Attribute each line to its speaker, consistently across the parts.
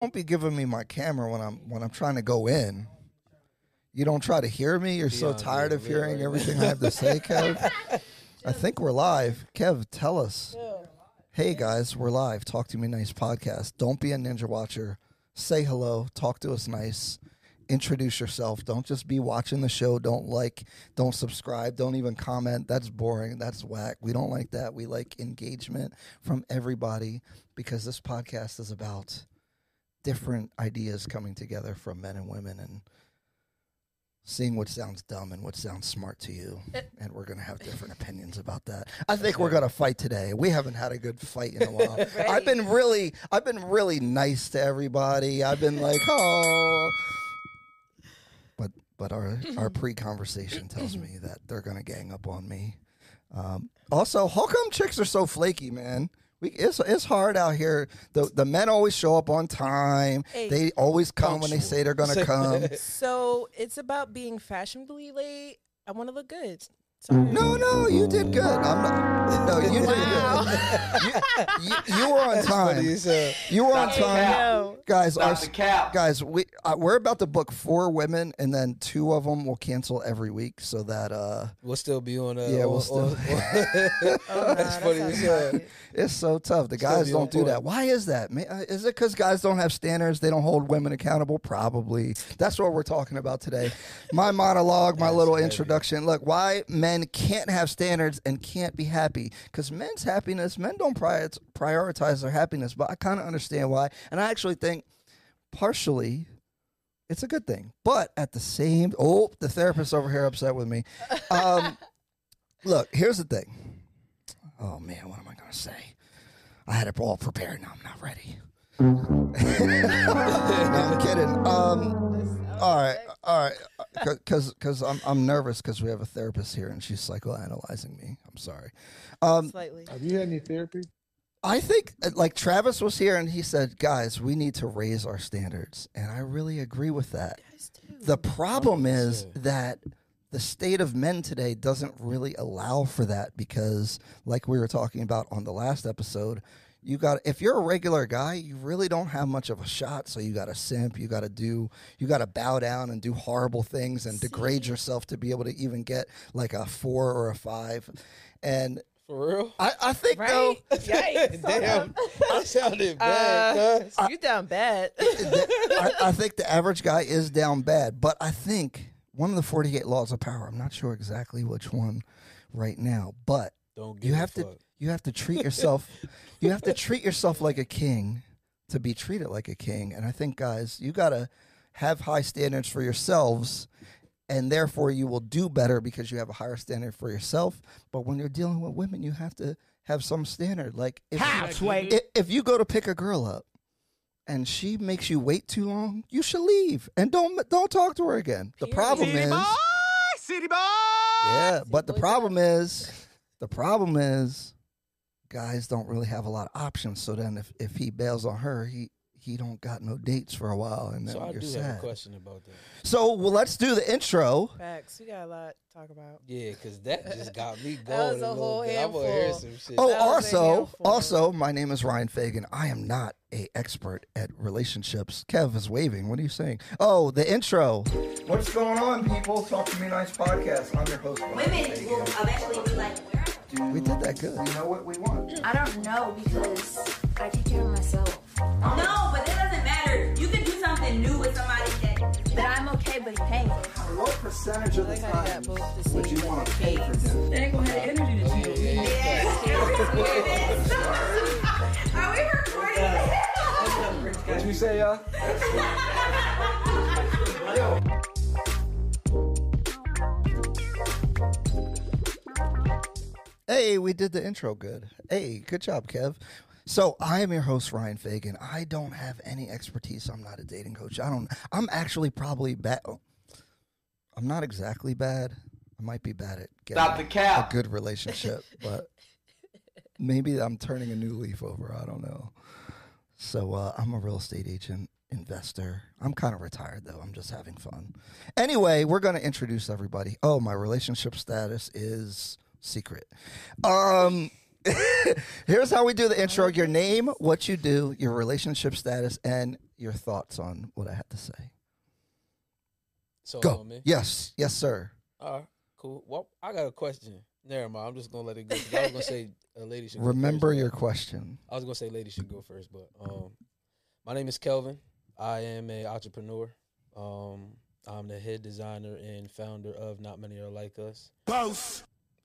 Speaker 1: don't be giving me my camera when I'm when I'm trying to go in. You don't try to hear me. You're so
Speaker 2: Beyond
Speaker 1: tired
Speaker 2: you,
Speaker 1: of hearing
Speaker 2: really.
Speaker 1: everything I have to say, Kev. I think we're live. Kev, tell us. Hey guys, we're live. Talk to me nice podcast. Don't be a ninja watcher. Say hello. Talk to us nice. Introduce yourself. Don't just be watching the show. Don't like, don't subscribe, don't even comment. That's boring. That's whack. We don't like that. We like engagement from everybody because this podcast is about different ideas coming together from men and women and seeing what sounds dumb and what sounds smart to you. And we're going to have different opinions about that. I think we're going to fight today. We haven't had a good fight in a while. I've been really I've been really nice to everybody. I've been like, "Oh, but but our our pre-conversation tells me that they're going to gang up on me. Um, also, how come chicks are so flaky, man? We, it's, it's hard out here. The the men always show up on time.
Speaker 3: Hey.
Speaker 1: They always come when they say they're gonna come.
Speaker 3: So it's about being fashionably late. I want to look good. Sorry.
Speaker 1: No, no, you did good. I'm not. No, you did good. You, you, you were on time. You were on time,
Speaker 3: No.
Speaker 1: guys. our
Speaker 4: Stop the cap.
Speaker 1: guys, we uh, we're about to book four women, and then two of them will cancel every week, so that uh,
Speaker 2: We'll still be on. Uh,
Speaker 1: Yeah, we'll
Speaker 2: on-
Speaker 1: still-
Speaker 2: on-
Speaker 3: Oh, nah,
Speaker 2: That's
Speaker 3: that
Speaker 2: funny
Speaker 3: sounds
Speaker 2: as hell.
Speaker 3: like it.
Speaker 1: It's so tough. The
Speaker 2: Still
Speaker 1: guys
Speaker 2: be
Speaker 1: don't
Speaker 2: on
Speaker 1: do
Speaker 2: point.
Speaker 1: that. Why is that? Ma- uh, Is it because guys don't have standards? They don't hold women accountable? Probably. That's what we're talking about today. My monologue, my
Speaker 2: That's
Speaker 1: little
Speaker 2: heavy.
Speaker 1: introduction. Look, why men can't have standards and can't be happy? Because men's happiness, men don't prior- prioritize their happiness, but I kind of understand why. And I actually think partially it's a good thing. But at the same, oh, the therapist over here upset with me. Um, look, here's the thing. Oh man, what am I gonna say? I had it all prepared. Now I'm not ready. No, I'm kidding. Um, all right, all right, because because I'm I'm nervous because we have a therapist here and she's psychoanalyzing me. I'm sorry. Um,
Speaker 3: Slightly.
Speaker 5: Have you had any therapy?
Speaker 1: I think uh, like Travis was here and he said, "Guys, we need to raise our standards," and I really agree with that. The problem is
Speaker 2: 100%.
Speaker 1: that the state of men today doesn't really allow for that because, like we were talking about on the last episode, you got if you're a regular guy, you really don't have much of a shot. So you got to simp, you got to do, you got to bow down and do horrible things and degrade yourself to be able to even get like a four or a five. And
Speaker 2: For real?
Speaker 1: I, I think though.
Speaker 3: Right? Yikes.
Speaker 2: Damn, I sounded bad.
Speaker 3: Uh,
Speaker 2: cuz.
Speaker 3: You down bad.
Speaker 1: I, I think the average guy is down bad, but I think one of the 48 laws of power, I'm not sure exactly which one right now, but
Speaker 2: Don't give
Speaker 1: you
Speaker 2: a
Speaker 1: have to
Speaker 2: fuck.
Speaker 1: you have to treat yourself you have to treat yourself like a king to be treated like a king. And I think guys, you got to have high standards for yourselves and therefore you will do better because you have a higher standard for yourself. But when you're dealing with women, you have to have some standard. Like if, if, if you go to pick a girl up and she makes you wait too long, you should leave and don't don't talk to her again. The
Speaker 3: Period.
Speaker 1: problem is,
Speaker 4: City boy.
Speaker 1: yeah, but the problem is, the problem is, guys don't really have a lot of options. So then, if if he bails on her, he he don't got no dates for a while, and then
Speaker 2: So I do
Speaker 1: you're
Speaker 2: have a
Speaker 1: sad.
Speaker 2: question about that.
Speaker 1: So well, let's do the intro.
Speaker 3: Facts. We got a lot to talk about.
Speaker 2: Yeah, because that just got me
Speaker 3: That
Speaker 2: going.
Speaker 3: was a
Speaker 2: little
Speaker 3: whole
Speaker 2: bit. I'm gonna hear
Speaker 3: handful.
Speaker 2: some shit.
Speaker 1: Oh,
Speaker 3: That was a
Speaker 1: also,
Speaker 3: handful.
Speaker 1: also, my name is Ryan Fagan. I am not a expert at relationships. Kev is waving. What are you saying? Oh, the intro. What's going on, people? Talk to me, nice podcast. I'm your host. Ryan
Speaker 6: Women
Speaker 1: Fagan.
Speaker 6: will eventually be like, where?
Speaker 1: We did that good. We know what we want.
Speaker 7: I don't know because I take care of myself.
Speaker 6: No, but that doesn't matter. You can do something new with somebody that.
Speaker 7: That I'm okay, but hey,
Speaker 1: What percentage of the
Speaker 3: Like how you got both the
Speaker 1: would you
Speaker 3: same
Speaker 1: want to pay for dinner?
Speaker 6: They ain't gonna have the energy to change. Yeah. Are we recording?
Speaker 4: What'd you say, y'all?
Speaker 1: Hey, we did the intro good. Hey, good job, Kev. So I am your host Ryan Fagan. I don't have any expertise. I'm not a dating coach. I don't. I'm actually probably bad. I'm not exactly bad. I might be bad at getting
Speaker 4: Stop the
Speaker 1: a
Speaker 4: cap.
Speaker 1: good relationship, but maybe I'm turning a new leaf over. I don't know. So uh, I'm a real estate agent investor. I'm kind of retired though. I'm just having fun. Anyway, we're going to introduce everybody. Oh, my relationship status is secret. Um Here's how we do the intro your name, what you do, your relationship status, and your thoughts on what I had to say.
Speaker 2: So
Speaker 1: Go.
Speaker 2: on me.
Speaker 1: Yes. Yes, sir.
Speaker 2: All right, cool. Well, I got a question. Never mind. I'm just gonna let it go. 'cause I was gonna say a lady should. go
Speaker 1: Remember
Speaker 2: first,
Speaker 1: your
Speaker 2: but-
Speaker 1: question.
Speaker 2: I was gonna say ladies should go first, but um, my name is Kelvin. I am a entrepreneur. Um, I'm the head designer and founder of Not Many Are Like Us.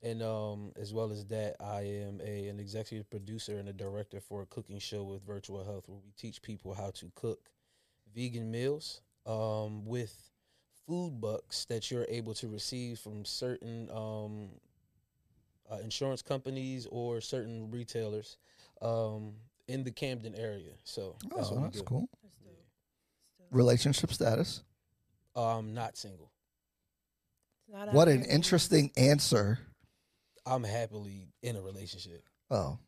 Speaker 2: And um, as well as that, I am a an executive producer and a director for a cooking show with Virtual Health, where we teach people how to cook vegan meals um, with food bucks that you're able to receive from certain um, uh, insurance companies or certain retailers um, in the Camden area. So um, that's
Speaker 1: oh,
Speaker 2: what we
Speaker 1: that's
Speaker 2: do.
Speaker 1: cool.
Speaker 3: Still,
Speaker 1: Relationship status.
Speaker 2: I'm not single.
Speaker 3: it's not out
Speaker 1: What
Speaker 3: here
Speaker 1: an
Speaker 3: for me.
Speaker 1: interesting answer.
Speaker 2: I'm happily in a relationship.
Speaker 1: Oh.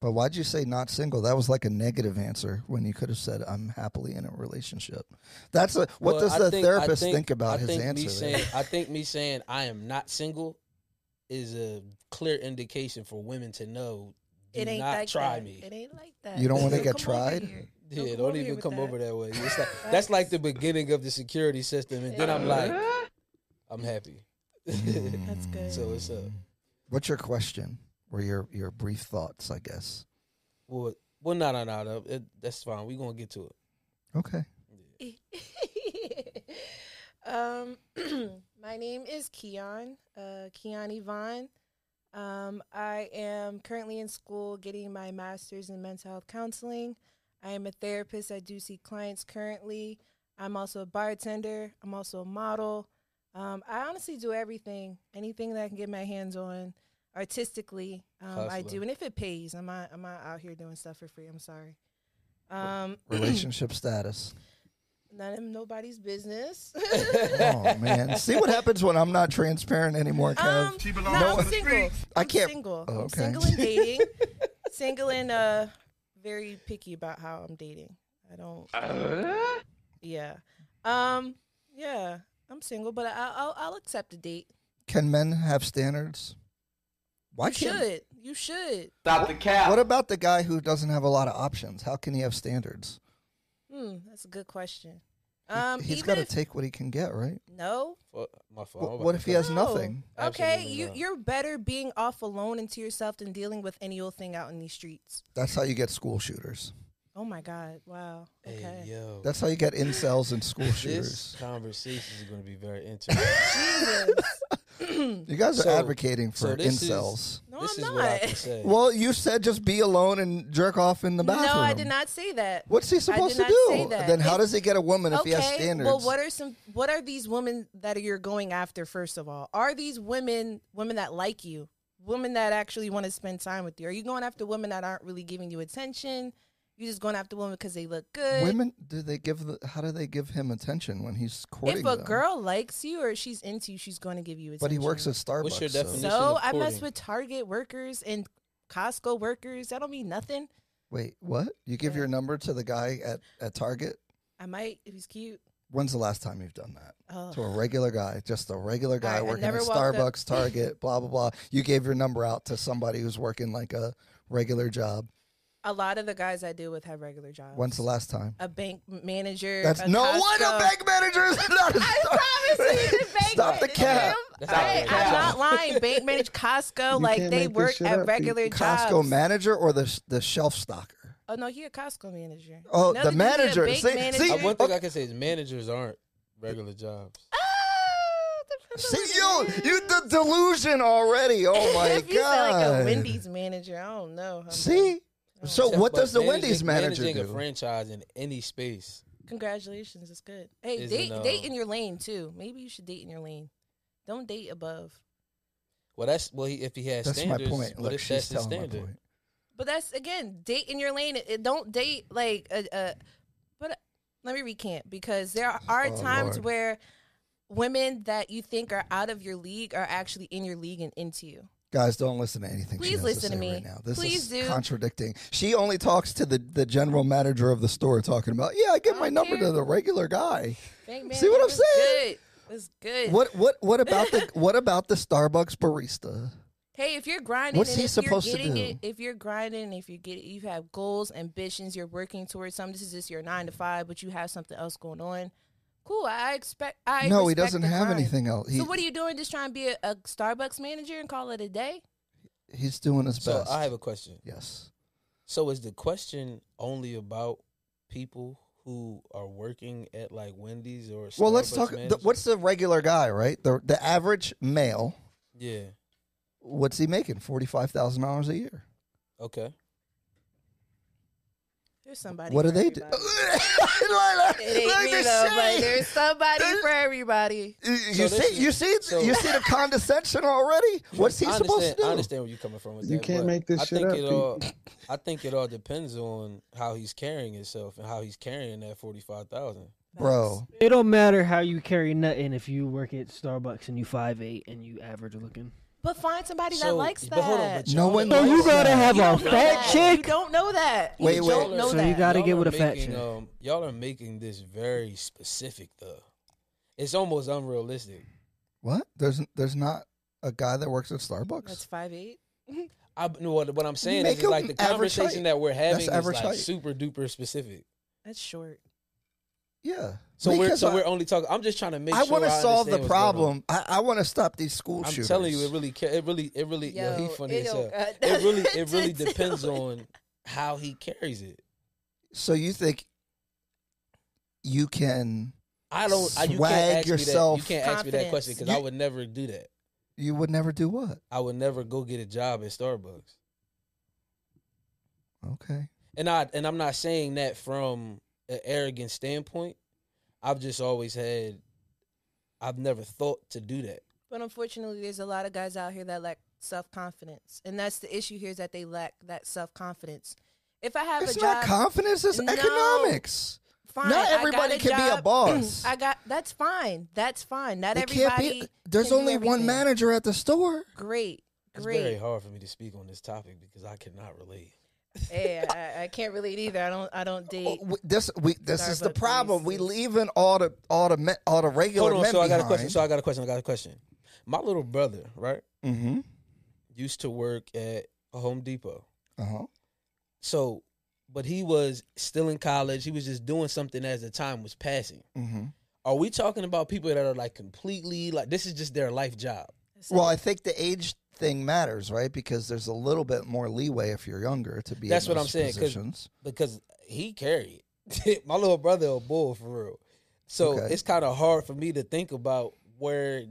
Speaker 1: But why'd you say not single? That was like a negative answer when you could have said I'm happily in a relationship. That's a what
Speaker 2: Well,
Speaker 1: does
Speaker 2: I
Speaker 1: the
Speaker 2: think- I
Speaker 1: therapist think, about
Speaker 2: I
Speaker 1: his
Speaker 2: think me
Speaker 1: answer? there?
Speaker 2: saying- I think me saying I am not single is a clear indication for women to know. Do
Speaker 3: It ain't
Speaker 2: not
Speaker 3: like
Speaker 2: try
Speaker 3: that.
Speaker 2: me.
Speaker 3: It ain't like that.
Speaker 1: You don't wanna get
Speaker 3: come over
Speaker 1: tried?
Speaker 3: here.
Speaker 2: Yeah,
Speaker 3: come
Speaker 2: don't,
Speaker 3: over here
Speaker 2: even
Speaker 3: with
Speaker 2: come
Speaker 3: that.
Speaker 2: over that way. It's like that's like the beginning of the security system, and then I'm like, I'm happy.
Speaker 1: Hmm.
Speaker 3: That's good.
Speaker 2: Mm. so it's up.
Speaker 1: What's your question? Or your your brief thoughts, I guess.
Speaker 2: Well, well, no, no, no, no. It, that's fine. We're gonna get to it.
Speaker 1: Okay.
Speaker 3: um, my name is Keon, uh, Keon Yvonne. Um, I am currently in school getting my master's in mental health counseling. I am a therapist. I do see clients currently. I'm also a bartender. I'm also a model. Um, I honestly do everything, anything that I can get my hands on artistically. Um, I
Speaker 2: Hustler.
Speaker 3: do, and if it pays, I'm not, I'm not out here doing stuff for free. I'm sorry. Um,
Speaker 1: Relationship status.
Speaker 3: None of nobody's business.
Speaker 1: Oh man. See what happens when I'm not transparent anymore, Kev.
Speaker 3: um, no, I'm single.
Speaker 1: I
Speaker 3: I'm
Speaker 1: can't-
Speaker 3: Single.
Speaker 1: Oh,
Speaker 3: I'm
Speaker 1: okay.
Speaker 3: single and dating. single and uh, very picky about how I'm dating. I don't. Yeah. Um. Yeah. I'm single, but I, I'll I'll accept a date.
Speaker 1: Can men have standards? Why
Speaker 3: You
Speaker 1: can't
Speaker 3: should. You should.
Speaker 4: Stop the cap.
Speaker 1: What about the guy who doesn't have a lot of options? How can he have standards?
Speaker 3: Hmm. That's a good question. Um.
Speaker 1: He's
Speaker 3: even
Speaker 1: got to
Speaker 3: if-
Speaker 1: take what he can get, right?
Speaker 3: No.
Speaker 2: Fuck, my fault.
Speaker 1: Wh-
Speaker 2: I'm about
Speaker 1: what
Speaker 2: to
Speaker 1: if he
Speaker 2: cut.
Speaker 1: has
Speaker 3: No.
Speaker 1: nothing?
Speaker 3: Okay,
Speaker 2: Absolutely
Speaker 3: you,
Speaker 2: not.
Speaker 3: you're better being off alone and to yourself than dealing with any old thing out in these streets.
Speaker 1: That's how you get school shooters.
Speaker 3: Oh my God! Wow. Okay.
Speaker 2: Hey, yo,
Speaker 1: That's how you get incels and school
Speaker 2: this
Speaker 1: shooters.
Speaker 2: conversation is gonna be very interesting.
Speaker 1: You guys are
Speaker 2: So-
Speaker 1: advocating for
Speaker 2: so this is-
Speaker 1: incels.
Speaker 3: No,
Speaker 2: this is
Speaker 3: I'm not.
Speaker 2: what I can say.
Speaker 1: Well, you said just be alone and jerk off in the bathroom.
Speaker 3: No, I did not say that.
Speaker 1: What's he
Speaker 3: did
Speaker 1: supposed to
Speaker 3: not
Speaker 1: do?
Speaker 3: say that.
Speaker 1: Then how
Speaker 3: It-
Speaker 1: does he get a woman if
Speaker 3: okay.
Speaker 1: he has E standards?
Speaker 3: Well, what are some? What are these women that you're going after? First of all, are these women women that like you? Women that actually want to spend time with you? Are you going after women that aren't really giving you attention? You're just going after women because they look good.
Speaker 1: Women do they give the, how do they give him attention when he's courting
Speaker 3: if a
Speaker 1: them?
Speaker 3: girl likes you or she's into you, she's going to give you attention.
Speaker 1: But he works at Starbucks.
Speaker 2: What's your
Speaker 1: so-
Speaker 2: definition?
Speaker 3: So
Speaker 2: of
Speaker 3: I mess
Speaker 2: courting.
Speaker 3: with Target workers and Costco workers. That don't mean nothing.
Speaker 1: Wait, what? You give
Speaker 3: Yeah.
Speaker 1: your number to the guy at, at Target?
Speaker 3: I might if he's cute.
Speaker 1: When's the last time you've done that?
Speaker 3: Oh.
Speaker 1: To a regular guy, just a regular guy
Speaker 3: I- I
Speaker 1: working at
Speaker 3: never walked up-
Speaker 1: Starbucks, Target, blah blah blah. You gave your number out to somebody who's working like a regular job.
Speaker 3: A lot of the guys I deal with have regular jobs.
Speaker 1: When's the last time?
Speaker 3: a bank manager.
Speaker 1: That's
Speaker 3: a
Speaker 1: no
Speaker 3: Costco.
Speaker 1: what a bank manager is not. A star-
Speaker 3: promise you the bank
Speaker 1: Stop the
Speaker 3: manager-
Speaker 1: cap.
Speaker 2: That's not
Speaker 3: Hey,
Speaker 2: a
Speaker 3: I'm
Speaker 2: job.
Speaker 3: not lying. Bank manager, Costco, like
Speaker 5: can't
Speaker 3: they
Speaker 5: make this
Speaker 3: work
Speaker 5: shit
Speaker 3: at
Speaker 5: up,
Speaker 3: regular jobs.
Speaker 1: Costco manager or the the shelf stocker?
Speaker 3: Oh no, he a Costco manager.
Speaker 1: Oh, the
Speaker 3: Another dude, he a
Speaker 1: manager.
Speaker 3: bank
Speaker 1: See-
Speaker 3: manager.
Speaker 1: see-
Speaker 2: Uh, one thing
Speaker 1: Okay.
Speaker 2: I can say is managers aren't regular jobs.
Speaker 3: Oh, depends on
Speaker 1: See you,
Speaker 3: what it
Speaker 1: you
Speaker 3: is.
Speaker 1: the delusion already. Oh my
Speaker 3: if you
Speaker 1: god!
Speaker 3: sound like a Wendy's manager, I don't know. homie.
Speaker 1: See, so
Speaker 2: But
Speaker 1: Oh, what does the
Speaker 2: managing-
Speaker 1: Wendy's manager
Speaker 2: managing a
Speaker 1: do?
Speaker 2: franchise in any space?
Speaker 3: congratulations, it's good. Hey,
Speaker 2: Isn't,
Speaker 3: date
Speaker 2: uh,
Speaker 3: date in your lane too. Maybe you should date in your lane. Don't date above.
Speaker 2: Well, that's well. He, if he has
Speaker 1: That's my
Speaker 2: standards,
Speaker 1: point.
Speaker 2: What
Speaker 1: Look,
Speaker 2: if
Speaker 1: she's
Speaker 2: that's his
Speaker 1: telling my
Speaker 2: standard?
Speaker 1: point.
Speaker 3: But that's again, date in your lane. It, it don't date like a. a but uh, let me recant because there are, are
Speaker 1: Oh,
Speaker 3: times
Speaker 1: Lord.
Speaker 3: where women that you think are out of your league are actually in your league and into you.
Speaker 1: Guys, don't listen to anything. she
Speaker 3: Please
Speaker 1: has
Speaker 3: listen
Speaker 1: to,
Speaker 3: to
Speaker 1: say
Speaker 3: me.
Speaker 1: Right now. This
Speaker 3: Please
Speaker 1: is
Speaker 3: do.
Speaker 1: contradicting. She only talks to the, the general manager of the store, talking about, yeah, I give
Speaker 3: I
Speaker 1: my
Speaker 3: don't
Speaker 1: number to
Speaker 3: care.
Speaker 1: the regular guy.
Speaker 3: Bank
Speaker 1: See what I'm
Speaker 3: manager is
Speaker 1: saying?
Speaker 3: Good. It's good.
Speaker 1: What what what about the what about the Starbucks barista?
Speaker 3: Hey, if you're grinding,
Speaker 1: What's
Speaker 3: and
Speaker 1: he
Speaker 3: if
Speaker 1: supposed to
Speaker 3: you're getting
Speaker 1: do?
Speaker 3: It, if you're grinding, if you get, you have goals, ambitions, you're working towards something. This is just your nine to five, but you have something else going on. Cool. I expect. I
Speaker 1: no, he
Speaker 3: respect
Speaker 1: doesn't
Speaker 3: the
Speaker 1: have
Speaker 3: grind.
Speaker 1: anything else. He,
Speaker 3: so what are you doing? Just trying to be a, a Starbucks manager and call it a day?
Speaker 1: he's doing his
Speaker 2: So
Speaker 1: best.
Speaker 2: I have a question.
Speaker 1: yes.
Speaker 2: So is the question only about people who are working at like Wendy's or?
Speaker 1: Well, let's
Speaker 2: Starbucks
Speaker 1: talk. The,
Speaker 2: managers?
Speaker 1: what's the regular guy, right? The the average male.
Speaker 2: yeah?
Speaker 1: What's he making? Forty five thousand dollars a year.
Speaker 2: Okay.
Speaker 3: There's somebody.
Speaker 1: What
Speaker 3: for
Speaker 1: do they do?
Speaker 3: everybody. It ain't
Speaker 1: Like
Speaker 3: me
Speaker 1: the
Speaker 3: though, but
Speaker 1: shade.
Speaker 3: there's somebody for everybody.
Speaker 1: You you
Speaker 2: So this
Speaker 1: see,
Speaker 2: is-
Speaker 1: you see,
Speaker 2: so-
Speaker 1: you see the condescension already. What's he
Speaker 2: I
Speaker 1: supposed
Speaker 2: understand-
Speaker 1: to
Speaker 2: I
Speaker 1: do?
Speaker 2: understand where you're coming from. With
Speaker 5: You
Speaker 2: that,
Speaker 5: can't
Speaker 2: but
Speaker 5: make this
Speaker 2: I
Speaker 5: shit
Speaker 2: think
Speaker 5: up,
Speaker 2: It all, I think it all depends on how he's carrying himself and how he's carrying that forty five thousand.
Speaker 1: Bro,
Speaker 8: It don't matter how you carry nothing if you work at Starbucks and you five eight and you average looking.
Speaker 3: But find somebody that
Speaker 2: So,
Speaker 3: likes that.
Speaker 2: but hold on, but
Speaker 1: No
Speaker 2: y'all
Speaker 1: one
Speaker 2: are-
Speaker 8: So you
Speaker 1: What's
Speaker 8: gotta
Speaker 1: that?
Speaker 8: have
Speaker 3: You
Speaker 8: a
Speaker 3: don't know
Speaker 8: fat
Speaker 3: that. You
Speaker 8: chick.
Speaker 3: don't know that. You
Speaker 1: Wait, wait.
Speaker 3: don't know
Speaker 8: So
Speaker 3: that.
Speaker 8: you gotta
Speaker 2: y'all
Speaker 8: get
Speaker 2: are
Speaker 8: with a fat
Speaker 2: making,
Speaker 8: chick.
Speaker 2: Um, y'all are making this very specific though. It's almost unrealistic.
Speaker 1: what? There's there's not a guy that works at Starbucks.
Speaker 3: That's five eight.
Speaker 2: I no, what, what I'm saying
Speaker 1: Make
Speaker 2: is, is like the
Speaker 1: him average height.
Speaker 2: conversation that we're having is
Speaker 1: average
Speaker 2: like
Speaker 1: height.
Speaker 2: super duper specific.
Speaker 3: That's short.
Speaker 1: yeah.
Speaker 2: So we're
Speaker 1: Because
Speaker 2: so
Speaker 1: I,
Speaker 2: we're only talking. I'm just trying to make.
Speaker 1: I
Speaker 2: sure
Speaker 1: want to solve the
Speaker 2: understand what's going on.
Speaker 1: problem. I, I want to stop these school
Speaker 2: I'm
Speaker 1: shooters.
Speaker 2: telling you, it really, ca- it really, it really. Yo,
Speaker 3: Yo,
Speaker 2: he funny
Speaker 3: it
Speaker 2: as
Speaker 3: don't
Speaker 2: hell.
Speaker 3: got
Speaker 2: It really,
Speaker 3: nothing
Speaker 2: it really
Speaker 3: to do
Speaker 2: depends
Speaker 3: with-
Speaker 2: on how he carries it.
Speaker 1: So you think you can?
Speaker 2: I don't. I, you
Speaker 1: Swag
Speaker 2: can't ask
Speaker 1: yourself.
Speaker 2: me that. You can't ask me that question because I
Speaker 1: You-
Speaker 2: would never do that.
Speaker 1: You would never do what?
Speaker 2: I would never go get a job at Starbucks.
Speaker 1: Okay.
Speaker 2: and I and I'm not saying that from an arrogant standpoint. I've just always had. I've never thought to do that.
Speaker 3: But unfortunately, there's a lot of guys out here that lack self confidence, and that's the issue here is that they lack that self confidence. If I have
Speaker 1: It's
Speaker 3: a
Speaker 1: not
Speaker 3: job,
Speaker 1: confidence. It's
Speaker 3: No.
Speaker 1: economics.
Speaker 3: fine.
Speaker 1: not
Speaker 3: I got
Speaker 1: everybody
Speaker 3: a
Speaker 1: can be a
Speaker 3: job.
Speaker 1: boss.
Speaker 3: I got that's fine. That's fine. Not
Speaker 1: They can't
Speaker 3: everybody.
Speaker 1: be. There's
Speaker 3: can do
Speaker 1: only one
Speaker 3: everything.
Speaker 1: manager at the store.
Speaker 3: Great,
Speaker 2: It's very
Speaker 3: great.
Speaker 2: hard for me to speak on this topic because I cannot relate.
Speaker 3: Yeah, I, I can't relate either. I don't. I don't
Speaker 1: Well,
Speaker 3: date.
Speaker 1: we- this we this is the
Speaker 3: Starbucks
Speaker 1: problem. We
Speaker 3: baristas.
Speaker 1: leaving all the all the me, all the regular
Speaker 2: Hold on,
Speaker 1: men
Speaker 2: so I got
Speaker 1: behind.
Speaker 2: a question. So I got a question. I got a question. My little brother, right,
Speaker 1: mm-hmm.
Speaker 2: used to work at a Home Depot.
Speaker 1: Uh huh.
Speaker 2: So, but he was still in college. He was just doing something as the time was passing.
Speaker 1: Mm-hmm.
Speaker 2: Are we talking about people that are like completely like this is just their life job?
Speaker 1: Well, I think the age thing matters, right? Because there's a little bit more leeway if you're younger to be.
Speaker 2: That's
Speaker 1: in
Speaker 2: what I'm
Speaker 1: those
Speaker 2: saying, 'cause-
Speaker 1: Positions.
Speaker 2: because he carried my little brother a bull for real. So
Speaker 1: Okay.
Speaker 2: it's kind of hard for me to think about where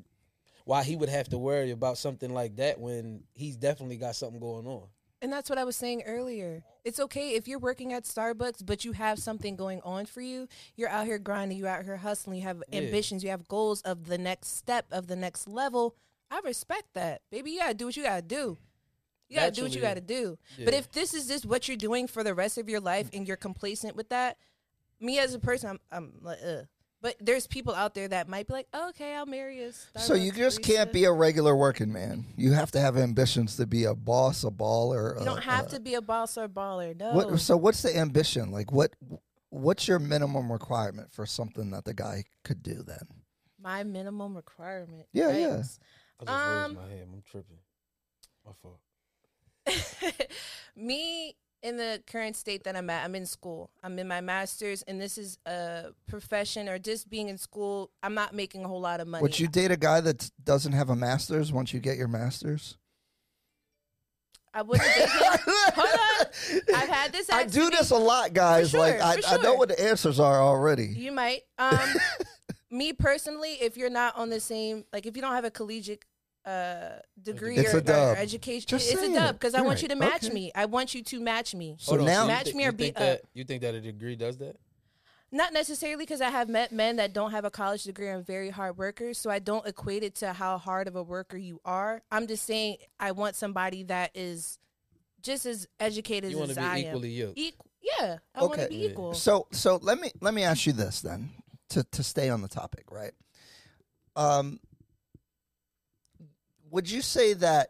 Speaker 2: why he would have to worry about something like that when he's definitely got something going on.
Speaker 3: And that's what I was saying earlier. It's okay if you're working at Starbucks, but you have something going on for you. You're out here grinding, you out here hustling, you have
Speaker 2: Yeah.
Speaker 3: ambitions, you have goals of the next step, of the next level. I respect that. Baby, you gotta do what you gotta do. You gotta do what you gotta
Speaker 2: Naturally,
Speaker 3: do. But
Speaker 2: yeah.
Speaker 3: if this is just what you're doing for the rest of your life and you're complacent with that, me as a person, I'm, I'm like, ugh. But there's people out there that might be like, oh, okay, I'll marry a Starbucks
Speaker 1: So you just can't
Speaker 3: barista."
Speaker 1: be a regular working man. You have to have ambitions to be a boss, a baller.
Speaker 3: You don't have to be a boss or baller. No.
Speaker 1: What, so what's the ambition? Like what? What's your minimum requirement for something that the guy could do? Then
Speaker 3: My minimum requirement.
Speaker 1: Yeah, yeah.
Speaker 3: Yikes.
Speaker 2: I just
Speaker 3: Um,
Speaker 2: raised my hand. I'm tripping. My fault.
Speaker 3: Me in the current state that I'm at, I'm in school. I'm in my master's, and this is a profession or just being in school. I'm not making a whole lot of money.
Speaker 1: would you date a guy that doesn't have a master's once you get your master's?
Speaker 3: I wouldn't date him. Hold on. I've had this.
Speaker 1: I
Speaker 3: asked
Speaker 1: do
Speaker 3: to me.
Speaker 1: this a lot, guys.
Speaker 3: sure,
Speaker 1: like I,
Speaker 3: for
Speaker 1: I know
Speaker 3: sure.
Speaker 1: what the answers are already.
Speaker 3: You might. Um, me personally, if you're not on the same, like if you don't have a collegiate uh degree
Speaker 1: It's
Speaker 3: or,
Speaker 1: a dub.
Speaker 3: or education,
Speaker 1: Just
Speaker 3: it's a
Speaker 1: saying
Speaker 3: dub
Speaker 1: it.
Speaker 3: because I
Speaker 1: You're
Speaker 3: want
Speaker 1: right.
Speaker 3: you to match
Speaker 1: Okay.
Speaker 3: me. I want you to match me.
Speaker 1: So now-
Speaker 2: you
Speaker 1: Match
Speaker 2: thi-
Speaker 3: me or
Speaker 2: you
Speaker 3: be
Speaker 2: think
Speaker 3: up.
Speaker 2: that you think that a degree does that?
Speaker 3: Not necessarily because I have met men that don't have a college degree and very hard workers, so I don't equate it to how hard of a worker you are. I'm just saying I want somebody that is just as educated
Speaker 2: You want
Speaker 3: as
Speaker 2: to
Speaker 3: I
Speaker 2: be equally
Speaker 3: am. E
Speaker 2: yoked.
Speaker 3: Equal, yeah, I want
Speaker 1: Okay.
Speaker 3: to be
Speaker 2: Yeah.
Speaker 3: equal.
Speaker 1: So so let me let me ask you this then to to stay on the topic, right? Um would you say that,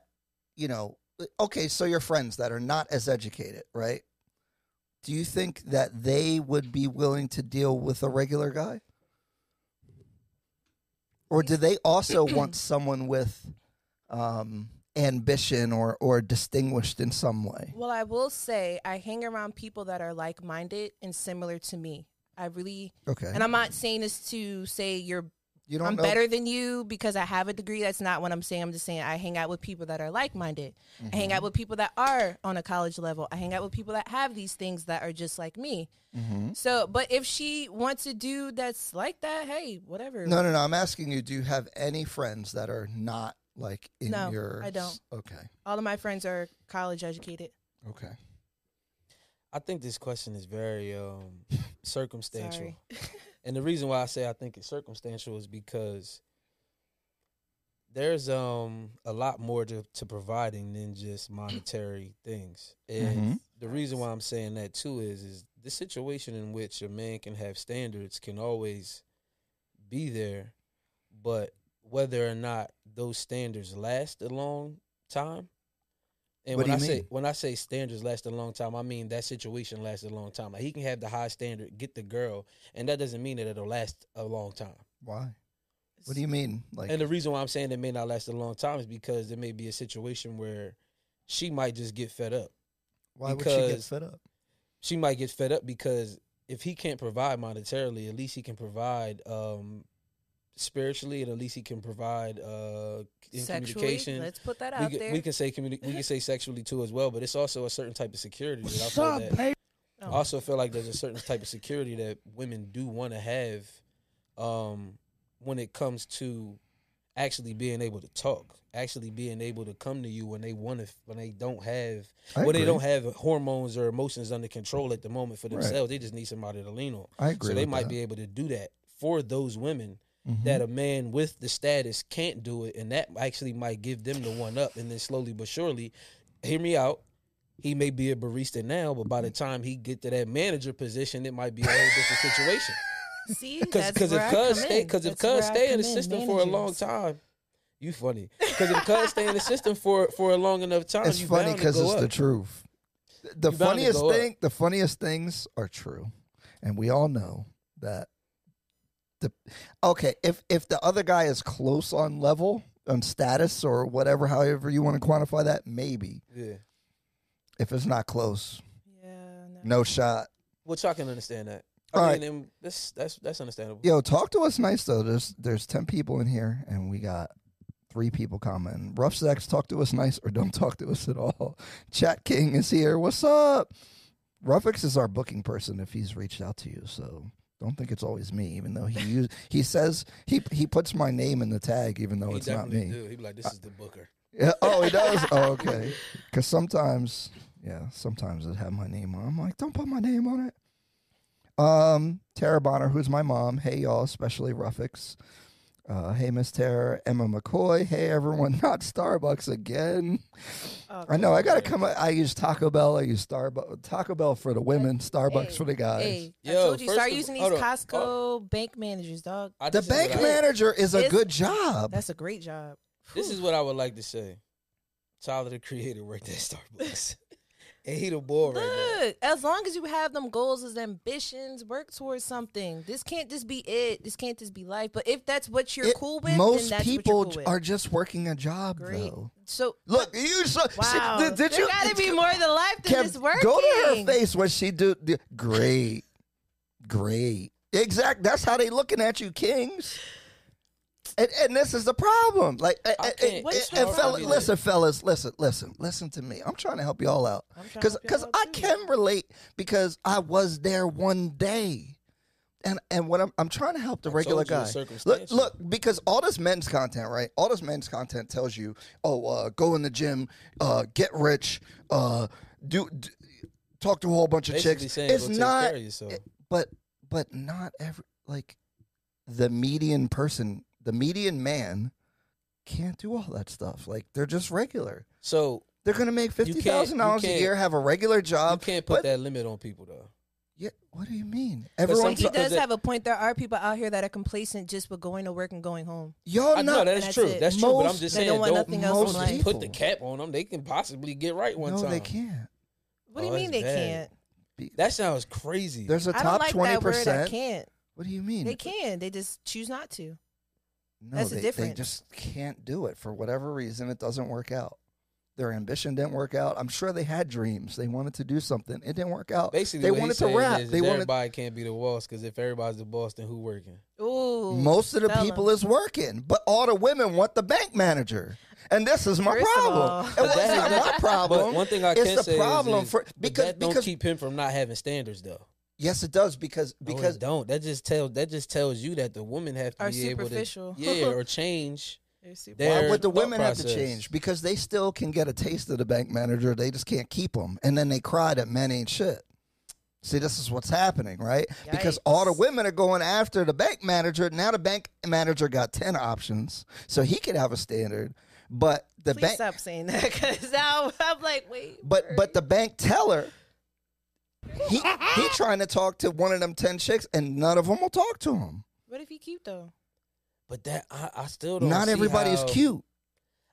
Speaker 1: you know, okay, so your friends that are not as educated, right? Do you think that they would be willing to deal with a regular guy? Or do they also want someone with um ambition or or distinguished in some way.
Speaker 3: Well, I will say I hang around people that are like minded and similar to me. I really,
Speaker 1: Okay.
Speaker 3: and I'm not saying this to say you're
Speaker 1: you don't
Speaker 3: I'm
Speaker 1: know
Speaker 3: better than you because I have a degree. That's not what I'm saying. I'm just saying I hang out with people that are like minded.
Speaker 1: Mm-hmm.
Speaker 3: I hang out with people that are on a college level. I hang out with people that have these things that are just like me.
Speaker 1: Mm-hmm.
Speaker 3: So, but if she wants a dude that's like that, hey, whatever.
Speaker 1: No, no, no. I'm asking you, do you have any friends that are not like in
Speaker 3: No,
Speaker 1: your
Speaker 3: I don't.
Speaker 1: Okay.
Speaker 3: All of my friends are college educated.
Speaker 1: Okay.
Speaker 2: I think this question is very um, circumstantial.
Speaker 3: Sorry.
Speaker 2: And the reason why I say I think it's circumstantial is because there's um a lot more to, to providing than just monetary things. And
Speaker 1: Mhm.
Speaker 2: the reason why I'm saying that too is is the situation in which a man can have standards can always be there, but whether or not those standards last a long time. And
Speaker 1: What
Speaker 2: when I
Speaker 1: do you
Speaker 2: say
Speaker 1: mean?
Speaker 2: when I say standards last a long time, I mean that situation lasted a long time. Like he can have the high standard, get the girl, and that doesn't mean that it'll last a long time.
Speaker 1: Why? What do you mean? Like
Speaker 2: And the reason why I'm saying it may not last a long time is because there may be a situation where she might just get fed up.
Speaker 1: why would she get
Speaker 2: because-
Speaker 1: fed up?
Speaker 2: She might get fed up because if he can't provide monetarily, at least he can provide um, spiritually, and at least he can provide uh, in
Speaker 3: Sexually,
Speaker 2: communication.
Speaker 3: let's put that
Speaker 2: we
Speaker 3: out
Speaker 2: can,
Speaker 3: there.
Speaker 2: we can say communi- we can say sexually too as well, but it's also a certain type of security that I feel that I
Speaker 3: Oh.
Speaker 2: also feel like there's a certain type of security that women do want to have um, when it comes to actually being able to talk, actually being able to come to you when they want to, when they don't have,
Speaker 1: I
Speaker 2: when they
Speaker 1: agree.
Speaker 2: don't have hormones or emotions under control at the moment for themselves. They just need somebody to lean on.
Speaker 1: I agree
Speaker 2: So they
Speaker 1: with
Speaker 2: might
Speaker 1: that. Mm-hmm.
Speaker 2: be able to do that for those women that a man with the status can't do it, and that actually might give them the one up, and then slowly but surely, hear me out. He may be a barista now, but by the
Speaker 1: Mm-hmm.
Speaker 2: time he get to that manager position, it might be a whole different situation.
Speaker 3: See,
Speaker 2: Because
Speaker 3: because
Speaker 2: if Cuz stay, because if Cuz stay in the system for a long time, you funny. Because if Cuz stay in the system for for a long enough time,
Speaker 1: It's
Speaker 2: you
Speaker 1: funny
Speaker 2: because
Speaker 1: because it's the truth. The
Speaker 2: You bound to
Speaker 1: funniest
Speaker 2: go up.
Speaker 1: thing, the funniest things are true, and we all know that. The okay, if if the other guy is close on level, on status, or whatever, however you want to quantify that, maybe
Speaker 2: yeah,
Speaker 1: if it's not close,
Speaker 3: Yeah, no.
Speaker 1: no shot.
Speaker 2: which I can understand that. I
Speaker 1: All
Speaker 2: mean,
Speaker 1: right.
Speaker 2: and that's that's that's understandable.
Speaker 1: Yo, talk to us nice though. There's there's ten people in here, and we got three people commenting. Rough sex, talk to us nice, or don't talk to us at all. Chat King is here. What's up? Ruffix is our booking person. If he's reached out to you, so don't think it's always me. Even though he use, he says he he puts my name in the tag, even though
Speaker 2: he
Speaker 1: Oh, it's not
Speaker 2: definitely
Speaker 1: me.
Speaker 2: do. He be like, this is the Booker.
Speaker 1: Yeah. Oh, he does. Oh, okay. Because sometimes, yeah, sometimes it have my name on. it. I'm like, don't put my name on it. Um, Tara Bonner, who's my mom. Hey, y'all, especially Ruffix. Uh, hey, Miss Tara, Emma McCoy. Hey, everyone, not Starbucks again.
Speaker 3: Oh,
Speaker 1: I know. I gotta come. I use Taco Bell. I use Starbucks. Taco Bell for the women. Starbucks
Speaker 3: Hey,
Speaker 1: for the guys.
Speaker 3: Hey,
Speaker 2: Yo,
Speaker 3: I told you,
Speaker 2: first
Speaker 3: start
Speaker 2: of-
Speaker 3: using these
Speaker 2: hold on,
Speaker 3: Costco
Speaker 2: hold
Speaker 3: bank managers, dog.
Speaker 2: I-
Speaker 1: The
Speaker 2: this is what
Speaker 1: bank
Speaker 2: I-
Speaker 1: manager is a
Speaker 3: It's-
Speaker 1: good job.
Speaker 3: That's a great job.
Speaker 2: This is what I would like to say. Tyler the Creator worked at Starbucks, and he the boy right now.
Speaker 3: Look, as long as you have them goals as ambitions, work towards something. This can't just be it. This can't just be life. But if that's what you're
Speaker 1: It-
Speaker 3: cool with,
Speaker 1: most
Speaker 3: then that's
Speaker 1: people
Speaker 3: what
Speaker 1: j-
Speaker 3: you're cool
Speaker 1: are
Speaker 3: with.
Speaker 1: just working a job
Speaker 3: Great.
Speaker 1: though.
Speaker 3: So
Speaker 1: Look, you saw. she-
Speaker 3: wow,
Speaker 1: did, did
Speaker 3: there
Speaker 1: you?
Speaker 3: gotta be more than life than
Speaker 1: Kev,
Speaker 3: just working.
Speaker 1: Go to her face when she do. do- Great, great, exact. That's how they looking at you, kings. And, and this is the problem. Like, and,
Speaker 2: I
Speaker 1: and,
Speaker 2: can't-
Speaker 3: What's
Speaker 1: and- and
Speaker 3: wrong
Speaker 1: fella-
Speaker 3: with it?
Speaker 1: listen, fellas, listen, listen, listen to me. I'm trying to help y'all out
Speaker 3: I'm trying to
Speaker 1: because
Speaker 3: help y'all
Speaker 1: because
Speaker 3: out
Speaker 1: I
Speaker 3: too.
Speaker 1: can relate because I was there one day. And, and what I'm, I'm trying to help the
Speaker 2: told
Speaker 1: regular
Speaker 2: you
Speaker 1: guy.
Speaker 2: it's
Speaker 1: Look,
Speaker 2: circumstantial.
Speaker 1: look, because all this men's content, right? All this men's content tells you, oh, uh, go in the gym, uh, get rich, uh, do, d talk to a whole bunch of
Speaker 2: Basically
Speaker 1: chicks.
Speaker 2: saying,
Speaker 1: it's
Speaker 2: go take
Speaker 1: not,
Speaker 2: care of yourself.
Speaker 1: it- but but not every like the median person, the median man can't do all that stuff. Like they're just regular.
Speaker 2: So
Speaker 1: They're gonna make
Speaker 2: You can't-
Speaker 1: fifty thousand dollars
Speaker 2: you
Speaker 1: a
Speaker 2: can't-
Speaker 1: year, have a regular
Speaker 2: you
Speaker 1: job.
Speaker 2: can't put
Speaker 1: Um, but-
Speaker 2: that limit on people though.
Speaker 1: Yeah, what do you mean?
Speaker 2: some
Speaker 1: Everyone's
Speaker 3: He
Speaker 2: so-
Speaker 3: does
Speaker 2: that-
Speaker 3: have a point. There are people out here that are complacent just with going to work and going home.
Speaker 1: y'all
Speaker 2: I
Speaker 1: know.
Speaker 2: know that's
Speaker 3: that's
Speaker 2: true.
Speaker 3: it.
Speaker 2: That's true. But I'm
Speaker 3: Most-
Speaker 2: just
Speaker 3: they
Speaker 2: saying,
Speaker 3: don't
Speaker 2: don't,
Speaker 3: want nothing
Speaker 1: else
Speaker 2: most
Speaker 1: in life.
Speaker 2: put the cap on them. They can possibly get right one
Speaker 1: no,
Speaker 2: time.
Speaker 1: they can't.
Speaker 3: What do
Speaker 2: Oh,
Speaker 3: you mean
Speaker 2: that's
Speaker 3: they
Speaker 2: bad.
Speaker 3: can't?
Speaker 2: That sounds crazy.
Speaker 1: There's a
Speaker 3: I don't
Speaker 1: top
Speaker 3: like
Speaker 1: twenty
Speaker 3: that word. I
Speaker 1: percent.
Speaker 3: can't.
Speaker 1: What do you mean?
Speaker 3: They can. They just choose not to.
Speaker 1: No,
Speaker 3: That's the
Speaker 1: they, they
Speaker 3: difference.
Speaker 1: just can't do it for whatever reason. It doesn't work out. Their ambition didn't work out. I'm sure they had dreams. They wanted to do something. It didn't work out.
Speaker 2: Basically,
Speaker 1: they
Speaker 2: what
Speaker 1: wanted
Speaker 2: he's
Speaker 1: to
Speaker 2: saying
Speaker 1: rap.
Speaker 2: Is
Speaker 1: They
Speaker 2: that
Speaker 1: wanted
Speaker 2: everybody can't be the boss because if everybody's the boss, then who working?
Speaker 3: Ooh.
Speaker 1: most of the
Speaker 3: Tell 'em.
Speaker 1: people is working, but all the women want the bank manager. And this is my
Speaker 3: First of all-
Speaker 1: problem. And
Speaker 2: That-
Speaker 1: it's not
Speaker 2: that-
Speaker 1: my problem.
Speaker 2: But one thing I
Speaker 1: it's
Speaker 2: can
Speaker 1: the
Speaker 2: say
Speaker 1: problem
Speaker 2: is, is
Speaker 1: for
Speaker 2: but
Speaker 1: because
Speaker 2: that don't
Speaker 1: because
Speaker 2: keep Oh, him from not having standards though.
Speaker 1: yes, it does because
Speaker 2: Because
Speaker 1: because
Speaker 2: don't that just tells that just tells you that the women have to
Speaker 3: Are
Speaker 2: be
Speaker 3: superficial.
Speaker 2: able to yeah or change.
Speaker 3: They're super-
Speaker 2: Their
Speaker 1: Why would the
Speaker 2: thought
Speaker 1: women have
Speaker 2: process.
Speaker 1: to change? Because they still can get a taste of the bank manager. They just can't keep them. And then they cry that men ain't shit. See, this is what's happening, right? Because all the
Speaker 3: Yikes.
Speaker 1: women are going after the bank manager. Now the bank manager got 10 options. So he could have a standard. But the
Speaker 3: Please
Speaker 1: bank
Speaker 3: stop saying that because now I'm like, wait.
Speaker 1: but
Speaker 3: word.
Speaker 1: but the bank teller he he trying to talk to one of them 10 chicks and none of them will talk to him.
Speaker 3: what if he cute though?
Speaker 2: But that I, I still don't.
Speaker 1: Not
Speaker 2: see
Speaker 1: everybody is
Speaker 2: how-
Speaker 1: cute.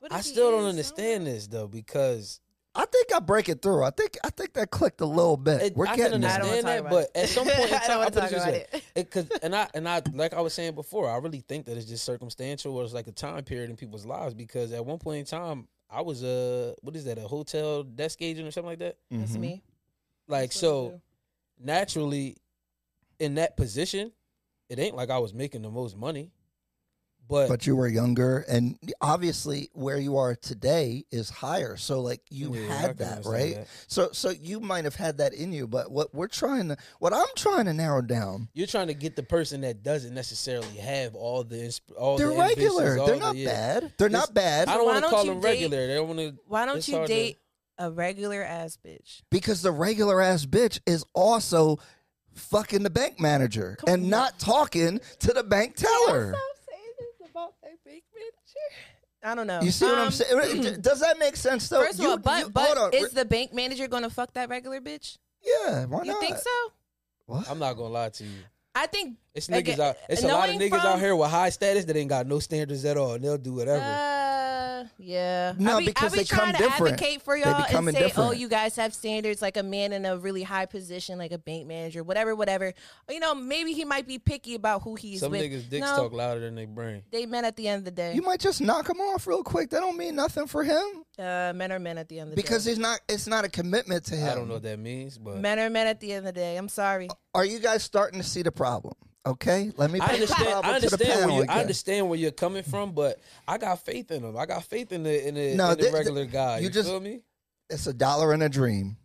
Speaker 3: What if
Speaker 2: I
Speaker 3: he
Speaker 2: still
Speaker 3: is?
Speaker 2: don't understand this though because
Speaker 1: I think I break it through. I think I think that clicked a little bit.
Speaker 2: it,
Speaker 1: We're
Speaker 2: I
Speaker 1: getting
Speaker 2: can
Speaker 1: there.
Speaker 3: I don't
Speaker 2: understand
Speaker 3: wanna
Speaker 2: that,
Speaker 3: talk
Speaker 2: but
Speaker 3: about it.
Speaker 2: at some point in
Speaker 3: I don't
Speaker 2: time,
Speaker 3: wanna
Speaker 2: I'll put it
Speaker 3: talk
Speaker 2: this
Speaker 3: about
Speaker 2: way.
Speaker 3: it.
Speaker 2: It- 'cause- and I and I like I was saying before, I really think that it's just circumstantial or it's like a time period in people's lives because at one point in time, I was a what is that a hotel desk agent or something like that.
Speaker 3: That's
Speaker 1: Mhm.
Speaker 3: me.
Speaker 2: Mm-hmm. Like
Speaker 3: That's what I
Speaker 2: so,
Speaker 3: do.
Speaker 2: naturally, in that position, it ain't like I was making the most money, but,
Speaker 1: but you were younger and obviously where you are today is higher so like you
Speaker 2: Yeah, I
Speaker 1: had
Speaker 2: can
Speaker 1: that
Speaker 2: understand
Speaker 1: right
Speaker 2: that.
Speaker 1: so so you might have had that in you but what we're trying to what i'm trying to narrow down
Speaker 2: you're trying to get the person that doesn't necessarily have all the insp- all
Speaker 1: they're
Speaker 2: Oh, the
Speaker 1: regular
Speaker 2: ambitions, all
Speaker 1: they're
Speaker 2: the-
Speaker 1: not
Speaker 2: yeah.
Speaker 1: bad they're not
Speaker 2: It's-
Speaker 1: bad
Speaker 2: I don't
Speaker 3: Why
Speaker 2: want to
Speaker 3: don't
Speaker 2: call
Speaker 3: you
Speaker 2: them
Speaker 3: date-
Speaker 2: regular. They don't want to.
Speaker 3: Why don't
Speaker 2: it's
Speaker 3: you
Speaker 2: hard to-
Speaker 3: date a regular ass bitch?
Speaker 1: because the regular ass bitch is also fucking the bank manager
Speaker 3: Come
Speaker 1: and
Speaker 3: on.
Speaker 1: not talking to the bank teller
Speaker 3: I don't know.
Speaker 1: you see what i'm
Speaker 3: Um,
Speaker 1: saying does that make sense though
Speaker 3: First of
Speaker 1: You-
Speaker 3: all, but
Speaker 1: you- hold on.
Speaker 3: but is the bank manager going to fuck that regular bitch?
Speaker 1: yeah why
Speaker 3: You
Speaker 1: not
Speaker 3: think so?
Speaker 1: What?
Speaker 2: I'm not gonna lie to you.
Speaker 3: I think
Speaker 2: It's niggas
Speaker 3: Again,
Speaker 2: out. It's a lot of
Speaker 3: knowing
Speaker 2: niggas out
Speaker 3: from-
Speaker 2: here with high status that ain't got no standards at all. and They'll do whatever.
Speaker 3: Uh, yeah.
Speaker 1: No,
Speaker 3: I be,
Speaker 1: because
Speaker 3: I be
Speaker 1: they
Speaker 3: trying
Speaker 1: come
Speaker 3: to
Speaker 1: different.
Speaker 3: advocate for
Speaker 1: They
Speaker 3: y'all and
Speaker 1: becoming
Speaker 3: say, "Oh,
Speaker 1: different.
Speaker 3: you guys have standards like a man in a really high position, like a bank manager, whatever, whatever." You know, maybe he might be picky about who he's
Speaker 2: Some
Speaker 3: with.
Speaker 2: niggas dicks
Speaker 3: no,
Speaker 2: talk louder than they brain.
Speaker 3: They men at the end of the day.
Speaker 1: you might just knock him off real quick that don't mean nothing for him
Speaker 3: uh, men are men at the end of the
Speaker 1: because
Speaker 3: day.
Speaker 1: he's not it's not a commitment to him
Speaker 2: I don't know what that means, but
Speaker 3: men are men at the end of the day. I'm sorry.
Speaker 1: are you guys starting to see the problem okay let me
Speaker 2: I
Speaker 1: put the
Speaker 2: understand.
Speaker 1: problem
Speaker 2: I
Speaker 1: to the
Speaker 2: understand.
Speaker 1: panel
Speaker 2: Where you,
Speaker 1: again.
Speaker 2: I understand where you're coming from, but I got faith in them. I got faith in the in the,
Speaker 1: No,
Speaker 2: in the
Speaker 1: th- th-
Speaker 2: regular guy.
Speaker 1: you
Speaker 2: You,
Speaker 1: just-
Speaker 2: feel me?
Speaker 1: it's a dollar and a dream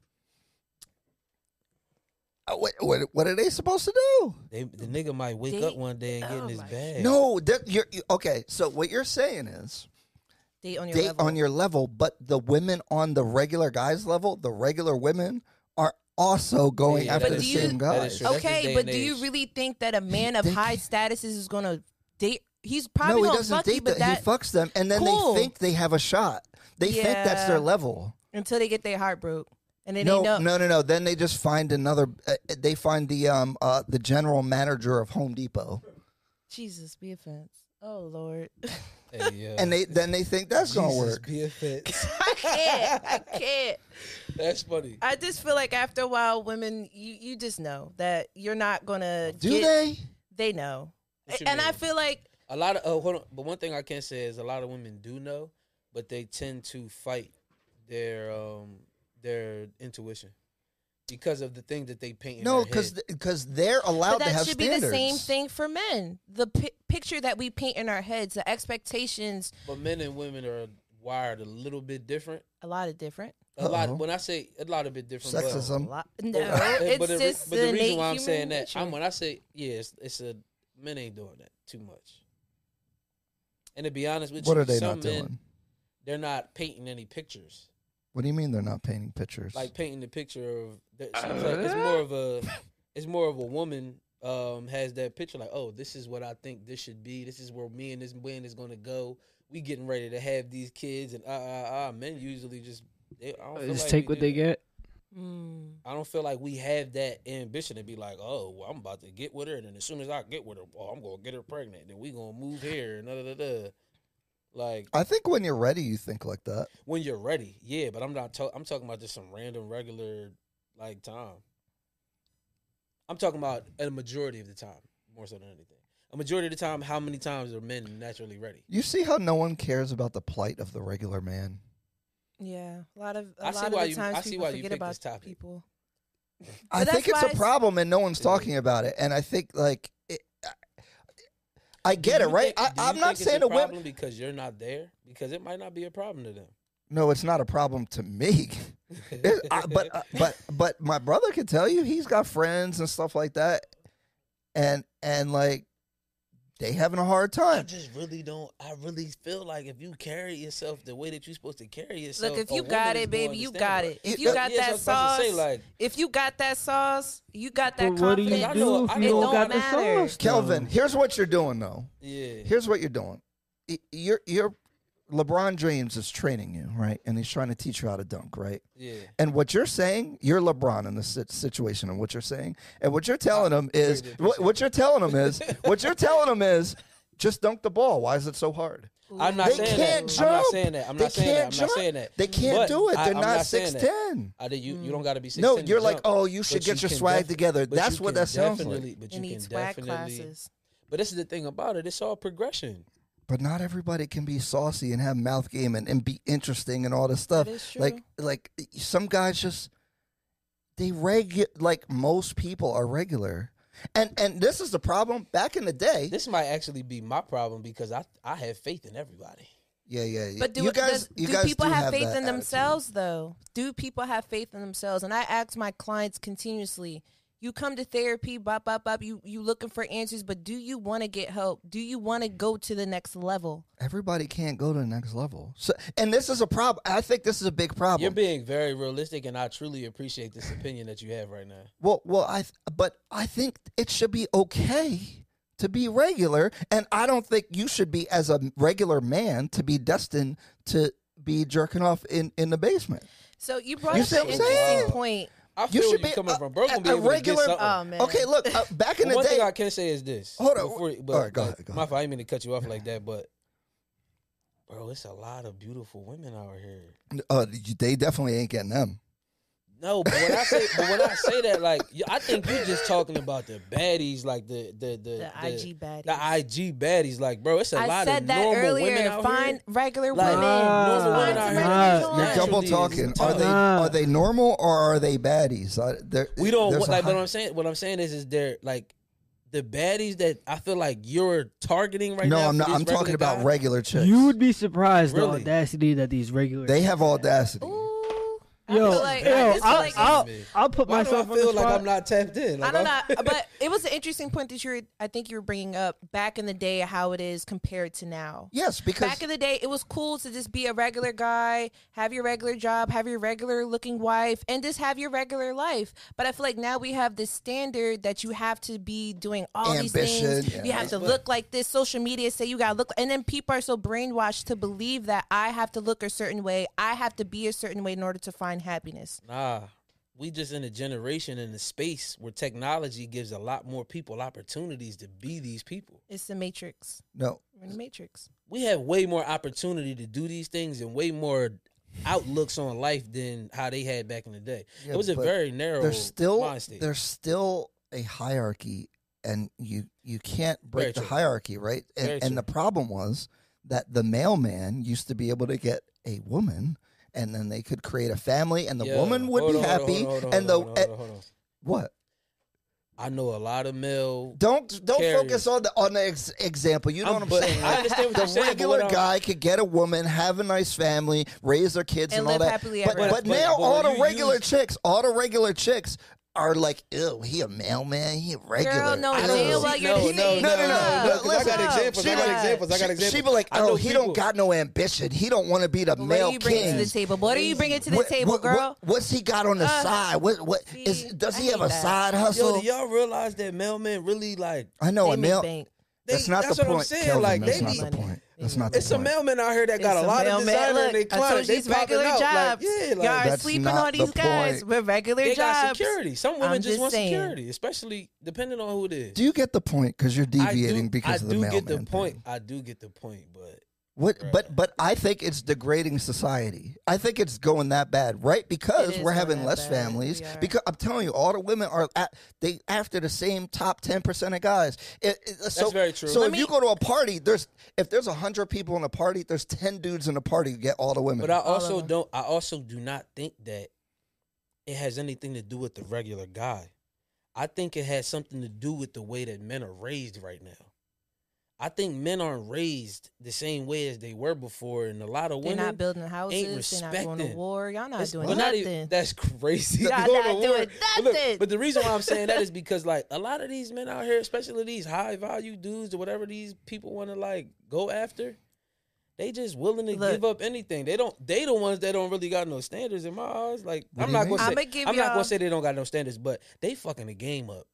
Speaker 1: Uh, what, what, what are they supposed to do
Speaker 2: They, the nigga might wake
Speaker 3: They-
Speaker 2: up one day and get
Speaker 3: oh
Speaker 2: in his
Speaker 3: my-
Speaker 2: bag.
Speaker 1: no that you're you, okay so what you're saying is
Speaker 3: Date on your
Speaker 1: they
Speaker 3: level.
Speaker 1: on your level but the women on the regular guys level the regular women are also going
Speaker 2: Yeah,
Speaker 1: after
Speaker 3: that
Speaker 1: the
Speaker 3: is true.
Speaker 1: same
Speaker 2: That
Speaker 1: guys
Speaker 2: is true. That's his
Speaker 3: okay,
Speaker 2: day
Speaker 3: but
Speaker 2: and
Speaker 3: do you
Speaker 2: age.
Speaker 3: really think that a man of
Speaker 1: They
Speaker 3: high
Speaker 1: can't-
Speaker 3: statuses is going to date? He's probably
Speaker 1: no, he
Speaker 3: going to
Speaker 1: doesn't
Speaker 3: fuck
Speaker 1: date
Speaker 3: you, but
Speaker 1: them.
Speaker 3: that
Speaker 1: he fucks them, and then
Speaker 3: Cool.
Speaker 1: they think they have a shot. They think that's
Speaker 3: Yeah.
Speaker 1: their level.
Speaker 3: until they get their heart broke, and then
Speaker 1: no,
Speaker 3: they know.
Speaker 1: no, no, no. Then they just find another. Uh, uh, they find the um uh the general manager of Home Depot,
Speaker 3: Jesus, be offense. Oh Lord,
Speaker 2: Hey, yeah.
Speaker 1: and they then they think that's gonna
Speaker 2: Jesus,
Speaker 1: work.
Speaker 2: Be a fit.
Speaker 3: I can't. I can't.
Speaker 2: That's funny.
Speaker 3: I just feel like after a while, women, you you just know that you're not gonna.
Speaker 1: Do
Speaker 3: get-
Speaker 1: they?
Speaker 3: They know,
Speaker 2: What you
Speaker 3: and I
Speaker 2: mean?
Speaker 3: feel like
Speaker 2: A lot of oh, hold on. But one thing I can say is a lot of women do know, but they tend to fight their um their intuition because of the thing that they paint. In
Speaker 1: No,
Speaker 2: because
Speaker 1: because because they're allowed to
Speaker 3: but that
Speaker 1: have
Speaker 3: should
Speaker 1: standards.
Speaker 3: be the same thing for men. The pi- picture that we paint in our heads, the expectations,
Speaker 2: but men and women are wired a little bit different.
Speaker 3: a lot of different.
Speaker 2: A lot.
Speaker 1: Uh-oh.
Speaker 2: When I say a lot a bit different, but-
Speaker 1: Sexism.
Speaker 3: A lot.
Speaker 2: but-
Speaker 3: No,
Speaker 2: but
Speaker 3: it's
Speaker 2: the re-
Speaker 3: just
Speaker 2: but the
Speaker 3: innate
Speaker 2: reason why I'm
Speaker 3: human
Speaker 2: saying that,
Speaker 3: nature.
Speaker 2: I'm when I say yeah, it's, it's a men ain't doing that too much. And to be honest with
Speaker 1: what
Speaker 2: you,
Speaker 1: are they
Speaker 2: some
Speaker 1: not
Speaker 2: men
Speaker 1: doing?
Speaker 2: they're not painting any pictures.
Speaker 1: What do you mean they're not painting pictures?
Speaker 2: like painting the picture of the, so it's, like- it's more of a it's more of a woman um has that picture like oh this is what I think this should be this is where me and this man is gonna go we getting ready to have these kids and ah ah ah men usually just they, I don't feel
Speaker 8: Just
Speaker 2: like
Speaker 8: take
Speaker 2: we
Speaker 8: what
Speaker 2: do
Speaker 8: they
Speaker 2: that.
Speaker 8: get.
Speaker 3: Mm.
Speaker 2: I don't feel like we have that ambition to be like oh well, I'm about to get with her and then as soon as I get with her oh I'm gonna get her pregnant then we gonna move here and da da da da like
Speaker 1: I think when you're ready, you think like that.
Speaker 2: when you're ready yeah but i'm not ta- i'm talking about just some random regular like time i'm talking about a majority of the time more so than anything a majority of the time how many times are men naturally ready
Speaker 1: You see how no one cares about the plight of the regular man.
Speaker 3: Yeah, a lot of a
Speaker 2: I see
Speaker 3: lot
Speaker 2: why
Speaker 3: of
Speaker 2: you-
Speaker 3: the times
Speaker 2: I see
Speaker 3: people
Speaker 2: why you
Speaker 3: forget
Speaker 2: picked
Speaker 3: about
Speaker 2: this topic.
Speaker 3: people.
Speaker 1: I
Speaker 3: that's
Speaker 1: think it's
Speaker 3: why
Speaker 1: a
Speaker 3: I s-
Speaker 1: problem and no one's
Speaker 2: Yeah.
Speaker 1: talking about it. And I think like it, I- I get it,
Speaker 2: you
Speaker 1: right?
Speaker 2: think- do
Speaker 1: I,
Speaker 2: you
Speaker 1: I'm not
Speaker 2: think it's a
Speaker 1: saying that women.
Speaker 2: problem because you're not there because it might not be a problem to them.
Speaker 1: No, it's not a problem to me. It- I- but uh, but but my brother can tell you he's got friends and stuff like that, and and like they having a hard
Speaker 2: I
Speaker 1: time.
Speaker 2: just really don't. I really feel like if you carry yourself the way that you're supposed to carry yourself,
Speaker 3: Look, if
Speaker 2: a
Speaker 3: you
Speaker 2: woman
Speaker 3: got
Speaker 2: is
Speaker 3: it,
Speaker 2: gonna
Speaker 3: baby, you
Speaker 2: understand
Speaker 3: got
Speaker 2: why.
Speaker 3: it. If you got
Speaker 2: Yeah, so I
Speaker 3: that
Speaker 2: was about to say,
Speaker 3: sauce,
Speaker 2: like,
Speaker 3: if you got that sauce, you got that
Speaker 8: But what do
Speaker 3: confidence.
Speaker 8: you
Speaker 2: I
Speaker 8: do
Speaker 2: know-
Speaker 8: if
Speaker 2: I
Speaker 8: you
Speaker 2: know-
Speaker 8: don't,
Speaker 2: It don't
Speaker 8: got
Speaker 3: matter.
Speaker 8: the sauce?
Speaker 1: Kelvin,
Speaker 8: though?
Speaker 1: here's what you're doing though.
Speaker 2: yeah,
Speaker 1: Here's what you're doing. Y- You're you're LeBron James is training you right, and he's trying to teach you how to dunk right.
Speaker 2: yeah.
Speaker 1: And what you're saying, you're LeBron in this sit- situation, and what you're saying, and what you're telling him is,
Speaker 2: greatly
Speaker 1: what, what you're telling him is, what you're telling him is, just dunk the ball. Why is it so hard?
Speaker 2: I'm not
Speaker 1: They
Speaker 2: saying
Speaker 1: can't
Speaker 2: that. I'm not
Speaker 1: jump.
Speaker 2: saying that. I'm
Speaker 1: They
Speaker 2: not saying that.
Speaker 1: can't
Speaker 2: I'm
Speaker 1: jump.
Speaker 2: not saying that.
Speaker 1: They can't
Speaker 2: But
Speaker 1: do it.
Speaker 2: I-
Speaker 1: They're
Speaker 2: I'm
Speaker 1: not
Speaker 2: saying
Speaker 1: six
Speaker 2: that.
Speaker 1: ten.
Speaker 2: I did, you, you
Speaker 3: Mm.
Speaker 2: don't got to be six
Speaker 1: No,
Speaker 2: ten to
Speaker 1: you're like,
Speaker 2: jump.
Speaker 1: oh, you should
Speaker 2: But
Speaker 1: get your
Speaker 2: can
Speaker 1: swag
Speaker 2: def-
Speaker 1: together.
Speaker 2: but
Speaker 1: That's
Speaker 2: you
Speaker 1: what
Speaker 2: can
Speaker 1: that sounds like.
Speaker 2: definitely- But
Speaker 3: and
Speaker 2: you
Speaker 3: need
Speaker 2: can
Speaker 3: swag
Speaker 2: definitely.
Speaker 3: classes.
Speaker 2: But this is the thing about it. It's all progression.
Speaker 1: But not everybody can be saucy and have mouth game and, and be interesting and all this stuff.
Speaker 3: That is
Speaker 1: Like like some guys just they regu like most people are regular. And and this is the problem. Back in the day,
Speaker 2: This might actually be my problem because I I have faith in everybody.
Speaker 1: yeah, yeah, yeah.
Speaker 3: But do,
Speaker 1: you guys,
Speaker 3: does-
Speaker 1: you
Speaker 3: do
Speaker 1: guys
Speaker 3: people
Speaker 1: do
Speaker 3: have faith in
Speaker 1: that attitude.
Speaker 3: themselves though? Do people have faith in themselves? And I ask my clients continuously. You come to therapy, bop, bop, bop. You you looking for answers, but do you want to get help? Do you want to go to the next level?
Speaker 1: Everybody can't go to the next level. So, and this is a problem. I think this is a big problem.
Speaker 2: You're being very realistic, and I truly appreciate this opinion that you have right now.
Speaker 1: Well, well, I th- but I think it should be okay to be regular, and I don't think you should be as a regular man to be destined to be jerking off in in the basement.
Speaker 3: So you brought
Speaker 1: You
Speaker 3: up
Speaker 1: see what I'm
Speaker 3: an interesting
Speaker 1: saying?
Speaker 3: point.
Speaker 2: I
Speaker 1: You should
Speaker 2: feel where
Speaker 1: be
Speaker 2: you coming
Speaker 1: a-
Speaker 2: from. Bro's gonna be
Speaker 1: a
Speaker 2: able
Speaker 1: regular-
Speaker 2: To get
Speaker 3: Oh
Speaker 2: something.
Speaker 3: man.
Speaker 1: Okay, look, uh, back in
Speaker 2: But
Speaker 1: the
Speaker 2: one
Speaker 1: day,
Speaker 2: thing I can say is this.
Speaker 1: Hold on.
Speaker 2: before you-
Speaker 1: All right, go
Speaker 2: but
Speaker 1: ahead, go
Speaker 2: my
Speaker 1: ahead.
Speaker 2: fault. I didn't mean to cut you off like that, but bro, it's a lot of beautiful women out here.
Speaker 1: uh, they definitely ain't getting them.
Speaker 2: No, but when I say but when I say that, like y- I think you're just talking about the baddies, like the the the,
Speaker 3: The IG baddies.
Speaker 2: the IG baddies. Like, bro, it's a
Speaker 3: I
Speaker 2: lot
Speaker 3: said
Speaker 2: of
Speaker 3: that
Speaker 2: normal women
Speaker 3: earlier.
Speaker 2: out
Speaker 3: Find
Speaker 2: here.
Speaker 3: regular
Speaker 2: Like,
Speaker 3: women.
Speaker 8: normal
Speaker 3: Just
Speaker 8: women
Speaker 3: find
Speaker 8: out
Speaker 3: some
Speaker 8: here.
Speaker 3: regular
Speaker 8: You're
Speaker 1: You're
Speaker 3: women.
Speaker 2: Naturally,
Speaker 1: double
Speaker 2: it's
Speaker 1: talking. Are
Speaker 2: tough.
Speaker 1: they
Speaker 8: Ah.
Speaker 1: are they normal or are they baddies? I, there-
Speaker 2: We don't
Speaker 1: there's
Speaker 2: want,
Speaker 1: a
Speaker 2: like. But
Speaker 1: high-
Speaker 2: what I'm saying, what I'm saying is, is they're like the baddies that I feel like you're targeting right
Speaker 1: no,
Speaker 2: now.
Speaker 1: I'm not.
Speaker 2: for this
Speaker 1: I'm
Speaker 2: regular
Speaker 1: talking about
Speaker 2: guy.
Speaker 1: regular chicks.
Speaker 8: You would be surprised the
Speaker 2: Really?
Speaker 8: audacity that these regular
Speaker 1: they have audacity.
Speaker 3: Ooh. I
Speaker 8: Yo,
Speaker 3: feel like-
Speaker 8: yo,
Speaker 3: I
Speaker 8: I'll,
Speaker 3: just feel
Speaker 8: I'll,
Speaker 3: like it's-
Speaker 8: I'll, put
Speaker 2: Why do I
Speaker 8: myself on the
Speaker 2: feel like
Speaker 8: spot.
Speaker 2: I'm not tapped in?
Speaker 3: I
Speaker 2: Like,
Speaker 3: don't
Speaker 2: I'm-
Speaker 3: know, but it was an interesting point that you were, I think you were bringing up back in the day how it is compared to now.
Speaker 1: Yes, because
Speaker 3: Back in the day, it was cool to just be a regular guy, have your regular job, have your regular looking wife, and just have your regular life. But I feel like now we have this standard that you have to be doing all
Speaker 1: Ambition,
Speaker 3: these things.
Speaker 1: yeah.
Speaker 3: You have to look like this. Social media say you got to look, and then people are so brainwashed to believe that I have to look a certain way, I have to be a certain way in order to find happiness.
Speaker 2: Nah, we just in a generation in a space where technology gives a lot more people opportunities to be these people.
Speaker 3: It's the matrix.
Speaker 1: no,
Speaker 3: We're in the matrix.
Speaker 2: We have way more opportunity to do these things and way more outlooks on life than how they had back in the day.
Speaker 1: Yeah,
Speaker 2: it was a
Speaker 1: but
Speaker 2: very narrow
Speaker 1: there's still
Speaker 2: mind state.
Speaker 1: there's still a hierarchy and you you can't break
Speaker 2: Very
Speaker 1: the
Speaker 2: true.
Speaker 1: hierarchy right
Speaker 2: Very
Speaker 1: and, and the
Speaker 2: true.
Speaker 1: problem was that the mailman used to be able to get a woman and then they could create a family and the
Speaker 2: Yeah,
Speaker 1: woman would
Speaker 2: hold
Speaker 1: be
Speaker 2: on, hold on,
Speaker 1: happy
Speaker 2: hold on,
Speaker 1: and the
Speaker 2: hold on, hold on, hold on.
Speaker 1: what
Speaker 2: I know a lot of male
Speaker 1: don't don't
Speaker 2: Carrier.
Speaker 1: focus on the on the ex- example you know
Speaker 2: I'm-
Speaker 1: what i'm
Speaker 2: but
Speaker 1: saying
Speaker 2: I
Speaker 1: Like,
Speaker 2: understand what
Speaker 1: the
Speaker 2: you're saying, but
Speaker 1: regular
Speaker 2: what I'm-
Speaker 1: guy could get a woman have a nice family raise their kids
Speaker 3: And
Speaker 1: and, all
Speaker 3: live
Speaker 1: that
Speaker 3: happily
Speaker 1: but,
Speaker 3: ever
Speaker 1: but
Speaker 2: after.
Speaker 1: now
Speaker 2: But
Speaker 1: all
Speaker 2: when
Speaker 1: the
Speaker 2: you
Speaker 1: regular
Speaker 2: use-
Speaker 1: chicks all the regular chicks are like, ew, he a mailman, he a regular.
Speaker 3: Girl, no,
Speaker 1: Ew.
Speaker 2: I don't
Speaker 3: damn
Speaker 2: know.
Speaker 3: well you're
Speaker 2: No,
Speaker 3: deceived.
Speaker 2: no, no,
Speaker 1: no, no,
Speaker 3: Look,
Speaker 1: no,
Speaker 3: look
Speaker 1: listen.
Speaker 3: up.
Speaker 1: examples, I got
Speaker 3: Look up.
Speaker 2: examples, I got
Speaker 1: She- She
Speaker 2: examples.
Speaker 1: be like,
Speaker 2: I know
Speaker 1: oh, he don't
Speaker 2: people-
Speaker 1: got no ambition. He don't want to be the
Speaker 3: What
Speaker 1: male
Speaker 3: are you bringing
Speaker 1: king.
Speaker 3: to the table? What are you bringing to the
Speaker 1: What-
Speaker 3: table,
Speaker 1: what-
Speaker 3: girl?
Speaker 1: what- what's he got on the
Speaker 3: Ugh.
Speaker 1: side? What what is?
Speaker 3: See,
Speaker 1: Does
Speaker 3: I
Speaker 1: he have
Speaker 3: hate
Speaker 1: a
Speaker 3: that.
Speaker 1: side
Speaker 2: Yo,
Speaker 1: hustle?
Speaker 2: do y'all realize that mailmen really like
Speaker 1: I know
Speaker 3: They
Speaker 1: a
Speaker 3: make
Speaker 1: male.
Speaker 3: bank.
Speaker 2: they,
Speaker 1: that's not
Speaker 2: that's
Speaker 1: the
Speaker 2: what
Speaker 1: point.
Speaker 2: I'm saying.
Speaker 1: Kelvin,
Speaker 2: like
Speaker 1: that's
Speaker 2: they
Speaker 1: not
Speaker 2: be
Speaker 1: the point. That's not the
Speaker 2: It's a
Speaker 1: point.
Speaker 2: mailman out here that got
Speaker 3: It's
Speaker 2: a
Speaker 3: a
Speaker 2: lot of
Speaker 3: mailman.
Speaker 2: designer
Speaker 3: Look,
Speaker 2: and they
Speaker 3: I
Speaker 2: clients.
Speaker 3: told you
Speaker 2: They
Speaker 3: it's regular
Speaker 2: popping out. Like,
Speaker 3: jobs.
Speaker 2: yeah, like,
Speaker 3: Y'all are
Speaker 1: That's
Speaker 3: sleeping
Speaker 1: not
Speaker 3: on
Speaker 1: the
Speaker 3: these guys
Speaker 1: point.
Speaker 3: with regular
Speaker 2: they got
Speaker 3: jobs.
Speaker 2: security. Some women
Speaker 3: I'm
Speaker 2: just,
Speaker 3: just
Speaker 2: want
Speaker 3: saying.
Speaker 2: security, especially depending on who it is.
Speaker 1: Do you get the point? Because you're
Speaker 2: I do-
Speaker 1: deviating because
Speaker 2: I
Speaker 1: of the
Speaker 2: do
Speaker 1: mailman.
Speaker 2: get the
Speaker 1: thing.
Speaker 2: point. I do get the point, but
Speaker 1: What,
Speaker 2: Right.
Speaker 1: But but I think it's degrading society. I think it's going that bad, right? Because
Speaker 3: is
Speaker 1: we're
Speaker 3: going
Speaker 1: having
Speaker 3: that
Speaker 1: less
Speaker 3: bad.
Speaker 1: families.
Speaker 3: We are.
Speaker 1: Because I'm telling you, all the women are at, they after the same top ten percent of guys. It, it- so,
Speaker 2: very true.
Speaker 1: So
Speaker 2: Let
Speaker 1: if you go to a party, there's if there's hundred people in a party, there's ten dudes in a party who get all the women.
Speaker 2: But I
Speaker 3: All of
Speaker 2: also
Speaker 3: them.
Speaker 2: don't. I also do not think that it has anything to do with the regular guy. I think it has something to do with the way that men are raised right now. I think men aren't raised the same way as they were before, and a lot of
Speaker 3: They're
Speaker 2: women
Speaker 3: not building houses. They're not going to
Speaker 2: respecting.
Speaker 3: war. Y'all not
Speaker 2: It's-
Speaker 3: doing
Speaker 2: well, not
Speaker 3: nothing.
Speaker 2: even- that's crazy.
Speaker 3: Y'all
Speaker 2: Go
Speaker 3: not
Speaker 2: to
Speaker 3: doing
Speaker 2: war. But look,
Speaker 3: nothing.
Speaker 2: But the reason why I'm saying that is because like a lot of these men out here, especially these high value dudes or whatever these people want to like go after, they just willing to
Speaker 3: Look.
Speaker 2: give up anything. They don't. They the ones that don't really got no standards in my eyes. Like
Speaker 1: What
Speaker 2: I'm
Speaker 1: do you
Speaker 2: not
Speaker 1: mean?
Speaker 2: gonna say.
Speaker 3: I'ma give
Speaker 2: I'm not
Speaker 3: y'all-
Speaker 2: gonna say they don't got no standards, but they fucking the game up.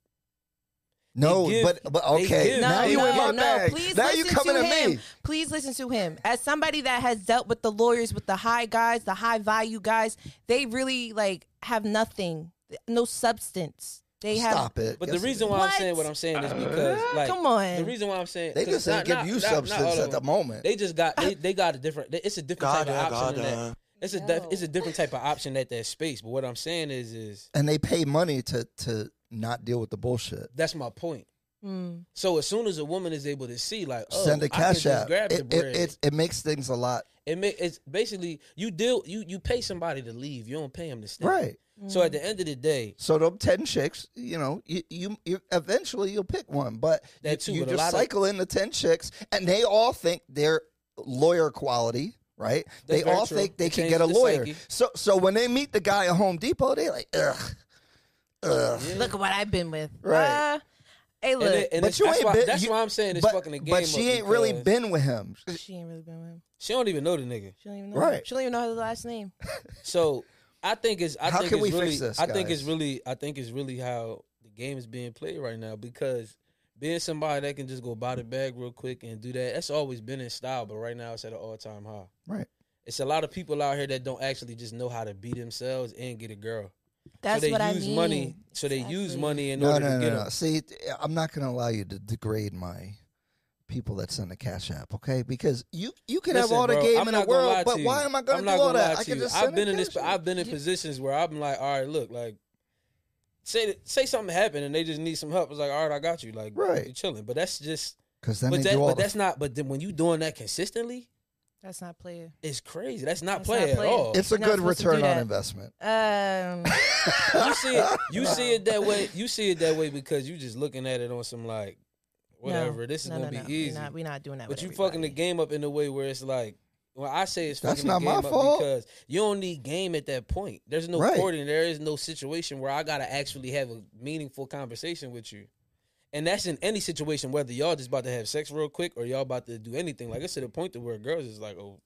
Speaker 1: no,
Speaker 2: give-
Speaker 1: but but
Speaker 2: they
Speaker 1: okay,
Speaker 2: give.
Speaker 3: No,
Speaker 1: now you
Speaker 3: no,
Speaker 1: in my
Speaker 3: no.
Speaker 1: bag.
Speaker 3: Please
Speaker 1: now you
Speaker 3: listen
Speaker 1: coming
Speaker 3: to
Speaker 1: at
Speaker 3: him.
Speaker 1: me.
Speaker 3: Please listen to him. As somebody that has dealt with the lawyers, with the high guys, the high value guys, they really like have nothing, no substance. They have.
Speaker 1: Stop it.
Speaker 2: But
Speaker 1: Yes,
Speaker 2: the
Speaker 1: it
Speaker 2: reason
Speaker 1: is.
Speaker 2: why I'm
Speaker 3: What?
Speaker 2: saying what I'm saying is because like
Speaker 3: Come on.
Speaker 2: the reason why I'm saying
Speaker 1: they
Speaker 2: 'cause
Speaker 1: just didn't
Speaker 2: not-
Speaker 1: give
Speaker 2: not-
Speaker 1: you
Speaker 2: not- not all of
Speaker 1: substance at
Speaker 2: them.
Speaker 1: the moment.
Speaker 2: They just got they, they got a different. they- It's a different type of option. in that. It's a def- it's a different type of option at that space. But what I'm saying is is
Speaker 1: and they pay money to to not deal with the bullshit.
Speaker 2: that's my point.
Speaker 3: Mm.
Speaker 2: So as soon as a woman is able to see, like, oh,
Speaker 1: Send a
Speaker 2: I can
Speaker 1: cash
Speaker 2: just
Speaker 1: app.
Speaker 2: grab
Speaker 1: It,
Speaker 2: the
Speaker 1: it,
Speaker 2: bread.
Speaker 1: it, it makes things a lot
Speaker 2: It ma- it's basically you deal you you pay somebody to leave. You don't pay them to stay.
Speaker 1: right.
Speaker 2: So at the end of the day,
Speaker 1: So them ten chicks, you know, you, you, you eventually you'll pick one, but
Speaker 2: That
Speaker 1: you,
Speaker 2: too,
Speaker 1: you
Speaker 2: but a
Speaker 1: just
Speaker 2: lot of-
Speaker 1: cycle in the ten chicks, and they all think they're lawyer quality, right? they
Speaker 2: very
Speaker 1: all
Speaker 2: true.
Speaker 1: think they
Speaker 2: It
Speaker 1: can
Speaker 2: changes
Speaker 1: get a
Speaker 2: the
Speaker 1: lawyer.
Speaker 2: psyche.
Speaker 1: So so when they meet the guy at Home Depot, they like, ugh, ugh.
Speaker 2: yeah.
Speaker 3: Look at what I've been with.
Speaker 1: Right.
Speaker 3: Uh, hey,
Speaker 2: and
Speaker 3: look.
Speaker 2: it- and
Speaker 1: But
Speaker 2: it's-
Speaker 1: you
Speaker 2: that's,
Speaker 1: ain't
Speaker 2: why,
Speaker 1: been-
Speaker 2: that's
Speaker 1: you-
Speaker 2: why I'm saying it's
Speaker 1: but,
Speaker 2: fucking a game.
Speaker 1: but she
Speaker 2: up
Speaker 1: ain't really
Speaker 2: because
Speaker 1: been with him.
Speaker 3: she ain't really been with him.
Speaker 2: She don't even know the nigga.
Speaker 3: She don't even know.
Speaker 1: Right.
Speaker 3: She don't even know his last name.
Speaker 2: So I think it's I
Speaker 1: How
Speaker 2: think
Speaker 1: can
Speaker 2: it's
Speaker 1: we
Speaker 2: really
Speaker 1: fix this,
Speaker 2: I think
Speaker 1: guys?
Speaker 2: it's really I think it's really how the game is being played right now because being somebody that can just go buy the bag real quick and do that that's always been in style but right now it's at an all time high.
Speaker 1: Right.
Speaker 2: It's a lot of people out here that don't actually just know how to be themselves and get a girl.
Speaker 3: That's
Speaker 2: so they
Speaker 3: what I
Speaker 2: use
Speaker 3: mean.
Speaker 2: money. So they use
Speaker 3: Exactly.
Speaker 2: money in
Speaker 1: No,
Speaker 2: order
Speaker 1: no,
Speaker 2: to
Speaker 1: no,
Speaker 2: get
Speaker 1: no.
Speaker 2: them.
Speaker 1: See, t- I'm not going to allow you to degrade my people that send the cash app, okay? Because you you can have
Speaker 2: Listen,
Speaker 1: all the
Speaker 2: bro,
Speaker 1: game
Speaker 2: I'm
Speaker 1: in
Speaker 2: not
Speaker 1: the
Speaker 2: gonna
Speaker 1: world,
Speaker 2: lie
Speaker 1: but
Speaker 2: to you.
Speaker 1: why am I going
Speaker 2: I'm
Speaker 1: to
Speaker 2: not
Speaker 1: do all
Speaker 2: gonna
Speaker 1: that?
Speaker 2: lie
Speaker 1: I
Speaker 2: to
Speaker 1: can
Speaker 2: you.
Speaker 1: just send
Speaker 2: I've been in this.
Speaker 1: Cash App.
Speaker 2: I've been in positions where I'm like, all right, look, like say that- say something happened and they just need some help. It's like, all right, I got you. Like,
Speaker 1: Right.
Speaker 2: you're chilling. But that's just.
Speaker 1: Because then
Speaker 2: but
Speaker 1: they
Speaker 2: that,
Speaker 1: do all
Speaker 2: but
Speaker 1: the-
Speaker 2: that's not. But then when you doing that consistently,
Speaker 3: That's not player.
Speaker 2: it's crazy. That's not
Speaker 3: That's not
Speaker 2: play at
Speaker 3: play.
Speaker 2: all.
Speaker 1: It's a
Speaker 3: You're not
Speaker 1: good
Speaker 3: supposed to do
Speaker 1: return on
Speaker 3: that.
Speaker 1: investment.
Speaker 3: Um,
Speaker 2: you see it. You see it that way. You see it that way because you just looking at it on some like, whatever.
Speaker 3: No,
Speaker 2: this is
Speaker 3: no,
Speaker 2: gonna
Speaker 3: no,
Speaker 2: be
Speaker 3: no.
Speaker 2: easy.
Speaker 3: We're not, we're not doing that.
Speaker 2: But
Speaker 3: with
Speaker 2: you fucking the
Speaker 3: everybody.
Speaker 2: game up in a way where it's like, well, I say it's
Speaker 1: That's
Speaker 2: fucking
Speaker 1: not
Speaker 2: the
Speaker 1: my
Speaker 2: game
Speaker 1: fault.
Speaker 2: up because you don't need game at that point. There's no
Speaker 1: Right.
Speaker 2: courting. There is no situation where I gotta actually have a meaningful conversation with you. And that's in any situation, whether y'all just about to have sex real quick or y'all about to do anything. Like it's to the point to where girls is like, oh,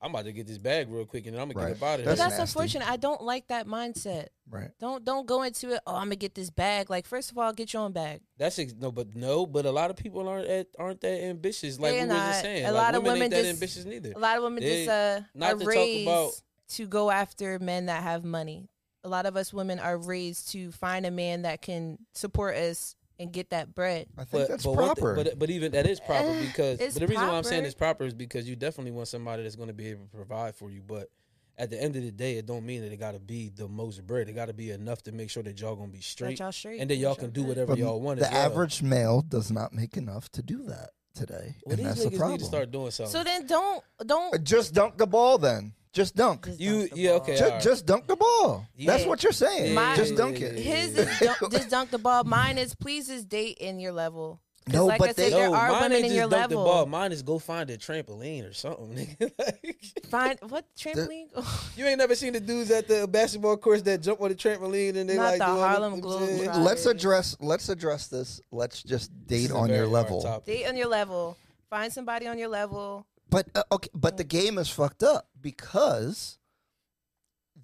Speaker 2: I'm about to get this bag real quick and then I'm gonna
Speaker 1: Right.
Speaker 2: get up out of
Speaker 3: But
Speaker 1: That's
Speaker 2: here.
Speaker 3: that's
Speaker 1: nasty.
Speaker 3: unfortunate. I don't like that mindset.
Speaker 1: Right.
Speaker 3: Don't don't go into it. Oh, I'm gonna get this bag. Like first of all, get your own bag.
Speaker 2: That's ex- no, but no, but a lot of people aren't at, aren't that ambitious. Like
Speaker 3: They're
Speaker 2: we was
Speaker 3: not.
Speaker 2: just saying,
Speaker 3: A
Speaker 2: like,
Speaker 3: lot of
Speaker 2: women
Speaker 3: women
Speaker 2: ain't that
Speaker 3: just-
Speaker 2: ambitious neither.
Speaker 3: A lot of women
Speaker 2: They-
Speaker 3: just uh,
Speaker 2: not
Speaker 3: are
Speaker 2: to talk
Speaker 3: raised
Speaker 2: about-
Speaker 3: to go after men that have money. A lot of us women are raised to find a man that can support us and get that bread.
Speaker 1: I think
Speaker 2: But,
Speaker 1: that's
Speaker 2: but one thi-
Speaker 1: proper.
Speaker 2: but but even that is proper
Speaker 3: Eh,
Speaker 2: because
Speaker 3: it's
Speaker 2: but the reason why I'm saying
Speaker 3: proper.
Speaker 2: it's proper is because you definitely want somebody that's going to be able to provide for you. But at the end of the day, it don't mean that it got to be the most bread. It got to be enough to make sure that y'all gonna be straight,
Speaker 3: That y'all straight.
Speaker 2: and then y'all can do whatever
Speaker 1: But
Speaker 2: y'all want.
Speaker 1: the
Speaker 2: as well.
Speaker 1: average male does not make enough to do that today.
Speaker 2: Well,
Speaker 1: and
Speaker 2: these
Speaker 1: that's the
Speaker 2: niggas need
Speaker 1: problem. Uh,
Speaker 2: to start doing something.
Speaker 3: So then don't don't.
Speaker 1: Just dunk the ball then. Just dunk.
Speaker 3: just
Speaker 2: you
Speaker 3: dunk the
Speaker 2: yeah
Speaker 3: ball.
Speaker 2: okay
Speaker 1: Ju-
Speaker 2: all
Speaker 1: Just dunk the ball. That's
Speaker 2: Yeah.
Speaker 1: what you're saying.
Speaker 3: My-
Speaker 1: just dunk it.
Speaker 3: His is dunk, just dunk the ball. Mine is please just date in your level. 'Cause
Speaker 1: No,
Speaker 3: like
Speaker 1: but
Speaker 3: I
Speaker 1: they-
Speaker 3: said, there
Speaker 2: No,
Speaker 3: are
Speaker 2: mine
Speaker 3: women
Speaker 2: ain't
Speaker 3: in
Speaker 2: just
Speaker 3: your
Speaker 2: dunk
Speaker 3: level.
Speaker 2: the ball. Mine is go find a trampoline or something. nigga. Like,
Speaker 3: Find what trampoline?
Speaker 2: you ain't never seen the dudes at the basketball course that jump on the trampoline and they
Speaker 3: Not
Speaker 2: like
Speaker 3: the
Speaker 2: do all
Speaker 3: Harlem
Speaker 2: you know what I'm saying?
Speaker 3: Globetrotters.
Speaker 1: let's address let's address this. Let's just
Speaker 2: This
Speaker 1: date
Speaker 2: is a
Speaker 1: on your
Speaker 2: very hard
Speaker 1: level.
Speaker 2: topic.
Speaker 3: date on your level. Find somebody on your level.
Speaker 1: But uh, okay, but the game is fucked up because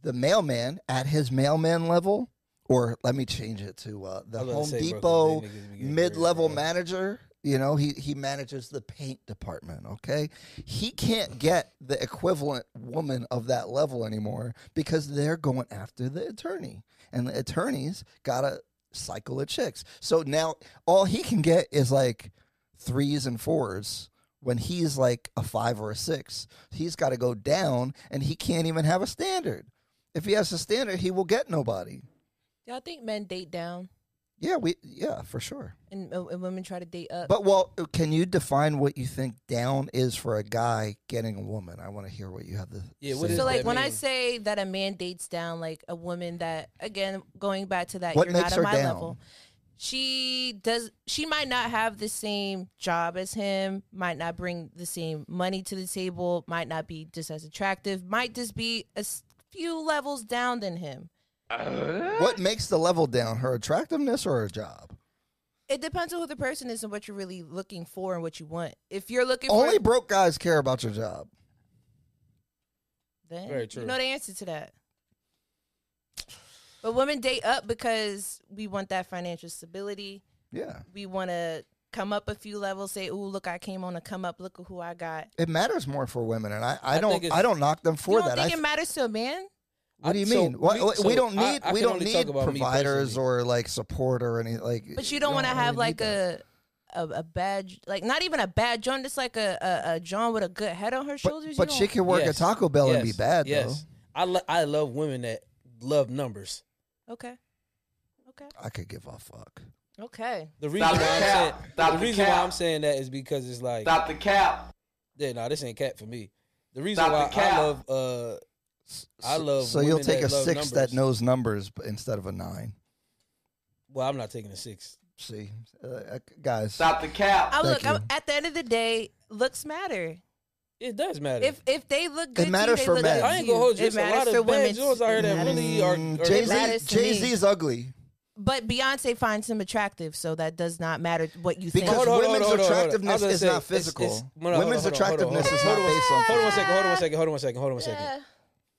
Speaker 1: the mailman at his mailman level, or let me change it to uh, the
Speaker 2: I was
Speaker 1: Home
Speaker 2: about to say, bro, 'cause
Speaker 1: Depot
Speaker 2: they niggas be getting great,
Speaker 1: mid-level
Speaker 2: bro.
Speaker 1: manager. You know, he he manages the paint department. Okay, he can't get the equivalent woman of that level anymore because they're going after the attorney, and the attorneys gotta cycle the chicks. So now all he can get is like threes and fours when he's like a five or a six. He's got to go down, and he can't even have a standard. If he has a standard, he will get nobody.
Speaker 3: Y'all think men date down
Speaker 1: Yeah, we yeah for sure.
Speaker 3: and, uh, and women try to date up?
Speaker 1: But well, can you define what you think down is for a guy getting a woman? I want to hear what you have to.
Speaker 2: Yeah, what
Speaker 1: say.
Speaker 2: is
Speaker 3: so
Speaker 2: that
Speaker 3: like when I
Speaker 2: mean?
Speaker 3: say that a man dates down like a woman that again going back to that
Speaker 1: What
Speaker 3: you're
Speaker 1: makes
Speaker 3: not
Speaker 1: her
Speaker 3: on my
Speaker 1: down?
Speaker 3: level. She does she might not have the same job as him, might not bring the same money to the table, might not be just as attractive, might just be a s- few levels down than him.
Speaker 1: What makes the level down? Her attractiveness or her job?
Speaker 3: It depends on who the person is and what you're really looking for and what you want. If you're looking
Speaker 1: Only
Speaker 3: for
Speaker 1: broke guys care about your job.
Speaker 3: then
Speaker 2: Very
Speaker 3: you
Speaker 2: true.
Speaker 3: know the answer to that. But women date up because we want that financial stability.
Speaker 1: Yeah,
Speaker 3: we want to come up a few levels say ooh look i came on a come up look at who i got
Speaker 1: it matters more for women, and I, I,
Speaker 2: I think
Speaker 1: don't
Speaker 2: it's-
Speaker 1: I don't knock them for
Speaker 3: you don't
Speaker 1: that. I
Speaker 3: think
Speaker 1: th-
Speaker 3: it matters to a man
Speaker 1: what do you
Speaker 2: I- so
Speaker 1: mean? What-
Speaker 2: me-
Speaker 1: what- we
Speaker 2: so
Speaker 1: don't
Speaker 2: I-
Speaker 1: need
Speaker 2: I
Speaker 1: we
Speaker 2: can
Speaker 1: don't
Speaker 2: only talk
Speaker 1: need
Speaker 2: about me
Speaker 1: providers
Speaker 2: personally.
Speaker 1: or like support or any like.
Speaker 3: but you don't want to
Speaker 1: really
Speaker 3: have
Speaker 1: need
Speaker 3: like
Speaker 1: that.
Speaker 3: a, a a bad like not even a bad john just like a, a, a john with a good head on her
Speaker 1: But,
Speaker 3: shoulders
Speaker 1: but
Speaker 3: you
Speaker 1: she
Speaker 3: don't-
Speaker 1: can work
Speaker 2: Yes,
Speaker 1: at Taco Bell and be
Speaker 2: yes,
Speaker 1: bad
Speaker 2: Yes, I lo- I love women that love numbers.
Speaker 3: okay okay
Speaker 1: though. I could give a fuck.
Speaker 3: okay
Speaker 2: The reason why I'm saying
Speaker 4: cap. Stop
Speaker 2: the
Speaker 4: the
Speaker 2: reason why
Speaker 4: cap.
Speaker 2: I'm saying that is because it's like
Speaker 4: Stop the cap.
Speaker 2: yeah, no, this ain't cat for me. The reason
Speaker 4: Stop
Speaker 2: why
Speaker 4: the
Speaker 2: I
Speaker 4: cap.
Speaker 2: love uh I
Speaker 1: So-
Speaker 2: love
Speaker 1: So you'll
Speaker 2: women
Speaker 1: take
Speaker 2: that
Speaker 1: a
Speaker 2: love
Speaker 1: six that
Speaker 2: numbers.
Speaker 1: knows numbers but instead of a nine.
Speaker 2: well, I'm not taking a six.
Speaker 1: See, uh, uh, guys.
Speaker 4: Stop the cap.
Speaker 3: i
Speaker 1: Thank
Speaker 3: look I'm,
Speaker 1: you.
Speaker 3: at the end of the day looks matter
Speaker 2: It does matter.
Speaker 3: if if they look good
Speaker 1: matters
Speaker 3: to
Speaker 1: for
Speaker 3: you, they look
Speaker 1: men.
Speaker 3: good
Speaker 2: I ain't gonna
Speaker 3: to you.
Speaker 2: hold you.
Speaker 3: it
Speaker 2: It's a lot
Speaker 3: matters
Speaker 2: of
Speaker 3: to
Speaker 2: bad
Speaker 3: women
Speaker 2: jewels out here Mm, that
Speaker 3: It
Speaker 2: really are. are
Speaker 1: Jay
Speaker 3: matters
Speaker 1: Z.
Speaker 3: to me.
Speaker 1: Jay Z's ugly
Speaker 3: but beyonce finds him attractive so that does not matter what you think
Speaker 1: because
Speaker 2: Hold on, hold on,
Speaker 1: women's
Speaker 2: hold on, hold on. I was
Speaker 1: attractiveness
Speaker 2: gonna
Speaker 1: is
Speaker 2: say,
Speaker 1: not
Speaker 2: it's- it's-
Speaker 1: physical.
Speaker 2: no, no, hold on,
Speaker 1: women's
Speaker 2: hold on, hold on, hold
Speaker 1: attractiveness
Speaker 2: on.
Speaker 1: is not based on.
Speaker 2: Hold on one
Speaker 1: physical.
Speaker 2: second. Hold on one second. Hold on one second. Hold on one second.
Speaker 3: Yeah.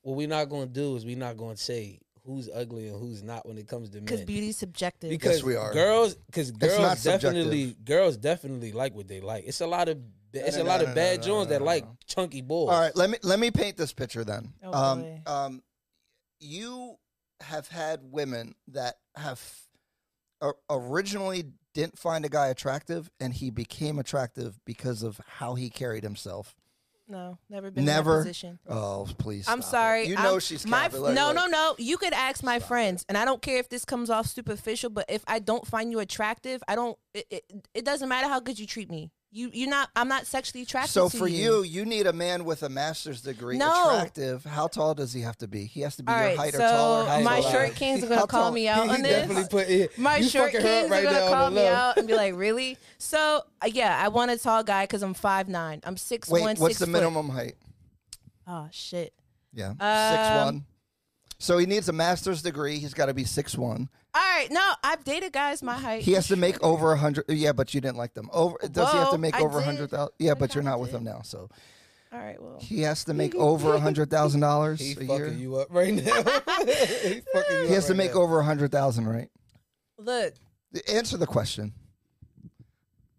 Speaker 2: What we're not gonna do is we're not gonna say who's ugly and who's not when it comes to men.
Speaker 3: because beauty's subjective
Speaker 2: because
Speaker 1: Yes, we are.
Speaker 2: girls because
Speaker 1: not
Speaker 2: girls
Speaker 1: subjective.
Speaker 2: definitely girls definitely like what they like. It's a lot of it's
Speaker 1: no,
Speaker 2: a lot
Speaker 1: no,
Speaker 2: of
Speaker 1: no,
Speaker 2: bad
Speaker 1: no,
Speaker 2: Jones
Speaker 1: no,
Speaker 2: that
Speaker 1: no,
Speaker 2: like
Speaker 1: no.
Speaker 2: chunky boys.
Speaker 1: All right, let me let me paint this picture then.
Speaker 3: Oh,
Speaker 1: um,
Speaker 3: boy.
Speaker 1: um, you have had women that have or- originally didn't find a guy attractive, and he became attractive because of how he carried himself.
Speaker 3: no never been in
Speaker 1: Never.
Speaker 3: that position
Speaker 1: Oh, please!
Speaker 3: I'm
Speaker 1: stop it.
Speaker 3: sorry.
Speaker 1: You know
Speaker 3: I'm-
Speaker 1: she's
Speaker 3: my.
Speaker 1: Catholic. Look,
Speaker 3: no,
Speaker 1: look.
Speaker 3: no, no. You could ask my friends, and I don't care if this comes off superficial, but if I don't find you attractive, I don't. It, it, it doesn't matter how good you treat me. You, you're not. I'm not sexually attracted.
Speaker 1: So
Speaker 3: to
Speaker 1: for you,
Speaker 3: you,
Speaker 1: you need a man with a master's degree,
Speaker 3: No.
Speaker 1: attractive. How tall does he have to be? He has to be
Speaker 3: all
Speaker 1: your
Speaker 3: right.
Speaker 1: height
Speaker 3: so
Speaker 1: or taller. height
Speaker 3: my
Speaker 1: or
Speaker 3: short
Speaker 1: louder.
Speaker 3: kings are gonna
Speaker 1: How
Speaker 3: call
Speaker 1: tall-
Speaker 3: me out on
Speaker 2: definitely
Speaker 3: this.
Speaker 2: put yeah,
Speaker 3: My
Speaker 2: you
Speaker 3: short
Speaker 2: fucking
Speaker 3: kings
Speaker 2: her up
Speaker 3: are
Speaker 2: right
Speaker 3: gonna
Speaker 2: now on
Speaker 3: call
Speaker 2: the
Speaker 3: me
Speaker 2: low.
Speaker 3: out and be like, "Really?" So uh, yeah, I want a tall guy because I'm five nine. I'm six
Speaker 1: Wait,
Speaker 3: one,
Speaker 1: what's
Speaker 3: six
Speaker 1: the
Speaker 3: foot.
Speaker 1: minimum height?
Speaker 3: Oh shit.
Speaker 1: Yeah, six
Speaker 3: Um,
Speaker 1: one. So he needs a master's degree. He's got to be six one.
Speaker 3: All right, no, I've dated guys my height.
Speaker 1: He has to make over a hundred. Yeah, but you didn't like them. Over does he have
Speaker 3: Whoa,
Speaker 1: to make
Speaker 3: I
Speaker 1: over a
Speaker 3: did.
Speaker 1: hundred thousand? Yeah, but you're
Speaker 3: kinda
Speaker 1: not with
Speaker 3: did.
Speaker 1: him now, so
Speaker 3: All right, well.
Speaker 1: he has to make over a hundred thousand dollars
Speaker 2: He
Speaker 1: a
Speaker 2: fucking
Speaker 1: year.
Speaker 2: you up right now. he fucking you
Speaker 1: He has
Speaker 2: up
Speaker 1: to
Speaker 2: right
Speaker 1: make
Speaker 2: now.
Speaker 1: over a hundred thousand, right?
Speaker 3: Look,
Speaker 1: Answer the question.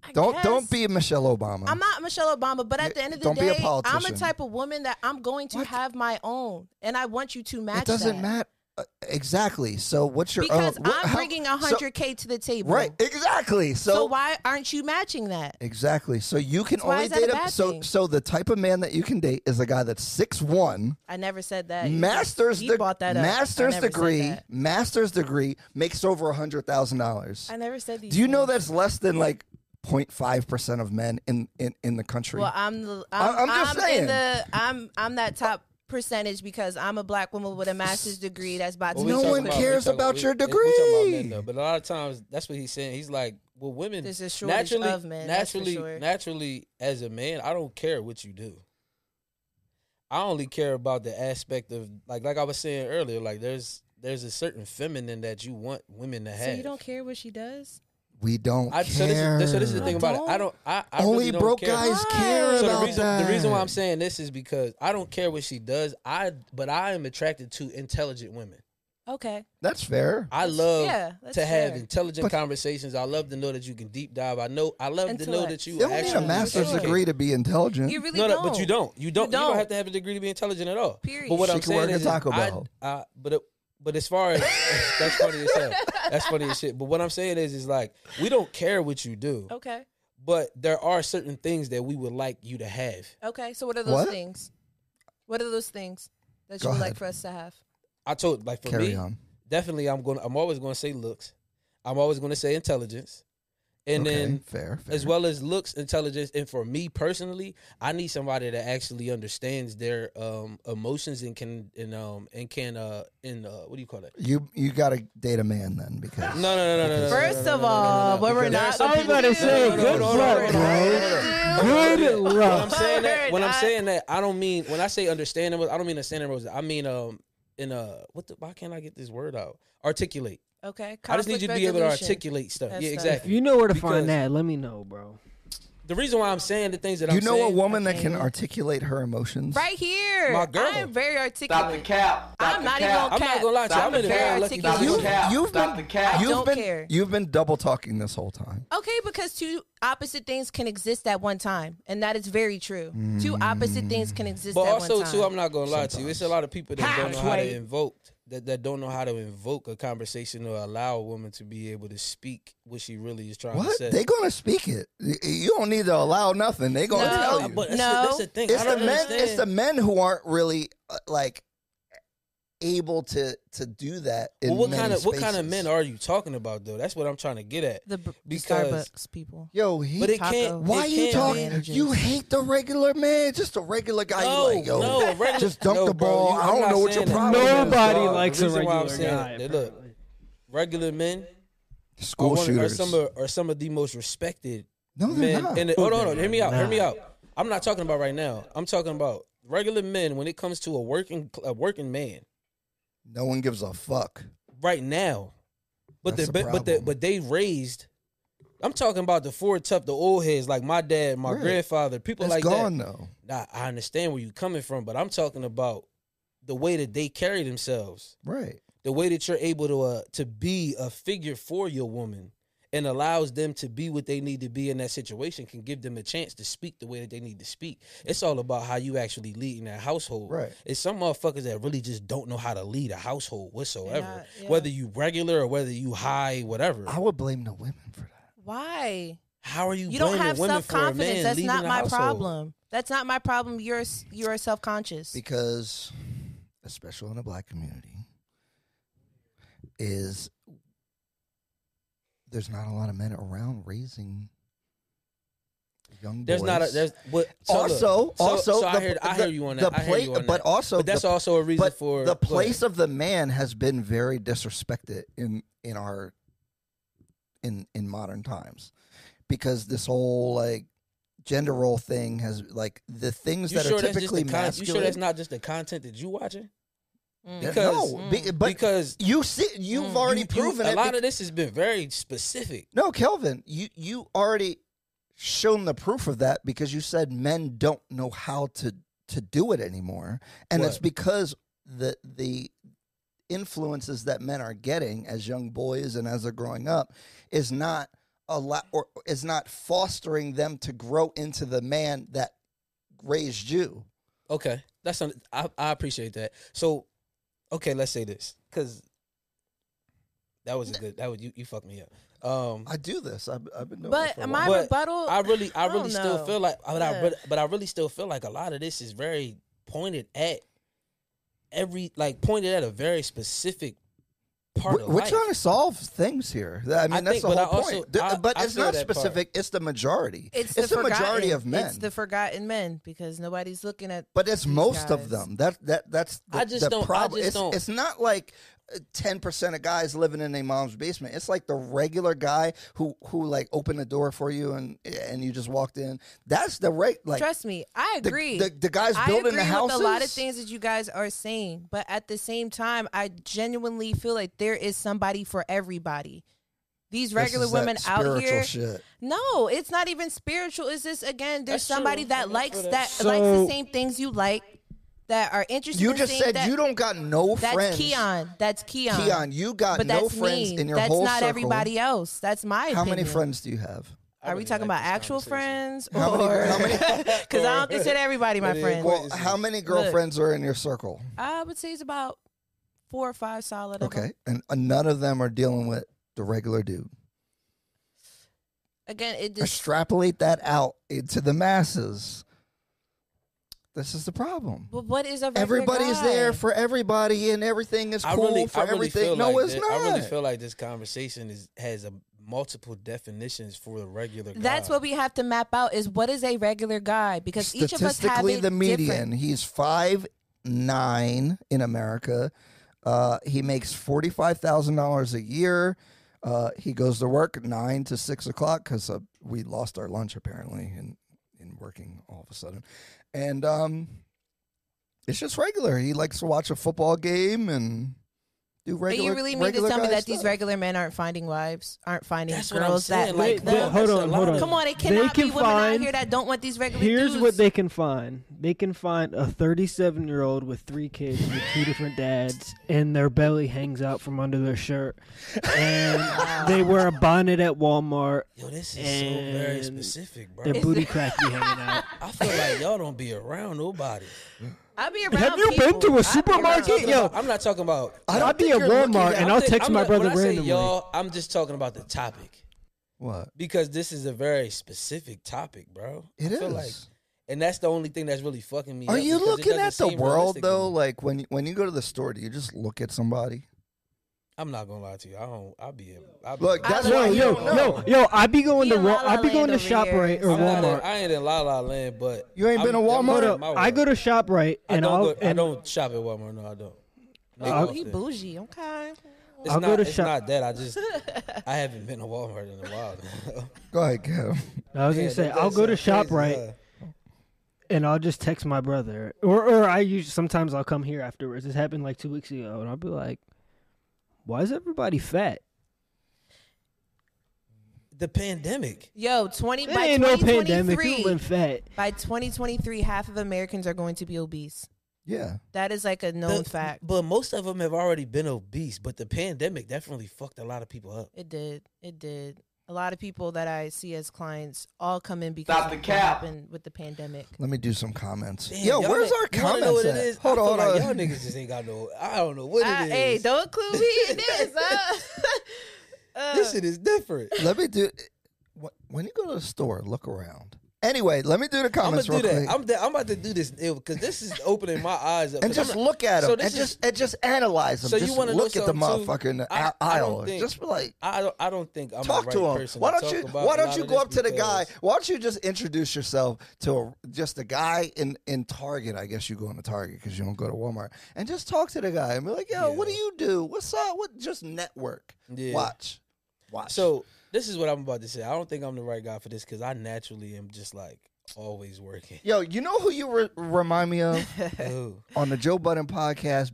Speaker 3: I
Speaker 1: Don't
Speaker 3: guess-
Speaker 1: don't be Michelle Obama.
Speaker 3: I'm not Michelle Obama, but at the end of the
Speaker 1: Don't be a
Speaker 3: day, I'm the
Speaker 1: politician.
Speaker 3: type of woman that I'm going to
Speaker 1: What?
Speaker 3: have my own, and I want you to match.
Speaker 1: it doesn't
Speaker 3: that.
Speaker 1: matter. Uh, exactly. So what's your
Speaker 3: because
Speaker 1: own? what-
Speaker 3: I'm
Speaker 1: how-
Speaker 3: bringing
Speaker 1: so-
Speaker 3: hundred k to the table,
Speaker 1: right. Exactly. So,
Speaker 3: So, why aren't you matching that?
Speaker 1: exactly. So you can
Speaker 3: why
Speaker 1: only
Speaker 3: is that
Speaker 1: date
Speaker 3: a
Speaker 1: him.
Speaker 3: bad
Speaker 1: So
Speaker 3: thing?
Speaker 1: so the type of man that you can date is a guy that's six one.
Speaker 3: I never said that. You
Speaker 1: master's
Speaker 3: just- you
Speaker 1: de-
Speaker 3: brought that up. I
Speaker 1: master's
Speaker 3: never said
Speaker 1: degree
Speaker 3: that.
Speaker 1: master's degree makes over a hundred thousand dollars
Speaker 3: I never said these.
Speaker 1: do you know
Speaker 3: things.
Speaker 1: that's less than like 0.5 percent of men in in, in the country
Speaker 3: Well, I'm the.
Speaker 1: I-
Speaker 3: I'm,
Speaker 1: I'm just
Speaker 3: I'm
Speaker 1: saying.
Speaker 3: in the. I'm I'm that top percentage because I'm a black woman with a master's degree that's about to
Speaker 2: we
Speaker 1: No
Speaker 2: talking
Speaker 1: one
Speaker 2: about- we
Speaker 1: cares
Speaker 2: talking-
Speaker 1: about
Speaker 2: we-
Speaker 1: your
Speaker 2: we talking about
Speaker 1: degree.
Speaker 2: men, though, but a lot of times that's what he's saying. He's like, well, women
Speaker 3: There's a shortage
Speaker 2: naturally,
Speaker 3: of men, that's for
Speaker 2: naturally,
Speaker 3: sure.
Speaker 2: naturally, as a man, I don't care what you do. I only care about the aspect of like, like I was saying earlier, like there's there's a certain feminine that you want women to
Speaker 3: So
Speaker 2: have.
Speaker 3: you don't care what she does?
Speaker 1: we don't care
Speaker 2: I, so, this is, so this is the
Speaker 3: I
Speaker 2: thing about it. I don't. I, I
Speaker 1: only
Speaker 2: really don't
Speaker 1: broke
Speaker 2: care.
Speaker 1: guys
Speaker 3: Why?
Speaker 1: care
Speaker 2: So
Speaker 1: about
Speaker 2: the reason
Speaker 1: that
Speaker 2: the reason why I'm saying this is because I don't care what she does. I but I am attracted to intelligent women.
Speaker 3: Okay.
Speaker 1: that's fair
Speaker 2: I love
Speaker 3: yeah, that's
Speaker 2: to have
Speaker 3: fair.
Speaker 2: intelligent
Speaker 1: But-
Speaker 2: conversations. I love to know that you can deep dive. I know I love to know
Speaker 3: Intellect.
Speaker 2: that you
Speaker 1: you don't need a
Speaker 2: actually
Speaker 1: master's
Speaker 2: educated.
Speaker 1: degree to be intelligent
Speaker 3: You really
Speaker 2: No, no,
Speaker 3: don't.
Speaker 2: but you don't. You don't. You don't,
Speaker 3: don't.
Speaker 2: have to have a degree to be intelligent at all.
Speaker 3: Period.
Speaker 2: But what
Speaker 1: She
Speaker 2: I'm
Speaker 1: can
Speaker 2: saying
Speaker 1: work at
Speaker 2: is,
Speaker 1: Taco
Speaker 2: I-
Speaker 1: Bell.
Speaker 2: I- but it- but as far as
Speaker 3: Oh.
Speaker 2: that's funny as hell. That's funny as shit. But what I'm saying is, is like we don't care what you do.
Speaker 3: Okay.
Speaker 2: but there are certain things that we would like you to have.
Speaker 3: Okay, so what are those
Speaker 1: What?
Speaker 3: things? What are those things that you
Speaker 1: Go
Speaker 3: would like
Speaker 1: ahead.
Speaker 3: for us to have?
Speaker 2: I told like for
Speaker 1: Carry
Speaker 2: me,
Speaker 1: on.
Speaker 2: definitely I'm going to I'm always going to say looks. I'm always going to say intelligence. And
Speaker 1: okay,
Speaker 2: then
Speaker 1: fair, fair.
Speaker 2: as well as looks, intelligence, and for me personally, I need somebody that actually understands their um emotions and can and um and can uh in uh what do you call that?
Speaker 1: You you gotta date a man then because
Speaker 2: No, no, no, no, no, no. no,
Speaker 3: First
Speaker 2: no,
Speaker 3: of
Speaker 2: no, no, no,
Speaker 3: all,
Speaker 2: no,
Speaker 3: what
Speaker 2: because there
Speaker 3: we're
Speaker 2: are
Speaker 3: not
Speaker 2: some
Speaker 8: I was
Speaker 2: people-
Speaker 8: about to
Speaker 2: No,
Speaker 8: say,
Speaker 2: no, no,
Speaker 8: good
Speaker 2: no, no,
Speaker 8: luck,
Speaker 2: no, no, no,
Speaker 8: bro.
Speaker 2: no, no, no.
Speaker 8: Good
Speaker 2: When I'm
Speaker 8: luck.
Speaker 2: saying that, when I'm
Speaker 3: Word, I-
Speaker 2: saying that, I don't mean when I say understanding. I don't mean understanding Rosa. I mean um in uh what the why can't I get this word out? Articulate.
Speaker 3: Okay,
Speaker 2: I just need you to be able to articulate stuff.
Speaker 3: That's
Speaker 2: yeah,
Speaker 3: tough.
Speaker 8: If
Speaker 2: exactly.
Speaker 8: you know where to
Speaker 2: Because-
Speaker 8: find that, let me know, bro.
Speaker 2: the reason why I'm saying the things that
Speaker 1: you
Speaker 2: I'm
Speaker 1: know a
Speaker 2: saying,
Speaker 1: woman that
Speaker 3: Okay.
Speaker 1: can articulate her emotions.
Speaker 3: Right here,
Speaker 2: My girl.
Speaker 3: I am very
Speaker 4: Stop the
Speaker 3: articulate.
Speaker 4: cap. Stop
Speaker 3: I'm
Speaker 4: the
Speaker 3: not even
Speaker 4: cap.
Speaker 3: gonna
Speaker 2: I'm not
Speaker 3: cap.
Speaker 2: gonna lie to you, I'm in a
Speaker 3: very
Speaker 2: very lucky
Speaker 3: articulate.
Speaker 4: position.
Speaker 1: You,
Speaker 4: Stop
Speaker 1: you've
Speaker 4: the cap.
Speaker 1: been
Speaker 4: Stop the cap. I
Speaker 1: you've
Speaker 3: don't
Speaker 1: been
Speaker 3: care.
Speaker 1: you've been double talking this whole time.
Speaker 3: Okay, because two opposite things can exist at one time, and that is very true. Two opposite things can exist
Speaker 2: but
Speaker 3: at
Speaker 2: also
Speaker 3: one time.
Speaker 2: too, I'm not gonna lie to you. It's a lot of people that don't know how
Speaker 8: Halfway.
Speaker 2: to invoke that, that don't know how to invoke a conversation or allow a woman to be able to speak what she really is trying
Speaker 1: What?
Speaker 2: to say.
Speaker 1: They gonna speak it. Y- You don't need to allow nothing. They gonna
Speaker 3: No.
Speaker 1: tell you.
Speaker 2: Uh, but that's,
Speaker 3: No.
Speaker 2: the, that's the thing.
Speaker 1: it's
Speaker 2: I
Speaker 1: the
Speaker 2: don't
Speaker 1: men.
Speaker 2: understand.
Speaker 1: It's the men who aren't really uh, like able to to do that. In
Speaker 2: well, what
Speaker 1: many
Speaker 2: kind of what kind of
Speaker 1: spaces.
Speaker 2: men are you talking about though? That's what I'm trying to get at.
Speaker 3: the, b- the
Speaker 2: Because-
Speaker 3: Starbucks people.
Speaker 1: Yo, he.
Speaker 2: But it
Speaker 3: Taco.
Speaker 2: can't.
Speaker 1: why
Speaker 2: it
Speaker 1: you
Speaker 2: can't
Speaker 1: talking?
Speaker 2: be-
Speaker 3: managers.
Speaker 1: You hate the regular man, just a regular guy.
Speaker 2: No,
Speaker 1: you like, yo,
Speaker 2: no, a regular-
Speaker 1: just dunk
Speaker 2: no,
Speaker 1: the
Speaker 2: bro,
Speaker 1: ball.
Speaker 2: you-
Speaker 1: I
Speaker 2: I'm
Speaker 1: don't
Speaker 2: not
Speaker 1: know what your
Speaker 2: saying that.
Speaker 1: problem is.
Speaker 8: Nobody
Speaker 2: dog. The
Speaker 8: likes a
Speaker 2: reason why I'm
Speaker 8: regular
Speaker 2: saying
Speaker 8: guy.
Speaker 2: that, look,
Speaker 8: apparently.
Speaker 2: Regular men are,
Speaker 1: School
Speaker 2: one, of- are
Speaker 1: shooters.
Speaker 2: some of, are some of the most respected
Speaker 1: no, they're
Speaker 2: men.
Speaker 1: not.
Speaker 2: And hold on, hold on, hear me out. Hear me
Speaker 8: Nah.
Speaker 2: out. I'm not talking about right now. I'm talking about regular men. When it comes to a working a working man,
Speaker 1: no one gives a fuck.
Speaker 2: right now, but
Speaker 1: That's
Speaker 2: the,
Speaker 1: the
Speaker 2: but but the,
Speaker 1: problem.
Speaker 2: but they raised. I'm talking about the four tough, the old heads like my dad, my
Speaker 1: Right.
Speaker 2: grandfather, people
Speaker 1: It's
Speaker 2: like that.
Speaker 1: gone though.
Speaker 2: Now, I understand where you're coming from, but I'm talking about the way that they carry themselves,
Speaker 1: Right.
Speaker 2: the way that you're able to uh, to be a figure for your woman and allows them to be what they need to be in that situation can give them a chance to speak the way that they need to speak. It's all about how you actually lead in that household.
Speaker 1: Right.
Speaker 2: It's some motherfuckers that really just don't know how to lead a household whatsoever.
Speaker 3: They're not- yeah.
Speaker 2: Whether you regular or whether you high, whatever.
Speaker 1: I would blame the women for that.
Speaker 3: Why?
Speaker 2: How are you?
Speaker 3: You don't
Speaker 2: blaming
Speaker 3: have
Speaker 2: women
Speaker 3: self
Speaker 2: for a man
Speaker 3: confidence. That's
Speaker 2: leading
Speaker 3: not
Speaker 2: a
Speaker 3: my
Speaker 2: household?
Speaker 3: problem. That's not my problem. You're s- you are self conscious.
Speaker 1: Because, especially in the black community, is there's not a lot of men around raising young boys.
Speaker 2: There's not a there's what so look,
Speaker 1: also,
Speaker 2: so-
Speaker 1: also,
Speaker 2: so I
Speaker 1: the-
Speaker 2: hear I
Speaker 1: the-
Speaker 2: hear you on
Speaker 1: the
Speaker 2: that. I hear
Speaker 1: pla-
Speaker 2: you on
Speaker 1: but
Speaker 2: that.
Speaker 1: also
Speaker 2: but that's
Speaker 1: the-
Speaker 2: also a reason
Speaker 1: but
Speaker 2: for
Speaker 1: the
Speaker 2: go ahead.
Speaker 1: place of the man has been very disrespected in in our in in modern times because this whole like gender role thing has like the things
Speaker 2: You
Speaker 1: that
Speaker 2: sure
Speaker 1: are
Speaker 2: that's just
Speaker 1: typically
Speaker 2: the con- You sure
Speaker 1: masculine.
Speaker 2: that's not just the content that you watching?
Speaker 1: Yeah,
Speaker 2: Because Mm.
Speaker 1: no, be- but
Speaker 2: because Mm.
Speaker 1: you see, you've already
Speaker 2: you- you-
Speaker 1: proven
Speaker 2: a
Speaker 1: it.
Speaker 2: lot
Speaker 1: be-
Speaker 2: of this has been very specific.
Speaker 1: no, Kelvin, you you already shown the proof of that because you said men don't know how to to do it anymore, and it's
Speaker 2: Right.
Speaker 1: because the the influences that men are getting as young boys and as they're growing up is not a lot or is not fostering them to grow into the man that raised you.
Speaker 2: Okay, that's un- I, I appreciate that. So, okay, let's say this because that was a good that was you you fucked me up. Um,
Speaker 1: I do this. I've, I've been doing. it
Speaker 3: But
Speaker 1: for a
Speaker 3: my
Speaker 1: while.
Speaker 2: But
Speaker 3: rebuttal.
Speaker 2: I really, I
Speaker 3: I don't
Speaker 2: really still
Speaker 3: know.
Speaker 2: feel like, but I,
Speaker 3: Yeah.
Speaker 2: really, but I really still feel like a lot of this is very pointed at every, like pointed at a very specific part
Speaker 1: we're,
Speaker 2: of
Speaker 1: we're
Speaker 2: life.
Speaker 1: trying to solve things here. Th- I mean,
Speaker 2: I
Speaker 1: that's
Speaker 2: think-
Speaker 1: the
Speaker 2: but I
Speaker 1: whole
Speaker 2: also-
Speaker 1: point. Th-
Speaker 2: I-
Speaker 1: but
Speaker 2: I
Speaker 1: it's
Speaker 2: feel
Speaker 1: not
Speaker 2: that part.
Speaker 1: specific. It's the majority.
Speaker 3: it's, the
Speaker 1: the, majority
Speaker 3: forgotten-
Speaker 1: of men.
Speaker 3: It's the forgotten men because nobody's looking at.
Speaker 1: but it's
Speaker 3: these
Speaker 1: most of
Speaker 3: guys.
Speaker 1: them. That that that's the,
Speaker 2: I just
Speaker 1: the
Speaker 2: don't- I
Speaker 1: problem.
Speaker 2: just
Speaker 1: it's,
Speaker 2: don't-
Speaker 1: it's not like uh, ten percent of guys living in their mom's basement. It's like the regular guy who who like opened the door for you and and you just walked in. That's the right like
Speaker 3: Trust me, I
Speaker 1: the,
Speaker 3: agree.
Speaker 1: The, the guys
Speaker 3: I
Speaker 1: building
Speaker 3: agree
Speaker 1: the houses.
Speaker 3: with a lot of things that you guys are saying, but at the same time, I genuinely feel like there is somebody for everybody. These
Speaker 1: This
Speaker 3: regular
Speaker 1: is that
Speaker 3: women out
Speaker 1: spiritual
Speaker 3: here.
Speaker 1: Shit.
Speaker 3: No, it's not even spiritual. It's just again, there's
Speaker 2: That's
Speaker 3: somebody
Speaker 2: true.
Speaker 3: that
Speaker 2: I
Speaker 3: likes
Speaker 2: feel that.
Speaker 3: that
Speaker 8: So-
Speaker 3: likes the same things you like, that are interested.
Speaker 1: You
Speaker 3: in
Speaker 1: just
Speaker 3: things
Speaker 1: said
Speaker 3: that,
Speaker 1: you don't got no
Speaker 3: That's
Speaker 1: friends.
Speaker 3: Keon. That's Keon.
Speaker 1: Keon, you got
Speaker 3: But
Speaker 1: no
Speaker 3: that's
Speaker 1: friends
Speaker 3: me.
Speaker 1: in your
Speaker 3: that's
Speaker 1: whole
Speaker 3: not
Speaker 1: circle.
Speaker 3: everybody else. That's my.
Speaker 1: How many
Speaker 3: opinion.
Speaker 1: friends do you have?
Speaker 2: I
Speaker 3: Are we
Speaker 2: really
Speaker 3: talking
Speaker 2: like
Speaker 3: about
Speaker 2: this
Speaker 3: actual
Speaker 2: conversation.
Speaker 3: friends
Speaker 1: How many-
Speaker 3: or?
Speaker 1: how many-
Speaker 3: Because I don't consider everybody my
Speaker 2: But it-
Speaker 3: friend.
Speaker 2: well-
Speaker 1: Well, how many girlfriends are in your circle?
Speaker 3: I would say it's about four or five solid. of 'em.
Speaker 1: Okay, and uh, none of them are dealing with the regular dude.
Speaker 3: Again, it just
Speaker 1: Extrapolate that out into the masses. This is the problem.
Speaker 3: But what is a regular
Speaker 1: Everybody's
Speaker 3: guy?
Speaker 1: there for everybody, and everything is
Speaker 2: I
Speaker 1: cool
Speaker 2: really,
Speaker 1: for
Speaker 2: I really
Speaker 1: everything.
Speaker 2: feel
Speaker 1: no,
Speaker 2: like
Speaker 1: it's
Speaker 2: that-
Speaker 1: not.
Speaker 2: I really feel like this conversation is has a multiple definitions for the regular.
Speaker 3: That's
Speaker 2: guy.
Speaker 3: what we have to map out is what is a regular guy because each of us have
Speaker 1: Statistically,
Speaker 3: it
Speaker 1: the median.
Speaker 3: different.
Speaker 1: He's five nine in America. Uh, he makes forty five thousand dollars a year. Uh, he goes to work nine to six o'clock because uh, we lost our lunch apparently in in working all of a sudden, and um, it's just regular. He likes to watch a football game and do
Speaker 3: But
Speaker 1: regular.
Speaker 3: you really mean to
Speaker 1: regular
Speaker 3: tell me
Speaker 1: guy
Speaker 3: that these
Speaker 1: stuff.
Speaker 3: regular men aren't finding wives, aren't finding
Speaker 2: That's what I'm
Speaker 3: girls that
Speaker 2: saying,
Speaker 3: like
Speaker 8: Wait, but
Speaker 3: them?
Speaker 8: hold
Speaker 2: that's a
Speaker 8: on,
Speaker 2: lot
Speaker 8: hold
Speaker 2: of-
Speaker 8: on.
Speaker 3: Come on, it
Speaker 8: They
Speaker 3: cannot
Speaker 8: can
Speaker 3: be women out
Speaker 8: find-
Speaker 3: here that don't want these regular
Speaker 8: Here's
Speaker 3: dudes.
Speaker 8: what they can find. They can find a 37 year old with three kids with two different dads, and their belly hangs out from under their shirt, and they wear a bonnet at Walmart.
Speaker 2: Yo, this is so very
Speaker 8: And
Speaker 2: specific, bro.
Speaker 8: Their booty crack be hanging out.
Speaker 2: I feel like y'all don't be around nobody.
Speaker 3: I'll be around
Speaker 8: Have you
Speaker 3: people.
Speaker 8: been to
Speaker 3: I'll
Speaker 8: a
Speaker 3: be
Speaker 8: supermarket?
Speaker 2: Talking
Speaker 8: Yo,
Speaker 2: about- I'm not talking about.
Speaker 1: I
Speaker 8: I'll
Speaker 1: don't
Speaker 8: be
Speaker 1: think
Speaker 8: at
Speaker 1: you're looking
Speaker 8: Walmart and
Speaker 2: I'm
Speaker 8: I'll
Speaker 2: thi-
Speaker 8: text
Speaker 2: I'm
Speaker 8: my
Speaker 2: not-
Speaker 8: brother
Speaker 2: when I say
Speaker 8: randomly.
Speaker 2: Y'all, I'm just talking about the topic
Speaker 1: What
Speaker 2: because this is a very specific topic, bro.
Speaker 1: it
Speaker 2: I
Speaker 1: is.
Speaker 2: feel like- and that's the only thing that's really fucking me.
Speaker 1: Are
Speaker 2: up
Speaker 1: you
Speaker 2: because it
Speaker 1: looking
Speaker 2: doesn't
Speaker 1: at the
Speaker 2: seem
Speaker 1: world
Speaker 2: realistic to
Speaker 1: though?
Speaker 2: me.
Speaker 1: Like when when you go to the store, do you just look at somebody?
Speaker 2: I'm not gonna lie to you. I don't. I'll be. I'll be
Speaker 1: Look,
Speaker 3: I
Speaker 1: that's
Speaker 3: look
Speaker 1: why
Speaker 8: yo,
Speaker 3: at
Speaker 1: you
Speaker 8: yo,
Speaker 1: don't
Speaker 2: know.
Speaker 8: yo, yo, I be going
Speaker 3: He
Speaker 8: to
Speaker 3: in
Speaker 8: Wa-
Speaker 3: La La
Speaker 8: I be going
Speaker 3: Land
Speaker 8: to
Speaker 3: over
Speaker 8: ShopRite
Speaker 3: here.
Speaker 8: or
Speaker 2: I'm not in-
Speaker 8: Walmart.
Speaker 2: I ain't in La La Land, but
Speaker 1: You ain't
Speaker 2: I'm-
Speaker 1: been to
Speaker 2: that was
Speaker 1: Walmart?
Speaker 2: in my
Speaker 8: I go
Speaker 2: world.
Speaker 8: to ShopRite
Speaker 2: I
Speaker 8: and
Speaker 2: don't
Speaker 8: I'll
Speaker 2: go- I
Speaker 8: and
Speaker 2: don't shop at Walmart. No, I don't. They
Speaker 3: Oh,
Speaker 2: go
Speaker 3: he
Speaker 2: there.
Speaker 3: bougie. Okay.
Speaker 2: It's
Speaker 8: I'll
Speaker 2: not,
Speaker 8: go Uh, to
Speaker 2: it's
Speaker 8: shop-
Speaker 2: not that. I just I haven't been to Walmart in a while. now.
Speaker 1: Go ahead, Kev.
Speaker 8: I was
Speaker 2: Yeah,
Speaker 8: gonna say
Speaker 2: that-
Speaker 8: I'll
Speaker 2: that's
Speaker 8: go to
Speaker 2: crazy,
Speaker 8: ShopRite
Speaker 2: huh?
Speaker 8: and I'll just text my brother, or or I usually sometimes I'll come here afterwards. This happened like two weeks ago, and I'll be like, "Why is everybody fat?"
Speaker 2: The pandemic.
Speaker 3: Yo, 20
Speaker 8: It
Speaker 3: by
Speaker 8: ain't no pandemic.
Speaker 3: 2023
Speaker 8: You been fat.
Speaker 3: by 2023 half of Americans are going to be obese.
Speaker 1: Yeah.
Speaker 3: That is like a known
Speaker 2: The-
Speaker 3: fact.
Speaker 2: But most of them have already been obese. But the pandemic definitely fucked a lot of people up.
Speaker 3: It did. It did. A lot of people that I see as clients all come in because of what happened with the pandemic.
Speaker 1: Let me do some comments.
Speaker 2: Damn,
Speaker 1: Yo,
Speaker 2: y'all
Speaker 1: where's
Speaker 2: ni-
Speaker 1: our
Speaker 2: you wanna know
Speaker 1: comments
Speaker 2: what it
Speaker 1: at?
Speaker 2: is?
Speaker 1: Hold
Speaker 2: I feel
Speaker 1: on. uh,
Speaker 2: like
Speaker 1: hold on.
Speaker 2: y'all niggas just ain't got no. I don't know what it is.
Speaker 3: I- hey, don't clue me in this. huh? Uh,
Speaker 2: This shit is different.
Speaker 1: Let me do. wh- When you go to the store, look around. Anyway, let me do the
Speaker 2: I'm gonna
Speaker 1: comments
Speaker 2: do
Speaker 1: real
Speaker 2: that.
Speaker 1: quick.
Speaker 2: I'm, I'm about to do this because this is opening my eyes up.
Speaker 1: and
Speaker 2: 'Cause I'm
Speaker 1: just
Speaker 2: not-
Speaker 1: look at them,
Speaker 2: So
Speaker 1: and
Speaker 2: this is-
Speaker 1: just and just analyze them.
Speaker 2: So you
Speaker 1: just
Speaker 2: wanna know
Speaker 1: look at the
Speaker 2: something, too?
Speaker 1: motherfucker
Speaker 2: I-
Speaker 1: aisle.
Speaker 2: I don't think-
Speaker 1: just be like,
Speaker 2: I don't. I don't think I'm
Speaker 1: talk
Speaker 2: the right
Speaker 1: to him.
Speaker 2: person.
Speaker 1: Why
Speaker 2: to
Speaker 1: don't
Speaker 2: talk
Speaker 1: you
Speaker 2: about
Speaker 1: Why
Speaker 2: a
Speaker 1: don't
Speaker 2: lot
Speaker 1: you
Speaker 2: of
Speaker 1: go
Speaker 2: this
Speaker 1: up to the guy?
Speaker 2: because-
Speaker 1: Why don't you just introduce yourself to a, just a guy in in Target? I guess you go into Target because you don't go to Walmart, and just talk to the guy and be like, "Yo, what do
Speaker 2: Yeah.
Speaker 1: you do? What's up? What?" Just network.
Speaker 2: Yeah.
Speaker 1: Watch, watch.
Speaker 2: So this is what I'm about to say. I don't think I'm the right guy for this because I naturally am just like always working.
Speaker 1: yo, you know who you re- remind me of
Speaker 2: Ooh,
Speaker 1: on the Joe Budden podcast?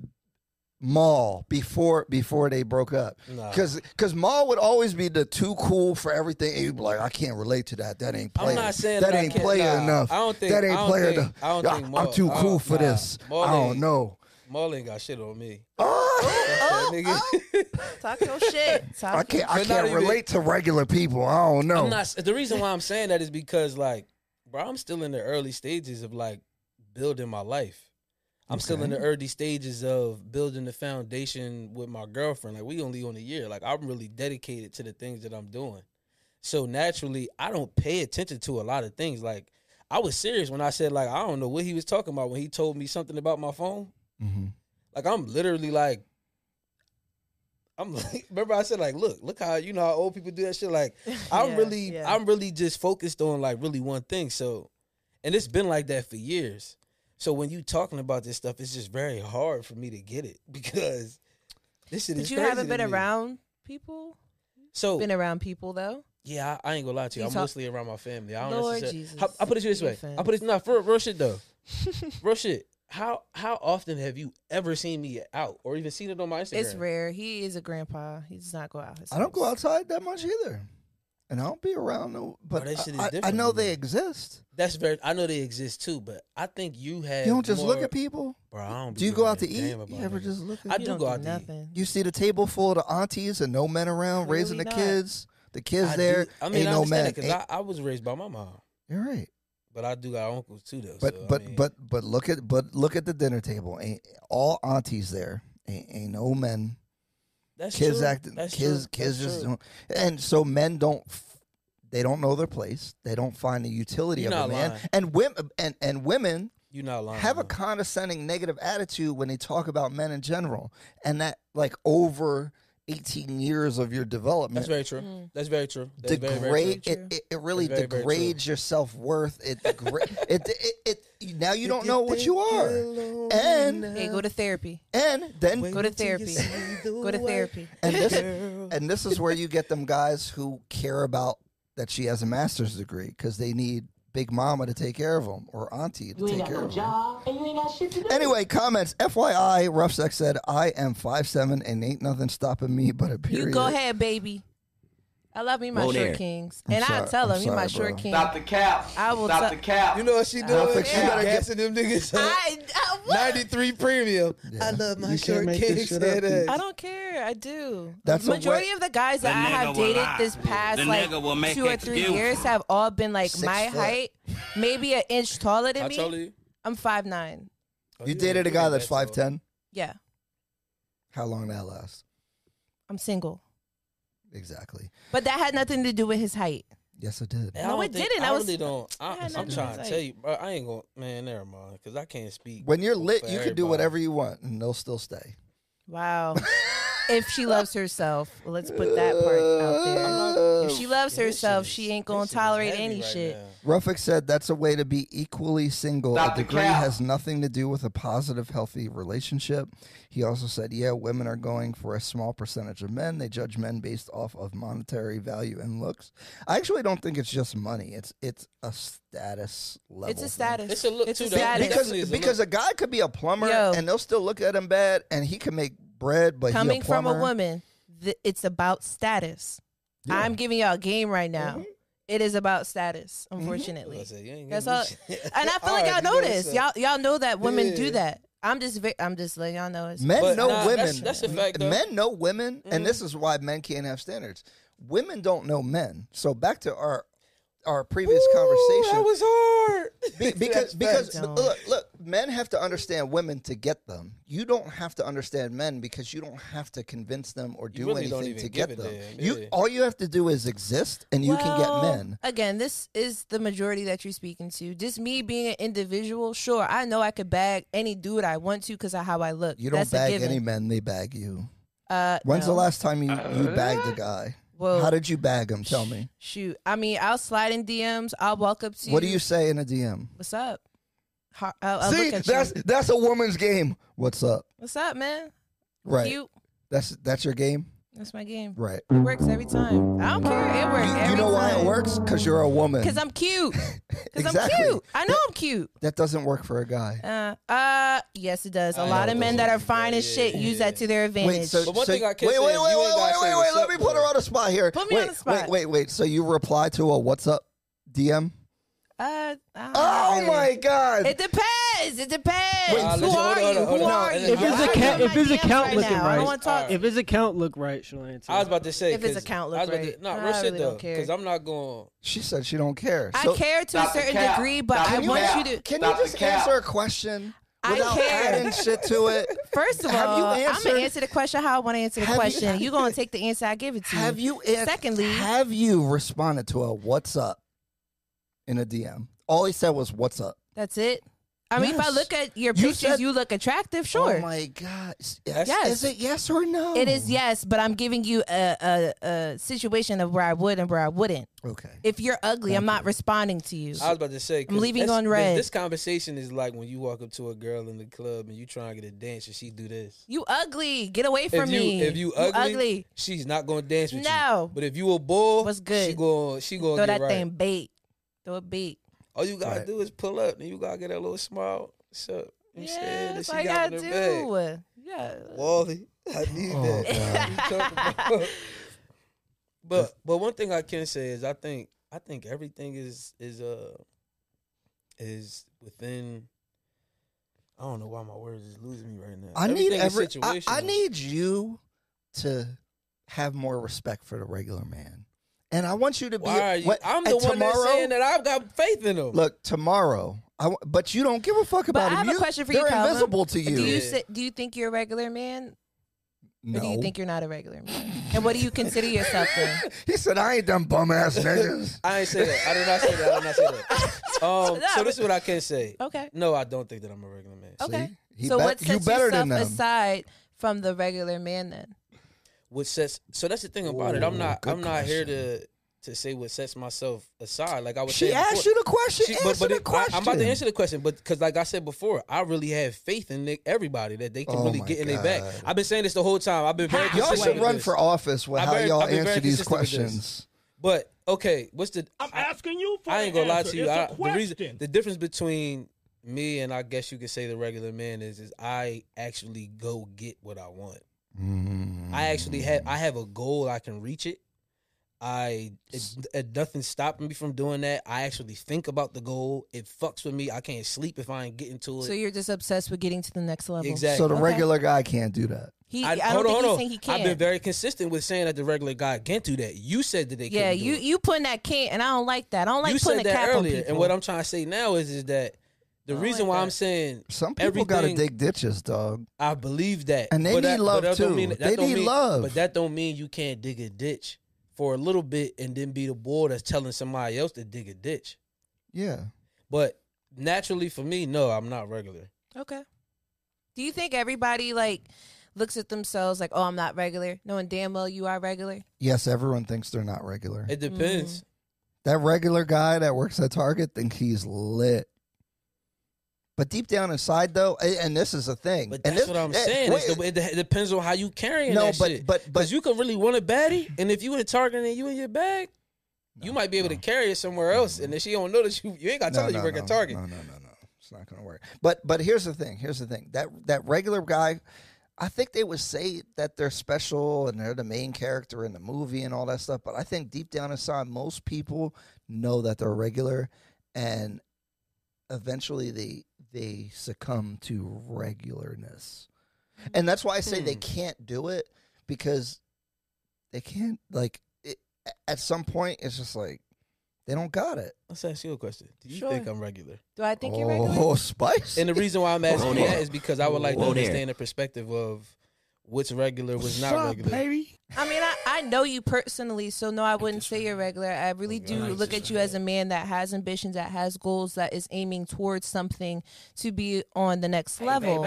Speaker 1: Maul before before they broke up,
Speaker 2: Nah.
Speaker 1: because because Maul would always be the too cool for everything. And he'd be like, I can't relate to that. That ain't
Speaker 2: I'm
Speaker 1: player.
Speaker 2: not saying
Speaker 1: that,
Speaker 2: that I
Speaker 1: ain't
Speaker 2: can't-
Speaker 1: player
Speaker 2: nah,
Speaker 1: enough.
Speaker 2: I don't think-
Speaker 1: that
Speaker 2: I
Speaker 1: ain't
Speaker 2: don't
Speaker 1: player
Speaker 2: think-
Speaker 1: enough.
Speaker 2: I don't
Speaker 1: Yeah,
Speaker 2: think
Speaker 1: I'm
Speaker 2: Maul-
Speaker 1: too
Speaker 2: I
Speaker 1: cool
Speaker 2: don't-
Speaker 1: for
Speaker 2: Oh, nah,
Speaker 1: this.
Speaker 2: Maul
Speaker 1: I don't
Speaker 2: ain't-
Speaker 1: know.
Speaker 2: Maul ain't got shit on me.
Speaker 1: Ah,
Speaker 2: That nigga.
Speaker 3: talk your shit. Talk
Speaker 1: I can't. I
Speaker 2: But not
Speaker 1: can't
Speaker 2: even-
Speaker 1: relate to regular people. I don't know.
Speaker 2: I'm not. The reason why I'm saying that is because like, bro, I'm still in the early stages of like building my life. I'm still in the early stages of building the foundation with my girlfriend. Like we only on a year. Like I'm really dedicated to the things that I'm doing. So naturally, I don't pay attention to a lot of things. Like I was serious when I said like I don't know what he was talking about when he told me something about my phone.
Speaker 1: Mhm.
Speaker 2: Like I'm literally like I'm like remember I said like look look how you know how old people do that shit like I'm
Speaker 3: Yeah,
Speaker 2: really
Speaker 3: yeah.
Speaker 2: I'm really just focused on like really one thing so and it's been like that for years. So when you talking about this stuff it's just very hard for me to get it because this shit
Speaker 3: But
Speaker 2: is
Speaker 3: you
Speaker 2: crazy
Speaker 3: haven't
Speaker 2: to
Speaker 3: been
Speaker 2: me. Oh.
Speaker 3: around people.
Speaker 2: So
Speaker 3: Been around people though.
Speaker 2: yeah, I, I ain't gonna lie to you.
Speaker 3: You
Speaker 2: I'm
Speaker 3: talk-
Speaker 2: mostly around my family. I don't
Speaker 3: Lord
Speaker 2: necessarily.
Speaker 3: Jesus,
Speaker 2: How- I put it this
Speaker 3: you
Speaker 2: way. I put it
Speaker 3: offense.
Speaker 2: not for real shit though. real shit. How how often have you ever seen me out or even seen it on my Instagram?
Speaker 3: It's rare. He is a grandpa. He does not go out. his
Speaker 1: I don't go
Speaker 3: house.
Speaker 1: outside that much either, and I don't be around. No, but
Speaker 2: that shit is
Speaker 1: I- I, I
Speaker 2: different
Speaker 1: know
Speaker 2: than
Speaker 1: they
Speaker 2: me.
Speaker 1: exist.
Speaker 2: That's very. I know they exist too, but I think you have.
Speaker 1: You don't just look
Speaker 2: more-
Speaker 1: at people.
Speaker 2: Bro, I don't
Speaker 1: Do you
Speaker 2: be
Speaker 1: go
Speaker 2: giving
Speaker 1: out
Speaker 2: a
Speaker 1: to eat?
Speaker 2: damn about
Speaker 1: You ever
Speaker 2: niggas.
Speaker 1: just look? At
Speaker 2: I
Speaker 3: You
Speaker 2: do
Speaker 3: don't
Speaker 2: go
Speaker 3: do
Speaker 2: out to eat.
Speaker 3: nothing.
Speaker 1: You see the table full of the aunties and no men around
Speaker 3: Really
Speaker 1: raising the
Speaker 3: not.
Speaker 1: kids. The kids
Speaker 2: I do-
Speaker 1: there
Speaker 2: I mean,
Speaker 1: ain't
Speaker 2: I
Speaker 1: no
Speaker 2: understand
Speaker 1: men.
Speaker 2: it 'cause
Speaker 1: Ain't-
Speaker 2: I, I was raised by my mom,
Speaker 1: You're right.
Speaker 2: but I do got uncles too though.
Speaker 1: But
Speaker 2: so, I
Speaker 1: but
Speaker 2: mean,
Speaker 1: but but look at but look at the dinner table. Ain't all aunties there? Ain't, ain't no men.
Speaker 2: that's
Speaker 1: kids
Speaker 2: true.
Speaker 1: acting.
Speaker 2: That's
Speaker 1: kids
Speaker 2: true.
Speaker 1: kids
Speaker 2: That's
Speaker 1: just
Speaker 2: true.
Speaker 1: don't. And so men don't f- They don't know their place. They don't find the utility
Speaker 2: You're
Speaker 1: of a
Speaker 2: not
Speaker 1: man.
Speaker 2: lying.
Speaker 1: And women and, and women
Speaker 2: You not lying.
Speaker 1: have a
Speaker 2: man.
Speaker 1: condescending negative attitude when they talk about men in general. And that like over 18 years of your development
Speaker 2: That's very true.
Speaker 3: Mm.
Speaker 2: That's very true. That's very,
Speaker 1: degrade
Speaker 2: very true.
Speaker 1: it, it, it really
Speaker 2: That's very, very true.
Speaker 1: degrades your self worth. It degrades it, it, it, Now you don't know what you are, and
Speaker 3: Hey, go to therapy.
Speaker 1: and then
Speaker 3: Go to therapy. Go to therapy.
Speaker 1: and this and this is where you get them guys who care about that she has a master's degree because they need big mama to take care of them or auntie to take care of them.
Speaker 5: and you ain't got shit to do.
Speaker 1: Anyway, comments. FYI, Rough Sex said, "I am five seven and ain't nothing stopping me but a period."
Speaker 3: You go ahead, baby. I love me my
Speaker 9: Whoa
Speaker 3: short
Speaker 9: there.
Speaker 3: kings,
Speaker 1: I'm
Speaker 3: and I
Speaker 1: sorry-
Speaker 3: tell
Speaker 1: I'm
Speaker 3: them you
Speaker 1: sorry,
Speaker 3: my short
Speaker 1: bro.
Speaker 3: king.
Speaker 4: Stop the cap.
Speaker 3: I will
Speaker 4: Stop
Speaker 3: t-
Speaker 4: the cap.
Speaker 2: You know what she doing?
Speaker 1: think she better get-
Speaker 2: gassing them niggas up.
Speaker 3: I, I, what?
Speaker 2: 93 premium. I love my short
Speaker 8: make this
Speaker 2: king
Speaker 8: shit up,
Speaker 2: said
Speaker 8: dude.
Speaker 3: I don't care. I do.
Speaker 1: That's a
Speaker 3: majority
Speaker 1: wet-
Speaker 3: of the guys that I have dated this past like two or three years have all been like
Speaker 1: Six
Speaker 3: my
Speaker 1: foot.
Speaker 3: height, maybe an inch taller than
Speaker 2: I
Speaker 3: me.
Speaker 2: told you.
Speaker 3: I'm five nine.
Speaker 2: Oh,
Speaker 1: You
Speaker 2: ain't
Speaker 1: dated a
Speaker 2: doing
Speaker 1: guy
Speaker 2: that
Speaker 1: that's
Speaker 2: tall.
Speaker 1: five ten.
Speaker 3: Yeah,
Speaker 1: How long that lasts?
Speaker 3: I'm single,
Speaker 1: Exactly.
Speaker 3: but that had nothing to do with his height.
Speaker 1: Yes, it did.
Speaker 2: And I
Speaker 3: No,
Speaker 2: don't
Speaker 3: it
Speaker 2: think-
Speaker 3: didn't.
Speaker 2: I,
Speaker 3: I was-
Speaker 2: really don't. I,
Speaker 3: had
Speaker 2: I'm
Speaker 3: nothing
Speaker 2: trying
Speaker 3: to
Speaker 2: to
Speaker 3: say.
Speaker 2: tell you, bro. I ain't going. to Man, never mind. Because I can't speak.
Speaker 1: When you're
Speaker 2: for
Speaker 1: lit, you can do
Speaker 2: everybody.
Speaker 1: whatever you want and they'll still stay.
Speaker 3: Wow. if she loves herself, let's put that part out there. If she loves
Speaker 2: Yeah, this
Speaker 3: herself,
Speaker 2: shit
Speaker 3: she
Speaker 2: is-
Speaker 3: ain't
Speaker 2: this
Speaker 3: gonna
Speaker 2: shit is
Speaker 3: tolerate
Speaker 2: heavy
Speaker 3: any
Speaker 2: right
Speaker 3: shit.
Speaker 2: now.
Speaker 1: Ruffick said that's a way to be equally single.
Speaker 4: Stop
Speaker 1: a
Speaker 4: the
Speaker 1: degree
Speaker 4: cap.
Speaker 1: has nothing to do with a positive, healthy relationship. He also said, yeah, women are going for a small percentage of men. They judge men based off of monetary value and looks. I actually don't think it's just money. It's it's a status level.
Speaker 3: It's a
Speaker 1: thing.
Speaker 3: status.
Speaker 2: It's a look, too, though.
Speaker 3: status.
Speaker 2: It
Speaker 1: Because
Speaker 2: definitely is a
Speaker 1: because a guy could be a plumber
Speaker 3: Yo.
Speaker 1: and they'll still look at him bad and he can make bread, but he
Speaker 3: coming from a
Speaker 1: plumber.
Speaker 3: woman, th- it's about status. I'm giving y'all game right now.
Speaker 2: Mm-hmm.
Speaker 3: It is about status,
Speaker 1: Mm-hmm.
Speaker 3: unfortunately.
Speaker 2: I said, you ain't
Speaker 3: That's
Speaker 2: getting
Speaker 3: all.
Speaker 2: me shit.
Speaker 3: And I feel like
Speaker 2: All
Speaker 3: y'all
Speaker 2: right,
Speaker 3: know
Speaker 2: you
Speaker 3: this.
Speaker 2: so-
Speaker 3: Y'all y'all know that women
Speaker 2: Yeah.
Speaker 3: do that. I'm just ve- I'm just letting y'all know it's
Speaker 1: Men
Speaker 2: But
Speaker 1: know
Speaker 2: nah,
Speaker 1: women.
Speaker 2: that's- that's a fact, though. Mm-hmm.
Speaker 1: Men know women, and this is why men can't have standards. Women don't know men. So back to our our previous
Speaker 2: Ooh, that
Speaker 1: conversation,
Speaker 2: was hard.
Speaker 1: Be- because
Speaker 2: That's
Speaker 1: because
Speaker 3: Don't.
Speaker 1: look, look, men have to understand women to get them. You don't have to understand men because you don't have to convince them or do
Speaker 2: really don't
Speaker 1: anything
Speaker 2: even
Speaker 1: to
Speaker 2: give
Speaker 1: get
Speaker 2: a
Speaker 1: them.
Speaker 2: damn, yeah.
Speaker 1: You all you have to do is exist, and you can get
Speaker 3: Well,
Speaker 1: men.
Speaker 3: Again, this is the majority that you're speaking to. Just me being an individual, sure, I know I could bag any dude I want to because of how I look.
Speaker 1: You don't
Speaker 3: That's a
Speaker 1: bag
Speaker 3: given.
Speaker 1: any men; they bag you.
Speaker 3: Uh,
Speaker 1: When's
Speaker 3: no.
Speaker 1: the last time you you bagged a guy?
Speaker 3: Well,
Speaker 1: How did you bag him? Tell me.
Speaker 3: shoot? I mean, I'll slide in DMs. I'll walk up to
Speaker 1: What do
Speaker 3: you.
Speaker 1: you say in a DM?
Speaker 3: What's up? Ho- I'll, I'll
Speaker 1: See,
Speaker 3: look at
Speaker 1: that's
Speaker 3: you.
Speaker 1: that's a woman's game. What's up?
Speaker 3: What's up, man?
Speaker 1: Right.
Speaker 3: Cute.
Speaker 1: That's that's your game.
Speaker 3: That's my game.
Speaker 1: Right.
Speaker 3: It works every time. I don't care. It works
Speaker 1: You,
Speaker 3: every
Speaker 1: you know why it
Speaker 3: time.
Speaker 1: works? Because you're a woman.
Speaker 3: Because I'm cute. Because
Speaker 1: Exactly.
Speaker 3: I'm cute. I know I'm cute.
Speaker 1: that doesn't work for a guy.
Speaker 3: Uh, uh, yes, it does. A
Speaker 2: I
Speaker 3: lot
Speaker 2: know
Speaker 3: of
Speaker 2: it
Speaker 3: men
Speaker 2: doesn't.
Speaker 3: that are fine
Speaker 2: Yeah,
Speaker 3: as
Speaker 2: yeah,
Speaker 3: shit
Speaker 2: yeah,
Speaker 3: use
Speaker 2: yeah.
Speaker 3: that to their advantage.
Speaker 1: Wait, so,
Speaker 2: But one
Speaker 1: so-
Speaker 2: thing I can
Speaker 1: wait,
Speaker 2: say
Speaker 1: wait,
Speaker 2: is
Speaker 1: wait,
Speaker 2: you
Speaker 1: wait,
Speaker 2: ain't gotta
Speaker 1: wait,
Speaker 2: say
Speaker 1: wait,
Speaker 2: what's
Speaker 1: wait, Let
Speaker 2: up,
Speaker 1: me put her
Speaker 2: though.
Speaker 1: on the spot here.
Speaker 3: Put me
Speaker 1: wait,
Speaker 3: on the spot.
Speaker 1: Wait, wait, wait. So you reply to a what's up DM?
Speaker 3: uh, I don't
Speaker 1: Oh
Speaker 3: know.
Speaker 1: my god!
Speaker 3: It depends. It depends.
Speaker 1: Wait,
Speaker 3: Who
Speaker 1: listen,
Speaker 2: hold
Speaker 3: are
Speaker 2: on, hold
Speaker 3: you?
Speaker 2: on, hold
Speaker 3: Who
Speaker 2: on.
Speaker 3: are
Speaker 2: And
Speaker 3: you?
Speaker 2: then-
Speaker 8: If his
Speaker 2: I-
Speaker 8: account, if his
Speaker 3: DMs
Speaker 8: account
Speaker 3: right
Speaker 8: looking
Speaker 3: now. I
Speaker 8: right,
Speaker 3: don't wanna talk.
Speaker 8: if his account look right, she'll answer.
Speaker 2: I was about to say
Speaker 3: If his
Speaker 2: 'cause
Speaker 3: account
Speaker 2: I was
Speaker 3: look
Speaker 2: about to-
Speaker 3: right.
Speaker 2: Nah,
Speaker 3: I
Speaker 2: real shit
Speaker 3: really
Speaker 2: though,
Speaker 3: don't care.
Speaker 2: because I'm not going.
Speaker 1: she said she don't care.
Speaker 3: I
Speaker 1: So
Speaker 3: care to a
Speaker 4: Stop the
Speaker 3: certain
Speaker 4: cap.
Speaker 3: degree, but
Speaker 4: Stop
Speaker 3: I
Speaker 4: the
Speaker 3: want
Speaker 4: cap.
Speaker 3: you to.
Speaker 1: Can
Speaker 4: Stop
Speaker 1: you
Speaker 4: the
Speaker 1: just
Speaker 4: cap.
Speaker 1: answer a question
Speaker 3: I
Speaker 1: without
Speaker 3: care.
Speaker 1: adding shit to it?
Speaker 3: First of
Speaker 1: Have you
Speaker 3: all, I'm
Speaker 1: answered-
Speaker 3: gonna answer the question how I want to answer the
Speaker 1: Have you-
Speaker 3: question. You, are gonna take the answer I give it to
Speaker 1: Have you? an-
Speaker 3: Secondly-
Speaker 1: have you responded to a "What's up" in a DM? All he said was "What's up."
Speaker 3: That's it. I mean, if I
Speaker 1: Yes.
Speaker 3: look at
Speaker 1: You
Speaker 3: your pictures,
Speaker 1: said-
Speaker 3: you look attractive. Sure,
Speaker 1: Oh my God! Is-
Speaker 3: Yes.
Speaker 1: Is it yes or no?
Speaker 3: it is yes, but I'm giving you a, a a situation of where I would and where I wouldn't.
Speaker 1: Okay.
Speaker 3: If you're ugly, I'm not responding to you.
Speaker 2: I was about to say 'cause
Speaker 3: leaving
Speaker 2: this-
Speaker 3: on
Speaker 2: this-
Speaker 3: red.
Speaker 2: This, conversation is like when you walk up to a girl in the club and you trying to get a dance and she do this.
Speaker 3: you ugly, get away
Speaker 2: If
Speaker 3: from
Speaker 2: you
Speaker 3: me.
Speaker 2: if you ugly, she's not going to dance with you.
Speaker 3: No.
Speaker 2: But if you a bull,
Speaker 3: What's good?
Speaker 2: She going she going
Speaker 3: throw
Speaker 2: to
Speaker 3: that
Speaker 2: get right.
Speaker 3: thing bait, throw it bait.
Speaker 2: All you gotta
Speaker 1: Right.
Speaker 2: do is pull up and you gotta get that little smile. What's up? You know what I'm saying?
Speaker 3: Yeah,
Speaker 2: And
Speaker 3: that's
Speaker 2: she
Speaker 3: all I
Speaker 2: got
Speaker 3: gotta
Speaker 2: in her bag.
Speaker 3: do. Yeah.
Speaker 2: Wally, I need
Speaker 1: Oh,
Speaker 2: that.
Speaker 1: God.
Speaker 2: You talking about- but but one thing I can say is I think I think everything is is uh is within. I don't know why my words is losing me right now.
Speaker 1: I need
Speaker 2: Everything
Speaker 1: every.
Speaker 2: is
Speaker 1: I, I
Speaker 2: situational.
Speaker 1: need you to have more respect for the regular man, and I want you to be.
Speaker 2: Why are you?
Speaker 1: what-
Speaker 2: I'm
Speaker 1: and
Speaker 2: the one that's saying that I've got faith in them.
Speaker 1: Look, tomorrow. I w but you don't give a fuck
Speaker 3: But
Speaker 1: about
Speaker 3: I
Speaker 1: him.
Speaker 3: have a
Speaker 1: You-
Speaker 3: question for you,
Speaker 1: They're
Speaker 3: Calvin.
Speaker 1: invisible to you.
Speaker 3: Do you
Speaker 2: Yeah.
Speaker 3: say, do you think you're a regular man? Or
Speaker 1: No.
Speaker 3: do you think you're not a regular man? And what do you consider yourself then?
Speaker 1: he said, I ain't them bum ass niggas.
Speaker 2: I ain't say that. I did not say that. I did not say that. Oh. Um, so this is what I can say.
Speaker 3: Okay.
Speaker 2: No, I don't think that I'm a regular man.
Speaker 3: Okay.
Speaker 1: He
Speaker 3: so
Speaker 1: bet-
Speaker 3: what
Speaker 1: you
Speaker 3: sets
Speaker 1: better than
Speaker 3: yourself
Speaker 1: them.
Speaker 3: aside from the regular man then?
Speaker 2: What sets? So that's the thing about it. I'm
Speaker 1: Ooh,
Speaker 2: not.
Speaker 1: good
Speaker 2: I'm not here to to say what sets myself aside. Like I was.
Speaker 1: She
Speaker 2: saying
Speaker 1: asked
Speaker 2: before.
Speaker 1: you the question.
Speaker 2: She-
Speaker 1: answer
Speaker 2: but
Speaker 1: the
Speaker 2: it-
Speaker 1: question.
Speaker 2: I, am about to answer the question, but because like I said before, I really have faith in Nick, everybody that they can
Speaker 1: Oh
Speaker 2: really
Speaker 1: my
Speaker 2: get in their back.
Speaker 1: God.
Speaker 2: I've been saying this the whole time. I've been very.
Speaker 1: Y'all
Speaker 2: consistent
Speaker 1: should
Speaker 2: with
Speaker 1: run
Speaker 2: this.
Speaker 1: for office with
Speaker 2: I've
Speaker 1: how
Speaker 2: been-
Speaker 1: y'all
Speaker 2: I've been
Speaker 1: answer
Speaker 2: very
Speaker 1: these
Speaker 2: consistent with this.
Speaker 1: questions.
Speaker 2: But okay, what's the?
Speaker 5: I'm
Speaker 2: I-
Speaker 5: asking you for
Speaker 2: I
Speaker 5: the
Speaker 2: ain't gonna lie
Speaker 5: answer.
Speaker 2: to you.
Speaker 5: It's a
Speaker 2: I, the reason,
Speaker 5: question.
Speaker 2: the difference between me and I guess you could say the regular man is, is I actually go get what I want. I actually have, I have a goal. I can reach it. I it, it, nothing stopping me from doing that. I actually think about the goal. It fucks with me. I can't sleep if I ain't getting to it.
Speaker 3: So you're just obsessed with getting to the next level.
Speaker 2: Exactly.
Speaker 1: So the
Speaker 3: Okay.
Speaker 1: regular guy can't do that.
Speaker 3: He, I, don't think he's saying he can't.
Speaker 2: I've been very consistent with saying that the regular guy can't do that. You said that they
Speaker 3: yeah,
Speaker 2: couldn't do
Speaker 3: you
Speaker 2: it.
Speaker 3: you putting that can't, and I don't like that. I don't like
Speaker 2: you
Speaker 3: putting
Speaker 2: said
Speaker 3: a
Speaker 2: that
Speaker 3: cap on
Speaker 2: earlier,
Speaker 3: people.
Speaker 2: and what I'm trying to say now is is that the
Speaker 3: don't
Speaker 2: reason
Speaker 3: like
Speaker 2: why
Speaker 3: that.
Speaker 2: I'm saying
Speaker 1: Some people got to
Speaker 2: Everything-
Speaker 1: dig ditches, dog.
Speaker 2: I believe that,
Speaker 1: And they
Speaker 2: but
Speaker 1: need
Speaker 2: that,
Speaker 1: love,
Speaker 2: but that Don't
Speaker 1: too.
Speaker 2: mean, that
Speaker 1: They
Speaker 2: don't
Speaker 1: need
Speaker 2: mean-
Speaker 1: love.
Speaker 2: but that don't mean you can't dig a ditch for a little bit and then be the boy that's telling somebody else to dig a ditch.
Speaker 1: Yeah.
Speaker 2: But naturally, for me, no, I'm not regular.
Speaker 3: Okay. Do you think everybody like looks at themselves like, oh, I'm not regular, knowing damn well you are regular?
Speaker 1: Yes, everyone thinks they're not regular.
Speaker 2: It depends.
Speaker 1: That regular guy that works at Target thinks he's lit. But deep down inside, though, a- and this is a thing.
Speaker 2: But
Speaker 1: and
Speaker 2: that's
Speaker 1: this-
Speaker 2: what I'm
Speaker 1: eh,
Speaker 2: saying. It's
Speaker 1: wait,
Speaker 2: the- it, de- it depends on how you carrying
Speaker 1: No,
Speaker 2: that
Speaker 1: but-
Speaker 2: shit.
Speaker 1: but- but-
Speaker 2: 'Cause you could really want a baddie, and if you in Target and you in your bag, you might be able to carry it somewhere else, and if she don't know that you you ain't got to tell her you work
Speaker 1: no,
Speaker 2: at Target.
Speaker 1: No, no, no, no. It's not gonna work. But but here's the thing. Here's the thing. That that regular guy, I think they would say that they're special and they're the main character in the movie and all that stuff. But I think deep down inside, most people know that they're regular, and eventually they they succumb to regularness, and that's why I say
Speaker 2: Hmm.
Speaker 1: they can't do it because they can't like. It, at some point, it's just like they don't got it.
Speaker 2: Let's ask you a question. Do you
Speaker 3: Sure.
Speaker 2: think I'm regular?
Speaker 3: Do I think
Speaker 1: oh,
Speaker 3: you're regular?
Speaker 1: spice.
Speaker 2: And the reason why I'm asking
Speaker 1: Whoa
Speaker 2: that is because I would like to
Speaker 4: Whoa there.
Speaker 2: understand the perspective of what's regular, what's not regular.
Speaker 5: baby?
Speaker 3: I mean, I, I know you personally, so no, I wouldn't say you're regular. I really do look at you as a man that has ambitions, that has goals, that is aiming towards something to be on the next level.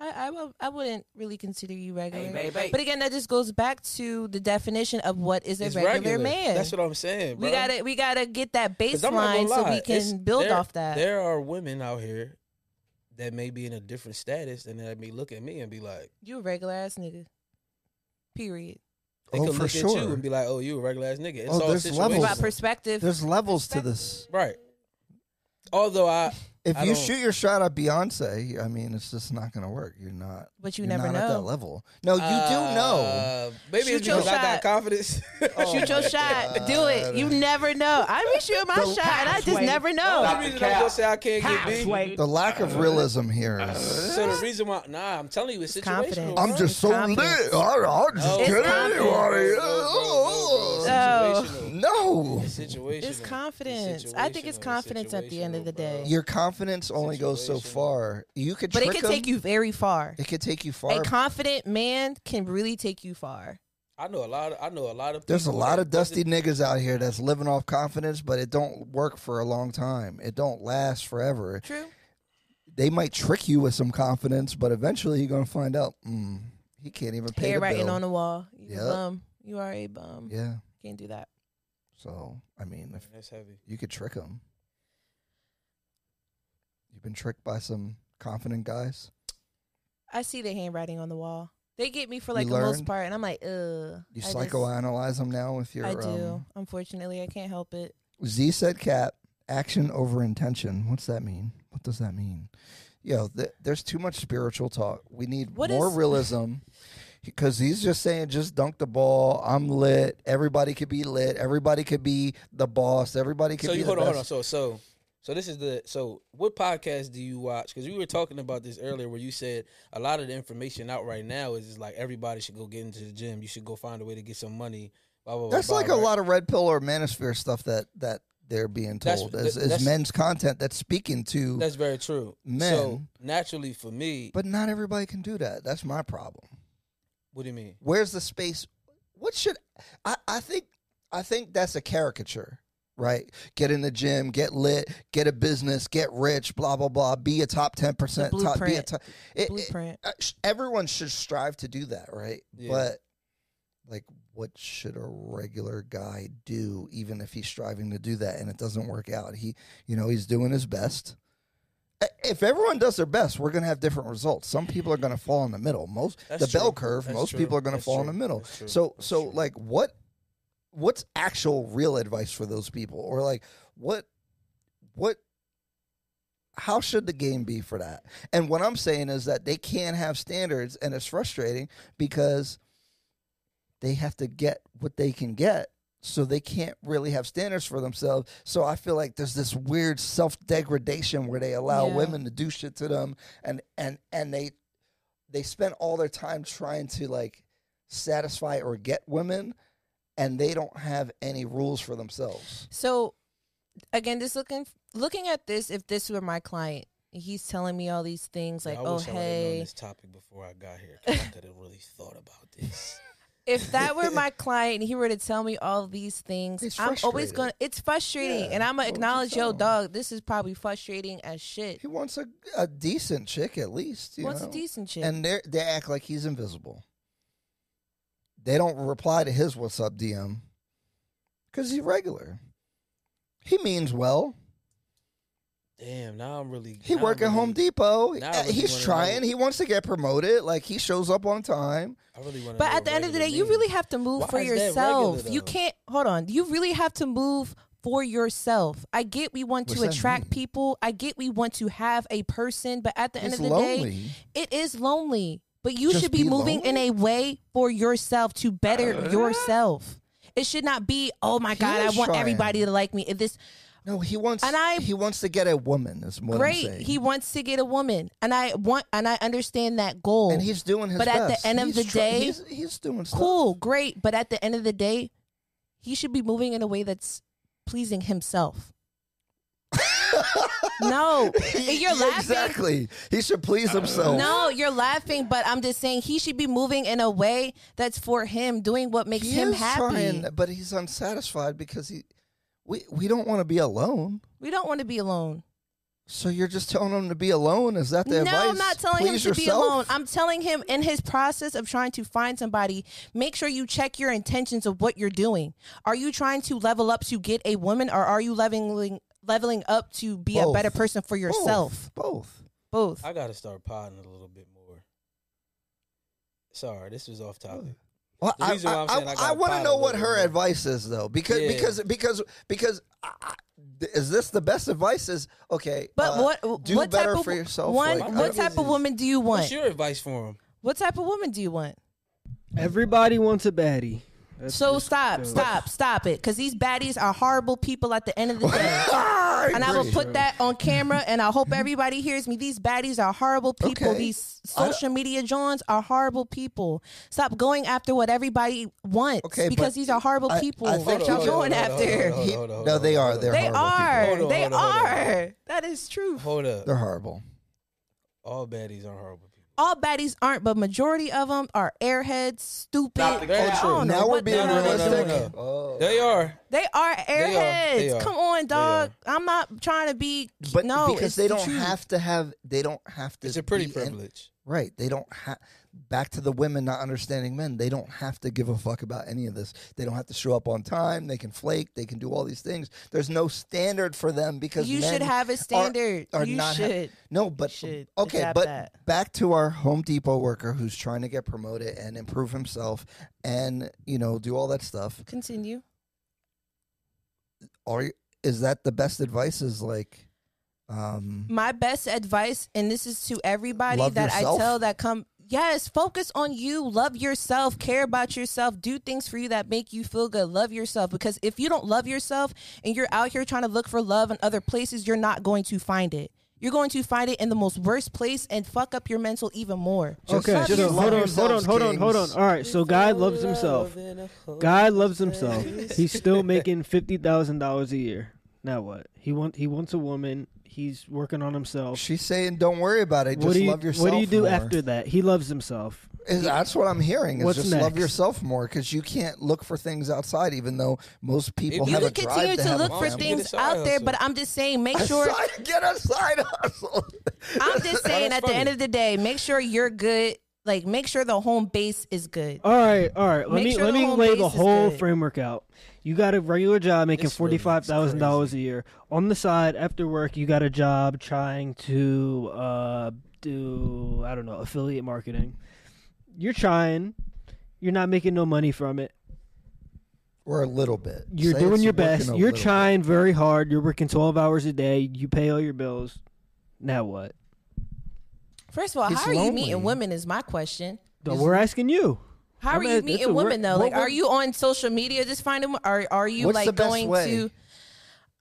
Speaker 3: I, I, will, I wouldn't really consider you regular. But again, that just goes back to the definition of what is a
Speaker 2: It's
Speaker 3: regular,
Speaker 2: regular.
Speaker 3: man.
Speaker 2: That's what I'm saying. bro.
Speaker 3: we gotta we gotta get that
Speaker 2: 'Cause I'm not
Speaker 3: baseline
Speaker 2: gonna
Speaker 3: so
Speaker 2: lie,
Speaker 3: we can
Speaker 2: it's-
Speaker 3: build
Speaker 2: there-
Speaker 3: off that.
Speaker 2: There are women out here that may be in a different status and that may look at me and be like,
Speaker 3: You a regular ass nigga. Period.
Speaker 2: they
Speaker 1: Oh,
Speaker 2: could
Speaker 1: for
Speaker 2: look at
Speaker 1: sure.
Speaker 2: you and be like, oh, you a regular ass nigga. It's
Speaker 1: Oh,
Speaker 2: all
Speaker 1: there's
Speaker 2: situational.
Speaker 1: levels.
Speaker 3: About perspective.
Speaker 1: There's levels to this.
Speaker 2: Right. Although I,
Speaker 1: If
Speaker 2: I
Speaker 1: you
Speaker 2: don't-
Speaker 1: shoot your shot at Beyonce, I mean, it's just not going to work. You're not.
Speaker 3: But you
Speaker 1: you're
Speaker 3: never
Speaker 1: not at
Speaker 3: know.
Speaker 1: that level. No, you do know.
Speaker 2: Uh, maybe
Speaker 3: Shoot
Speaker 2: it's
Speaker 3: your
Speaker 2: because I
Speaker 3: shot.
Speaker 2: got confidence.
Speaker 3: Shoot
Speaker 1: Oh,
Speaker 3: your shot. Do it. You never know. I be shooting my shot and I just never
Speaker 2: the
Speaker 3: know.
Speaker 2: reason I'm gonna say I can't get beat.
Speaker 1: The lack of realism here is.
Speaker 2: So the reason why, nah, I'm telling you, it's situational.
Speaker 3: confidence.
Speaker 2: bro.
Speaker 1: I'm just so
Speaker 3: confidence.
Speaker 1: lit. I, I just
Speaker 2: No,
Speaker 1: get
Speaker 3: It's
Speaker 1: anybody.
Speaker 2: no,
Speaker 1: Uh,
Speaker 2: no, no, no,
Speaker 3: Oh.
Speaker 2: no, no, no,
Speaker 1: No.
Speaker 2: It's situational.
Speaker 3: It's confidence. I think it's
Speaker 2: situational,
Speaker 3: confidence at the end of the
Speaker 2: situational,
Speaker 3: day.
Speaker 2: bro.
Speaker 1: Your confidence only goes so
Speaker 2: Situation.
Speaker 1: far. You could,
Speaker 3: But it
Speaker 1: trick
Speaker 3: can
Speaker 1: 'em.
Speaker 3: take you very far.
Speaker 1: It could take you far.
Speaker 3: A confident man can really take you far.
Speaker 2: I know a lot. Of, I know a lot of.
Speaker 1: There's a
Speaker 2: people
Speaker 1: lot
Speaker 2: that
Speaker 1: of dusty
Speaker 2: wasn't-
Speaker 1: niggas out here that's living off confidence, but it don't work for a long time. It don't last forever.
Speaker 3: True.
Speaker 1: They might trick you with some confidence, but eventually you're gonna find out. Mm, he can't even pay
Speaker 3: Hair
Speaker 1: the
Speaker 3: writing
Speaker 1: bill.
Speaker 3: on the wall. You
Speaker 1: Yep.
Speaker 3: bum. You are a bum.
Speaker 1: yeah.
Speaker 3: Can't do that.
Speaker 1: So I mean, if
Speaker 2: That's heavy.
Speaker 1: you could trick them, you've been tricked by some confident guys.
Speaker 3: I see the handwriting on the wall. They get me for like
Speaker 1: You
Speaker 3: the most
Speaker 1: learned?
Speaker 3: part, and I'm like, ugh.
Speaker 1: You
Speaker 3: I just-
Speaker 1: psychoanalyze them now with your.
Speaker 3: I do.
Speaker 1: Um,
Speaker 3: Unfortunately, I can't help it.
Speaker 1: Z said, "Cap action over intention." What's that mean? What does that mean? Yo, th- there's too much spiritual talk. We need
Speaker 3: What
Speaker 1: more
Speaker 3: is-
Speaker 1: realism. Because he's just saying, just dunk the ball. I'm lit. Everybody could be lit. Everybody could be the boss. Everybody could
Speaker 2: So
Speaker 1: be
Speaker 2: you
Speaker 1: the
Speaker 2: hold on, hold on.
Speaker 1: best.
Speaker 2: So so so this is the so what podcast do you watch? Because we were talking about this earlier, where you said a lot of the information out right now is just like everybody should go get into the gym. You should go find a way to get some money. Blah, blah, blah,
Speaker 1: That's
Speaker 2: blah,
Speaker 1: like a
Speaker 2: right?
Speaker 1: lot of red pill or manosphere stuff that that they're being
Speaker 2: That's-
Speaker 1: told is, is
Speaker 2: that's-
Speaker 1: men's content that's speaking to,
Speaker 2: That's very true. So
Speaker 1: Men.
Speaker 2: naturally, for me,
Speaker 1: but not everybody can do that. That's my problem.
Speaker 2: What do you mean?
Speaker 1: Where's the space? What should I? I think I think that's a caricature, right? Get in the gym, get lit, get a business, get rich, blah blah blah. Be a top ten percent.
Speaker 3: The
Speaker 1: Top, be a
Speaker 3: blueprint.
Speaker 1: top. it- it-
Speaker 3: Blueprint.
Speaker 1: uh, sh- everyone should strive to do that, right?
Speaker 2: Yeah.
Speaker 1: But like, what should a regular guy do, even if he's striving to do that and it doesn't work out? He, you know, he's doing his best. I- If everyone does their best, we're going to have different results. Some people are going to fall in the middle. Most
Speaker 2: That's
Speaker 1: the bell
Speaker 2: true.
Speaker 1: curve.
Speaker 2: That's
Speaker 1: most
Speaker 2: true.
Speaker 1: people are going to
Speaker 2: That's
Speaker 1: fall in the
Speaker 2: true.
Speaker 1: middle.
Speaker 2: That's true.
Speaker 1: So,
Speaker 2: That's
Speaker 1: so
Speaker 2: true.
Speaker 1: like, what, what's actual real advice for those people, or like, what, what how should the game be for that? And what I'm saying is that they can't have standards, and it's frustrating because they have to get what they can get. So they can't really have standards for themselves. So I feel like there's this weird self degradation where they allow
Speaker 3: Yeah.
Speaker 1: women to do shit to them, and and and they they spend all their time trying to like satisfy or get women, and they don't have any rules for themselves.
Speaker 3: So again, just looking looking at this, if this were my client, he's telling me all these things like,
Speaker 2: Yeah, I
Speaker 3: oh
Speaker 2: wish I would've known
Speaker 3: hey.
Speaker 2: this topic before I got here. 'cause I could have really thought about this.
Speaker 3: If that were my client and he were to tell me all these things,
Speaker 1: He's
Speaker 3: I'm always
Speaker 1: frustrated.
Speaker 3: gonna it's frustrating.
Speaker 1: Yeah,
Speaker 3: and I'm gonna
Speaker 1: what would you
Speaker 3: acknowledge yo
Speaker 1: tell him?
Speaker 3: dog, this is probably frustrating as shit.
Speaker 1: He wants a, a decent chick at least. You
Speaker 3: What's
Speaker 1: know?
Speaker 3: a decent shit?
Speaker 1: and they they act like he's invisible. They don't reply to his "What's up, DM" because he's regular. He means well.
Speaker 2: Damn, now I'm really.
Speaker 1: He
Speaker 2: now
Speaker 1: work
Speaker 2: I'm
Speaker 1: at
Speaker 2: really-
Speaker 1: Home Depot.
Speaker 2: now I
Speaker 1: Uh,
Speaker 2: really
Speaker 1: he's
Speaker 2: wanna
Speaker 1: trying.
Speaker 2: know.
Speaker 1: He wants to get promoted. Like he shows up on time.
Speaker 2: I really want.
Speaker 3: But at the end of the day, you really have to move
Speaker 2: Why
Speaker 3: for
Speaker 2: is that
Speaker 3: yourself.
Speaker 2: regular,
Speaker 3: You
Speaker 2: though?
Speaker 3: can't hold on. You really have to move for yourself. I get we want
Speaker 1: What's
Speaker 3: to
Speaker 1: that
Speaker 3: attract
Speaker 1: mean?
Speaker 3: people. I get we want to have a person, but at the end
Speaker 1: He's
Speaker 3: of the
Speaker 1: lonely.
Speaker 3: day, it is lonely. But you
Speaker 1: Just
Speaker 3: should be,
Speaker 1: be
Speaker 3: moving in
Speaker 1: lonely?
Speaker 3: a way for yourself to better yourself. It should not be, oh my
Speaker 1: He
Speaker 3: God, I
Speaker 1: is
Speaker 3: want
Speaker 1: trying.
Speaker 3: everybody to like me. If this
Speaker 1: no, he wants.
Speaker 3: And I-
Speaker 1: he wants to get a woman. Is what I'm
Speaker 3: great,
Speaker 1: saying.
Speaker 3: he wants to get a woman. And I want and I understand that goal.
Speaker 1: and he's doing his.
Speaker 3: But at the
Speaker 1: best.
Speaker 3: end of
Speaker 1: He's
Speaker 3: the
Speaker 1: try-
Speaker 3: day,
Speaker 1: he's, he's doing stuff.
Speaker 3: cool, great. But at the end of the day, he should be moving in a way that's pleasing himself. no, you're laughing.
Speaker 1: Exactly. He should please himself.
Speaker 3: No, you're laughing, but I'm just saying he should be moving in a way that's for him, doing what makes
Speaker 1: he
Speaker 3: him
Speaker 1: is
Speaker 3: happy.
Speaker 1: trying, but he's unsatisfied because he. We, we don't want to be alone.
Speaker 3: We don't want to be alone.
Speaker 1: So you're just telling him to be alone? Is that the
Speaker 3: no,
Speaker 1: advice?
Speaker 3: I'm not telling him
Speaker 1: Please
Speaker 3: to be
Speaker 1: yourself?
Speaker 3: alone. I'm telling him in his process of trying to find somebody, make sure you check your intentions of what you're doing. Are you trying to level up to get a woman, or are you leveling leveling up to be a
Speaker 1: Both.
Speaker 3: better person for
Speaker 1: Both,
Speaker 3: yourself?
Speaker 1: Both.
Speaker 3: Both.
Speaker 2: I gotta start potting a little bit more. Sorry, this was off topic.
Speaker 1: Well,
Speaker 2: The
Speaker 1: I,
Speaker 2: reason why I'm saying I gotta
Speaker 1: want to
Speaker 2: pilot
Speaker 1: know
Speaker 2: a
Speaker 1: what
Speaker 2: little
Speaker 1: her
Speaker 2: bit.
Speaker 1: advice is though, because
Speaker 2: Yeah.
Speaker 1: because because because I, I- is this the best advice? Is okay.
Speaker 3: But
Speaker 1: uh,
Speaker 3: what
Speaker 1: do
Speaker 3: what
Speaker 1: better
Speaker 3: type of
Speaker 1: for yourself?
Speaker 3: one?
Speaker 1: like,
Speaker 3: what
Speaker 1: uh,
Speaker 3: type of woman do you want?
Speaker 2: What's your advice for him?
Speaker 3: what type of woman do you want?
Speaker 8: Everybody wants a baddie. That's
Speaker 3: So
Speaker 8: just
Speaker 3: stop,
Speaker 8: the-
Speaker 3: stop, stop it. Because these baddies are horrible people at the end of the day.
Speaker 1: I
Speaker 3: and I will
Speaker 1: agree.
Speaker 3: put that on camera, and I hope everybody hears me. These baddies are horrible people.
Speaker 1: Okay. Oh,
Speaker 3: These
Speaker 1: I don't-
Speaker 3: social media Johns are horrible people. Stop going after what everybody wants
Speaker 1: Okay, but
Speaker 3: because these are horrible
Speaker 1: I-
Speaker 3: people
Speaker 1: I
Speaker 3: that
Speaker 1: think
Speaker 3: y'all
Speaker 1: he-
Speaker 3: going
Speaker 2: Hold on, hold on,
Speaker 3: after.
Speaker 2: hold on,
Speaker 1: He-
Speaker 2: hold on, hold
Speaker 1: no,
Speaker 2: on,
Speaker 1: they
Speaker 2: hold
Speaker 1: are.
Speaker 2: on.
Speaker 1: They're
Speaker 3: They
Speaker 1: horrible
Speaker 3: are.
Speaker 1: people.
Speaker 2: Hold on,
Speaker 3: they
Speaker 2: hold on, hold on.
Speaker 3: are. That is true.
Speaker 2: Hold up,
Speaker 1: They're horrible.
Speaker 2: all baddies aren't horrible people.
Speaker 3: All baddies aren't, but majority of them are airheads, stupid.
Speaker 2: Not the
Speaker 3: I
Speaker 2: culture.
Speaker 3: don't know
Speaker 1: Now we're
Speaker 3: Oh, what the
Speaker 1: being
Speaker 2: No, no,
Speaker 3: hell
Speaker 2: no,
Speaker 3: they
Speaker 2: no,
Speaker 1: realistic.
Speaker 3: doing.
Speaker 2: no. They are.
Speaker 3: They are airheads.
Speaker 2: They are.
Speaker 3: Come on,
Speaker 2: They
Speaker 3: dog. I'm not trying to be.
Speaker 1: But
Speaker 3: no,
Speaker 1: because
Speaker 3: it's
Speaker 1: they
Speaker 3: the
Speaker 1: don't
Speaker 3: truth.
Speaker 1: have to have, they don't have to.
Speaker 2: It's a pretty
Speaker 1: be in-
Speaker 2: privilege.
Speaker 1: Right. They don't have. Back to the women not understanding men. They don't have to give a fuck about any of this. They don't have to show up on time. They can flake. They can do all these things. There's no standard for them because
Speaker 3: You
Speaker 1: men
Speaker 3: should have a
Speaker 1: are-
Speaker 3: standard. You
Speaker 1: ha-
Speaker 3: should.
Speaker 1: no, but
Speaker 3: should
Speaker 1: okay.
Speaker 3: adapt
Speaker 1: But
Speaker 3: that.
Speaker 1: back to our Home Depot worker who's trying to get promoted and improve himself and you know do all that stuff.
Speaker 3: Continue.
Speaker 1: Are you- is that the best advice? Is like, um,
Speaker 3: my best advice, and this is to everybody
Speaker 1: Love
Speaker 3: that
Speaker 1: yourself.
Speaker 3: I tell that come. Yes, focus on you. Love yourself. Care about yourself. Do things for you that make you feel good. Love yourself because if you don't love yourself and you're out here trying to look for love in other places, you're not going to find it. You're going to find it in the most worst place and fuck up your mental even more.
Speaker 8: Okay,
Speaker 1: Just love
Speaker 8: so hold on, hold on,
Speaker 1: yourselves,
Speaker 8: hold on, hold on.
Speaker 1: kings.
Speaker 8: All right, so guy loves himself. Guy loves himself. He's still making fifty thousand dollars a year. Now what? He want he wants a woman. He's working on himself.
Speaker 1: She's saying, "Don't worry about it. Just
Speaker 8: what do you
Speaker 1: love yourself."
Speaker 8: What do you do
Speaker 1: more."
Speaker 8: after that? He loves himself.
Speaker 1: Is- that's what I'm hearing. Is
Speaker 8: What's
Speaker 1: just love
Speaker 8: next?
Speaker 1: yourself more because you can't look for things outside, even though most people
Speaker 2: You
Speaker 1: have
Speaker 2: can
Speaker 1: a drive to, have
Speaker 2: look
Speaker 1: a
Speaker 2: for
Speaker 1: family.
Speaker 2: things out there, but
Speaker 3: I'm just saying, make
Speaker 1: A side- get a side hustle.
Speaker 3: I'm just saying, at the end of the day, make sure you're good. Like, make sure the home base is good.
Speaker 8: All right, all right. Let
Speaker 3: Make
Speaker 8: me
Speaker 3: sure
Speaker 8: let
Speaker 3: the
Speaker 8: me
Speaker 3: home
Speaker 8: lay
Speaker 3: base
Speaker 8: the
Speaker 3: is
Speaker 8: whole
Speaker 3: good.
Speaker 8: framework out. You got a regular job making
Speaker 2: This really
Speaker 8: forty
Speaker 2: is
Speaker 8: five thousand dollars a year. On the side, after work, you got a job trying to uh, do I don't know affiliate marketing. You're trying. You're not making no money from it.
Speaker 1: or a little bit.
Speaker 8: You're
Speaker 1: Say
Speaker 8: doing
Speaker 1: it's
Speaker 8: your
Speaker 1: working
Speaker 8: best.
Speaker 1: a
Speaker 8: You're
Speaker 1: little bit.
Speaker 8: trying very hard. You're working twelve hours a day. You pay all your bills. Now what?
Speaker 3: First of all,
Speaker 1: It's
Speaker 3: how are you
Speaker 1: lonely.
Speaker 3: meeting women? Is my question.
Speaker 8: No, we're asking you.
Speaker 3: How
Speaker 8: I
Speaker 3: are
Speaker 8: mean,
Speaker 3: you
Speaker 8: it's
Speaker 3: meeting
Speaker 8: a work-
Speaker 3: women though?
Speaker 1: what
Speaker 3: Like, are
Speaker 1: would-
Speaker 3: you on social media just finding? Are are you
Speaker 1: What's
Speaker 3: like
Speaker 1: the best
Speaker 3: going
Speaker 1: way?
Speaker 3: to?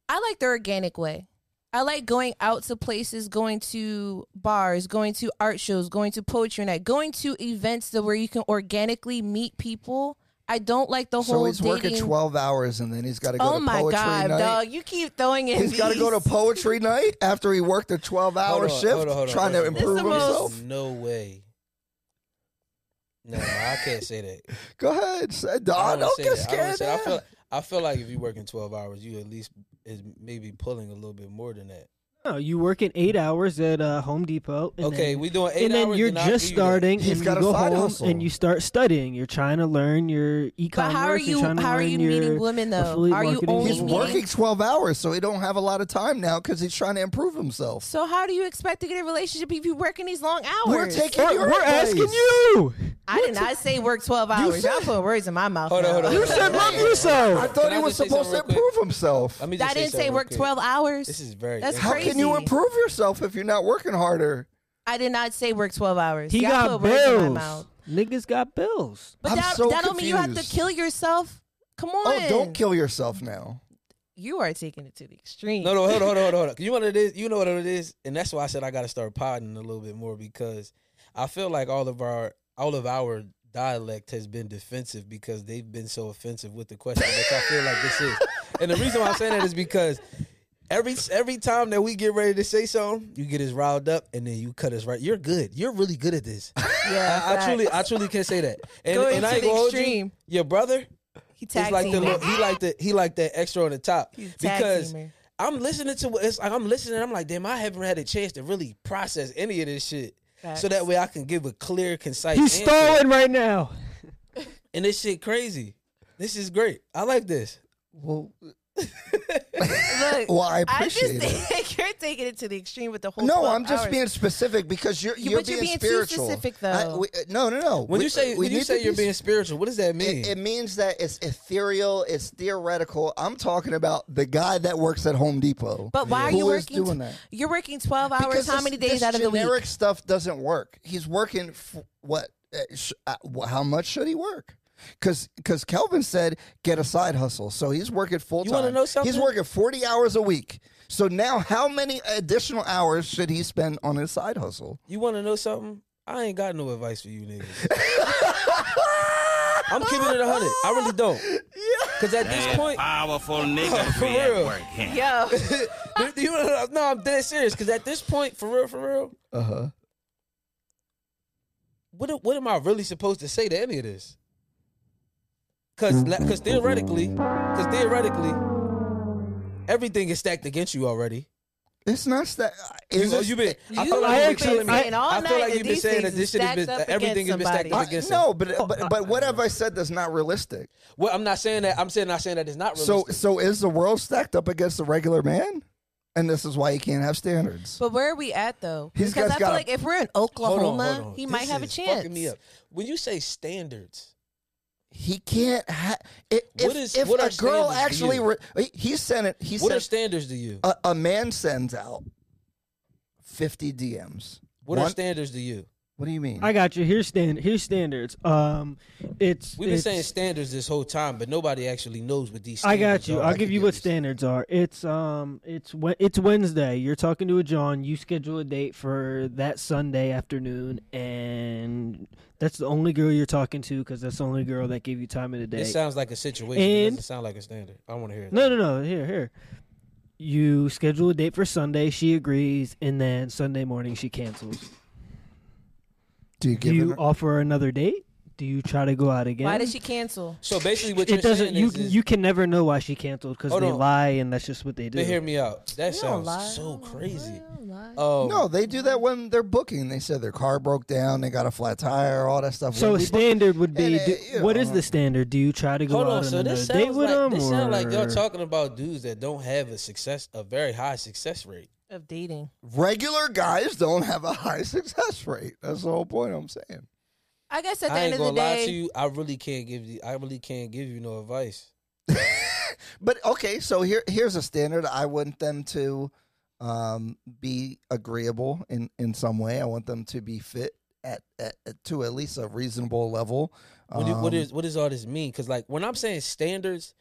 Speaker 3: I like the organic way. I like going out to places, going to bars, going to art shows, going to poetry night, going to events that where you can organically meet people. I don't like the
Speaker 1: So
Speaker 3: whole
Speaker 1: he's
Speaker 3: dating.
Speaker 1: working 12 hours and then he's got to go
Speaker 3: oh
Speaker 1: to
Speaker 3: my
Speaker 1: poetry
Speaker 3: god,
Speaker 1: night.
Speaker 3: dog! You keep throwing in.
Speaker 1: He's got to
Speaker 3: these.
Speaker 1: go to poetry night after he worked a 12 hour
Speaker 2: Hold on,
Speaker 1: shift
Speaker 2: hold on, hold on.
Speaker 1: trying to
Speaker 2: First of
Speaker 1: improve
Speaker 2: all,
Speaker 3: This is the
Speaker 1: himself.
Speaker 2: There's No way. No, I can't say that.
Speaker 1: Go ahead. Say,
Speaker 2: I
Speaker 1: "Dawg,
Speaker 2: wouldn't
Speaker 1: Oh, don't get
Speaker 2: say that. I
Speaker 1: scared.
Speaker 2: wouldn't say that. I feel
Speaker 1: now."
Speaker 2: I feel like if you're working twelve hours, you at least is maybe pulling a little bit more than that.
Speaker 8: No, you working eight hours at uh, Home Depot. and
Speaker 2: okay,
Speaker 8: then-
Speaker 2: we doing eight
Speaker 8: and then
Speaker 2: hours,
Speaker 8: you're
Speaker 2: I'll
Speaker 8: just
Speaker 2: give you that.
Speaker 8: starting,
Speaker 1: He's
Speaker 8: and
Speaker 1: got
Speaker 8: you
Speaker 1: a
Speaker 8: go
Speaker 1: side
Speaker 8: home
Speaker 1: hustle.
Speaker 8: and you start studying. You're trying to learn your
Speaker 3: But
Speaker 8: e-commerce.
Speaker 3: how are you?
Speaker 8: You're trying to
Speaker 3: How are
Speaker 8: learn
Speaker 3: you
Speaker 8: your
Speaker 3: meeting women though?
Speaker 8: affiliate
Speaker 3: Are you
Speaker 8: marketing.
Speaker 3: only
Speaker 1: He's
Speaker 3: meeting?
Speaker 1: working 12 hours, so he don't have a lot of time now because he's trying to improve himself.
Speaker 3: So how do you expect to get a relationship if you're working these long hours?
Speaker 1: We're taking
Speaker 8: We're,
Speaker 1: your
Speaker 8: we're
Speaker 1: advice.
Speaker 8: asking you.
Speaker 3: I did not say work twelve hours.
Speaker 1: said-
Speaker 3: Y'all putting words in my mouth.
Speaker 2: Hold on,
Speaker 3: now.
Speaker 2: hold on.
Speaker 8: You
Speaker 2: hold on,
Speaker 8: said
Speaker 2: hold on,
Speaker 8: love
Speaker 2: hold on.
Speaker 8: yourself.
Speaker 1: I thought
Speaker 2: Can
Speaker 1: he
Speaker 2: I
Speaker 1: was
Speaker 2: just say
Speaker 1: supposed to
Speaker 2: something real
Speaker 1: improve himself.
Speaker 2: Let me just
Speaker 3: I didn't say
Speaker 2: something real
Speaker 3: work
Speaker 2: quick.
Speaker 3: twelve hours.
Speaker 2: This is very.
Speaker 3: That's
Speaker 1: How can you
Speaker 3: crazy.
Speaker 1: improve yourself if you're not working harder?
Speaker 3: I did not say work twelve hours.
Speaker 8: He
Speaker 3: Y'all
Speaker 8: got
Speaker 3: put words in my
Speaker 8: bills.
Speaker 3: mouth.
Speaker 8: Niggas got bills.
Speaker 3: But
Speaker 1: I'm
Speaker 3: that,
Speaker 1: so
Speaker 3: that don't mean you have to
Speaker 1: confused.
Speaker 3: kill yourself. Come on.
Speaker 1: Oh, don't kill yourself now.
Speaker 3: You are taking it to the extreme.
Speaker 2: No, no, hold on, hold on, hold on, hold on. You know what it is? You know what it is, and that's why I said I got to start podding a little bit more because I feel like all of our all of our dialect has been defensive because they've been so offensive with the question, which I feel like this is. And the reason why I'm saying that is because every every time that we get ready to say something, you get us riled up, and then you cut us right. You're good. You're really good at this.
Speaker 3: Yeah,
Speaker 2: I, I truly, I
Speaker 3: facts.
Speaker 2: truly can say that. And,
Speaker 3: Going
Speaker 2: and I
Speaker 3: to
Speaker 2: ain't
Speaker 3: the
Speaker 2: gonna hold you.
Speaker 3: extreme.
Speaker 2: Your brother,
Speaker 3: he tag
Speaker 2: He's like the
Speaker 3: teaming.
Speaker 2: little, he like the he like that extra on the top
Speaker 3: He's a tag
Speaker 2: because
Speaker 3: teamer.
Speaker 2: I'm listening to what- it's like I'm listening. I'm like, damn, I haven't had a chance to really process any of this shit, so
Speaker 3: Facts.
Speaker 2: that way I can give a clear, concise.
Speaker 8: He's
Speaker 2: answer.
Speaker 8: stalling right now.
Speaker 2: and this shit crazy. This is great. I like this.
Speaker 1: Well,
Speaker 3: Look,
Speaker 1: well I
Speaker 3: I
Speaker 1: appreciate
Speaker 3: just
Speaker 1: it.
Speaker 3: think you're taking it to the extreme with the whole.
Speaker 1: No,
Speaker 3: 12
Speaker 1: I'm just
Speaker 3: hours.
Speaker 1: being specific because you're
Speaker 3: You-
Speaker 1: you're,
Speaker 3: but you're being too
Speaker 1: spiritual.
Speaker 3: specific,
Speaker 1: I-
Speaker 3: though.
Speaker 1: we- uh, no, no, no.
Speaker 2: When
Speaker 1: We-
Speaker 2: you say
Speaker 1: we
Speaker 2: when you
Speaker 1: need
Speaker 2: say
Speaker 1: to
Speaker 2: you're
Speaker 1: be
Speaker 2: being
Speaker 1: s-
Speaker 2: spiritual, what does that mean?
Speaker 1: it, it means that it's ethereal, it's theoretical. I'm talking about the guy that works at Home Depot.
Speaker 3: But why are
Speaker 1: Who
Speaker 3: you
Speaker 1: is
Speaker 3: working?
Speaker 1: doing that?
Speaker 3: You're working twelve hours.
Speaker 1: Because
Speaker 3: how
Speaker 1: this-
Speaker 3: many
Speaker 1: this
Speaker 3: days out of the
Speaker 1: generic
Speaker 3: week?
Speaker 1: stuff doesn't work. He's working f- what? uh, sh- uh, wh- how much should he work? Because because Kelvin said get a side hustle, so he's working full time.
Speaker 2: wanna know
Speaker 1: He's
Speaker 2: something?
Speaker 1: working forty hours a week. So now, how many additional hours should he spend on his side hustle?
Speaker 2: you want to know something? I ain't got no advice for you niggas. I'm keeping it a hundred. I really don't. Because at this point,
Speaker 5: Powerful
Speaker 2: for
Speaker 5: niggas
Speaker 2: real.
Speaker 3: Yo,
Speaker 2: Do- do you know- no, I'm dead serious. Because at this point, for real, for real,
Speaker 1: Uh huh.
Speaker 2: what am- what am I really supposed to say to any of this? Because because theoretically, because theoretically, everything is stacked against you already.
Speaker 1: It's not that. uh,
Speaker 2: You,
Speaker 1: Is
Speaker 2: know,
Speaker 1: it-
Speaker 2: you been. I
Speaker 3: You
Speaker 2: feel like
Speaker 8: have
Speaker 2: you've been
Speaker 8: been
Speaker 2: telling me.
Speaker 8: saying
Speaker 3: all
Speaker 2: I feel
Speaker 3: night
Speaker 2: like
Speaker 3: that
Speaker 2: you've been
Speaker 3: these
Speaker 2: saying that
Speaker 3: things
Speaker 2: this
Speaker 3: is
Speaker 2: shit has been
Speaker 3: stacked up
Speaker 2: everything has been
Speaker 3: against
Speaker 2: stacked up
Speaker 1: I-
Speaker 3: somebody.
Speaker 2: against us.
Speaker 1: no, but but, but what have I said that's not realistic?
Speaker 2: Well, I'm not saying that. I'm saying not saying that it's not
Speaker 1: So
Speaker 2: realistic.
Speaker 1: so is the world stacked up against the regular man, and this is why he can't have standards.
Speaker 3: but where are we at though?
Speaker 1: He's
Speaker 3: because
Speaker 1: got-
Speaker 3: I feel
Speaker 1: got a-
Speaker 3: like if we're in Oklahoma, he
Speaker 2: This
Speaker 3: might have a
Speaker 2: is fucking
Speaker 3: chance.
Speaker 2: me up. When you say standards,
Speaker 1: He can't. Ha- i- if
Speaker 2: What is-
Speaker 1: if
Speaker 2: what
Speaker 1: a
Speaker 2: are
Speaker 1: girl
Speaker 2: standards to
Speaker 1: actually
Speaker 2: you?
Speaker 1: re- he- he sent it. He
Speaker 2: what are
Speaker 1: sent
Speaker 2: standards to you?
Speaker 1: a, a man sends out fifty DMs.
Speaker 2: What are
Speaker 1: One-
Speaker 2: standards to you?
Speaker 1: What do you mean?
Speaker 8: I got you. Here's stand. Here's standards. Um, it's
Speaker 2: We've been
Speaker 8: it's-
Speaker 2: saying standards this whole time, but nobody actually knows what these.
Speaker 8: I
Speaker 2: Standards
Speaker 8: got you.
Speaker 2: Are.
Speaker 8: I'll
Speaker 1: could
Speaker 8: give you
Speaker 1: get
Speaker 8: what
Speaker 1: this.
Speaker 8: standards are. It's um, it's Wed- it's Wednesday. You're talking to a John. You schedule a date for that Sunday afternoon, and that's the only girl you're talking to because that's the only girl that gave you time of the
Speaker 2: It
Speaker 8: day.
Speaker 2: sounds like a situation. it
Speaker 8: And-
Speaker 2: doesn't sound like a standard. I want to hear it.
Speaker 8: no, no, no. Here, here. you schedule a date for Sunday. She agrees, and then Sunday morning she cancels.
Speaker 1: Do you
Speaker 8: Do
Speaker 1: give
Speaker 8: you
Speaker 1: her?
Speaker 8: offer her another date? Do you try to go out again?
Speaker 3: Why did she cancel?
Speaker 2: So basically, what you're
Speaker 8: It doesn't.
Speaker 2: saying
Speaker 8: You
Speaker 2: is, is
Speaker 8: you can never know why she canceled because
Speaker 2: Hold
Speaker 8: they
Speaker 2: on.
Speaker 8: lie, and that's just what they do.
Speaker 2: But hear me out. That
Speaker 3: We don't lie.
Speaker 2: sounds so crazy.
Speaker 3: Lie.
Speaker 2: Oh
Speaker 1: No, they do that when they're booking. They said their car broke down, they got a flat tire, all that stuff. When
Speaker 8: So a
Speaker 1: we book-
Speaker 8: standard would be.
Speaker 1: and, uh,
Speaker 8: do,
Speaker 1: you
Speaker 8: what
Speaker 1: know,
Speaker 8: is the standard? Do you try to go
Speaker 2: Hold
Speaker 8: out
Speaker 2: on, so
Speaker 8: another
Speaker 2: this
Speaker 8: date
Speaker 2: sounds
Speaker 8: with
Speaker 2: like
Speaker 8: them,
Speaker 2: this
Speaker 8: or
Speaker 2: sound like y'all talking about dudes that don't have a success, a very high success rate.
Speaker 3: Of dating.
Speaker 1: regular guys don't have a high success rate. That's the whole point I'm saying.
Speaker 3: I guess at the
Speaker 2: I
Speaker 3: end
Speaker 2: ain't
Speaker 3: of the
Speaker 2: gonna lie to
Speaker 3: day,
Speaker 2: you. I really can't give you. I really can't give you no advice.
Speaker 1: But okay, so here here's a standard. I want them to um, be agreeable in, in some way. I want them to be fit at, at, at- to at least a reasonable level.
Speaker 2: What, do, what
Speaker 1: Um,
Speaker 2: is what does all this mean? Because like when I'm saying standards,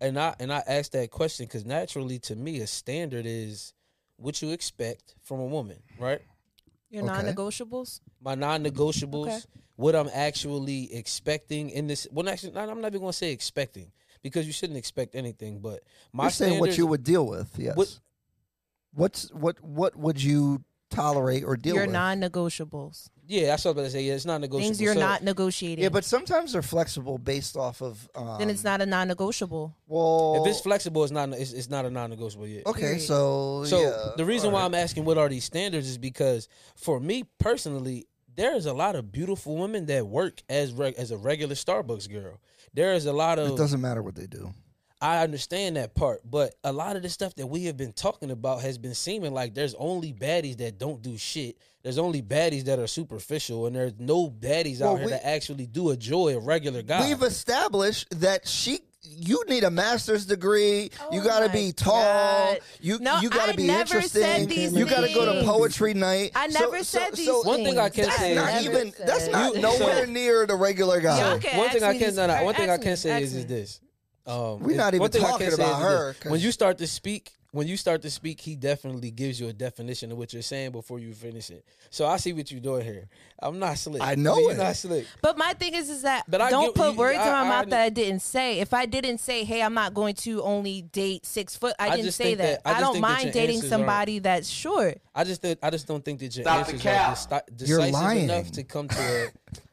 Speaker 2: and I and I ask that question because naturally to me a standard is what you expect from a woman, right?
Speaker 3: your
Speaker 1: Okay.
Speaker 3: non-negotiables.
Speaker 2: my non-negotiables,
Speaker 3: Okay.
Speaker 2: what I'm actually expecting in this. Well, actually, not, I'm not even going to say expecting because you shouldn't expect anything. But my
Speaker 1: you're saying what
Speaker 2: standards-
Speaker 1: you would deal with? Yes.
Speaker 2: What-
Speaker 1: What's what what would you tolerate or deal
Speaker 3: Your
Speaker 1: with?
Speaker 3: non-negotiables.
Speaker 2: yeah, that's what I was about to say. Yeah, it's not negotiable.
Speaker 3: Things you're
Speaker 2: So,
Speaker 3: not negotiating.
Speaker 1: yeah, but sometimes they're flexible based off of. Um,
Speaker 3: then it's not a non-negotiable.
Speaker 1: Well,
Speaker 2: if it's flexible, it's not. It's, it's not a non-negotiable yet.
Speaker 1: okay,
Speaker 3: Period.
Speaker 1: so
Speaker 2: So
Speaker 1: Oh, yeah,
Speaker 2: the reason
Speaker 1: all
Speaker 2: why
Speaker 1: right.
Speaker 2: I'm asking what are these standards is because for me personally, there is a lot of beautiful women that work as reg- as a regular Starbucks girl. There is a lot of
Speaker 1: it doesn't matter what they do.
Speaker 2: I understand that part, but a lot of the stuff that we have been talking about has been seeming like there's only baddies that don't do shit. There's only baddies that are superficial, and there's no baddies
Speaker 1: Well,
Speaker 2: out here
Speaker 1: we-
Speaker 2: that actually do a joy a regular guy.
Speaker 1: We've established that she. You need a master's degree. you
Speaker 3: Oh
Speaker 1: got to
Speaker 3: my
Speaker 1: be tall.
Speaker 3: God.
Speaker 1: You
Speaker 3: No,
Speaker 1: you got
Speaker 3: I
Speaker 1: to be
Speaker 3: never
Speaker 1: interesting.
Speaker 3: said these
Speaker 1: you got to go to
Speaker 3: things.
Speaker 1: poetry night.
Speaker 3: I
Speaker 1: So-
Speaker 3: never
Speaker 1: so-
Speaker 3: said these
Speaker 1: so
Speaker 3: things.
Speaker 2: One thing I can
Speaker 1: That's
Speaker 2: say
Speaker 1: not
Speaker 2: Never
Speaker 1: even.
Speaker 3: said
Speaker 1: That's
Speaker 3: it.
Speaker 1: not
Speaker 2: You-
Speaker 1: nowhere
Speaker 2: so-
Speaker 1: near the regular guy.
Speaker 3: Y'all can
Speaker 2: one
Speaker 3: ask
Speaker 2: thing I
Speaker 3: me
Speaker 2: can
Speaker 3: these-
Speaker 2: no, no, one thing I
Speaker 3: ask me,
Speaker 2: can say
Speaker 3: ask
Speaker 2: is, is
Speaker 3: me.
Speaker 2: this. Um,
Speaker 1: We're
Speaker 2: is-
Speaker 1: not even
Speaker 2: one thing I can
Speaker 1: talking
Speaker 2: say
Speaker 1: about
Speaker 2: is this.
Speaker 1: her, 'cause-
Speaker 2: When you start to speak, when you start to speak, he definitely gives you a definition of what you're saying before you finish it. So I see what you're doing here. I'm not slick.
Speaker 1: I know
Speaker 2: you're
Speaker 1: it.
Speaker 2: not slick.
Speaker 3: But my thing is, is that
Speaker 2: But I
Speaker 3: don't
Speaker 2: get-
Speaker 3: put
Speaker 2: you-
Speaker 3: words in my
Speaker 2: I- I
Speaker 3: mouth
Speaker 2: under-
Speaker 3: that I didn't say. If I didn't say, "Hey, I'm not going to only date six foot," I,
Speaker 2: I
Speaker 3: didn't
Speaker 2: just
Speaker 3: say
Speaker 2: think
Speaker 3: that.
Speaker 2: that- I
Speaker 3: I,
Speaker 2: just
Speaker 3: don't
Speaker 2: think that
Speaker 3: mind
Speaker 2: your
Speaker 3: dating
Speaker 2: answers aren't-
Speaker 3: somebody that's short.
Speaker 2: I just th- I just don't think that your
Speaker 4: Stop the
Speaker 2: answers
Speaker 4: cap.
Speaker 2: are deci-
Speaker 1: You're
Speaker 2: decisive
Speaker 1: lying.
Speaker 2: enough to come to a.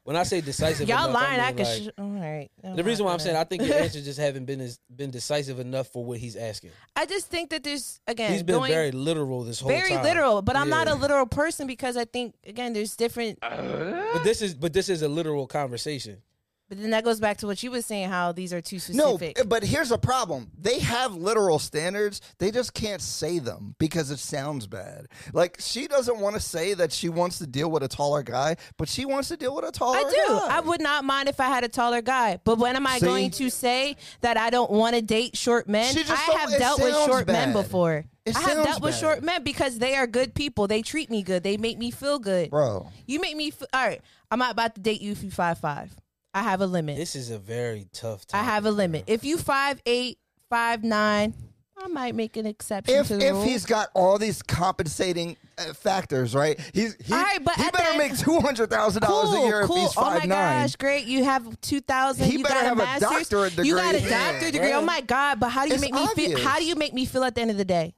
Speaker 2: When I say decisive,
Speaker 3: Y'all
Speaker 2: enough,
Speaker 3: lying. I,
Speaker 2: I, mean,
Speaker 3: could.
Speaker 2: like,
Speaker 3: Sh- oh all right.
Speaker 2: the reason why I'm saying I think your answers just haven't been as, been decisive enough for what he's asking.
Speaker 3: I just think that there's again
Speaker 2: He's been
Speaker 3: going
Speaker 2: very literal this whole
Speaker 3: very
Speaker 2: time.
Speaker 3: literal, but I'm not
Speaker 2: Yeah.
Speaker 3: a literal person because I think again there's different.
Speaker 2: But this is but this is a literal conversation.
Speaker 3: But then that goes back to what you were saying, how these are too
Speaker 1: No, eh,
Speaker 3: specific.
Speaker 1: but here's a problem. They have literal standards. They just can't say them because it sounds bad. Like she doesn't want to say that she wants to deal with a taller guy, but she wants to deal with a taller
Speaker 3: I do.
Speaker 1: guy.
Speaker 3: I would not mind if I had a taller guy, but when am I
Speaker 1: See?
Speaker 3: going to say that I don't want to date short men?
Speaker 1: She just
Speaker 3: I
Speaker 1: don't-
Speaker 3: have
Speaker 1: it
Speaker 3: dealt with
Speaker 1: sounds
Speaker 3: short men
Speaker 1: bad.
Speaker 3: before.
Speaker 1: It
Speaker 3: I have
Speaker 1: sounds
Speaker 3: dealt with
Speaker 1: bad.
Speaker 3: short men because they are good people. They treat me good. They make me feel good.
Speaker 1: Bro,
Speaker 3: You make me feel, all right. I'm not about to date you if you five five. I have a limit.
Speaker 2: This is a very tough.
Speaker 3: I
Speaker 2: Topic,
Speaker 3: have a
Speaker 2: bro.
Speaker 3: limit. If you five eight, five nine, I might make an exception
Speaker 1: if
Speaker 3: to the
Speaker 1: if
Speaker 3: rule.
Speaker 1: he's got all these compensating uh, factors, right? He's he,
Speaker 3: All right, but
Speaker 1: he
Speaker 3: at
Speaker 1: better
Speaker 3: the-
Speaker 1: make two hundred thousand dollars a year if he's
Speaker 3: oh
Speaker 1: five
Speaker 3: my
Speaker 1: nine.
Speaker 3: gosh, great! You have two thousand.
Speaker 1: He
Speaker 3: you
Speaker 1: better
Speaker 3: got
Speaker 1: have a
Speaker 3: master's.
Speaker 1: doctorate
Speaker 3: You got a
Speaker 1: degree.
Speaker 3: doctorate degree.
Speaker 2: right?
Speaker 3: Oh my god! But how do you
Speaker 1: It's
Speaker 3: make me feel?
Speaker 1: obvious.
Speaker 3: How do you make me feel at the end of the day?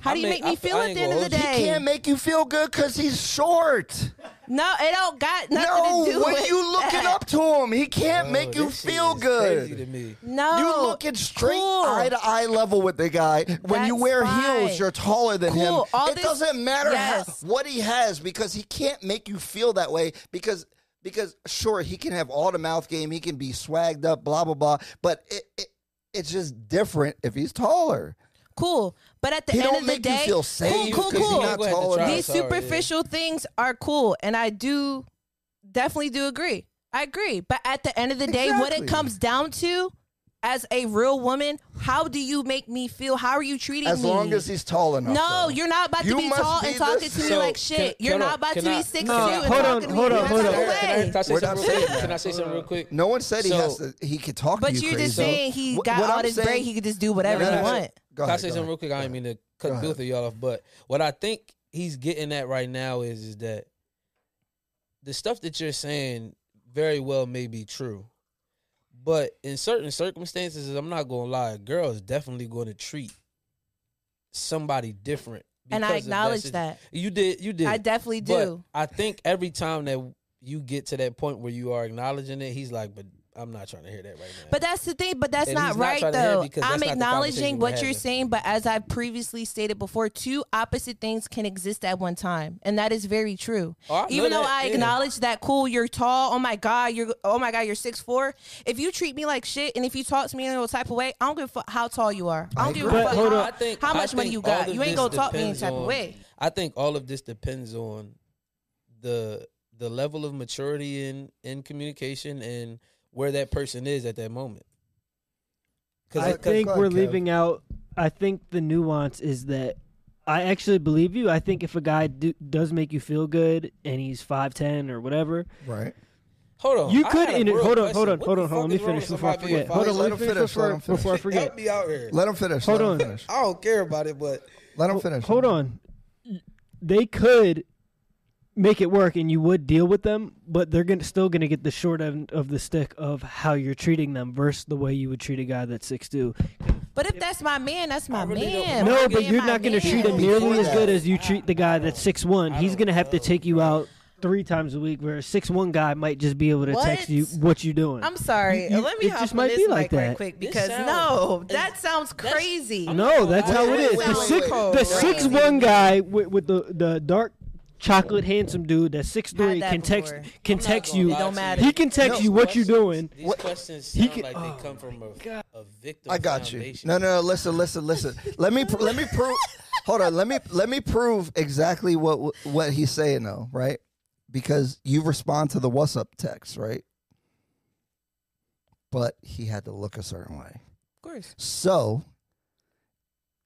Speaker 3: How
Speaker 2: I
Speaker 3: do you
Speaker 2: make-
Speaker 3: make me
Speaker 2: I f-
Speaker 3: feel
Speaker 2: I
Speaker 3: at
Speaker 2: ain't
Speaker 3: the end of
Speaker 2: gonna
Speaker 3: the
Speaker 2: hold you.
Speaker 1: He can't
Speaker 3: day?
Speaker 1: make you feel good because he's short.
Speaker 3: No, it don't got nothing to
Speaker 1: No,
Speaker 3: do
Speaker 1: when
Speaker 3: with
Speaker 1: you looking
Speaker 3: that.
Speaker 1: up to him, he can't
Speaker 2: Oh,
Speaker 1: make you
Speaker 2: this shit
Speaker 1: feel
Speaker 2: is
Speaker 1: good.
Speaker 2: Crazy to me.
Speaker 3: No,
Speaker 1: You looking straight
Speaker 3: Oh, cool.
Speaker 1: eye to eye level with the guy. When you
Speaker 3: That's
Speaker 1: wear
Speaker 3: fine.
Speaker 1: heels, you're taller than him.
Speaker 3: Cool. All
Speaker 1: it
Speaker 3: this-
Speaker 1: doesn't matter how-
Speaker 3: Yes.
Speaker 1: what he has because he can't make you feel that way because because sure he can have all the mouth game, he can be swagged up, blah blah blah, but it, it it's just different if he's taller.
Speaker 3: cool. But at the
Speaker 1: He
Speaker 3: end
Speaker 1: don't
Speaker 3: of
Speaker 1: make
Speaker 3: the day,
Speaker 1: you feel safe
Speaker 3: cool, cool,
Speaker 1: 'cause he's
Speaker 3: cool.
Speaker 1: not
Speaker 2: Go ahead to
Speaker 1: tall
Speaker 2: try.
Speaker 1: enough.
Speaker 3: these
Speaker 2: sorry, yeah.
Speaker 3: superficial things are cool and i do definitely do agree i agree but at the end of the day what
Speaker 1: Exactly.
Speaker 3: it comes down to as a real woman how do you make me feel how are you treating
Speaker 1: As
Speaker 3: me
Speaker 1: long as he's tall enough.
Speaker 3: no,
Speaker 1: though.
Speaker 3: you're not about
Speaker 1: You
Speaker 3: to be
Speaker 1: must
Speaker 3: tall
Speaker 1: be
Speaker 3: and talking
Speaker 1: this-
Speaker 3: to me
Speaker 2: So,
Speaker 3: like
Speaker 2: can-
Speaker 3: shit.
Speaker 2: can-
Speaker 3: you're
Speaker 2: hold
Speaker 3: not
Speaker 2: on,
Speaker 3: about to
Speaker 2: can I-
Speaker 3: be six two
Speaker 2: No,
Speaker 3: and
Speaker 8: hold
Speaker 3: talking
Speaker 8: on,
Speaker 3: to me
Speaker 8: hold
Speaker 3: any
Speaker 8: on,
Speaker 3: type
Speaker 8: hold
Speaker 3: of
Speaker 8: on.
Speaker 2: Can I,
Speaker 3: way.
Speaker 2: can I say
Speaker 1: We're not
Speaker 2: something real
Speaker 1: saying
Speaker 2: quick?
Speaker 1: that.
Speaker 2: Can I say something real quick?
Speaker 1: No one said he
Speaker 2: So-
Speaker 1: has to. He could talk.
Speaker 3: But
Speaker 1: to you
Speaker 3: you're just
Speaker 1: crazy.
Speaker 3: saying he
Speaker 1: Wh-
Speaker 3: got
Speaker 1: what
Speaker 3: all
Speaker 1: I'm
Speaker 3: this
Speaker 1: saying-
Speaker 3: break. He could just do whatever
Speaker 1: No, no, no.
Speaker 3: he want.
Speaker 1: Go
Speaker 2: Can I
Speaker 1: ahead,
Speaker 2: say
Speaker 1: go
Speaker 2: something
Speaker 1: ahead.
Speaker 2: real quick? I didn't mean to cut
Speaker 1: ahead.
Speaker 2: both of y'all off, but what I think he's getting at right now is is that the stuff that you're saying very well may be true, but in certain circumstances, I'm not gonna lie, a girl is definitely going to treat somebody different.
Speaker 3: And I
Speaker 2: because of
Speaker 3: acknowledge
Speaker 2: situ-
Speaker 3: that.
Speaker 2: You did. You did.
Speaker 3: I definitely
Speaker 2: But
Speaker 3: do.
Speaker 2: I think every time that you get to that point where you are acknowledging it, he's like, "But I'm not trying to hear that right now."
Speaker 3: But that's the thing. But that's
Speaker 2: And
Speaker 3: not
Speaker 2: he's not
Speaker 3: right
Speaker 2: trying to hear
Speaker 3: though.
Speaker 2: because that's
Speaker 3: I'm
Speaker 2: not the conversation
Speaker 3: acknowledging what
Speaker 2: we're
Speaker 3: you're
Speaker 2: having.
Speaker 3: saying, but as I've previously stated before, two opposite things can exist at one time, and that is very true.
Speaker 2: Oh, I know
Speaker 3: Even though
Speaker 2: that,
Speaker 3: I
Speaker 2: yeah.
Speaker 3: acknowledge that, cool, you're tall. Oh my god, you're oh my god, you're six four. If you treat me like shit, and if you talk to me in a type of way, I don't give a fuck how tall you are. I don't give a
Speaker 8: agree.
Speaker 3: fuck
Speaker 8: But hold
Speaker 3: how,
Speaker 8: up.
Speaker 2: I think-
Speaker 3: how
Speaker 2: I
Speaker 3: much money
Speaker 2: think
Speaker 3: you
Speaker 2: all
Speaker 3: got.
Speaker 2: of
Speaker 3: You ain't
Speaker 2: this
Speaker 3: gonna talk me in
Speaker 2: depends
Speaker 3: type
Speaker 2: on-
Speaker 3: of way.
Speaker 2: I think all of this depends on the the level of maturity in in communication and where that person is at that moment.
Speaker 8: I
Speaker 1: Go- go-
Speaker 8: think
Speaker 1: go ahead,
Speaker 8: we're
Speaker 1: Kev.
Speaker 8: leaving out. I think the nuance is that I actually believe you. I think if a guy do, does make you feel good and he's five ten or whatever,
Speaker 1: Right.
Speaker 2: Hold on,
Speaker 8: you
Speaker 2: I
Speaker 8: could.
Speaker 2: had a
Speaker 8: Inter-
Speaker 2: real
Speaker 8: hold on,
Speaker 2: question.
Speaker 8: hold on,
Speaker 2: What
Speaker 8: hold
Speaker 2: the
Speaker 8: on,
Speaker 2: fuck
Speaker 8: hold on. Let me
Speaker 2: is wrong
Speaker 8: finish
Speaker 2: with
Speaker 8: before I
Speaker 2: somebody being
Speaker 8: forget. Hold
Speaker 2: five-
Speaker 8: on,
Speaker 1: Let him
Speaker 8: me
Speaker 1: finish, let
Speaker 8: before,
Speaker 1: him finish.
Speaker 8: before I forget.
Speaker 2: Help me out here.
Speaker 1: Let him finish.
Speaker 8: Hold
Speaker 1: let
Speaker 8: on.
Speaker 1: Him finish.
Speaker 2: I don't care about it, but
Speaker 1: Let him finish.
Speaker 8: Hold on. They could make it work and you would deal with them, but they're gonna, still going to get the short end of the stick of how you're treating them versus the way you would treat a guy that's 6'2.
Speaker 3: But if that's my man, that's my
Speaker 2: really don't-
Speaker 3: man.
Speaker 2: Am I
Speaker 8: No,
Speaker 3: My
Speaker 8: but
Speaker 3: man,
Speaker 8: you're
Speaker 3: my
Speaker 8: not going to
Speaker 3: man.
Speaker 8: treat him
Speaker 1: Before
Speaker 8: nearly as
Speaker 1: that-
Speaker 8: good as you treat the guy that's 6'1. He's
Speaker 2: don't
Speaker 8: going to have to
Speaker 2: know,
Speaker 8: take you out three times a week, where a 6'1 guy might just be able to text
Speaker 3: What?
Speaker 8: you what you doing.
Speaker 3: I'm sorry.
Speaker 8: You- you-
Speaker 3: Let me
Speaker 8: it
Speaker 3: hop
Speaker 8: just
Speaker 3: on
Speaker 8: might
Speaker 3: this
Speaker 8: be like
Speaker 3: mic
Speaker 8: that.
Speaker 3: right quick
Speaker 2: This
Speaker 3: because
Speaker 2: sounds-
Speaker 3: no,
Speaker 2: it-
Speaker 3: that sounds
Speaker 2: that's-
Speaker 3: crazy.
Speaker 2: I'm-
Speaker 8: No, that's how it
Speaker 3: Wait,
Speaker 8: is.
Speaker 3: wait,
Speaker 8: The
Speaker 3: wait,
Speaker 8: six,
Speaker 3: wait.
Speaker 8: the
Speaker 3: Wait.
Speaker 8: six one guy with, with the the dark chocolate handsome dude that's six three
Speaker 3: Had that
Speaker 8: can text
Speaker 3: before.
Speaker 8: can
Speaker 2: I'm not
Speaker 8: text
Speaker 2: gonna
Speaker 8: you.
Speaker 2: lie
Speaker 3: don't
Speaker 2: to
Speaker 3: matter.
Speaker 8: He can text
Speaker 1: No.
Speaker 8: you what you doing.
Speaker 2: These
Speaker 1: What-
Speaker 2: questions
Speaker 8: He
Speaker 2: sound
Speaker 8: can-
Speaker 2: like
Speaker 8: oh
Speaker 2: they come from a, a victim.
Speaker 1: I got you.
Speaker 2: foundation.
Speaker 1: No, no, no. Listen, listen, listen. let me pr- let me prove. Hold on. Let me let me prove exactly what what he's saying though. Right? Because you respond to the what's up text, right? But he had to look a certain way.
Speaker 3: Of course.
Speaker 1: So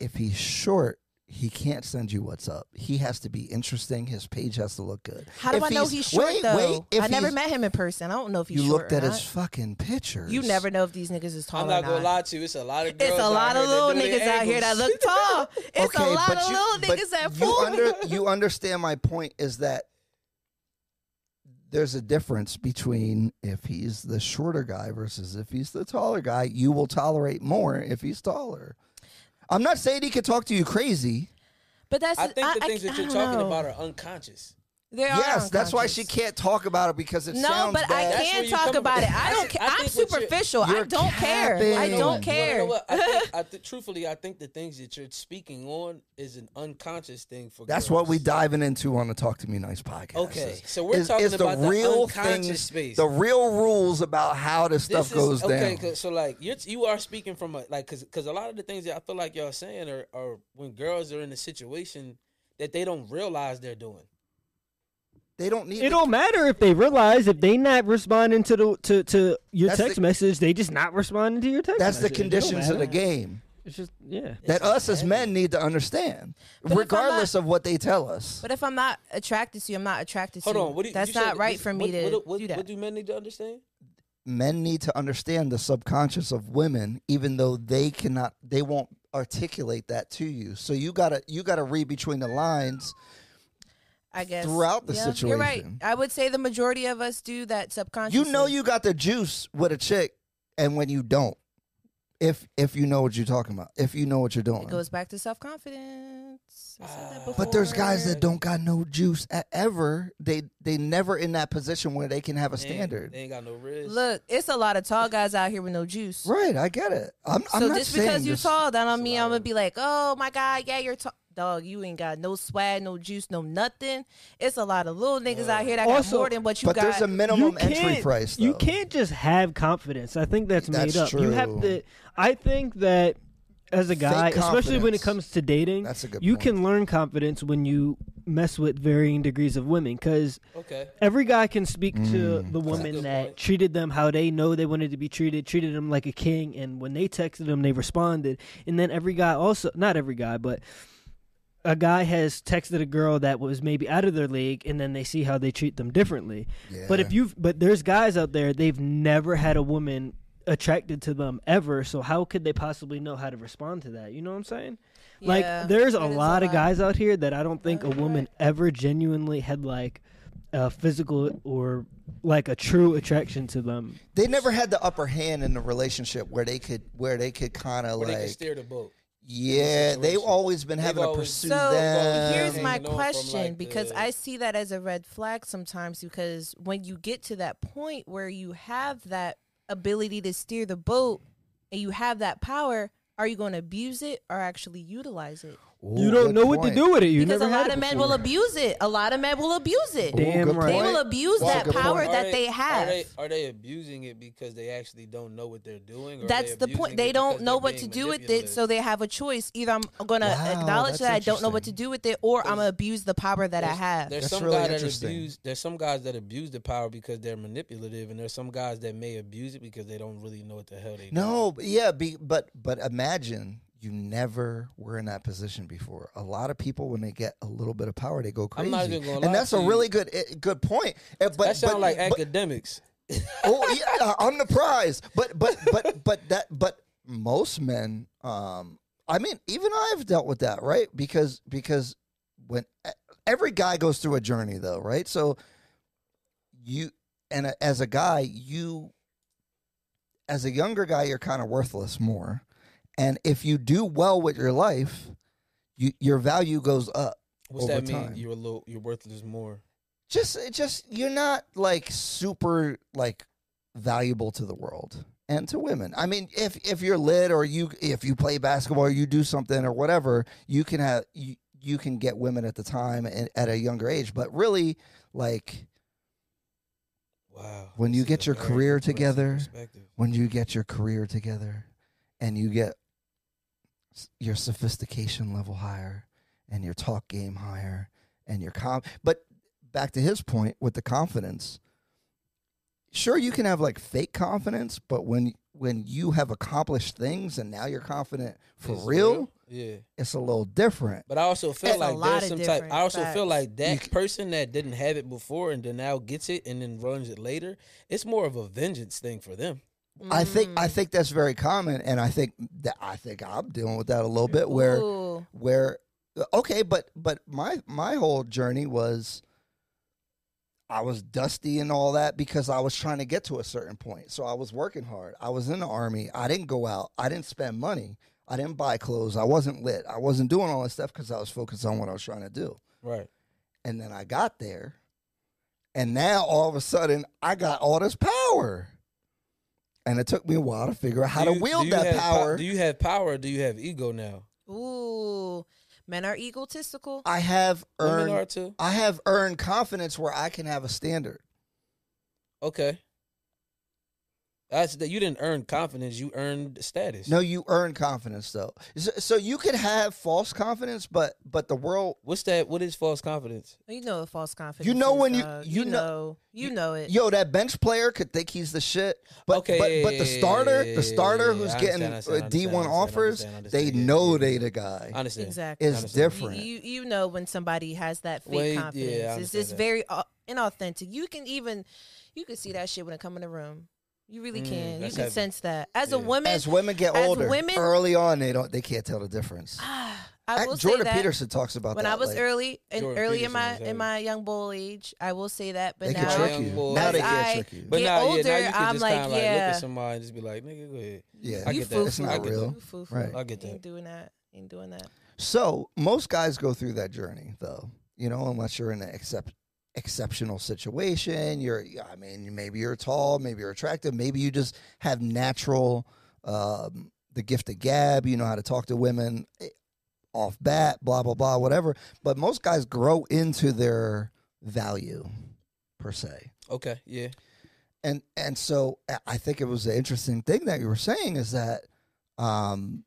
Speaker 1: if he's short, he can't send you what's up. He has to be interesting. His page has to look good.
Speaker 3: How do
Speaker 1: If
Speaker 3: I know he's short
Speaker 1: wait,
Speaker 3: though?
Speaker 1: Wait, if
Speaker 3: I never
Speaker 1: he's-
Speaker 3: met him in person. I don't know if he's
Speaker 1: You
Speaker 3: short
Speaker 1: looked at
Speaker 3: or
Speaker 1: his fucking pictures.
Speaker 3: not. You never know if these niggas is tall
Speaker 2: I'm
Speaker 3: or
Speaker 2: not gonna
Speaker 3: not.
Speaker 2: lie to you. It's a lot of girls.
Speaker 3: It's a
Speaker 2: out
Speaker 3: lot
Speaker 2: here
Speaker 3: of
Speaker 2: that
Speaker 3: little
Speaker 2: do
Speaker 3: niggas
Speaker 2: their
Speaker 3: out here that
Speaker 2: angles.
Speaker 3: look tall. It's a lot of little
Speaker 1: but
Speaker 3: niggas that
Speaker 1: you
Speaker 3: fool.
Speaker 1: under, you understand my point is that there's a difference between if he's the shorter guy versus if he's the taller guy. You will tolerate more if he's taller. I'm not saying he could talk to you crazy.
Speaker 3: But that's
Speaker 2: I think the
Speaker 3: I-
Speaker 2: things
Speaker 3: I
Speaker 2: that you're
Speaker 3: don't
Speaker 2: talking
Speaker 3: know.
Speaker 2: about are unconscious.
Speaker 3: They are
Speaker 1: yes, that's why
Speaker 3: unconscious.
Speaker 1: she can't talk about it because it
Speaker 3: No,
Speaker 1: sounds
Speaker 3: but I
Speaker 1: bad.
Speaker 2: That's where
Speaker 3: can
Speaker 2: you
Speaker 3: talk
Speaker 2: come
Speaker 3: about
Speaker 2: from.
Speaker 3: it. I
Speaker 2: I
Speaker 3: don't
Speaker 2: think-
Speaker 3: care.
Speaker 2: I
Speaker 3: I'm
Speaker 2: think what you're-
Speaker 3: superficial. I
Speaker 1: you're
Speaker 3: don't care. I
Speaker 1: capping.
Speaker 3: don't
Speaker 1: You
Speaker 2: You
Speaker 3: care.
Speaker 2: know what? I think, I th- truthfully, I think the things that you're speaking on is an unconscious thing for.
Speaker 1: That's
Speaker 2: girls.
Speaker 1: what we diving into on the Talk to Me Nice podcast.
Speaker 2: Okay,
Speaker 1: is-
Speaker 2: so we're talking about the unconscious
Speaker 1: things,
Speaker 2: space.
Speaker 1: the real rules about how this, stuff
Speaker 2: This is-
Speaker 1: goes
Speaker 2: okay,
Speaker 1: down.
Speaker 2: 'cause- so like you're you are speaking from a like because because a lot of the things that I feel like y'all saying are are when girls are in a situation that they don't realize they're doing.
Speaker 1: They don't need.
Speaker 8: It
Speaker 1: to-
Speaker 8: don't matter if they realize if they not responding to the to, to your
Speaker 1: That's
Speaker 8: text
Speaker 1: the-
Speaker 8: message, they just not responding to your text.
Speaker 1: that's the
Speaker 8: message. It don't
Speaker 1: conditions of the
Speaker 8: matter.
Speaker 1: game
Speaker 8: It's just yeah.
Speaker 1: that us as
Speaker 2: heavy.
Speaker 1: men need to understand,
Speaker 3: if I'm
Speaker 1: regardless
Speaker 3: not-
Speaker 1: of what they tell us.
Speaker 3: But if I'm not attracted to you, I'm not attracted
Speaker 2: Hold
Speaker 3: to you.
Speaker 2: on, what do you,
Speaker 3: that's
Speaker 2: you said
Speaker 3: not
Speaker 2: that
Speaker 3: right
Speaker 2: this-
Speaker 3: for me
Speaker 2: what-
Speaker 3: to
Speaker 2: what, what,
Speaker 3: do that.
Speaker 2: What do men need to understand?
Speaker 1: Men need to understand the subconscious of women, even though they cannot, they won't articulate that to you. So you gotta, you gotta read between the lines.
Speaker 3: I guess
Speaker 1: throughout the
Speaker 3: You're right.
Speaker 1: situation.
Speaker 3: I would say the majority of us do that subconsciously.
Speaker 1: You know you got the juice with a chick, and when you don't, if if you know what you're talking about, if you know what you're doing.
Speaker 3: It goes back to self confidence.
Speaker 1: but there's guys that don't got no juice at ever. They they never in that position where they can have a
Speaker 2: They ain't-
Speaker 1: standard.
Speaker 2: They ain't got no risk.
Speaker 3: look. It's a lot of tall guys out here with no juice.
Speaker 1: Right, I get it. I'm, I'm
Speaker 3: so
Speaker 1: not
Speaker 3: just
Speaker 1: saying
Speaker 3: because you
Speaker 1: this-
Speaker 3: tall, that don't
Speaker 2: a
Speaker 3: mean
Speaker 2: lot
Speaker 3: I'm gonna
Speaker 2: of-
Speaker 3: be like, oh my god, yeah, you're tall. Dog, you ain't got no swag, no juice, no nothing. It's a lot of little niggas out here that
Speaker 8: Also-
Speaker 3: got more than what you
Speaker 1: but
Speaker 3: got.
Speaker 1: there's a minimum entry
Speaker 8: can't-
Speaker 1: price. Though.
Speaker 8: You can't just have confidence. I think that's,
Speaker 1: That's
Speaker 8: made up. You
Speaker 1: true.
Speaker 8: have to. I think that as a guy, especially when
Speaker 1: confidence.
Speaker 8: it comes to dating,
Speaker 1: That's a good
Speaker 8: you
Speaker 1: point.
Speaker 8: can learn confidence when you mess with varying degrees of women because
Speaker 2: Okay.
Speaker 8: every guy can speak to the
Speaker 2: Mm, That's a
Speaker 8: woman
Speaker 2: good
Speaker 8: that
Speaker 2: point.
Speaker 8: treated them how they know they wanted to be treated, treated them like a king, and when they texted them, they responded. And then every guy also, not every guy, but a guy has texted a girl that was maybe out of their league, and then they see how they treat them differently. But if you've, but there's guys out there they've never had a woman attracted to them ever, so how could they possibly know how to respond to that? You know what I'm saying?
Speaker 3: Yeah,
Speaker 8: like there's a
Speaker 3: that is a
Speaker 8: lot of
Speaker 3: lot.
Speaker 8: guys out here that I don't think a
Speaker 3: you're
Speaker 8: woman
Speaker 3: right.
Speaker 8: ever genuinely had like a physical or like a true attraction to them.
Speaker 1: they never had the upper hand in the relationship where they could where they could kind of
Speaker 2: Where
Speaker 1: like
Speaker 2: they can steer the boat.
Speaker 1: Yeah, they've
Speaker 2: situation.
Speaker 1: always been
Speaker 2: They've
Speaker 1: having to
Speaker 2: always-
Speaker 1: pursue
Speaker 3: So
Speaker 1: them.
Speaker 3: here's my
Speaker 2: Hanging on from,
Speaker 3: question
Speaker 2: like,
Speaker 3: because
Speaker 2: the-
Speaker 3: I see that as a red flag sometimes because when you get to that point where you have that ability to steer the boat and you have that power, are you going to abuse it or actually utilize it?
Speaker 8: you don't
Speaker 1: good
Speaker 8: know what to
Speaker 1: point.
Speaker 8: do with it. You
Speaker 3: because a
Speaker 8: never
Speaker 3: lot
Speaker 8: had
Speaker 3: of
Speaker 8: it
Speaker 3: men
Speaker 8: before.
Speaker 3: will abuse it. A lot of men will abuse it.
Speaker 1: Ooh,
Speaker 8: Damn
Speaker 1: good
Speaker 8: right.
Speaker 3: They
Speaker 1: point.
Speaker 3: will abuse
Speaker 1: That's a
Speaker 3: that
Speaker 1: good
Speaker 3: power
Speaker 1: point.
Speaker 3: that they
Speaker 2: Are
Speaker 3: have.
Speaker 2: they, are they abusing it because they actually don't know what they're doing? Or are
Speaker 3: That's
Speaker 2: they
Speaker 3: the
Speaker 2: abusing
Speaker 3: point.
Speaker 2: it
Speaker 3: They don't
Speaker 2: because
Speaker 3: know
Speaker 2: they're
Speaker 3: what to
Speaker 2: being
Speaker 3: do with it,
Speaker 2: manipulative?
Speaker 3: so they have a choice. Either I'm gonna
Speaker 1: Wow,
Speaker 3: acknowledge
Speaker 1: that's
Speaker 3: that I don't know what to
Speaker 1: interesting.
Speaker 3: do with it, or I'm gonna abuse the power that I
Speaker 2: There's-
Speaker 3: have.
Speaker 2: There's
Speaker 1: That's
Speaker 2: some
Speaker 1: really
Speaker 2: guys that
Speaker 1: interesting.
Speaker 2: abuse. There's some guys that abuse the power because they're manipulative, and there's some guys that may abuse it because they don't really know what the hell they.
Speaker 1: No, but yeah, be, but but imagine you never were in that position before. A lot of people, when they get a little bit of power, they go crazy,
Speaker 2: I'm not even gonna lie
Speaker 1: and that's
Speaker 2: to
Speaker 1: a
Speaker 2: you.
Speaker 1: really good eh, good point. Eh, But
Speaker 2: Do. That sounds
Speaker 1: but-
Speaker 2: like
Speaker 1: but-
Speaker 2: academics.
Speaker 1: oh yeah, I'm the prize. But but but but that but most men, um, I mean, even I've dealt with that, right? Because because when e- every guy goes through a journey, though, right? So you and a- as a guy, you as a younger guy, you're kind of worthless more, and if you do well with your life, you your value goes up.
Speaker 2: What's
Speaker 1: over
Speaker 2: that mean?
Speaker 1: time.
Speaker 2: You're a little. You're worthless more.
Speaker 1: just it just you're not like super like valuable to the world and to women. I mean, if if you're lit or you if you play basketball or you do something or whatever, you can have you, you can get women at the time and at a younger age, but really like
Speaker 2: Wow.
Speaker 1: When
Speaker 2: this
Speaker 1: you
Speaker 2: is
Speaker 1: get
Speaker 2: a
Speaker 1: your
Speaker 2: very
Speaker 1: career
Speaker 2: progressive
Speaker 1: together,
Speaker 2: perspective.
Speaker 1: when you get your career together and you get s- your sophistication level higher and your talk game higher and your com but back to his point with the confidence sure you can have like fake confidence but when when you have accomplished things and now you're confident for
Speaker 2: It's
Speaker 1: real,
Speaker 2: Yeah.
Speaker 1: it's a little different
Speaker 2: But I also feel
Speaker 3: It's a
Speaker 2: like
Speaker 3: lot
Speaker 2: there's
Speaker 3: of
Speaker 2: some type.
Speaker 3: different
Speaker 2: I also feel
Speaker 3: facts.
Speaker 2: like that
Speaker 1: c-
Speaker 2: person that didn't have it before and then now gets it and then runs it later. It's more of a vengeance thing for them.
Speaker 1: i think
Speaker 3: Mm.
Speaker 1: i think that's very common and i think that i think i'm dealing with that a little bit where
Speaker 3: Ooh.
Speaker 1: where okay but but my my whole journey was i was dusty and all that because i was trying to get to a certain point so i was working hard i was in the army i didn't go out i didn't spend money i didn't buy clothes i wasn't lit i wasn't doing all this stuff because i was focused on what i was trying to do
Speaker 2: Right.
Speaker 1: and then i got there and now all of a sudden i got all this power and it took me a while to figure out how
Speaker 2: Do
Speaker 1: to
Speaker 2: you- do
Speaker 1: wield
Speaker 2: you
Speaker 1: that
Speaker 2: have po-
Speaker 1: power
Speaker 2: do you have power? or Do you have ego now?
Speaker 3: Ooh, men are egotistical.
Speaker 1: i have earned
Speaker 2: Women are too.
Speaker 1: I have earned confidence where I can have a standard.
Speaker 2: Okay. That's that. You didn't earn confidence. You earned status.
Speaker 1: No, you earn confidence though. So, so you could have false confidence, but but the world
Speaker 2: What's that? What is false confidence?
Speaker 3: You know what false confidence.
Speaker 1: You know
Speaker 3: is,
Speaker 1: when you-
Speaker 3: dog.
Speaker 1: you know-
Speaker 3: you know it.
Speaker 1: yo that bench player could think he's the shit, but
Speaker 2: Okay, yeah,
Speaker 1: but, but the
Speaker 2: yeah,
Speaker 1: starter,
Speaker 2: yeah, yeah,
Speaker 1: the starter
Speaker 2: yeah,
Speaker 1: who's
Speaker 2: I
Speaker 1: getting
Speaker 2: understand, understand,
Speaker 1: uh, D one
Speaker 2: understand,
Speaker 1: offers,
Speaker 2: understand, understand,
Speaker 1: they
Speaker 2: yeah,
Speaker 1: know
Speaker 2: yeah,
Speaker 1: they
Speaker 2: yeah.
Speaker 1: the guy.
Speaker 2: I understand.
Speaker 3: exactly.
Speaker 1: Is
Speaker 2: understand.
Speaker 1: different.
Speaker 3: You, you you know when somebody has that fake
Speaker 2: Wait, yeah, I
Speaker 3: confidence. it's
Speaker 2: understand
Speaker 3: just
Speaker 2: that.
Speaker 3: very au- inauthentic. You can even you can see that shit when it come in the room. You really
Speaker 2: Mm,
Speaker 3: can. You
Speaker 2: that's
Speaker 3: can
Speaker 2: heavy.
Speaker 3: sense that as a
Speaker 2: Yeah.
Speaker 3: woman.
Speaker 1: as women get
Speaker 3: as
Speaker 1: older,
Speaker 3: women-
Speaker 1: early on they don't they can't tell the difference.
Speaker 3: ah, I
Speaker 1: Act-
Speaker 3: will
Speaker 1: Jordan
Speaker 3: say that
Speaker 1: Peterson talks about
Speaker 3: when
Speaker 1: that.
Speaker 3: I was
Speaker 1: like,
Speaker 3: early and
Speaker 2: Jordan
Speaker 3: early
Speaker 2: Peterson
Speaker 3: in my
Speaker 2: is
Speaker 3: in
Speaker 2: heavy.
Speaker 3: my young bull age, I will say that. But
Speaker 1: they
Speaker 3: now,
Speaker 1: can trick you.
Speaker 2: Young boy.
Speaker 1: Now they
Speaker 3: As
Speaker 1: can
Speaker 3: I
Speaker 1: trick you.
Speaker 2: But
Speaker 3: Get
Speaker 2: now, yeah, now
Speaker 3: older,
Speaker 2: you can
Speaker 3: I'm
Speaker 2: just
Speaker 3: like,
Speaker 2: kind of like look
Speaker 3: yeah.
Speaker 2: at somebody and just be like, nigga, go ahead.
Speaker 1: yeah,
Speaker 2: I
Speaker 3: you
Speaker 2: get that.
Speaker 1: It's not
Speaker 2: I get that.
Speaker 1: real.
Speaker 3: You foo-foo.
Speaker 1: Right.
Speaker 2: I get that.
Speaker 3: Ain't doing that. Ain't doing that.
Speaker 1: So most guys go through that journey, though. You know, unless you're in an excep- exceptional situation, you're. I mean, maybe you're tall, maybe you're attractive, maybe you just have natural, um, the gift of gab. You know how to talk to women eh, off bat, blah blah blah, whatever. But most guys grow into their value, per se
Speaker 2: Okay, yeah.
Speaker 1: and and so I- I think it was an interesting thing that you were saying is that um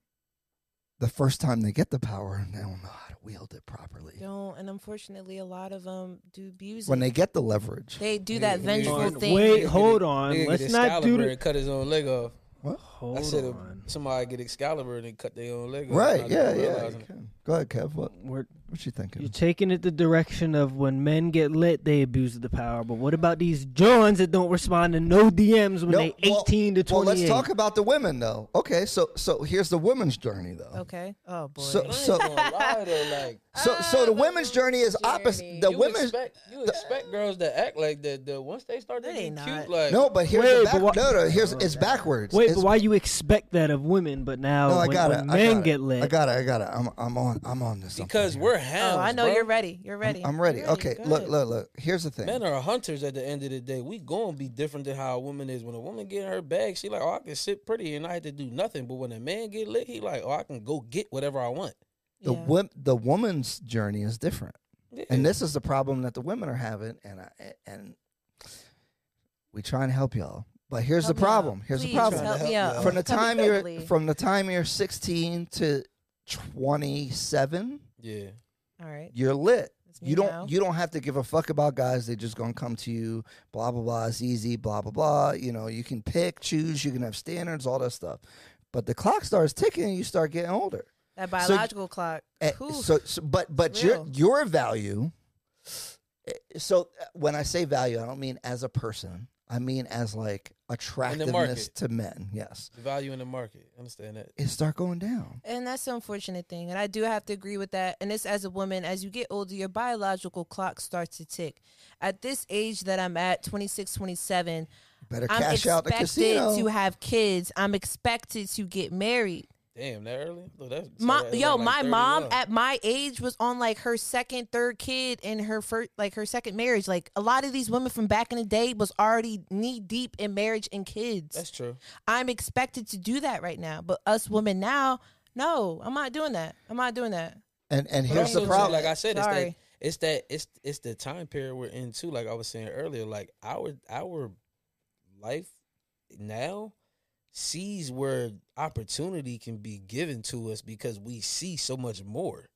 Speaker 1: the first time they get the power they don't know how to wield it properly
Speaker 3: Don't. And unfortunately, a lot of them do abuse
Speaker 1: when
Speaker 3: it.
Speaker 1: they get the leverage
Speaker 3: They do that
Speaker 2: Hold on,
Speaker 3: vengeful
Speaker 8: Hold on,
Speaker 3: thing.
Speaker 8: Wait,
Speaker 2: Nigga
Speaker 8: hold
Speaker 2: get- nigga
Speaker 8: on.
Speaker 2: get
Speaker 8: Let's not do
Speaker 2: Excalibur
Speaker 8: the.
Speaker 2: and cut his own leg off. I
Speaker 8: Hold
Speaker 2: said
Speaker 8: on.
Speaker 2: somebody get Excalibur and they cut their own leg off.
Speaker 1: right
Speaker 2: I
Speaker 1: yeah
Speaker 2: didn't
Speaker 1: yeah
Speaker 2: realize
Speaker 1: you can. go ahead kev what
Speaker 8: We're
Speaker 1: What you thinking?
Speaker 8: You're taking it the direction of when men get lit, they abuse of the power. But what about these Johns that don't respond to no DMs when
Speaker 1: No,
Speaker 8: they
Speaker 1: well-
Speaker 8: 18 to 28?
Speaker 1: Well, let's talk about the women though. Okay, so so here's the women's journey though.
Speaker 3: Okay. Oh boy.
Speaker 1: So
Speaker 2: I ain't
Speaker 1: so
Speaker 2: gonna lie though, like
Speaker 1: so so the women's journey is opposite. The
Speaker 2: you
Speaker 1: women's
Speaker 2: expect you expect girls that act like that. The once they start
Speaker 3: They
Speaker 2: getting
Speaker 3: not.
Speaker 2: cute, like
Speaker 1: no, but here's
Speaker 8: Wait,
Speaker 1: the
Speaker 8: but
Speaker 1: back,
Speaker 8: what-
Speaker 1: no, no, here's it's backwards.
Speaker 8: Wait,
Speaker 1: It's-
Speaker 8: but why you expect that of women, but now
Speaker 1: No,
Speaker 8: when,
Speaker 1: I got
Speaker 8: when
Speaker 1: it. I
Speaker 8: men
Speaker 1: got it.
Speaker 8: get lit?
Speaker 1: I got it. I got it. I'm I'm on I'm on this.
Speaker 2: because we're hounds.
Speaker 3: oh, I know
Speaker 2: bro.
Speaker 3: you're ready. You're ready.
Speaker 1: I'm ready. Okay,
Speaker 3: Go
Speaker 1: look
Speaker 3: ahead.
Speaker 1: look look. Here's the thing.
Speaker 2: Men are hunters at the end of the day. We gonna be different than how a woman is. When a woman get in her bag, she like, oh, I can sit pretty and I had to do nothing. But when a man get lit, he like, oh, I can go get whatever I want.
Speaker 1: the
Speaker 3: Yeah.
Speaker 1: wom- the woman's journey is different,
Speaker 2: Yeah.
Speaker 1: and this is the problem that the women are having, and I, and we try and help y'all. But here's
Speaker 3: Help
Speaker 1: the
Speaker 3: me out.
Speaker 1: problem. Here's
Speaker 3: Please
Speaker 1: the problem.
Speaker 3: Help
Speaker 1: From
Speaker 3: me out.
Speaker 1: the time you're
Speaker 3: Please.
Speaker 1: from the time you're 16 to 27,
Speaker 2: yeah,
Speaker 3: All right.
Speaker 1: you're lit.
Speaker 3: That's me
Speaker 1: You don't
Speaker 3: now.
Speaker 1: you don't have to give a fuck about guys. They just gonna come to you. Blah blah blah. It's easy. Blah blah blah. You know you can pick, choose. You can have standards, all that stuff. But the clock starts ticking, and you start getting older.
Speaker 3: That
Speaker 1: so-
Speaker 3: biological clock.
Speaker 1: Eh,
Speaker 3: Whew.
Speaker 1: so, so but but your
Speaker 3: real.
Speaker 1: your value eh, so uh, when i say value i don't mean as a person i mean as like attractiveness
Speaker 2: market.
Speaker 1: to men yes
Speaker 2: the value in the market. Understand that?
Speaker 1: it start going down
Speaker 3: And that's the unfortunate thing. And I do have to agree with that. And it's as a woman, as you get older, your biological clock starts to tick. At this age that I'm at, 26, 27,
Speaker 1: better
Speaker 3: I'm
Speaker 1: cash out the
Speaker 3: expected
Speaker 1: casino
Speaker 3: to have kids. I'm expected to get married.
Speaker 2: Damn, that early? Look, that's,
Speaker 3: My,
Speaker 2: that's
Speaker 3: yo,
Speaker 2: like
Speaker 3: my mom
Speaker 2: 31.
Speaker 3: at my age was on like her second, third kid and her first, like her second marriage. Like a lot of these women from back in the day was already knee deep in marriage and kids.
Speaker 2: that's true.
Speaker 3: I'm expected to do that right now. But us women now, no, I'm not doing that. I'm not doing that.
Speaker 1: and and
Speaker 2: But
Speaker 1: here's
Speaker 2: also,
Speaker 1: the
Speaker 2: too,
Speaker 1: problem
Speaker 2: Like I said, it's that,
Speaker 3: Sorry.
Speaker 2: it's that it's it's the time period we're in too. Like I was saying earlier, like our our life now sees where opportunity can be given to us because we see so much more.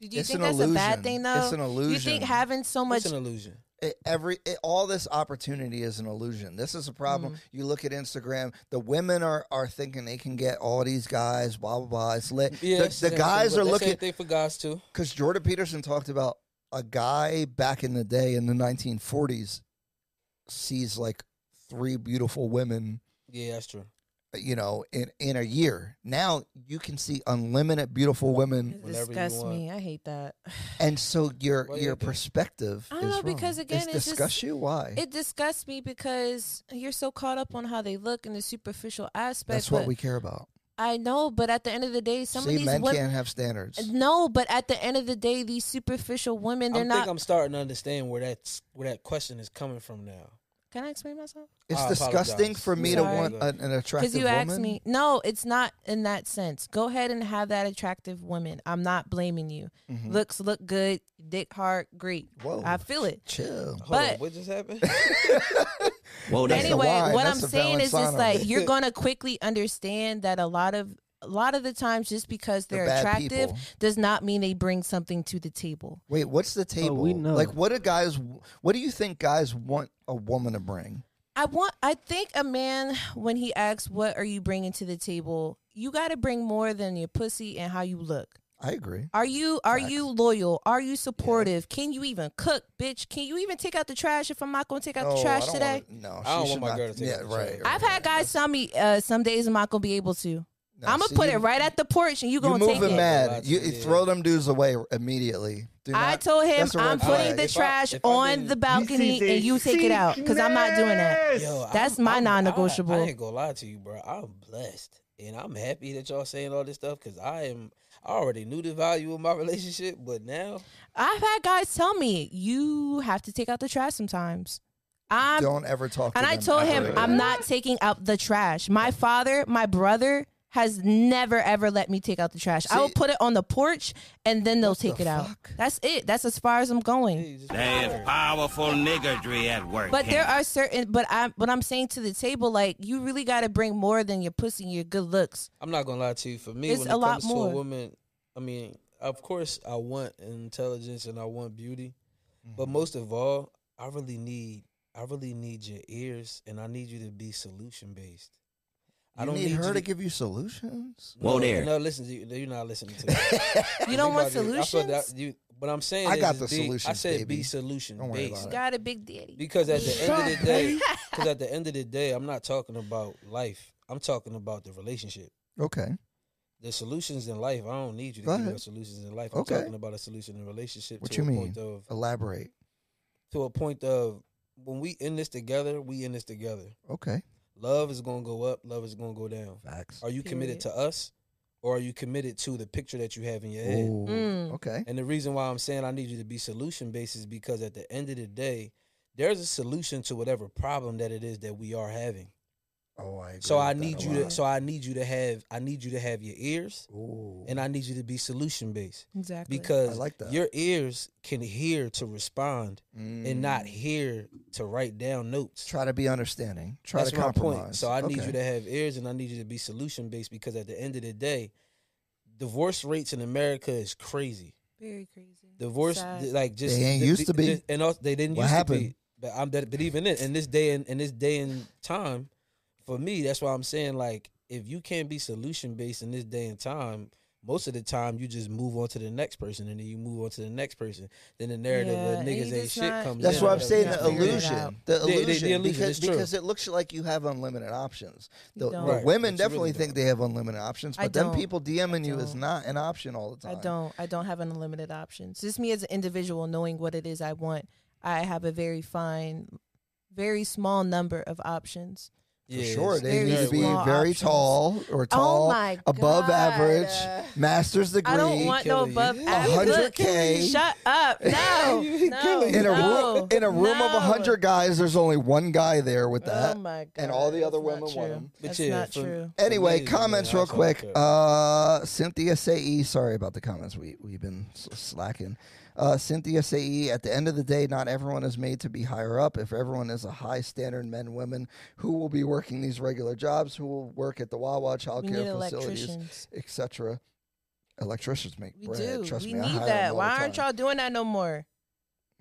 Speaker 3: Do you
Speaker 1: It's
Speaker 3: think
Speaker 1: an
Speaker 3: that's a bad
Speaker 1: illusion.
Speaker 3: thing though?
Speaker 1: It's an
Speaker 3: You
Speaker 1: illusion.
Speaker 3: think having so much
Speaker 2: It's an illusion.
Speaker 1: it- every it, all this opportunity is an illusion. This is a problem.
Speaker 3: Mm.
Speaker 1: You look at Instagram. The women are are thinking they can get all these guys. Blah blah blah. It's lit.
Speaker 2: Yeah, that's
Speaker 1: the, the
Speaker 2: same
Speaker 1: guys
Speaker 2: thing,
Speaker 1: are
Speaker 2: but that's
Speaker 1: looking.
Speaker 2: same thing for guys too.
Speaker 1: because Jordan Peterson talked about a guy back in the day in the 1940s sees like three beautiful women,
Speaker 2: Yeah, that's true.
Speaker 1: you know, in in a year. Now you can see unlimited beautiful women,
Speaker 3: It
Speaker 2: whenever you
Speaker 3: disgusts
Speaker 2: want.
Speaker 3: me. I hate that.
Speaker 1: and so your
Speaker 2: Why do
Speaker 1: your
Speaker 2: you do that?
Speaker 1: perspective.
Speaker 3: I don't
Speaker 1: is
Speaker 3: know,
Speaker 1: wrong.
Speaker 3: because
Speaker 1: Does
Speaker 3: again, it's just-
Speaker 1: disgust you. Why?
Speaker 3: It disgusts me because you're so caught up on how they look and the superficial aspect.
Speaker 1: That's what
Speaker 3: but
Speaker 1: we care about.
Speaker 3: I know, but at the end of the day, some
Speaker 1: See,
Speaker 3: of these
Speaker 1: men
Speaker 3: women.
Speaker 1: can't have standards.
Speaker 3: No, but at the end of the day, these superficial
Speaker 2: I
Speaker 3: women, they're
Speaker 2: think
Speaker 3: not.
Speaker 2: I'm starting to understand where that's where that question is coming from now.
Speaker 3: Can I explain myself?
Speaker 1: It's
Speaker 2: I
Speaker 1: disgusting
Speaker 2: apologize.
Speaker 1: for me to
Speaker 3: Sorry.
Speaker 1: want an, an attractive
Speaker 3: Because you
Speaker 1: woman.
Speaker 3: asked me. No, it's not in that sense. Go ahead and have that attractive woman. I'm not blaming you. Looks look good. Dick hard. Great.
Speaker 1: Mm-hmm. Whoa.
Speaker 3: I feel it.
Speaker 1: Chill.
Speaker 2: Hold on,
Speaker 3: But-
Speaker 2: what just happened?
Speaker 1: Whoa,
Speaker 3: anyway, what I'm saying is just like you're gonna quickly understand that a lot of a lot of the times just because
Speaker 1: They're
Speaker 3: they're
Speaker 1: bad
Speaker 3: attractive
Speaker 1: people.
Speaker 3: does not mean they bring something to the table.
Speaker 1: Wait, what's the table?
Speaker 8: Oh, we know.
Speaker 1: Like, what do guys? What do you think guys want a woman to bring?
Speaker 3: I want I think a man when he asks what are you bringing to the table, you got to bring more than your pussy and how you look.
Speaker 1: I agree.
Speaker 3: Are you are you loyal? Are you supportive? Can you even cook, bitch? Can you even take out the trash if I'm not going to take out the trash today?
Speaker 1: no, she
Speaker 2: I don't
Speaker 1: should
Speaker 2: want my
Speaker 1: not-
Speaker 2: girl to take
Speaker 1: yeah,
Speaker 2: out the
Speaker 1: right,
Speaker 2: trash.
Speaker 1: right,
Speaker 3: I've had
Speaker 1: right.
Speaker 3: guys tell me uh, some days I'm not going to be able to.
Speaker 1: No,
Speaker 3: I'm going
Speaker 1: see,
Speaker 3: to put
Speaker 1: you-
Speaker 3: it right at the porch and
Speaker 1: You're
Speaker 3: you going to take
Speaker 1: moving
Speaker 3: it.
Speaker 1: mad. You,
Speaker 2: Yeah.
Speaker 1: you throw them dudes away immediately. Do
Speaker 3: I
Speaker 1: not-
Speaker 3: told him
Speaker 1: that's a red
Speaker 3: I'm putting
Speaker 1: flag.
Speaker 3: the
Speaker 2: If I-
Speaker 3: trash
Speaker 2: if I
Speaker 3: on
Speaker 2: didn't-
Speaker 3: the balcony and you take it out because I'm not doing that.
Speaker 2: Yo, I'm-
Speaker 3: That's my
Speaker 2: I'm- I-
Speaker 3: non-negotiable.
Speaker 2: I, ain't gonna lie to you, bro. I'm blessed, and I'm happy that y'all saying all this stuff because I am. I already knew the value of my relationship, but now
Speaker 3: I've had guys tell me you have to take out the trash sometimes. I'm
Speaker 1: Don't ever talk.
Speaker 3: and
Speaker 1: to
Speaker 3: I
Speaker 1: them
Speaker 3: told
Speaker 1: ever
Speaker 3: him
Speaker 1: again.
Speaker 3: I'm not taking out the trash. My father, my brother has never ever let me take out the trash. I will
Speaker 1: See-
Speaker 3: put it on the porch and then they'll take
Speaker 1: the
Speaker 3: it out.
Speaker 1: fuck?
Speaker 3: That's it. That's as far as I'm going.
Speaker 2: you just
Speaker 10: Powerful niggardry at work.
Speaker 3: But there are certain, but I, what I'm saying to the table, like you really got to bring more than your pussy and your good looks.
Speaker 2: I'm not gonna lie to you. For me,
Speaker 3: It's
Speaker 2: when it
Speaker 3: a lot
Speaker 2: comes to
Speaker 3: more.
Speaker 2: a woman, I mean, of course, I want intelligence and I want beauty,
Speaker 1: Mm-hmm.
Speaker 2: but most of all, I really need, I really need your ears, and I need you to be solution based.
Speaker 1: You
Speaker 2: I don't
Speaker 1: need, her to
Speaker 2: be-
Speaker 1: give you solutions.
Speaker 2: No,
Speaker 9: Whoa there.
Speaker 2: No, listen, you, you're not listening to me.
Speaker 5: You don't want
Speaker 2: about to- I thought that
Speaker 5: solutions?
Speaker 2: you, what I'm saying
Speaker 1: I
Speaker 2: is
Speaker 1: got
Speaker 2: is
Speaker 1: the
Speaker 2: be- I
Speaker 1: solutions,
Speaker 2: said
Speaker 1: baby.
Speaker 2: be solution
Speaker 1: Don't worry
Speaker 2: based.
Speaker 1: about it.
Speaker 5: Got a big daddy.
Speaker 2: Because at the end of the day, because at the end of the day, I'm not talking about life. I'm talking about the relationship.
Speaker 1: Okay.
Speaker 2: The solutions in life. I don't need you to
Speaker 1: Go
Speaker 2: give me
Speaker 1: ahead.
Speaker 2: the solutions in life. I'm
Speaker 1: Okay.
Speaker 2: talking about a solution in relationship
Speaker 1: What
Speaker 2: to
Speaker 1: you
Speaker 2: a
Speaker 1: mean?
Speaker 2: point of
Speaker 1: Elaborate.
Speaker 2: to a point of when we in this together, we in this together.
Speaker 1: Okay.
Speaker 2: Love is gonna go up. Love is gonna go down.
Speaker 1: Facts.
Speaker 2: Are you committed to
Speaker 5: Period.
Speaker 2: us, or are you committed to the picture that you have in your head?
Speaker 1: Ooh,
Speaker 5: Mm.
Speaker 1: Okay.
Speaker 2: And the reason why I'm saying I need you to be solution based is because at the end of the day, there's a solution to whatever problem that it is that we are having.
Speaker 1: Oh, I. Agree
Speaker 2: So
Speaker 1: with
Speaker 2: I
Speaker 1: that
Speaker 2: need
Speaker 1: a
Speaker 2: you to
Speaker 1: lot.
Speaker 2: so I need you to have I need you to have your ears
Speaker 1: Ooh.
Speaker 2: and I need you to be solution based
Speaker 5: Exactly.
Speaker 2: because
Speaker 1: I like that.
Speaker 2: your ears can hear to respond
Speaker 1: Mm.
Speaker 2: and not hear to write down notes.
Speaker 1: try to be understanding. Try
Speaker 2: That's
Speaker 1: to
Speaker 2: my
Speaker 1: compromise.
Speaker 2: point. So I need
Speaker 1: Okay.
Speaker 2: you to have ears and I need you to be solution based because at the end of the day, divorce rates in America is crazy.
Speaker 5: Very crazy.
Speaker 2: Divorce,
Speaker 5: Sad.
Speaker 2: th- like just
Speaker 1: They ain't used to be.
Speaker 2: and also they didn't
Speaker 1: What
Speaker 2: used to
Speaker 1: happened?
Speaker 2: be. But I'm that, but even in, in this day and in, this day and time, for me, that's why I'm saying like if you can't be solution based in this day and time. Most of the time, you just move on to the next person, and then you move on to the next person. Then the narrative
Speaker 5: Yeah,
Speaker 2: of
Speaker 5: and
Speaker 2: niggas
Speaker 5: you
Speaker 2: ain't
Speaker 5: just
Speaker 2: shit
Speaker 5: not-
Speaker 2: comes.
Speaker 1: That's
Speaker 2: in
Speaker 1: why
Speaker 2: or
Speaker 1: I'm
Speaker 5: Yeah,
Speaker 1: saying the
Speaker 5: yeah, yeah. Figure it out.
Speaker 1: illusion. The
Speaker 2: The- the- the
Speaker 1: illusion.
Speaker 2: illusion,
Speaker 1: because,
Speaker 2: it's true.
Speaker 1: because it looks like you have unlimited options. The,
Speaker 5: You
Speaker 1: the
Speaker 5: don't.
Speaker 2: Right,
Speaker 1: women
Speaker 2: but you
Speaker 1: definitely
Speaker 2: really
Speaker 1: think
Speaker 2: don't.
Speaker 1: they have unlimited options,
Speaker 5: I
Speaker 1: but then
Speaker 5: don't.
Speaker 1: people DMing you is
Speaker 5: don't.
Speaker 1: not an option all the
Speaker 5: I
Speaker 1: time.
Speaker 5: don't. I don't have unlimited options. Just me as an individual, knowing what it is I want, I have a very fine, very small number of options.
Speaker 1: For
Speaker 2: Yeah,
Speaker 1: sure,
Speaker 2: it's
Speaker 1: they
Speaker 5: very
Speaker 1: need to be
Speaker 5: small
Speaker 1: very
Speaker 5: options. Oh
Speaker 1: tall or tall,
Speaker 3: my
Speaker 1: above
Speaker 3: God.
Speaker 1: average, master's degree.
Speaker 5: I don't want no
Speaker 2: Kelly,
Speaker 5: above
Speaker 2: you-
Speaker 5: average. Look,
Speaker 1: 100K.
Speaker 5: Shut up! No, no,
Speaker 1: in a
Speaker 5: no,
Speaker 1: room in a room of
Speaker 5: no.
Speaker 1: of hundred guys, there's only one guy there with that,
Speaker 5: Oh my god!
Speaker 1: and all the other
Speaker 5: that's
Speaker 1: women want
Speaker 5: not true.
Speaker 1: him.
Speaker 2: But
Speaker 5: That's
Speaker 2: yeah,
Speaker 5: not
Speaker 2: for-
Speaker 5: true.
Speaker 1: Anyway,
Speaker 2: Amazing,
Speaker 1: comments
Speaker 2: man.
Speaker 1: real
Speaker 2: That's
Speaker 1: quick.
Speaker 2: all good.
Speaker 1: Uh, Cynthia Sae, sorry about the comments. We we've been s- slacking. Uh, Cynthia Sae, at the end of the day, not everyone is made to be higher up. If everyone is a high standard men, women, who will be working these regular jobs? Who will work at the Wawa child
Speaker 5: We
Speaker 1: care
Speaker 5: need
Speaker 1: facilities,
Speaker 5: electricians.
Speaker 1: etc. Electricians make
Speaker 5: We
Speaker 1: bread.
Speaker 5: do.
Speaker 1: Trust
Speaker 5: we
Speaker 1: me, I hire
Speaker 5: need
Speaker 1: them
Speaker 5: that.
Speaker 1: all
Speaker 5: Why
Speaker 1: the
Speaker 5: aren't
Speaker 1: time.
Speaker 5: y'all doing that no more?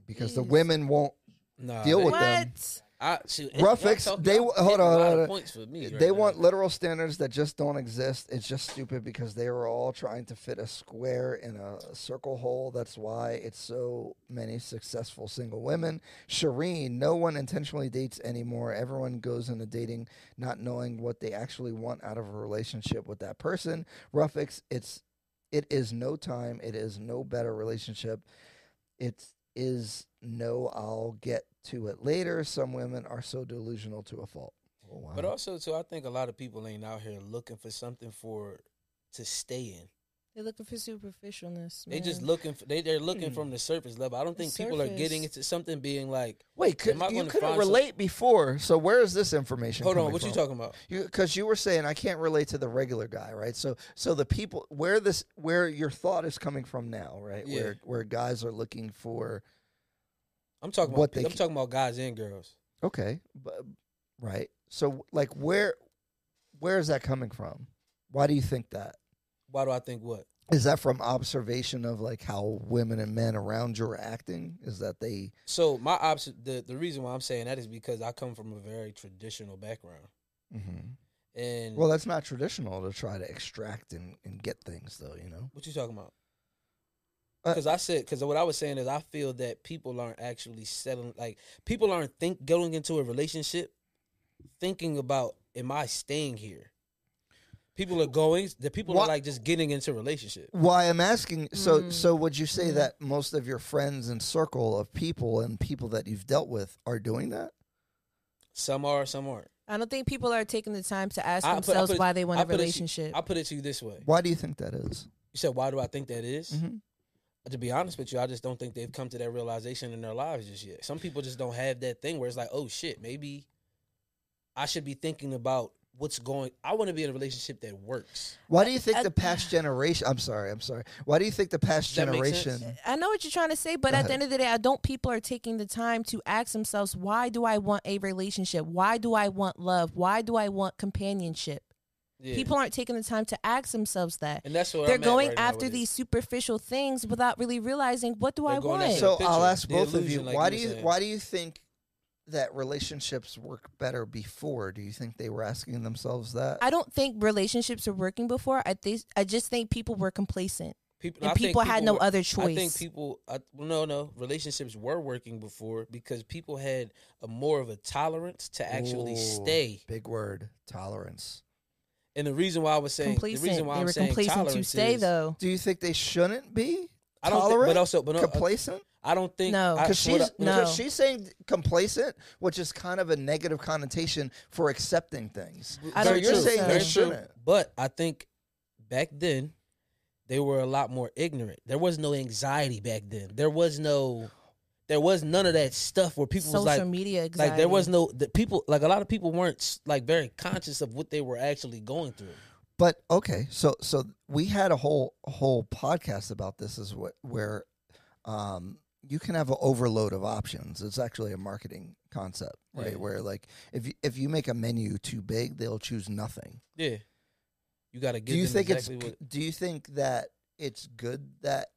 Speaker 1: Because the
Speaker 5: Jeez.
Speaker 1: women won't.
Speaker 2: Nah,
Speaker 1: Deal
Speaker 2: they-
Speaker 1: with
Speaker 5: what?
Speaker 1: them.
Speaker 2: I, shoot,
Speaker 1: Rough
Speaker 2: y'all
Speaker 1: ex-
Speaker 2: talking-
Speaker 1: they-
Speaker 2: y'all
Speaker 1: hold on,
Speaker 2: hitting a
Speaker 1: hold
Speaker 2: lot
Speaker 1: on,
Speaker 2: of
Speaker 1: hold on.
Speaker 2: Points for me right
Speaker 1: they
Speaker 2: now.
Speaker 1: want literal standards that just don't exist. It's just stupid because they were all trying to fit a square in a circle hole. That's why it's so many successful single women. Shireen, no one intentionally dates anymore. Everyone goes into dating not knowing what they actually want out of a relationship with that person. Ruffix, it's it is no time. It is no better relationship. It is no. I'll get to it later. Some women are so delusional to a fault. Oh, wow.
Speaker 2: But also too, I think a lot of people ain't out here looking for something for to stay in.
Speaker 5: They're looking for superficialness.
Speaker 2: They just
Speaker 5: man.
Speaker 2: looking. For, they they're looking from the surface level. I don't
Speaker 5: Hmm. The
Speaker 2: think people are getting
Speaker 5: surface.
Speaker 2: into something being like.
Speaker 1: Wait, could,
Speaker 2: Am I
Speaker 1: you
Speaker 2: gonna
Speaker 1: couldn't
Speaker 2: find some-
Speaker 1: relate before. So where is this information?
Speaker 2: Hold on,
Speaker 1: coming
Speaker 2: what you
Speaker 1: from?
Speaker 2: talking about?
Speaker 1: you because you were saying I can't relate to the regular guy, right? So so the people where this where your thought is coming from now, right?
Speaker 2: Yeah.
Speaker 1: Where where guys are looking for
Speaker 2: I'm talking about.
Speaker 1: What
Speaker 2: pe-
Speaker 1: they
Speaker 2: I'm
Speaker 1: can-
Speaker 2: talking about guys and girls.
Speaker 1: okay, but, right? So like where where is that coming from? Why do you think that?
Speaker 2: Why do I think what?
Speaker 1: Is that from observation of like how women and men around you are acting? Is that they
Speaker 2: So my option. The the reason why I'm saying that is because I come from a very traditional background, Mm-hmm. and
Speaker 1: well? That's not traditional to try to extract and, and get things though, you know.
Speaker 2: what you talking about?
Speaker 1: Uh,
Speaker 2: Because I said, because what I was saying is, I feel that people aren't actually settling. Like people aren't think going into a relationship, thinking about, am I staying here? People are going. The people
Speaker 1: Wha-
Speaker 2: are like just getting into relationship.
Speaker 1: Why I'm asking, so so would you say that most of your friends and circle of people and people that you've dealt with are doing that?
Speaker 2: Some are, some aren't.
Speaker 5: I don't think people are taking the time to ask
Speaker 2: I put- I
Speaker 5: themselves
Speaker 2: put it-
Speaker 5: why they want
Speaker 2: I
Speaker 5: a
Speaker 2: put it to-
Speaker 5: relationship.
Speaker 2: I put it to you this way.
Speaker 1: Why do you think that is?
Speaker 2: You said, why do I think that is?
Speaker 1: Mhm.
Speaker 2: To be honest with you, I just don't think they've come to that realization in their lives just yet. Some people just don't have that thing where it's like, oh shit, maybe I should be thinking about what's going. I want to be in a relationship that works.
Speaker 1: Why do you think
Speaker 5: I-
Speaker 1: the past generation? I'm sorry, I'm sorry. Why do you think the past
Speaker 2: Does that make sense?
Speaker 1: generation?
Speaker 5: I know what you're trying to say, but
Speaker 1: Go
Speaker 5: at
Speaker 1: ahead.
Speaker 5: the end of the day, I don't people are taking the time to ask themselves, why do I want a relationship? Why do I want love? Why do I want companionship?
Speaker 2: Yeah.
Speaker 5: People aren't taking the time to ask themselves that.
Speaker 2: and that's what
Speaker 5: They're going after these superficial things without really realizing what do
Speaker 2: They're
Speaker 5: I
Speaker 2: going
Speaker 5: want?
Speaker 2: after
Speaker 1: So
Speaker 2: the
Speaker 1: I'll
Speaker 2: picture,
Speaker 1: ask
Speaker 2: the
Speaker 1: both of you.
Speaker 2: illusion, like
Speaker 1: why
Speaker 2: you
Speaker 1: do
Speaker 2: were
Speaker 1: you
Speaker 2: saying.
Speaker 1: Why do you think that relationships work better before? Do you think they were asking themselves that?
Speaker 3: I don't think relationships were working before. I think I just think people were complacent.
Speaker 2: people,
Speaker 3: And
Speaker 2: I think
Speaker 3: people had no
Speaker 2: were-
Speaker 3: other
Speaker 2: I think
Speaker 3: choice.
Speaker 2: people, I, well, no, no, relationships were working before because people had a more of a tolerance to actually
Speaker 1: Ooh,
Speaker 2: stay.
Speaker 1: Big word, tolerance.
Speaker 2: And the reason why I was saying, the
Speaker 3: complacent.
Speaker 2: reason why
Speaker 3: they
Speaker 2: I'm
Speaker 3: were
Speaker 2: saying
Speaker 3: complacent to
Speaker 2: tolerance
Speaker 3: stay
Speaker 2: is-
Speaker 3: though.
Speaker 1: Do you think they shouldn't be
Speaker 2: I don't, think,
Speaker 1: tolerant?
Speaker 2: but also, but no, uh,
Speaker 1: complacent?
Speaker 2: I don't think
Speaker 3: No.
Speaker 2: I-
Speaker 1: Because
Speaker 2: what I-
Speaker 1: she's
Speaker 3: no.
Speaker 1: because she's saying complacent, which is kind of a negative connotation for accepting things.
Speaker 3: I
Speaker 1: so
Speaker 3: don't
Speaker 1: you're
Speaker 3: think
Speaker 1: saying
Speaker 3: so.
Speaker 1: they
Speaker 2: Very true.
Speaker 1: shouldn't.
Speaker 2: But I think back then they were a lot more ignorant. There was no anxiety back then. There was no, there was none of that stuff where people
Speaker 3: Social
Speaker 2: was like,
Speaker 3: media
Speaker 2: like there was
Speaker 3: anxiety.
Speaker 2: no the people like a lot of people weren't s- like very conscious of what they were actually going through.
Speaker 1: But okay, so so we had a whole whole podcast about this is what where um you can have an overload of options. It's actually a marketing concept, right?
Speaker 2: Yeah.
Speaker 1: Where like if you if you make a menu too big, they'll choose nothing.
Speaker 2: Yeah, you got to give.
Speaker 1: do you
Speaker 2: them
Speaker 1: think
Speaker 2: exactly
Speaker 1: it's
Speaker 2: what,
Speaker 1: do you think that it's good that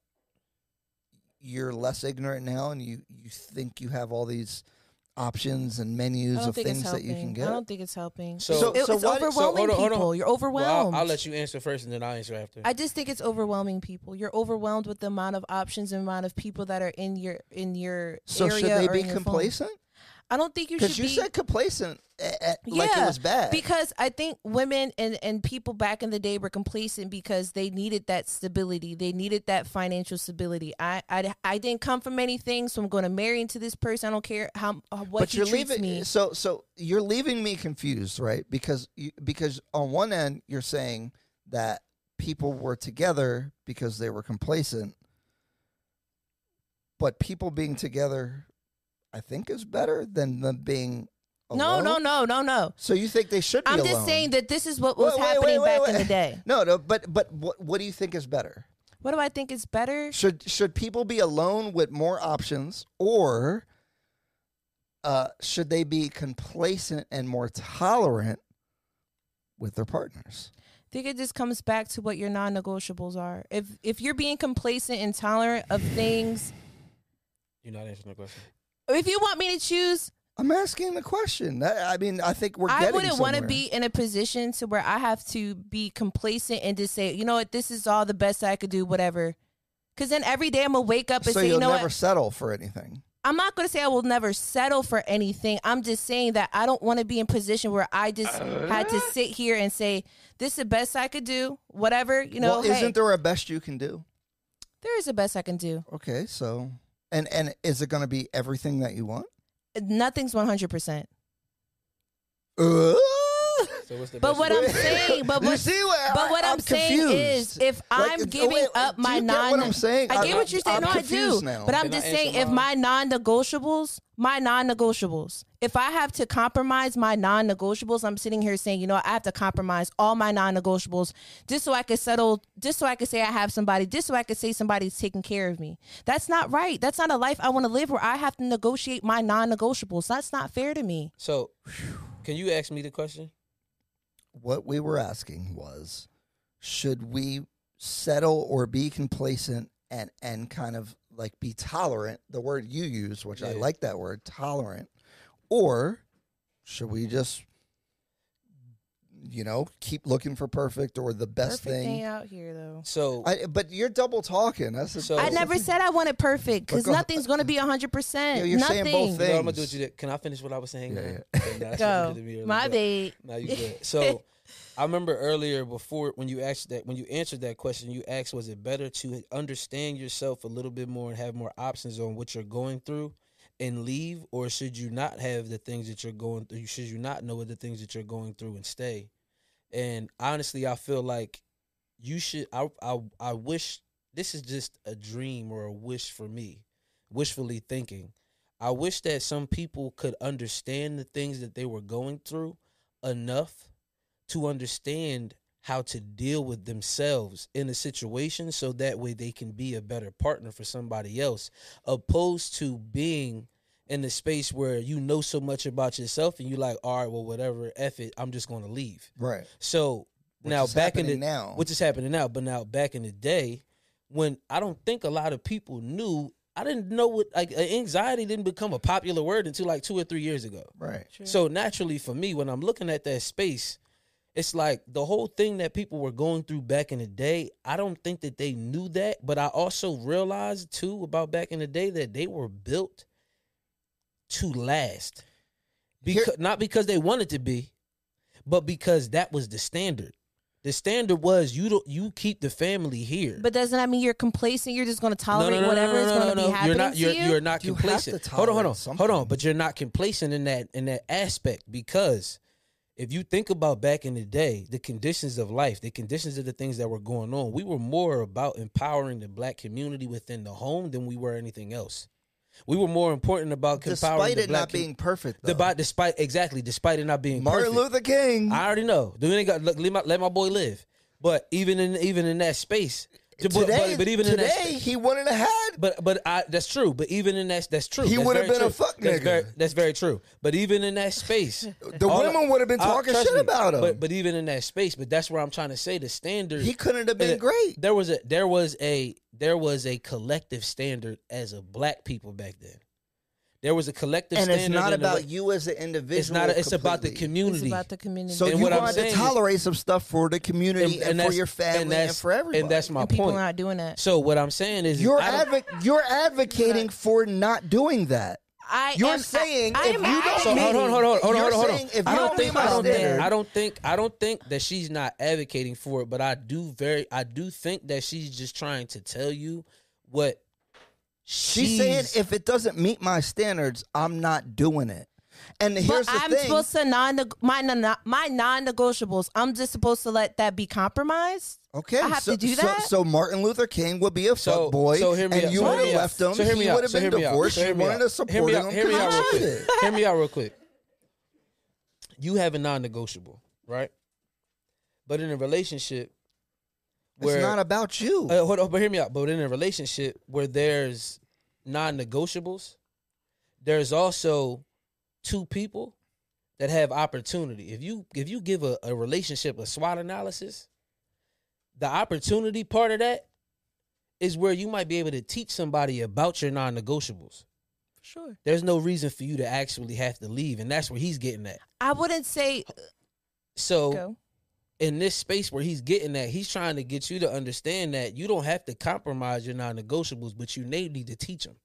Speaker 1: you're less ignorant now and you you think you have all these options and
Speaker 3: I
Speaker 1: menus
Speaker 3: don't
Speaker 1: of
Speaker 3: think it's
Speaker 1: things that
Speaker 3: helping.
Speaker 1: you can get?
Speaker 3: I don't think it's helping.
Speaker 2: So-
Speaker 1: So-
Speaker 3: It-
Speaker 1: so
Speaker 3: it's
Speaker 1: why- so
Speaker 3: overwhelming
Speaker 2: hold on, hold on.
Speaker 3: people. You're overwhelmed.
Speaker 2: well, I'll, I'll let you answer first, and then I'll answer after.
Speaker 3: I just think it's overwhelming people. You're overwhelmed with the amount of options and amount of people that are in your in your
Speaker 1: so
Speaker 3: area
Speaker 1: should they
Speaker 3: or
Speaker 1: be
Speaker 3: in your phone.
Speaker 1: complacent?
Speaker 3: I don't think you should
Speaker 1: Because you
Speaker 3: be
Speaker 1: said complacent a- a- like it
Speaker 3: Yeah,
Speaker 1: was bad.
Speaker 3: because I think women and, and people back in the day were complacent because they needed that stability. They needed that financial stability. I I, I didn't come from anything, so I'm going to marry into this person. I don't care how uh, what
Speaker 1: but
Speaker 3: he
Speaker 1: you're
Speaker 3: treats
Speaker 1: leaving
Speaker 3: me.
Speaker 1: so so you're leaving me confused, right? Because you, because on one end you're saying that people were together because they were complacent, but people being together, I think, is better than them being
Speaker 3: No,
Speaker 1: alone?
Speaker 3: no, no, no, no.
Speaker 1: So you think they should? be
Speaker 3: I'm just
Speaker 1: alone.
Speaker 3: saying that this is what was
Speaker 1: Wait, wait, wait,
Speaker 3: happening
Speaker 1: wait,
Speaker 3: back in the
Speaker 1: wait.
Speaker 3: day.
Speaker 1: No, no, but but what what do you think is better?
Speaker 3: What do I think is better?
Speaker 1: Should should people be alone with more options, or uh, should they be complacent and more tolerant with their partners?
Speaker 3: I think it just comes back to what your non-negotiables are. If if you're being complacent and tolerant of things,
Speaker 2: You're not answering the question.
Speaker 3: if you want me to choose
Speaker 1: I'm asking the question. I, I mean, I think we're.
Speaker 3: I
Speaker 1: getting
Speaker 3: wouldn't want to
Speaker 1: somewhere.
Speaker 3: be in a position to where I have to be complacent and just say, you know what, this is all the best I could do, whatever. Because then every day I'm gonna wake up and
Speaker 1: So
Speaker 3: say,
Speaker 1: you'll
Speaker 3: you know
Speaker 1: never
Speaker 3: what,
Speaker 1: settle for anything.
Speaker 3: I'm not gonna say I will never settle for anything. I'm just saying that I don't want to be in position where I just had to sit here and say, this is the best I could do, whatever. You know,
Speaker 1: well,
Speaker 3: hey,
Speaker 1: isn't there a best you can do?
Speaker 3: there is the best I can do.
Speaker 1: Okay, so and and is it going to be everything that you want?
Speaker 3: Nothing's 100. percent
Speaker 1: Uh,
Speaker 2: So what's the
Speaker 3: But
Speaker 2: best
Speaker 3: what
Speaker 2: you-
Speaker 3: I'm saying, but
Speaker 1: You
Speaker 3: what,
Speaker 1: see where
Speaker 3: but
Speaker 1: I-
Speaker 3: what I'm,
Speaker 1: I'm
Speaker 3: saying is,
Speaker 1: confused.
Speaker 3: if
Speaker 1: Like,
Speaker 3: I'm
Speaker 1: it's-
Speaker 3: giving
Speaker 1: wait,
Speaker 3: up
Speaker 1: do
Speaker 3: my
Speaker 1: you get
Speaker 3: non,
Speaker 1: what I'm saying?
Speaker 3: I get
Speaker 1: I'm-
Speaker 3: what you're saying.
Speaker 1: I'm
Speaker 3: no, I do.
Speaker 1: confused now.
Speaker 3: But I'm
Speaker 2: Can I
Speaker 3: just saying,
Speaker 2: answer
Speaker 3: if my
Speaker 2: mine?
Speaker 3: non-negotiables, my non-negotiables, if I have to compromise my non-negotiables, I'm sitting here saying, you know, I have to compromise all my non-negotiables just so I could settle, just so I could say I have somebody, just so I could say somebody's taking care of me. That's not right. That's not a life I want to live where I have to negotiate my non-negotiables. That's not fair to me.
Speaker 2: So, can you ask me the question?
Speaker 1: what we were asking was should we settle or be complacent and and kind of like be tolerant the word you use which i
Speaker 2: Yeah.
Speaker 1: like that word tolerant or should we just you know keep looking for perfect or the best
Speaker 3: Perfect thing.
Speaker 1: thing
Speaker 3: out here though.
Speaker 2: So,
Speaker 1: I, but you're double talking that's the-
Speaker 2: So-
Speaker 3: I
Speaker 1: that's the
Speaker 3: never
Speaker 1: thing.
Speaker 3: said I wanted perfect because
Speaker 1: But go-
Speaker 3: nothing's going to be 100%.
Speaker 1: Yeah, you're
Speaker 3: Nothing.
Speaker 1: saying both
Speaker 2: you know what I'm gonna do
Speaker 1: things.
Speaker 2: to you. Can I finish what I was saying?
Speaker 1: Yeah,
Speaker 2: now?
Speaker 1: yeah.
Speaker 2: Okay, now that's what you did to me
Speaker 3: Go.
Speaker 2: earlier,
Speaker 3: My
Speaker 2: but-
Speaker 3: bad.
Speaker 2: Now you good. So I remember earlier before when you asked that when you answered that question, you asked was it better to understand yourself a little bit more and have more options on what you're going through and leave or should you not have the things that you're going through? Should you not know the things that you're going through and stay? And honestly, I feel like you should I I I wish this is just a dream or a wish for me. Wishfully thinking. I wish that some people could understand the things that they were going through enough to understand how to deal with themselves in a situation so that way they can be a better partner for somebody else opposed to being in the space where you know so much about yourself and you like all right well whatever F it I'm just going to leave
Speaker 1: right
Speaker 2: so
Speaker 1: Which
Speaker 2: now
Speaker 1: is
Speaker 2: back in the
Speaker 1: happening now.
Speaker 2: which is happening now but now back in the day when I don't think a lot of people knew I didn't know what like anxiety didn't become a popular word until like two or three years ago.
Speaker 1: Right.
Speaker 2: So naturally, for me, when I'm looking at that space, it's like the whole thing that people were going through back in the day. I don't think that they knew that, but I also realized too about back in the day that they were built to last, because
Speaker 1: Here-
Speaker 2: not because they wanted to be, but because that was the standard. The standard was you don't you keep the family here.
Speaker 5: But doesn't that mean you're complacent? You're just going to tolerate whatever is going to be happening
Speaker 2: You're not, you're,
Speaker 5: to you.
Speaker 2: you're not
Speaker 1: You have
Speaker 2: complacent.
Speaker 1: to
Speaker 2: Hold on, hold on,
Speaker 1: tolerate
Speaker 2: hold on.
Speaker 1: something.
Speaker 2: But you're not complacent in that in that aspect because if you think about back in the day, the conditions of life, the conditions of the things that were going on, we were more about empowering the black community within the home than we were anything else. We were more important about
Speaker 1: Despite
Speaker 2: empowering the
Speaker 1: it
Speaker 2: black
Speaker 1: not being perfect, though.
Speaker 2: despite, despite exactly despite it not being
Speaker 1: Martin
Speaker 2: perfect.
Speaker 1: Luther King.
Speaker 2: I already know. Do ain't got look, let my let my boy live. But even in even in that space, but- but-
Speaker 1: today,
Speaker 2: but even in
Speaker 1: today
Speaker 2: that spa-
Speaker 1: he wouldn't have had.
Speaker 2: but but I, that's true. But even in that, that's true.
Speaker 1: He
Speaker 2: That's
Speaker 1: would have
Speaker 2: very
Speaker 1: been a
Speaker 2: true.
Speaker 1: fuck
Speaker 2: That's
Speaker 1: nigga.
Speaker 2: very, that's very true. But even in that space,
Speaker 1: The women would have been
Speaker 2: I-
Speaker 1: talking
Speaker 2: trust
Speaker 1: shit
Speaker 2: me,
Speaker 1: about him.
Speaker 2: But but even in that space, but that's where I'm trying to say the standard.
Speaker 1: He couldn't have been
Speaker 2: uh,
Speaker 1: great.
Speaker 2: There was a there was a there was a collective standard as a black people back then. There was a collective
Speaker 1: and
Speaker 2: standard.
Speaker 1: it's not
Speaker 2: in a
Speaker 1: about
Speaker 2: way-
Speaker 1: you as an individual.
Speaker 2: It's not. It's about the
Speaker 1: completely.
Speaker 2: community.
Speaker 5: It's about the community.
Speaker 1: So
Speaker 2: And
Speaker 1: you
Speaker 2: what I'm
Speaker 1: want to
Speaker 2: saying is-
Speaker 1: tolerate some stuff for the community and, for
Speaker 2: that's-
Speaker 1: your family and,
Speaker 2: that's-
Speaker 1: for everybody.
Speaker 2: And that's my
Speaker 5: and people
Speaker 2: point.
Speaker 5: are not doing that.
Speaker 2: so what I'm saying is,
Speaker 1: you're
Speaker 2: I don't-
Speaker 1: advo- you're advocating for not doing that.
Speaker 5: I
Speaker 1: You're
Speaker 5: am,
Speaker 1: saying
Speaker 5: I, I
Speaker 1: if
Speaker 5: am
Speaker 1: you don't-
Speaker 2: So hold on, hold on,
Speaker 1: You're
Speaker 2: hold on, hold on, hold on.
Speaker 1: saying if
Speaker 2: I
Speaker 1: you
Speaker 2: don't
Speaker 1: don't
Speaker 2: think
Speaker 1: meet
Speaker 2: I
Speaker 1: my
Speaker 2: don't think
Speaker 1: standard-
Speaker 2: I don't think I don't think that she's not advocating for it, but I do very I do think that she's just trying to tell you what
Speaker 1: She's saying if it doesn't meet my standards, I'm not doing it. And here's
Speaker 5: but
Speaker 1: the
Speaker 5: I'm
Speaker 1: thing.
Speaker 5: supposed to non my non- my non-negotiables. I'm just supposed to let that be compromised.
Speaker 1: Okay,
Speaker 5: I have
Speaker 1: so,
Speaker 5: to do
Speaker 1: so-
Speaker 5: that?
Speaker 1: So, Martin Luther King would be a
Speaker 2: So-
Speaker 1: fuck boy,
Speaker 2: so hear me
Speaker 1: and
Speaker 2: out,
Speaker 1: you
Speaker 2: so
Speaker 1: would
Speaker 2: hear
Speaker 1: have
Speaker 2: me out,
Speaker 1: left him.
Speaker 2: so hear me
Speaker 1: he
Speaker 2: out,
Speaker 1: would have
Speaker 2: so
Speaker 1: been
Speaker 2: hear me out,
Speaker 1: divorced.
Speaker 2: so hear
Speaker 1: you
Speaker 2: me
Speaker 1: wanted
Speaker 2: out,
Speaker 1: to
Speaker 2: so
Speaker 1: support
Speaker 2: hear me
Speaker 1: him
Speaker 2: out, hear me
Speaker 1: 'cause
Speaker 2: out
Speaker 1: he
Speaker 2: real quick.
Speaker 1: did it.
Speaker 2: Hear me out real quick. You have a non-negotiable, right? But in a relationship, where
Speaker 1: It's not about you.
Speaker 2: Uh, hold on, but hear me out. But in a relationship where there's non-negotiables, there's also two people that have opportunity. If you if you give a, a relationship a SWOT analysis, the opportunity part of that is where you might be able to teach somebody about your non-negotiables.
Speaker 5: Sure.
Speaker 2: There's no reason for you to actually have to leave, and that's where he's getting at.
Speaker 5: I wouldn't say
Speaker 1: Oh.
Speaker 2: So
Speaker 5: go.
Speaker 2: in this space where he's getting that, he's trying to get you to understand that you don't have to compromise your non-negotiables, but you may need to teach them.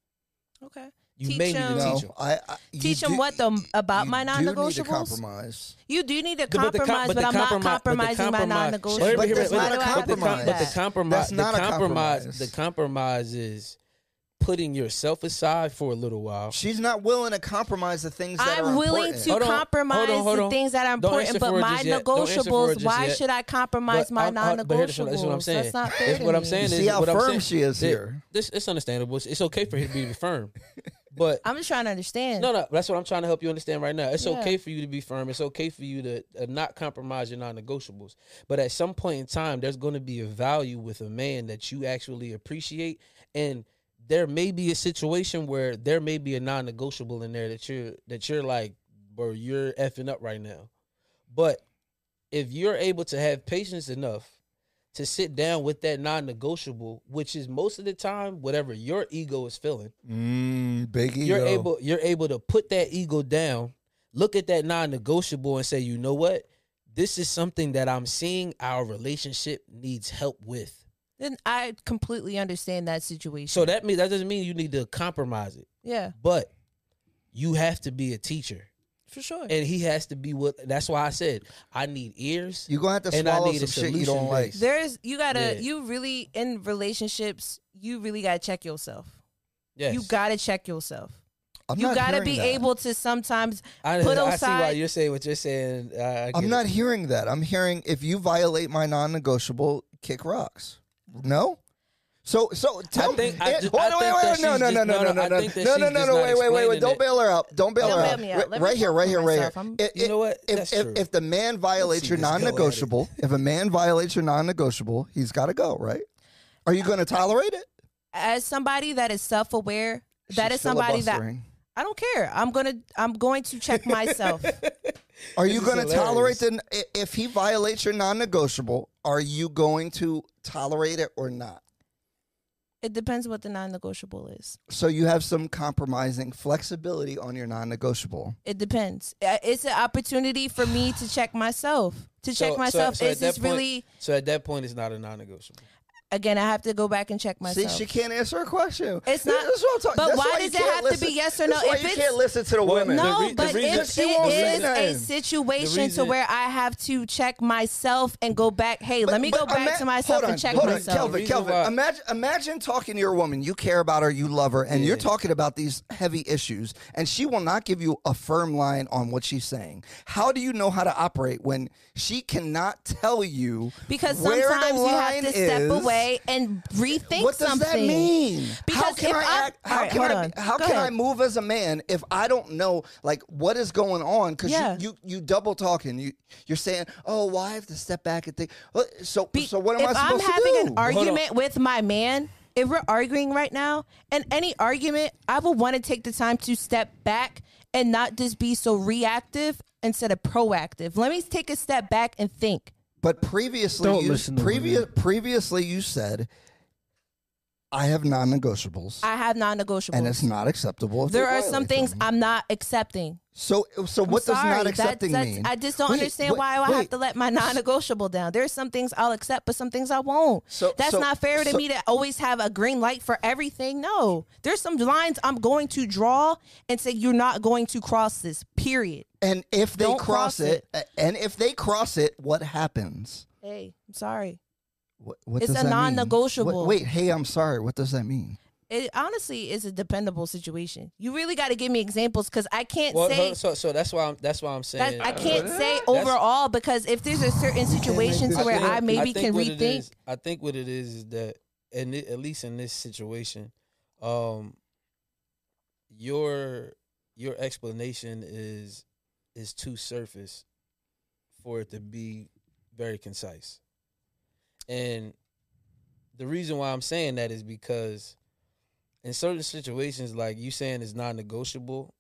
Speaker 5: Okay.
Speaker 2: You
Speaker 5: Teach
Speaker 2: may need to
Speaker 5: them.
Speaker 1: No,
Speaker 2: teach them.
Speaker 1: I, I- you
Speaker 5: Teach 'em
Speaker 1: do-
Speaker 5: what the- about
Speaker 1: you
Speaker 5: my
Speaker 1: do need to
Speaker 5: non-negotiables?
Speaker 1: compromise.
Speaker 5: You do need to
Speaker 2: The- but the com-
Speaker 5: compromise, but,
Speaker 2: but the
Speaker 5: I'm
Speaker 2: compromi- but
Speaker 5: not
Speaker 2: the
Speaker 5: compromising my
Speaker 2: compromise-
Speaker 5: non-negotiables.
Speaker 1: But that's
Speaker 5: Why
Speaker 1: not a
Speaker 5: do I have to do
Speaker 1: compromise.
Speaker 2: But the
Speaker 5: that?
Speaker 2: compromise,
Speaker 1: That's
Speaker 2: the
Speaker 1: not a
Speaker 2: compromise,
Speaker 1: compromise.
Speaker 2: the compromise is putting yourself aside for a little while.
Speaker 1: She's not willing to compromise the things that
Speaker 5: I'm
Speaker 1: are
Speaker 5: willing
Speaker 1: important.
Speaker 5: to
Speaker 2: Hold on, hold on,
Speaker 5: compromise
Speaker 2: hold on.
Speaker 5: the things that
Speaker 2: Don't
Speaker 5: are important,
Speaker 2: answer
Speaker 5: but
Speaker 2: for it
Speaker 5: my
Speaker 2: just yet. Don't answer for it
Speaker 5: negotiables.
Speaker 2: just
Speaker 5: Why
Speaker 2: yet.
Speaker 5: should I compromise
Speaker 2: But
Speaker 5: my
Speaker 2: I'm- I- but here's
Speaker 5: non-negotiables?
Speaker 2: what- that's what I'm saying.
Speaker 5: That's not fair.
Speaker 2: That's
Speaker 5: to
Speaker 2: what I'm
Speaker 5: me.
Speaker 2: saying.
Speaker 1: You
Speaker 2: is
Speaker 1: see how
Speaker 2: what I'm
Speaker 1: firm
Speaker 2: saying-
Speaker 1: she is
Speaker 2: that-
Speaker 1: here.
Speaker 2: This it's understandable. It's, it's okay for you to be firm, but
Speaker 5: I'm just trying to understand.
Speaker 2: no, no, that's what I'm trying to help you understand right now. It's
Speaker 5: Yeah.
Speaker 2: okay for you to be firm. It's okay for you to uh, not compromise your non-negotiables. But at some point in time, there's going to be a value with a man that you actually appreciate, and there may be a situation where there may be a non-negotiable in there that you're that you're like, bro, you're effing up right now. But if you're able to have patience enough to sit down with that non-negotiable, which is most of the time whatever your ego is feeling
Speaker 1: Mm, big ego.
Speaker 2: you're able you're able to put that ego down look at that non-negotiable and say you know what this is something that i'm seeing our relationship needs help with
Speaker 5: Then I completely understand that situation.
Speaker 2: so that means that doesn't mean you need to compromise it
Speaker 5: yeah,
Speaker 2: but you have to be a teacher
Speaker 5: for sure.
Speaker 2: and he has to be what that's why i said i need ears
Speaker 1: You're gonna have to
Speaker 2: And I
Speaker 1: swallow
Speaker 2: need
Speaker 1: some
Speaker 2: a
Speaker 1: shit you
Speaker 2: solution
Speaker 1: don't like.
Speaker 2: base.
Speaker 5: There's you gotta
Speaker 2: Yeah.
Speaker 5: you really in relationships you really gotta check yourself.
Speaker 2: yes.
Speaker 5: You gotta check yourself.
Speaker 1: I'm
Speaker 5: you
Speaker 1: not
Speaker 5: gotta
Speaker 1: hearing
Speaker 5: be
Speaker 1: that.
Speaker 5: able to sometimes
Speaker 2: I,
Speaker 5: put
Speaker 2: I see why
Speaker 5: aside-
Speaker 2: you're saying what you're saying uh, I get
Speaker 1: I'm
Speaker 2: it.
Speaker 1: not hearing that. I'm hearing if you violate my non-negotiable, kick rocks. No. So so tell
Speaker 2: I think-
Speaker 1: me.
Speaker 2: I
Speaker 1: eh,
Speaker 2: ju-
Speaker 1: wait,
Speaker 2: I
Speaker 1: wait,
Speaker 2: think
Speaker 1: wait,
Speaker 2: that
Speaker 1: wait, no
Speaker 2: she's
Speaker 1: no
Speaker 2: just-
Speaker 1: no no
Speaker 2: no,
Speaker 1: no
Speaker 2: no, I
Speaker 1: no no
Speaker 2: think that
Speaker 1: no
Speaker 2: she's
Speaker 1: no
Speaker 2: just
Speaker 1: no
Speaker 2: not
Speaker 1: wait wait wait
Speaker 2: explaining
Speaker 1: wait
Speaker 2: it.
Speaker 1: don't bail her out don't bail
Speaker 5: Don't
Speaker 1: her
Speaker 5: bail
Speaker 1: out
Speaker 5: me out.
Speaker 1: Ri-
Speaker 5: Let me
Speaker 1: right here
Speaker 5: talk
Speaker 1: right
Speaker 5: for
Speaker 1: here right here.
Speaker 5: myself. I'm-
Speaker 1: If-
Speaker 2: You know what?
Speaker 1: If
Speaker 2: That's
Speaker 1: if
Speaker 2: true.
Speaker 1: if the man violates your
Speaker 2: this go at it.
Speaker 1: non-negotiable, if a man violates your non-negotiable, he's got to go. Right? Are you going to tolerate it?
Speaker 5: as somebody that is self aware, that
Speaker 1: She's
Speaker 5: is somebody that
Speaker 1: filibustering.
Speaker 5: I don't care. I'm gonna I'm going to check myself.
Speaker 1: Are you
Speaker 2: is
Speaker 1: going to tolerate
Speaker 2: hilarious.
Speaker 1: the i- if he violates your non-negotiable? Are you going to tolerate it or not?
Speaker 3: It depends what the non-negotiable is.
Speaker 1: So you have some compromising flexibility on your non-negotiable.
Speaker 3: It depends. Uh, It's an opportunity for me to check myself. To check
Speaker 2: So- so-
Speaker 3: myself.
Speaker 2: so at
Speaker 3: is this
Speaker 2: that point-
Speaker 3: really?
Speaker 2: So at that point, it's not a non-negotiable.
Speaker 3: Again, I have to go back and check myself.
Speaker 1: See, she can't answer a question.
Speaker 3: It's not-
Speaker 1: That's what I'm talking-
Speaker 3: but
Speaker 1: that's
Speaker 3: why
Speaker 1: you
Speaker 3: does it
Speaker 1: can't
Speaker 3: have to be
Speaker 1: listen-
Speaker 3: yes or
Speaker 1: that's
Speaker 3: no?
Speaker 1: why
Speaker 3: If
Speaker 1: you
Speaker 3: it's-
Speaker 1: can't listen to the
Speaker 2: Well,
Speaker 1: women.
Speaker 3: No,
Speaker 2: The re- the
Speaker 3: but
Speaker 2: reason-
Speaker 3: if
Speaker 2: She
Speaker 3: it
Speaker 2: won't say
Speaker 3: is a
Speaker 1: nothing.
Speaker 3: situation
Speaker 2: The reason-
Speaker 3: to where I have to check myself and go back, hey, let me go
Speaker 1: But
Speaker 3: back
Speaker 1: ima-
Speaker 3: to myself
Speaker 1: hold on,
Speaker 3: and check
Speaker 1: hold on,
Speaker 3: myself.
Speaker 1: Kelvin,
Speaker 2: Reason
Speaker 1: Kelvin,
Speaker 2: why-
Speaker 1: imagine, imagine talking to your woman you care about her, you love her, and you're talking about these heavy issues, and she will not give you a firm line on what she's saying. How do you know how to operate when she cannot tell you?
Speaker 3: Because
Speaker 1: where the
Speaker 3: sometimes you have
Speaker 1: line
Speaker 3: to step
Speaker 1: is?
Speaker 3: away and rethink
Speaker 1: What does
Speaker 3: something.
Speaker 1: that mean? how
Speaker 3: Because
Speaker 1: can
Speaker 3: if
Speaker 1: I
Speaker 3: I'm-
Speaker 1: act? How
Speaker 3: Alright,
Speaker 1: can
Speaker 3: hold
Speaker 1: I?
Speaker 3: on.
Speaker 1: How
Speaker 3: Go
Speaker 1: can I
Speaker 3: ahead.
Speaker 1: move as a man if I don't know like what is going on? Because
Speaker 3: Yeah.
Speaker 1: you, you you double talking. You you're saying, oh, well, I have to step back and think. Well, So
Speaker 3: Be-
Speaker 1: so what am I
Speaker 3: if
Speaker 1: supposed
Speaker 3: am having
Speaker 1: to do?
Speaker 3: an argument with my man, if we're arguing right now, and any argument, I would want to take the time to step back and not just be so reactive instead of proactive. Let me take a step back and think.
Speaker 1: But previously,
Speaker 8: Don't
Speaker 1: you,
Speaker 8: listen to
Speaker 1: previous,
Speaker 8: women.
Speaker 1: previously you said, I have non-negotiables,
Speaker 3: I have non-negotiables.
Speaker 1: and it's not acceptable. if
Speaker 3: there
Speaker 1: they
Speaker 3: are
Speaker 1: violate
Speaker 3: some things
Speaker 1: them."
Speaker 3: I'm not accepting.
Speaker 1: so, so
Speaker 3: I'm
Speaker 1: what
Speaker 3: sorry.
Speaker 1: does not
Speaker 3: That-
Speaker 1: accepting
Speaker 3: that's-
Speaker 1: mean?
Speaker 3: I just don't
Speaker 1: Wait,
Speaker 3: understand
Speaker 1: wait,
Speaker 3: why I have
Speaker 1: wait.
Speaker 3: to let my non-negotiable down. There's some things I'll accept, but some things I won't.
Speaker 1: So-
Speaker 3: that's
Speaker 1: so-
Speaker 3: not fair to
Speaker 1: so-
Speaker 3: me to always have a green light for everything. No, there's some lines I'm going to draw and say you're not going to cross this. Period.
Speaker 1: And if they
Speaker 3: Don't
Speaker 1: cross,
Speaker 3: cross
Speaker 1: it, and if they cross it, what happens?
Speaker 3: Hey, I'm sorry.
Speaker 1: What, what
Speaker 3: It's
Speaker 1: does
Speaker 3: a
Speaker 1: that mean? What-
Speaker 3: non-negotiable.
Speaker 1: wait, hey, I'm sorry. What does that mean?
Speaker 3: It honestly is a dependable situation. You really got to give me examples because I can't
Speaker 2: Well,
Speaker 3: say.
Speaker 2: no, so so that's why I'm, that's why I'm saying
Speaker 3: that, I can't say overall because if there's a certain situation to
Speaker 1: I
Speaker 3: where
Speaker 1: think-
Speaker 3: I maybe
Speaker 2: think
Speaker 3: can
Speaker 2: what it
Speaker 3: rethink,
Speaker 2: is- I think what it is is that, and at least in this situation, um, your your explanation is is too surface for it to be very concise, and the reason why I'm saying that is because in certain situations, like you saying, is non-negotiable,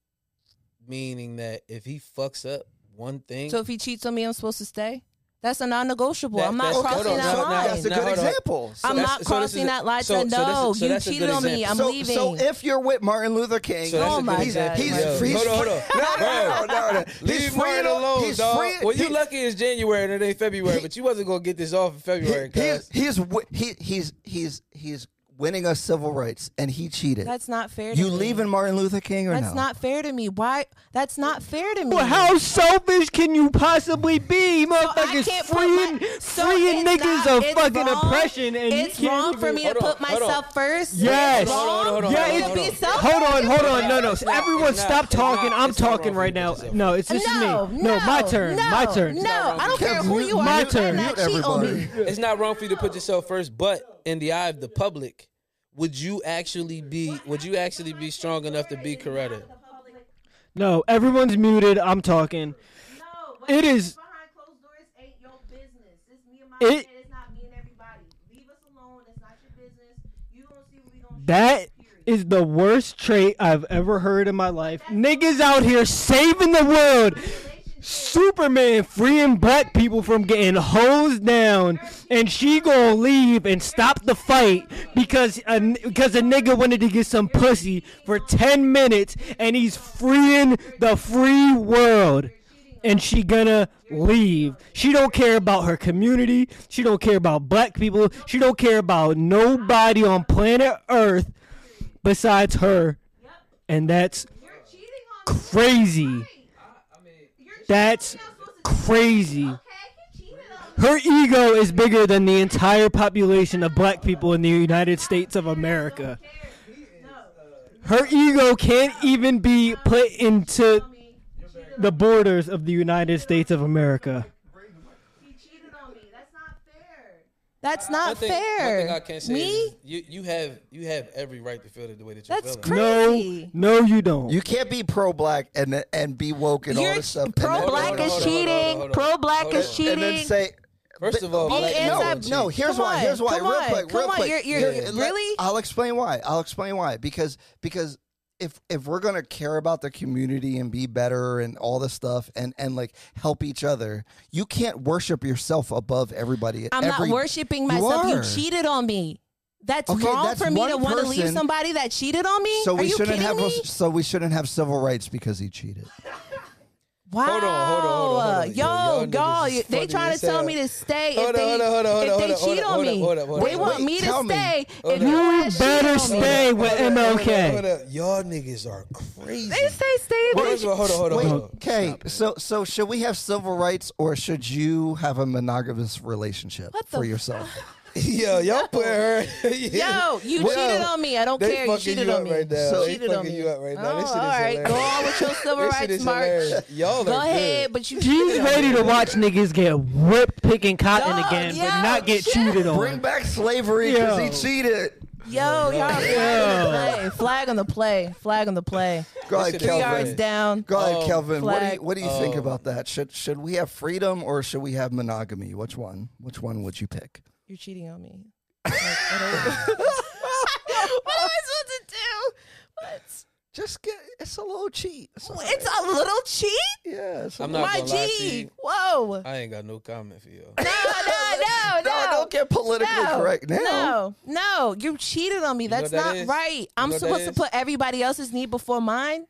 Speaker 2: meaning that if he fucks up one thing,
Speaker 3: So if he cheats on me, I'm supposed to stay. That's a non-negotiable.
Speaker 2: That-
Speaker 3: I'm not
Speaker 2: that's-
Speaker 3: crossing
Speaker 2: hold on,
Speaker 3: that
Speaker 2: so now-
Speaker 3: line.
Speaker 1: that's a
Speaker 2: now
Speaker 1: good
Speaker 2: hold on.
Speaker 1: example. So
Speaker 3: I'm
Speaker 2: that's-
Speaker 3: not
Speaker 2: so this
Speaker 3: crossing
Speaker 2: is a-
Speaker 3: that line.
Speaker 2: so-
Speaker 3: So,
Speaker 2: so this is-
Speaker 3: no,
Speaker 2: so
Speaker 3: you
Speaker 2: that's a good
Speaker 3: cheated on me.
Speaker 2: example.
Speaker 3: I'm
Speaker 1: so,
Speaker 3: leaving.
Speaker 1: so if you're with Martin Luther King,
Speaker 2: So that's
Speaker 3: Oh
Speaker 2: a
Speaker 3: my
Speaker 2: good
Speaker 1: he's,
Speaker 3: God,
Speaker 1: he's,
Speaker 3: Martin.
Speaker 1: free.
Speaker 2: Yo, hold on, hold on.
Speaker 1: No, no, no, no, no. He's
Speaker 2: Leave
Speaker 1: free
Speaker 2: Martin
Speaker 1: to-
Speaker 2: alone,
Speaker 1: he's
Speaker 2: dog.
Speaker 1: free-
Speaker 2: well, you
Speaker 1: he-
Speaker 2: lucky it's January and it ain't February, but you wasn't gonna get this off in February.
Speaker 1: He- he's,
Speaker 2: cuz.
Speaker 1: he's wi- he, he's he's he's winning us civil rights, and he cheated.
Speaker 3: that's not fair. To
Speaker 1: you
Speaker 3: me.
Speaker 1: leaving Martin Luther King or
Speaker 3: That's
Speaker 1: no?
Speaker 3: not fair to me. Why? That's not fair to me.
Speaker 8: Well, how selfish can you possibly be,
Speaker 3: I
Speaker 8: motherfuckers?
Speaker 3: can't put
Speaker 8: freeing
Speaker 3: my- so
Speaker 8: freeing
Speaker 3: it's
Speaker 8: niggas
Speaker 3: not-
Speaker 8: of
Speaker 3: it's
Speaker 8: fucking
Speaker 3: wrong-
Speaker 8: oppression, and
Speaker 3: it's
Speaker 8: you can't
Speaker 3: wrong
Speaker 8: even- Oh,
Speaker 3: for me to
Speaker 2: Hold on,
Speaker 3: put
Speaker 2: hold on.
Speaker 3: myself first.
Speaker 8: Yes.
Speaker 3: It's
Speaker 2: Hold on,
Speaker 3: wrong
Speaker 2: hold on,
Speaker 8: Yeah,
Speaker 3: for me
Speaker 8: hold
Speaker 3: to
Speaker 8: on.
Speaker 3: be selfish.
Speaker 8: Hold on, hold on. No, no.
Speaker 2: It's not-
Speaker 8: Everyone
Speaker 2: it's not-
Speaker 8: stop
Speaker 2: it's
Speaker 8: talking.
Speaker 2: not-
Speaker 8: I'm
Speaker 2: it's not wrong
Speaker 8: talking
Speaker 2: for
Speaker 8: right
Speaker 2: you to
Speaker 8: now.
Speaker 2: do so.
Speaker 8: No, it's just
Speaker 3: No,
Speaker 8: me.
Speaker 3: no,
Speaker 8: my turn.
Speaker 3: No,
Speaker 8: my turn.
Speaker 3: No, I don't care who you are.
Speaker 8: My
Speaker 3: you
Speaker 8: turn.
Speaker 3: Not cheat on me.
Speaker 2: it's not wrong for you to put yourself first, but in the eye of the public, would you actually be would you actually be strong enough to be corrected?
Speaker 8: No, everyone's muted. I'm talking. It is-
Speaker 3: Behind closed doors ain't your business. It's me and my
Speaker 8: It-
Speaker 3: man, It's not me and everybody. Leave us alone. It's not your business. You don't see what we gonna
Speaker 8: That
Speaker 3: show you, period.
Speaker 8: is the worst trait I've ever heard in my life. Niggas out here saving the world. Superman freeing black people from getting hosed down, and she gonna leave and stop the fight because a, because a nigga wanted to get some pussy for 10 minutes and he's freeing the free world and she gonna leave. She don't care about her community. She don't care about black people. She don't care about nobody on planet Earth besides her. And that's crazy. That's crazy. Her ego is bigger than the entire population of black people in the United States of America. Her ego can't even be put into the borders of the United States of America.
Speaker 3: That's not
Speaker 2: one thing,
Speaker 3: fair.
Speaker 2: One thing I can say
Speaker 3: me?
Speaker 2: is you you have you have every right to feel it the way that you're
Speaker 3: That's
Speaker 2: feeling.
Speaker 3: crazy.
Speaker 8: No, no, you don't.
Speaker 1: You can't be pro black and and be woke and all
Speaker 3: You're
Speaker 1: this stuff. and then-
Speaker 3: pro
Speaker 2: Hold
Speaker 3: black
Speaker 2: on,
Speaker 3: is
Speaker 2: hold on, hold on, hold
Speaker 3: cheating.
Speaker 2: on.
Speaker 3: Pro black
Speaker 2: Hold
Speaker 3: is
Speaker 2: on.
Speaker 1: and then
Speaker 3: cheating.
Speaker 1: say.
Speaker 2: First of all,
Speaker 1: But-
Speaker 2: black people
Speaker 1: no,
Speaker 2: don't cheat.
Speaker 1: no. Here's
Speaker 3: uh, Come
Speaker 1: why.
Speaker 3: on,
Speaker 1: Here's why.
Speaker 3: come
Speaker 1: Real
Speaker 3: on,
Speaker 1: quick.
Speaker 3: come
Speaker 1: real
Speaker 3: on,
Speaker 1: quick.
Speaker 3: you're- you're-
Speaker 1: Here, let-
Speaker 3: really?
Speaker 1: I'll explain why. I'll explain why. Because because if if we're gonna care about the community and be better and all this stuff and and like help each other, you can't worship yourself above everybody.
Speaker 3: I'm
Speaker 1: Every-
Speaker 3: not worshiping
Speaker 1: You
Speaker 3: myself. You,
Speaker 1: are.
Speaker 3: cheated on me. That's
Speaker 1: Okay,
Speaker 3: wrong
Speaker 1: that's
Speaker 3: for me
Speaker 1: one
Speaker 3: to want to leave
Speaker 1: person.
Speaker 3: somebody that cheated on me.
Speaker 1: So
Speaker 3: Are
Speaker 1: we
Speaker 3: you
Speaker 1: shouldn't
Speaker 3: kidding
Speaker 1: have
Speaker 3: me?
Speaker 1: so we shouldn't have civil rights because he cheated.
Speaker 3: Wow.
Speaker 2: Hold on, hold on, hold on, hold on.
Speaker 3: Yo,
Speaker 2: Yo, y'all
Speaker 3: y'all,
Speaker 2: niggas is
Speaker 3: they
Speaker 2: funny
Speaker 3: trying to
Speaker 2: as
Speaker 3: tell
Speaker 2: hell.
Speaker 3: me to stay if
Speaker 2: Hold on,
Speaker 3: they,
Speaker 2: hold on, hold on,
Speaker 3: if
Speaker 2: hold
Speaker 3: they
Speaker 2: on, hold
Speaker 3: cheat
Speaker 2: on,
Speaker 3: on
Speaker 2: hold
Speaker 3: me.
Speaker 2: on, hold on, hold on.
Speaker 3: They want
Speaker 1: Wait,
Speaker 3: me
Speaker 1: tell
Speaker 3: to
Speaker 1: me.
Speaker 3: stay if
Speaker 2: Hold on.
Speaker 3: you
Speaker 8: You
Speaker 3: ass cheat
Speaker 8: better
Speaker 3: on me.
Speaker 8: stay with
Speaker 2: Hold
Speaker 8: MLK.
Speaker 2: up. Y'all niggas are crazy.
Speaker 3: They say stay if
Speaker 2: First of all, hold on, hold on,
Speaker 1: Wait,
Speaker 2: hold on.
Speaker 1: okay. So so should we have civil rights or should you have a monogamous relationship
Speaker 3: What the
Speaker 1: for yourself?
Speaker 2: Yo, y'all put her.
Speaker 3: Yo, you
Speaker 2: Yo,
Speaker 3: cheated on me. I don't
Speaker 2: They
Speaker 3: care. You
Speaker 2: fucking
Speaker 3: cheated
Speaker 2: you
Speaker 3: on
Speaker 2: up
Speaker 3: me.
Speaker 2: right now.
Speaker 3: You
Speaker 2: They
Speaker 3: cheated on
Speaker 2: fucking
Speaker 3: me.
Speaker 2: you up right now.
Speaker 3: Oh,
Speaker 2: This shit is
Speaker 3: all right. Go on with your civil
Speaker 2: This shit
Speaker 3: rights
Speaker 2: is
Speaker 3: march.
Speaker 2: hilarious. Y'all
Speaker 3: Go
Speaker 2: are good.
Speaker 3: ahead, but you
Speaker 8: She's
Speaker 3: cheated on
Speaker 8: ready
Speaker 3: me.
Speaker 8: to watch niggas get whipped picking cotton
Speaker 3: Dog,
Speaker 8: again,
Speaker 3: yeah,
Speaker 8: but not get
Speaker 3: shit.
Speaker 8: cheated on.
Speaker 1: Bring back slavery because
Speaker 8: Yo.
Speaker 1: he cheated.
Speaker 3: Yo, y'all are flag on the play. Flag on the play.
Speaker 1: Go ahead,
Speaker 2: This shit is
Speaker 3: Flag on the play. Three
Speaker 2: Calvin.
Speaker 3: yards
Speaker 1: Kelvin.
Speaker 3: down.
Speaker 1: Go ahead,
Speaker 2: Um,
Speaker 1: Kelvin. What do
Speaker 3: Oh, flag.
Speaker 1: you what do you think about that? Should should we have freedom or should we have monogamy? Which one? Which one would you pick?
Speaker 3: You're cheating on me. Like, I don't- what am I supposed to do? What?
Speaker 1: Just get it's a little cheat. It's, all
Speaker 3: It's
Speaker 1: right.
Speaker 3: a little cheat?
Speaker 1: yeah. It's
Speaker 2: I'm
Speaker 1: a
Speaker 2: not
Speaker 3: My
Speaker 2: gonna lie to
Speaker 3: G.
Speaker 2: you.
Speaker 3: Whoa.
Speaker 2: I ain't got no comment for y'all.
Speaker 3: No, no, no,
Speaker 1: little- no,
Speaker 3: no.
Speaker 1: don't get politically
Speaker 3: No,
Speaker 1: correct now.
Speaker 3: No, no, you cheated on me.
Speaker 2: know
Speaker 3: That's
Speaker 2: what that
Speaker 3: not
Speaker 2: is?
Speaker 3: right.
Speaker 2: You
Speaker 3: I'm
Speaker 2: know what that
Speaker 3: supposed to
Speaker 2: is?
Speaker 3: put everybody else's need before mine.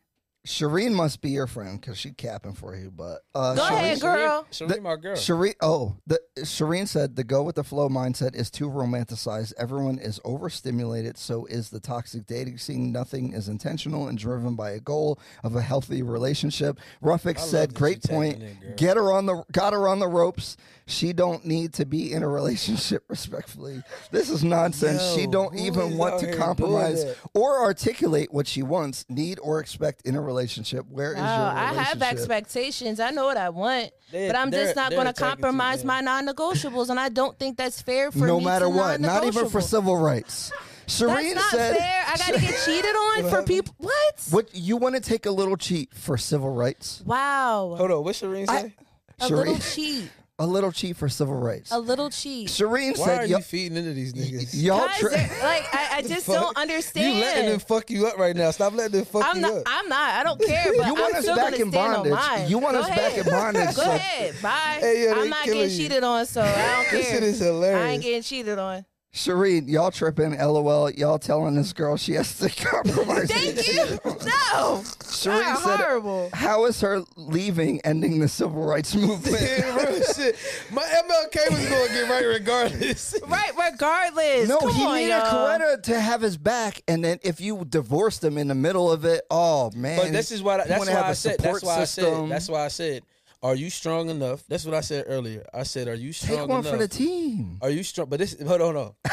Speaker 1: Shireen must be your friend because she capping for you. But uh,
Speaker 3: Go
Speaker 1: Shireen,
Speaker 3: ahead, girl.
Speaker 2: Sheree, Sheree my girl.
Speaker 1: Shireen, oh, the, Shireen said the go with the flow mindset is too romanticized. Everyone is overstimulated. So is the toxic dating scene. Nothing is intentional and driven by a goal of a healthy relationship. Ruffick
Speaker 2: love that
Speaker 1: said,
Speaker 2: you
Speaker 1: "Great
Speaker 2: tapping
Speaker 1: point.
Speaker 2: in, girl."
Speaker 1: Get her on the got her on the ropes. She don't need to be in a relationship. Respectfully, this is nonsense. she
Speaker 2: Yo,
Speaker 1: don't
Speaker 2: who
Speaker 1: even
Speaker 2: is
Speaker 1: want
Speaker 2: out
Speaker 1: to
Speaker 2: here
Speaker 1: compromise
Speaker 2: doing that?
Speaker 1: or articulate what she wants, need, or expect in a relationship. Where is
Speaker 3: Oh,
Speaker 1: your
Speaker 3: I have
Speaker 1: relationship?
Speaker 3: expectations. I know what I want,
Speaker 2: They're-
Speaker 3: but I'm
Speaker 2: they're-
Speaker 3: just not
Speaker 2: they're
Speaker 3: going to
Speaker 2: taking too
Speaker 3: compromise my
Speaker 2: long.
Speaker 3: non-negotiables, and I don't think that's fair for
Speaker 1: no
Speaker 3: me
Speaker 1: matter
Speaker 3: to
Speaker 1: what, not even for
Speaker 3: non-negotiable.
Speaker 1: civil rights. Shireen
Speaker 3: That's not
Speaker 1: said,
Speaker 3: fair. I got to get cheated on for people. What?
Speaker 1: "What you want to take a little cheat for civil rights?
Speaker 3: Wow,
Speaker 1: Oh,
Speaker 2: Hold on, what Shireen say?
Speaker 3: a little cheat,
Speaker 1: a little cheat for civil rights."
Speaker 3: a little cheat.
Speaker 1: Shireen
Speaker 2: Why are
Speaker 1: said,
Speaker 2: you
Speaker 1: "Yo-
Speaker 2: feeding into these niggas?
Speaker 1: "Y'all,
Speaker 3: Guys,
Speaker 1: tra-
Speaker 3: they're- like I, I just don't understand.
Speaker 2: You letting them fuck you up right now. Stop letting them fuck
Speaker 3: I'm
Speaker 2: you
Speaker 3: not.
Speaker 2: up.
Speaker 3: I'm not. I don't care. But
Speaker 1: You want
Speaker 3: I'm
Speaker 1: us
Speaker 3: still
Speaker 1: back
Speaker 3: gonna
Speaker 1: in
Speaker 3: stand on
Speaker 1: bondage.
Speaker 3: mine.
Speaker 1: You want
Speaker 3: Go
Speaker 1: us back
Speaker 3: ahead.
Speaker 1: in bondage,
Speaker 3: Go
Speaker 1: so-
Speaker 3: ahead. Bye.
Speaker 2: Hey, yo, they
Speaker 3: I'm not
Speaker 2: killing
Speaker 3: getting
Speaker 2: you.
Speaker 3: cheated on, so I don't care.
Speaker 2: This shit is
Speaker 3: I ain't
Speaker 2: hilarious.
Speaker 3: getting cheated on.
Speaker 1: Shireen, y'all tripping? LOL. Y'all telling this girl she has to compromise."
Speaker 3: Thank you. No.
Speaker 1: Shireen
Speaker 3: That's
Speaker 1: said,
Speaker 3: horrible.
Speaker 1: "How is her leaving ending the civil rights movement?"
Speaker 2: Yeah, real shit. My MLK was going to get right regardless.
Speaker 3: Right. Regardless.
Speaker 1: No,
Speaker 3: Come
Speaker 1: he
Speaker 3: on,
Speaker 1: needed
Speaker 3: y'all.
Speaker 1: Coretta to have his back, and then if you divorced him in the middle of it, oh man!
Speaker 2: But this is why.
Speaker 1: you
Speaker 2: That's
Speaker 1: wanna
Speaker 2: why
Speaker 1: have
Speaker 2: I
Speaker 1: a
Speaker 2: said.
Speaker 1: support
Speaker 2: That's why I
Speaker 1: system.
Speaker 2: said. That's why I said. Are you strong enough? That's what I said earlier. I said, are you strong
Speaker 1: Take one
Speaker 2: enough?
Speaker 1: for the team.
Speaker 2: Are you strong? But this. Hold on. Hold on.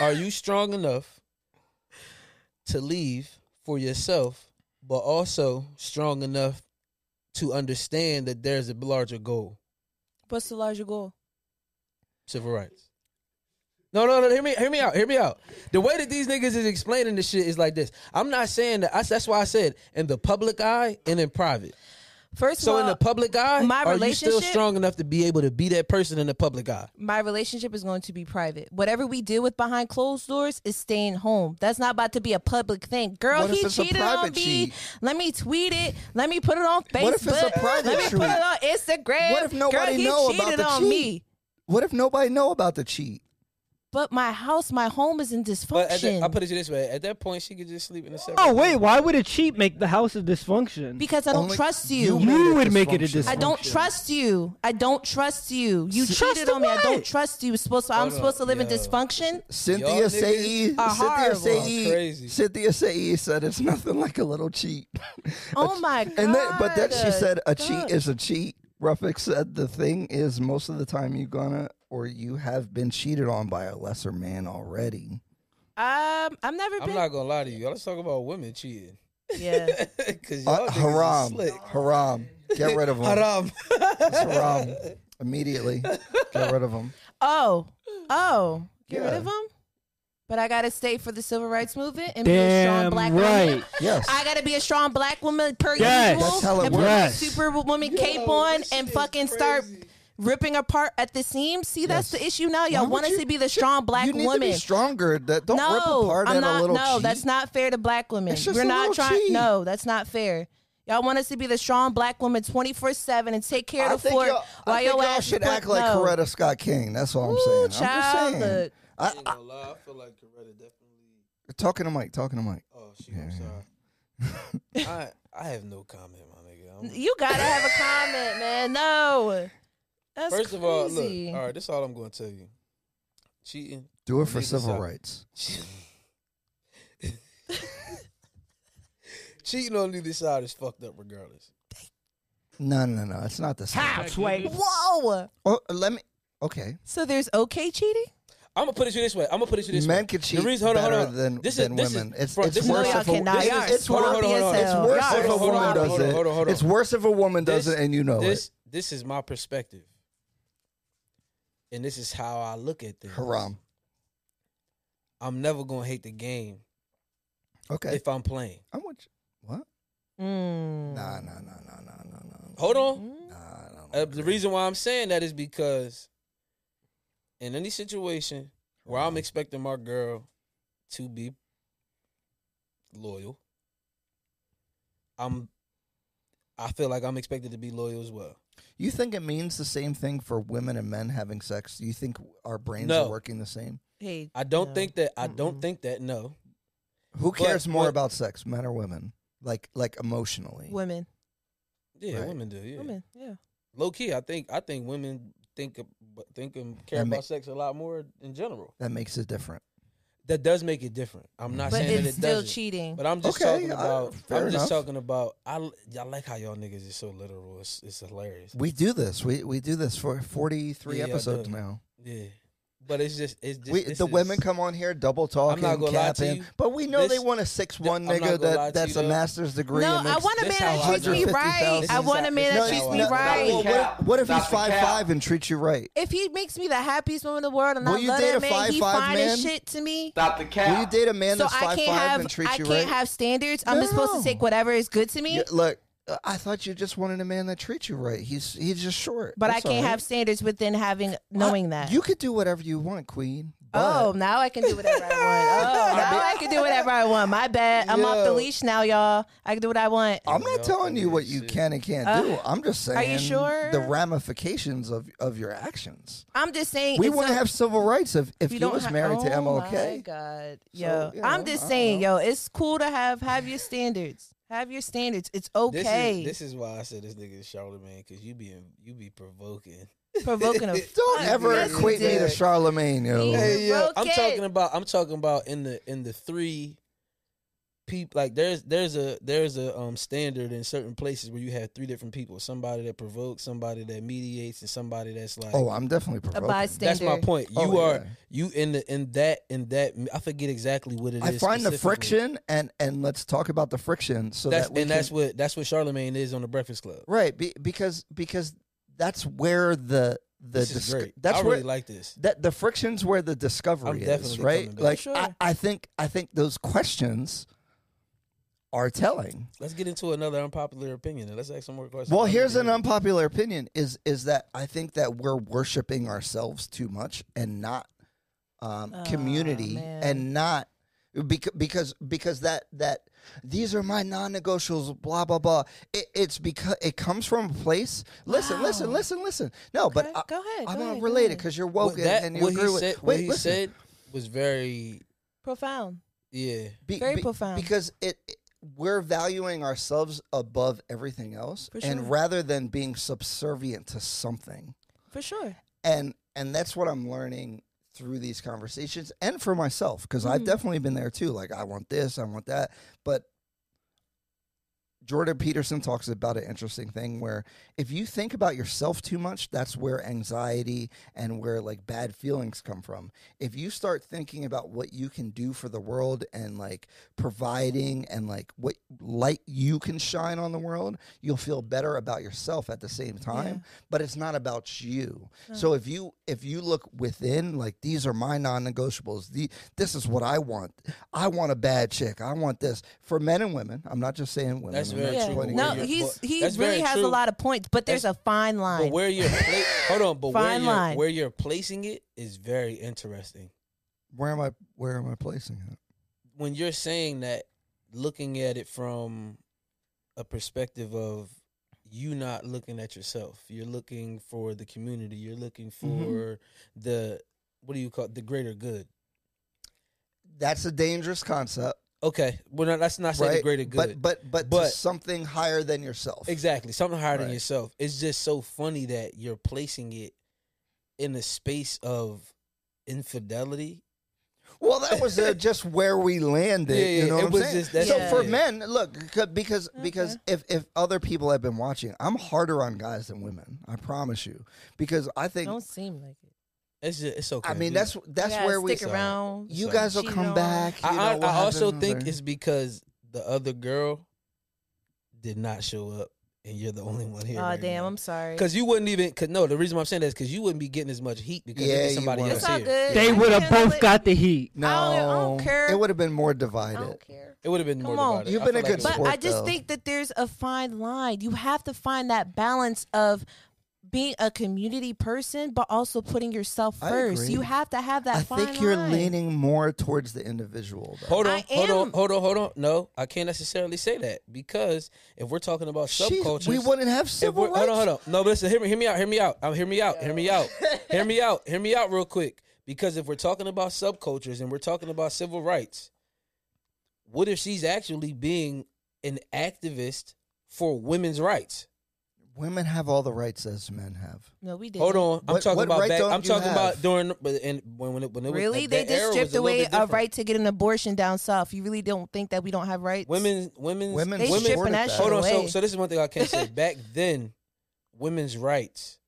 Speaker 2: are you strong enough to leave for yourself, but also strong enough to understand that there's a larger goal,
Speaker 3: What's the larger goal?
Speaker 2: civil rights. No, no, no. Hear me, hear me out. Hear me out. The way that these niggas is explaining this shit is like this. I'm not saying that. I, that's why I said in the public eye and in private.
Speaker 3: First
Speaker 2: So
Speaker 3: of all,
Speaker 2: in the public eye,
Speaker 3: my
Speaker 2: are you still
Speaker 3: relationship-
Speaker 2: strong enough to be able to be that person in the public eye?
Speaker 3: my relationship is going to be private. Whatever we deal with behind closed doors is staying home. That's not about to be a public thing. Girl,
Speaker 1: What if
Speaker 3: he
Speaker 1: it's a
Speaker 3: cheated
Speaker 1: private
Speaker 3: on me.
Speaker 1: cheat?
Speaker 3: Let me tweet it. Let me put it on Facebook.
Speaker 1: What if it's a private
Speaker 3: Let me
Speaker 1: cheat?
Speaker 3: put it on Instagram.
Speaker 1: What if nobody
Speaker 3: Girl, he
Speaker 1: know about
Speaker 3: cheated
Speaker 1: the
Speaker 3: on
Speaker 1: cheat?
Speaker 3: me.
Speaker 1: What if nobody know about the cheat?
Speaker 3: But my house, my home is in
Speaker 2: But at
Speaker 3: dysfunction
Speaker 2: that, I put it to you this way: at that point, she could just sleep in the separate.
Speaker 8: Oh wait, why would a cheat make the house a dysfunction?
Speaker 3: because I don't
Speaker 1: Only-
Speaker 3: trust
Speaker 1: you
Speaker 3: you.
Speaker 1: made
Speaker 8: You
Speaker 1: it
Speaker 8: would make it a
Speaker 1: dysfunctional.
Speaker 8: dysfunction.
Speaker 3: I don't trust you. I don't trust you. You
Speaker 8: Trust
Speaker 3: cheated on me. I
Speaker 8: what?
Speaker 3: don't trust you. It's supposed to- I'm
Speaker 2: Hold
Speaker 3: supposed to
Speaker 2: up,
Speaker 3: live in
Speaker 2: yo.
Speaker 3: dysfunction.
Speaker 1: Cynthia
Speaker 2: Y'all
Speaker 1: Sae,
Speaker 2: niggas
Speaker 3: are
Speaker 1: Cynthia
Speaker 3: horrible.
Speaker 1: Sae,
Speaker 2: Crazy.
Speaker 1: Cynthia Sae said it's nothing like a little cheat.
Speaker 3: Oh my god!
Speaker 1: and then, but then she said a cheat
Speaker 3: Fuck.
Speaker 1: is a cheat. Ruffick said the thing is most of the time you gonna or you have been cheated on by a lesser man already.
Speaker 3: Um, I've never been.
Speaker 2: I'm not gonna lie to you. Let's talk about women cheating.
Speaker 3: yeah.
Speaker 2: Cause y'all
Speaker 1: Uh,
Speaker 2: niggas is
Speaker 1: haram,
Speaker 2: slick.
Speaker 1: haram, get rid of him.
Speaker 2: Haram.
Speaker 1: It's haram. Immediately, get rid of him.
Speaker 3: Oh, oh, get rid of
Speaker 1: Mm. Yeah.
Speaker 3: him. But I gotta stay for the civil rights movement and be a strong
Speaker 8: Damn
Speaker 3: black
Speaker 8: right.
Speaker 3: woman.
Speaker 1: Yes.
Speaker 3: I gotta be a strong black woman per
Speaker 8: Yes.
Speaker 1: That's how
Speaker 3: usual,
Speaker 1: it
Speaker 3: and put my
Speaker 8: works.
Speaker 3: superwoman cape on, and fucking start ripping apart at the seams. See, that's
Speaker 1: Yes.
Speaker 3: the issue now.
Speaker 1: Why
Speaker 3: Y'all
Speaker 1: would
Speaker 3: want us
Speaker 1: you-
Speaker 3: to be the strong black
Speaker 1: you need
Speaker 3: woman.
Speaker 1: to be stronger. That don't
Speaker 3: no,
Speaker 1: rip apart
Speaker 3: I'm
Speaker 1: at
Speaker 3: not.
Speaker 1: a little
Speaker 3: no,
Speaker 1: cheat.
Speaker 3: that's not fair to black women.
Speaker 1: It's just
Speaker 3: We're
Speaker 1: a
Speaker 3: not
Speaker 1: little
Speaker 3: trying.
Speaker 1: cheat.
Speaker 3: No, that's not fair. Y'all want us to be the strong black woman 24 7 and take care
Speaker 1: I
Speaker 3: of the
Speaker 1: think
Speaker 3: fort
Speaker 1: y'all, I
Speaker 3: while
Speaker 1: think
Speaker 3: your
Speaker 1: y'all
Speaker 3: ass
Speaker 1: should
Speaker 3: put-
Speaker 1: act like
Speaker 3: no.
Speaker 1: Coretta Scott King. That's all I'm
Speaker 3: Ooh,
Speaker 1: saying. I'm just
Speaker 3: child,
Speaker 1: saying.
Speaker 3: look.
Speaker 1: I,
Speaker 2: ain't
Speaker 1: I,
Speaker 2: gonna lie, I feel like Coretta definitely.
Speaker 1: talking to Mike, talking to Mike.
Speaker 2: Oh, shoot, I'm sorry. I I have no comment, my nigga. I'm-
Speaker 5: You gotta have a comment, man. No. That's
Speaker 2: First of all, look.
Speaker 5: crazy.
Speaker 2: All right, this is all I'm going to tell you. Cheating.
Speaker 1: Do it for
Speaker 2: Neither
Speaker 1: civil
Speaker 2: side.
Speaker 1: rights.
Speaker 2: Cheating on either side is fucked up, regardless.
Speaker 1: No, no, no. It's not the same.
Speaker 5: Whoa.
Speaker 1: Oh, let me. Okay.
Speaker 5: So there's okay cheating?
Speaker 2: I'm gonna put it to you this way. I'm gonna put it to you this way.
Speaker 1: Men can cheat
Speaker 2: the reason, hold on, hold
Speaker 1: better
Speaker 2: on.
Speaker 1: than,
Speaker 2: This is-
Speaker 1: than
Speaker 2: this is-
Speaker 1: women. it's
Speaker 2: bro,
Speaker 1: it's
Speaker 2: this is-
Speaker 5: No,
Speaker 1: worse
Speaker 5: y'all
Speaker 1: if a,
Speaker 5: cannot.
Speaker 1: it's,
Speaker 5: Y'all
Speaker 1: it's,
Speaker 5: are
Speaker 1: wor-
Speaker 5: sloppy
Speaker 2: hold on, hold
Speaker 5: as
Speaker 2: on.
Speaker 1: it's
Speaker 5: hell.
Speaker 1: worse
Speaker 5: Y'all
Speaker 1: if
Speaker 5: are
Speaker 1: a woman
Speaker 5: sloppy.
Speaker 1: does
Speaker 2: Hold on,
Speaker 1: it.
Speaker 2: hold on, hold on.
Speaker 1: It's worse if a woman does
Speaker 2: This-
Speaker 1: it and you know
Speaker 2: this
Speaker 1: it.
Speaker 2: this is my perspective, and this is how I look at things.
Speaker 1: Haram.
Speaker 2: I'm never gonna hate the game
Speaker 1: Okay.
Speaker 2: if I'm playing.
Speaker 1: I want you. What?
Speaker 5: Mm.
Speaker 1: Nah, nah, nah, nah, nah, nah, nah.
Speaker 2: Hold on.
Speaker 1: Nah, I don't
Speaker 2: Uh, the
Speaker 1: agree.
Speaker 2: reason why I'm saying that is because in any situation where I'm expecting my girl to be loyal, I'm I feel like I'm expected to be loyal as well.
Speaker 1: You think it means the same thing for women and men having sex? Do you think our brains
Speaker 2: No.
Speaker 1: are working the same?
Speaker 5: Hey,
Speaker 2: I don't
Speaker 5: no.
Speaker 2: think that I don't
Speaker 5: Mm-mm.
Speaker 2: think that no.
Speaker 1: Who cares more
Speaker 2: what-
Speaker 1: about sex, men or women? Like like emotionally.
Speaker 5: women.
Speaker 2: Yeah,
Speaker 1: Right.
Speaker 2: women do. Yeah.
Speaker 5: Women, yeah.
Speaker 2: Low key, I think I think women think ab- think and care
Speaker 1: That ma-
Speaker 2: about sex a lot more in general. Mm-hmm.
Speaker 1: That makes it different.
Speaker 2: That does make it different. I'm not
Speaker 5: But
Speaker 2: saying that
Speaker 5: it's
Speaker 2: it
Speaker 5: still
Speaker 2: doesn't.
Speaker 5: cheating.
Speaker 2: But I'm just
Speaker 1: Okay,
Speaker 2: talking
Speaker 1: I-
Speaker 2: about. I,
Speaker 1: fair
Speaker 2: am
Speaker 1: enough.
Speaker 2: just talking about. I y'all like how y'all niggas is so literal. It's, it's hilarious.
Speaker 1: We do this. We we do this for forty three
Speaker 2: Yeah, y'all
Speaker 1: episodes
Speaker 2: do.
Speaker 1: now.
Speaker 2: Yeah, but it's just it's just
Speaker 1: we
Speaker 2: this
Speaker 1: the
Speaker 2: is-
Speaker 1: women come on here double talking,
Speaker 2: not gonna lie to
Speaker 1: capping,
Speaker 2: you.
Speaker 1: but we know they
Speaker 2: This-
Speaker 1: want a six one
Speaker 2: I'm not
Speaker 1: nigga
Speaker 2: gonna lie
Speaker 1: that
Speaker 2: to
Speaker 1: that's
Speaker 2: you,
Speaker 1: a
Speaker 2: though.
Speaker 1: master's degree.
Speaker 5: No,
Speaker 1: and
Speaker 5: I
Speaker 1: makes-
Speaker 5: want a
Speaker 2: This
Speaker 5: man that
Speaker 2: how I
Speaker 5: treats me
Speaker 1: do it.
Speaker 5: right.
Speaker 1: This
Speaker 5: I
Speaker 1: is
Speaker 5: want a
Speaker 2: how-
Speaker 5: man
Speaker 2: this
Speaker 5: that
Speaker 2: is
Speaker 5: treats
Speaker 2: how I do
Speaker 5: me
Speaker 2: it.
Speaker 1: well,
Speaker 5: right.
Speaker 1: what, if, what if he's
Speaker 4: Stop the
Speaker 1: five
Speaker 4: cap.
Speaker 1: five and treats you right?
Speaker 5: If he makes me the happiest woman in the world and
Speaker 1: Will
Speaker 5: I
Speaker 1: you
Speaker 5: love
Speaker 1: date a
Speaker 5: that man, he
Speaker 1: 5'5"
Speaker 5: fine as
Speaker 1: man?
Speaker 5: shit to me.
Speaker 4: Stop the cap.
Speaker 1: Will you date a man
Speaker 5: So
Speaker 1: that's
Speaker 5: I
Speaker 1: five
Speaker 5: can't
Speaker 1: five
Speaker 5: have
Speaker 1: and
Speaker 5: I
Speaker 1: treats you
Speaker 5: can't
Speaker 1: right?
Speaker 5: have standards. I'm just supposed
Speaker 1: No.
Speaker 5: to take whatever is good to me,
Speaker 1: Yeah, look, uh, I thought you just wanted a man that treats you right. He's he's just short.
Speaker 5: but I
Speaker 1: That's
Speaker 5: can't
Speaker 1: all right.
Speaker 5: have standards within having knowing that.
Speaker 1: You could do whatever you want, Queen. But
Speaker 5: oh, now I can do whatever I want. Oh, now I can do whatever I want. My bad. I'm off the
Speaker 1: Yo.
Speaker 5: leash now, y'all. I can do what I want.
Speaker 1: I'm not
Speaker 2: Y'all
Speaker 1: telling you
Speaker 2: funny
Speaker 1: what
Speaker 2: as
Speaker 1: you
Speaker 2: shit.
Speaker 1: can and can't do. I'm just saying
Speaker 5: uh, are you sure?
Speaker 1: the ramifications of, of your actions.
Speaker 5: I'm just saying.
Speaker 1: We
Speaker 5: it's
Speaker 1: want to
Speaker 5: a-
Speaker 1: have civil rights if, if
Speaker 5: you
Speaker 1: you,
Speaker 5: don't
Speaker 1: was
Speaker 5: ha-
Speaker 1: married to
Speaker 5: oh
Speaker 1: MLK.
Speaker 5: my God, yo,
Speaker 1: you know,
Speaker 5: I'm just
Speaker 1: I
Speaker 5: saying,
Speaker 1: don't
Speaker 5: yo, it's cool to have have your standards. Have your standards. It's
Speaker 2: This
Speaker 5: okay.
Speaker 2: is this is why I said this nigga is Charlemagne because you be you be provoking.
Speaker 5: Provoking a
Speaker 1: Don't
Speaker 5: fuck.
Speaker 1: ever
Speaker 5: Yes, you
Speaker 1: equate me
Speaker 5: do.
Speaker 1: to Charlemagne, yo.
Speaker 5: Yeah.
Speaker 2: Hey, yo, I'm
Speaker 5: Provoking.
Speaker 2: talking about I'm talking about in the in the three people like there's there's a there's a um standard in certain places where you have three different people somebody that provokes somebody that mediates and somebody that's like
Speaker 1: Oh, I'm definitely
Speaker 5: A
Speaker 1: provoking.
Speaker 5: bystander.
Speaker 2: That's my point. You
Speaker 1: Oh,
Speaker 2: are
Speaker 1: yeah.
Speaker 2: you in the in that in that. I forget exactly what it is.
Speaker 1: I find the
Speaker 2: specifically.
Speaker 1: friction and and let's talk about the friction so
Speaker 2: That's,
Speaker 1: that we
Speaker 2: and
Speaker 1: can,
Speaker 2: that's what that's what Charlemagne is on the Breakfast Club.
Speaker 1: right be, because because that's where the the
Speaker 2: this is
Speaker 1: disc-
Speaker 2: great.
Speaker 1: that's
Speaker 2: I
Speaker 1: where
Speaker 2: really like this.
Speaker 1: that the friction's where the discovery is,
Speaker 2: definitely
Speaker 1: right?
Speaker 2: coming back.
Speaker 1: Like
Speaker 5: Sure.
Speaker 1: I, I think I think those questions are telling.
Speaker 2: Let's get into another unpopular opinion and let's ask some more questions.
Speaker 1: Well,
Speaker 2: I'm
Speaker 1: here's an
Speaker 2: really-
Speaker 1: unpopular opinion: is is that I think that we're worshiping ourselves too much and not um,
Speaker 2: Ah,
Speaker 5: Aw,
Speaker 1: community
Speaker 5: man.
Speaker 1: and not because because because that that these are my non-negotiables. Blah blah blah. It, it's because it comes from a place. Listen, listen,
Speaker 5: Wow.
Speaker 1: listen, listen. No,
Speaker 5: Okay,
Speaker 1: but I,
Speaker 5: go ahead.
Speaker 1: I'm
Speaker 5: go
Speaker 1: gonna
Speaker 5: ahead, go
Speaker 1: relate it
Speaker 5: ahead.
Speaker 1: because you're
Speaker 2: What
Speaker 1: woke and-
Speaker 2: that
Speaker 1: and you
Speaker 2: what
Speaker 1: agree
Speaker 2: he
Speaker 1: with.
Speaker 2: said.
Speaker 1: wait,
Speaker 2: what he
Speaker 1: listen.
Speaker 2: said was very
Speaker 5: profound.
Speaker 2: yeah.
Speaker 1: Be-
Speaker 5: Very
Speaker 1: be-
Speaker 5: profound.
Speaker 1: because it, it- we're valuing ourselves above everything else
Speaker 5: For sure.
Speaker 1: and rather than being subservient to something
Speaker 5: For sure.
Speaker 1: and and that's what i'm learning through these conversations and for myself because i've definitely been there too like i want this i want that but jordan peterson talks about an interesting thing where if you think about yourself too much that's where anxiety and where like bad feelings come from if you start thinking about what you can do for the world and like providing and like what light you can shine on the world, you'll feel better about yourself at the same time. But it's not about you. So if you if you look within, like these are my non-negotiables. The, this is what I want. I want a bad chick. I want this for men and women. I'm not just saying women.
Speaker 2: That's
Speaker 1: I'm
Speaker 2: very
Speaker 1: not
Speaker 2: true,
Speaker 1: pointing
Speaker 2: but
Speaker 5: No,
Speaker 1: at
Speaker 2: where
Speaker 1: you.
Speaker 2: you're-
Speaker 5: he's he
Speaker 2: That's
Speaker 5: really
Speaker 2: very
Speaker 5: has
Speaker 2: true.
Speaker 5: a lot of points, but there's a fine line.
Speaker 2: But where you're pla- hold on, but where
Speaker 5: Fine
Speaker 2: you're,
Speaker 5: line.
Speaker 2: where you're placing it is very interesting.
Speaker 1: where am I? Where am I placing it?
Speaker 2: When you're saying that, looking at it from a perspective of you not
Speaker 1: Mm-hmm.
Speaker 2: looking at yourself, you're looking for the community, you're looking for the what do you call it? the greater good?
Speaker 1: That's a dangerous concept,
Speaker 2: Okay, well no, that's not saying
Speaker 1: right?
Speaker 2: the greater good,
Speaker 1: But but but, to
Speaker 2: But-
Speaker 1: something higher than yourself.
Speaker 2: Exactly. Something higher than
Speaker 1: Right.
Speaker 2: yourself. It's just so funny that you're placing it in the space of infidelity.
Speaker 1: Well, that was uh, just where we landed.
Speaker 2: Yeah,
Speaker 1: you
Speaker 2: yeah,
Speaker 1: know what
Speaker 2: it
Speaker 1: I'm
Speaker 2: was
Speaker 1: saying?
Speaker 2: just- that's
Speaker 1: so
Speaker 3: it.
Speaker 1: for
Speaker 2: Yeah.
Speaker 1: men, look, c- because because if if other people have been watching, I'm harder on guys than women. I promise you, because I think
Speaker 3: Don't seem like it.
Speaker 2: It's just, it's okay.
Speaker 1: I mean
Speaker 2: dude.
Speaker 1: that's that's
Speaker 3: Yeah,
Speaker 1: where we.
Speaker 3: stick around.
Speaker 1: You
Speaker 2: So-
Speaker 1: guys will
Speaker 3: Cheat
Speaker 1: come
Speaker 3: on.
Speaker 1: back.
Speaker 2: I,
Speaker 1: you
Speaker 2: I,
Speaker 1: know, we'll
Speaker 2: I
Speaker 1: have
Speaker 2: also
Speaker 1: another-
Speaker 2: think it's because the other girl did not show up, and you're the only one here.
Speaker 3: Oh damn, I'm sorry.
Speaker 2: Because you wouldn't even. Cause, no, the reason why I'm saying that is because you wouldn't be getting as much heat because
Speaker 1: Yeah,
Speaker 2: it'd be
Speaker 1: you
Speaker 2: somebody
Speaker 1: wouldn't.
Speaker 2: else
Speaker 3: It's all
Speaker 2: here.
Speaker 3: good.
Speaker 8: They
Speaker 3: I
Speaker 8: would have
Speaker 3: handle
Speaker 8: both
Speaker 3: it.
Speaker 8: got the heat.
Speaker 1: no.
Speaker 3: I don't care.
Speaker 1: It would have been more
Speaker 11: I
Speaker 1: divided.
Speaker 11: don't care.
Speaker 2: It would have been
Speaker 3: Come
Speaker 2: more
Speaker 3: on.
Speaker 2: divided.
Speaker 1: You've
Speaker 2: I
Speaker 1: been
Speaker 2: feel
Speaker 1: a good
Speaker 2: it would've-
Speaker 3: But
Speaker 1: sport,
Speaker 3: I just
Speaker 1: though.
Speaker 3: think that there's a fine line. You have to find that balance of being a community person, but also putting yourself
Speaker 1: I
Speaker 3: first.
Speaker 1: agree.
Speaker 3: You have to have that.
Speaker 1: I
Speaker 3: fine
Speaker 1: think you're
Speaker 3: line.
Speaker 1: leaning more towards the individual. Though.
Speaker 2: Hold on,
Speaker 3: I
Speaker 2: hold on,
Speaker 3: am-
Speaker 2: hold on, hold on. No, I can't necessarily say that because if we're talking about
Speaker 1: Jeez,
Speaker 2: subcultures,
Speaker 1: we wouldn't have
Speaker 2: If
Speaker 1: civil
Speaker 2: we're,
Speaker 1: rights.
Speaker 2: hold on, hold on. No, but listen, hear me, hear me out, hear me out. Um, hear me out, hear me out, hear me out, hear me out, real quick. Because if we're talking about subcultures and we're talking about civil rights, what if she's actually being an activist for women's rights?
Speaker 1: Women have all the rights as men have.
Speaker 3: No, we did.
Speaker 2: Hold on, I'm
Speaker 1: What-
Speaker 2: talking
Speaker 1: what
Speaker 2: about
Speaker 1: right
Speaker 2: back,
Speaker 1: don't
Speaker 2: I'm
Speaker 1: you
Speaker 2: talking about
Speaker 1: have?
Speaker 2: during but and when when it, when it was
Speaker 3: Really,
Speaker 2: that
Speaker 3: they
Speaker 2: era
Speaker 3: just
Speaker 2: was
Speaker 3: stripped
Speaker 2: little
Speaker 3: away
Speaker 2: bit
Speaker 3: a
Speaker 2: different.
Speaker 3: right to get an abortion down south. You really don't think that we don't have rights?
Speaker 2: Women, women's,
Speaker 1: Women,
Speaker 3: They
Speaker 1: women
Speaker 2: women's
Speaker 3: stripping that shit
Speaker 2: Hold on. So,
Speaker 3: away.
Speaker 2: so this is one thing I can say. Back then, women's rights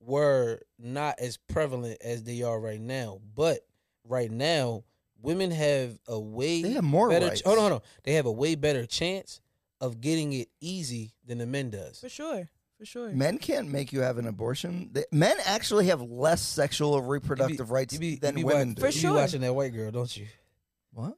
Speaker 2: were not as prevalent as they are right now. But right now, women have a way
Speaker 1: They have more
Speaker 2: better.
Speaker 1: rights.
Speaker 2: hold on, hold on. They have a way better chance of getting it easy than the men does.
Speaker 3: for sure, for sure.
Speaker 1: Men can't make you have an abortion. They, men actually have less sexual and reproductive rights
Speaker 2: You be- you
Speaker 1: than
Speaker 2: be
Speaker 1: women
Speaker 2: watch-
Speaker 1: do.
Speaker 3: For
Speaker 2: you
Speaker 3: sure.
Speaker 2: be watching that white girl, don't you?
Speaker 1: What?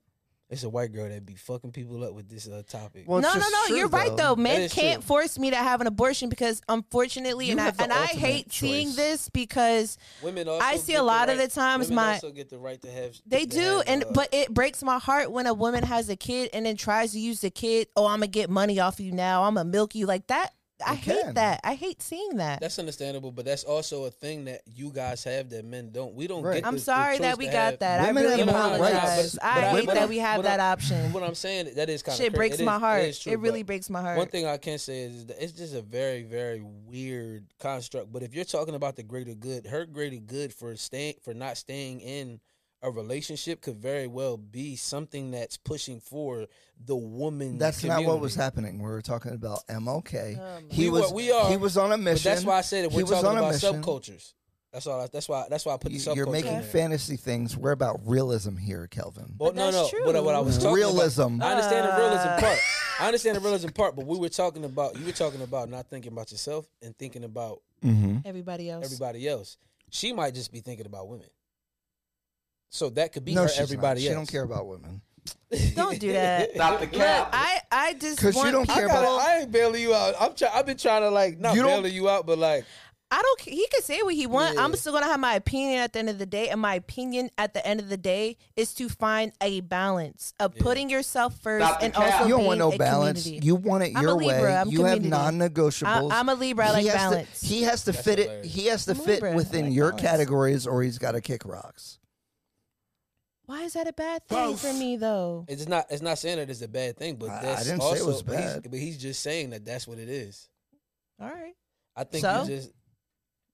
Speaker 2: It's a white girl that be fucking people up with this uh, topic.
Speaker 1: Well, it's
Speaker 3: no, no,
Speaker 1: just
Speaker 3: no.
Speaker 1: true,
Speaker 3: you're right though. Men
Speaker 2: is
Speaker 3: can't
Speaker 2: true.
Speaker 3: force me to have an abortion because, unfortunately,
Speaker 1: You
Speaker 3: and I
Speaker 1: have the
Speaker 3: and I
Speaker 1: ultimate
Speaker 3: hate seeing
Speaker 1: choice.
Speaker 3: this because
Speaker 2: women, also
Speaker 3: I see
Speaker 2: get
Speaker 3: a lot of
Speaker 2: right-
Speaker 3: the times
Speaker 2: women
Speaker 3: my-
Speaker 2: also get the right to have.
Speaker 3: they
Speaker 2: to
Speaker 3: do,
Speaker 2: have,
Speaker 3: and
Speaker 2: uh,
Speaker 3: but it breaks my heart when a woman has a kid and then tries to use the kid. Oh, I'm gonna get money off you now. I'm gonna milk you like that. I
Speaker 1: You
Speaker 3: hate
Speaker 1: can.
Speaker 3: that. I hate seeing that.
Speaker 2: That's understandable, but that's also a thing that you guys have that men don't. We don't.
Speaker 1: Right.
Speaker 2: Get
Speaker 3: I'm
Speaker 2: the- the
Speaker 3: sorry
Speaker 2: choice
Speaker 3: that we
Speaker 2: to
Speaker 3: got
Speaker 2: have-
Speaker 3: that. I
Speaker 1: Women
Speaker 3: really
Speaker 1: have more rights.
Speaker 3: apologize.
Speaker 2: But-
Speaker 3: I
Speaker 2: but-
Speaker 3: hate
Speaker 2: but-
Speaker 3: that we have
Speaker 2: but-
Speaker 3: that
Speaker 2: What
Speaker 3: option.
Speaker 2: I'm saying that is kind
Speaker 3: Shit
Speaker 2: of
Speaker 3: breaks my heart. It, really
Speaker 2: breaks.
Speaker 3: breaks my heart.
Speaker 2: One thing I can say is that it's just a very, very weird construct. But if you're talking about the greater good, her greater good for staying for not staying in a relationship could very well be something that's pushing for the woman.
Speaker 1: That's not what was
Speaker 2: community.
Speaker 1: happening. We were talking about MLK.
Speaker 3: Oh, my
Speaker 1: he
Speaker 2: We were-
Speaker 1: was
Speaker 2: we are,
Speaker 1: he was on a
Speaker 2: But
Speaker 1: mission.
Speaker 2: that's why I said that
Speaker 1: He
Speaker 2: we're
Speaker 1: was
Speaker 2: talking
Speaker 1: on a
Speaker 2: about
Speaker 1: mission.
Speaker 2: subcultures. That's all. I, that's why. That's why I put the
Speaker 1: You-
Speaker 2: subculture.
Speaker 1: You're making
Speaker 2: in there.
Speaker 1: fantasy things. We're about realism here, Kelvin.
Speaker 2: Well,
Speaker 3: But
Speaker 2: no, no.
Speaker 3: that's
Speaker 2: What, I- what I was talking
Speaker 1: Realism.
Speaker 2: About, I understand the
Speaker 3: Uh.
Speaker 2: realism part. I understand the realism part, but we were talking about you were talking about not thinking about yourself and thinking about
Speaker 1: Mm-hmm.
Speaker 3: Everybody else.
Speaker 2: everybody else. She might just be thinking about women. So that could be
Speaker 1: no,
Speaker 2: her
Speaker 1: she's
Speaker 2: everybody
Speaker 1: not.
Speaker 2: else.
Speaker 1: She don't care about women
Speaker 3: Don't do that.
Speaker 4: Stop the
Speaker 3: Look,
Speaker 4: cap.
Speaker 3: I, I just
Speaker 1: because you
Speaker 3: want
Speaker 1: don't care
Speaker 2: I, gotta-
Speaker 1: about.
Speaker 2: I ain't bailing you out. I'm try, I've been trying to like not
Speaker 1: You don't-
Speaker 2: bailing you out, but like
Speaker 3: I don't. ca- He can say what he wants.
Speaker 2: Yeah.
Speaker 3: I'm still gonna have my opinion at the end of the day, and my opinion at the end of the day is to find a balance of
Speaker 2: Yeah.
Speaker 3: putting yourself first
Speaker 4: Stop the
Speaker 3: and
Speaker 4: cap.
Speaker 3: also
Speaker 1: you don't
Speaker 3: being
Speaker 1: want no
Speaker 3: a
Speaker 1: balance.
Speaker 3: community.
Speaker 1: You want it
Speaker 3: I'm a
Speaker 1: your
Speaker 3: Libra.
Speaker 1: way.
Speaker 3: I'm
Speaker 1: you
Speaker 3: community.
Speaker 1: have non-negotiables.
Speaker 3: I, am a Libra. I like
Speaker 1: he has
Speaker 3: balance.
Speaker 1: To, he has to
Speaker 2: That's
Speaker 1: fit
Speaker 2: hilarious.
Speaker 1: it. He has to
Speaker 3: I'm a
Speaker 1: fit
Speaker 3: Libra.
Speaker 1: within
Speaker 3: I like
Speaker 1: your
Speaker 3: balance.
Speaker 1: categories, or he's got to kick rocks.
Speaker 3: Why is that a bad thing for me though?
Speaker 2: it's not. It's not saying that it's a bad thing, but
Speaker 1: I- I
Speaker 2: that's
Speaker 1: didn't say it
Speaker 2: also.
Speaker 1: was
Speaker 2: but he's-
Speaker 1: bad.
Speaker 2: but he's just saying that that's what it is.
Speaker 3: All right.
Speaker 2: I think
Speaker 3: So?
Speaker 2: you just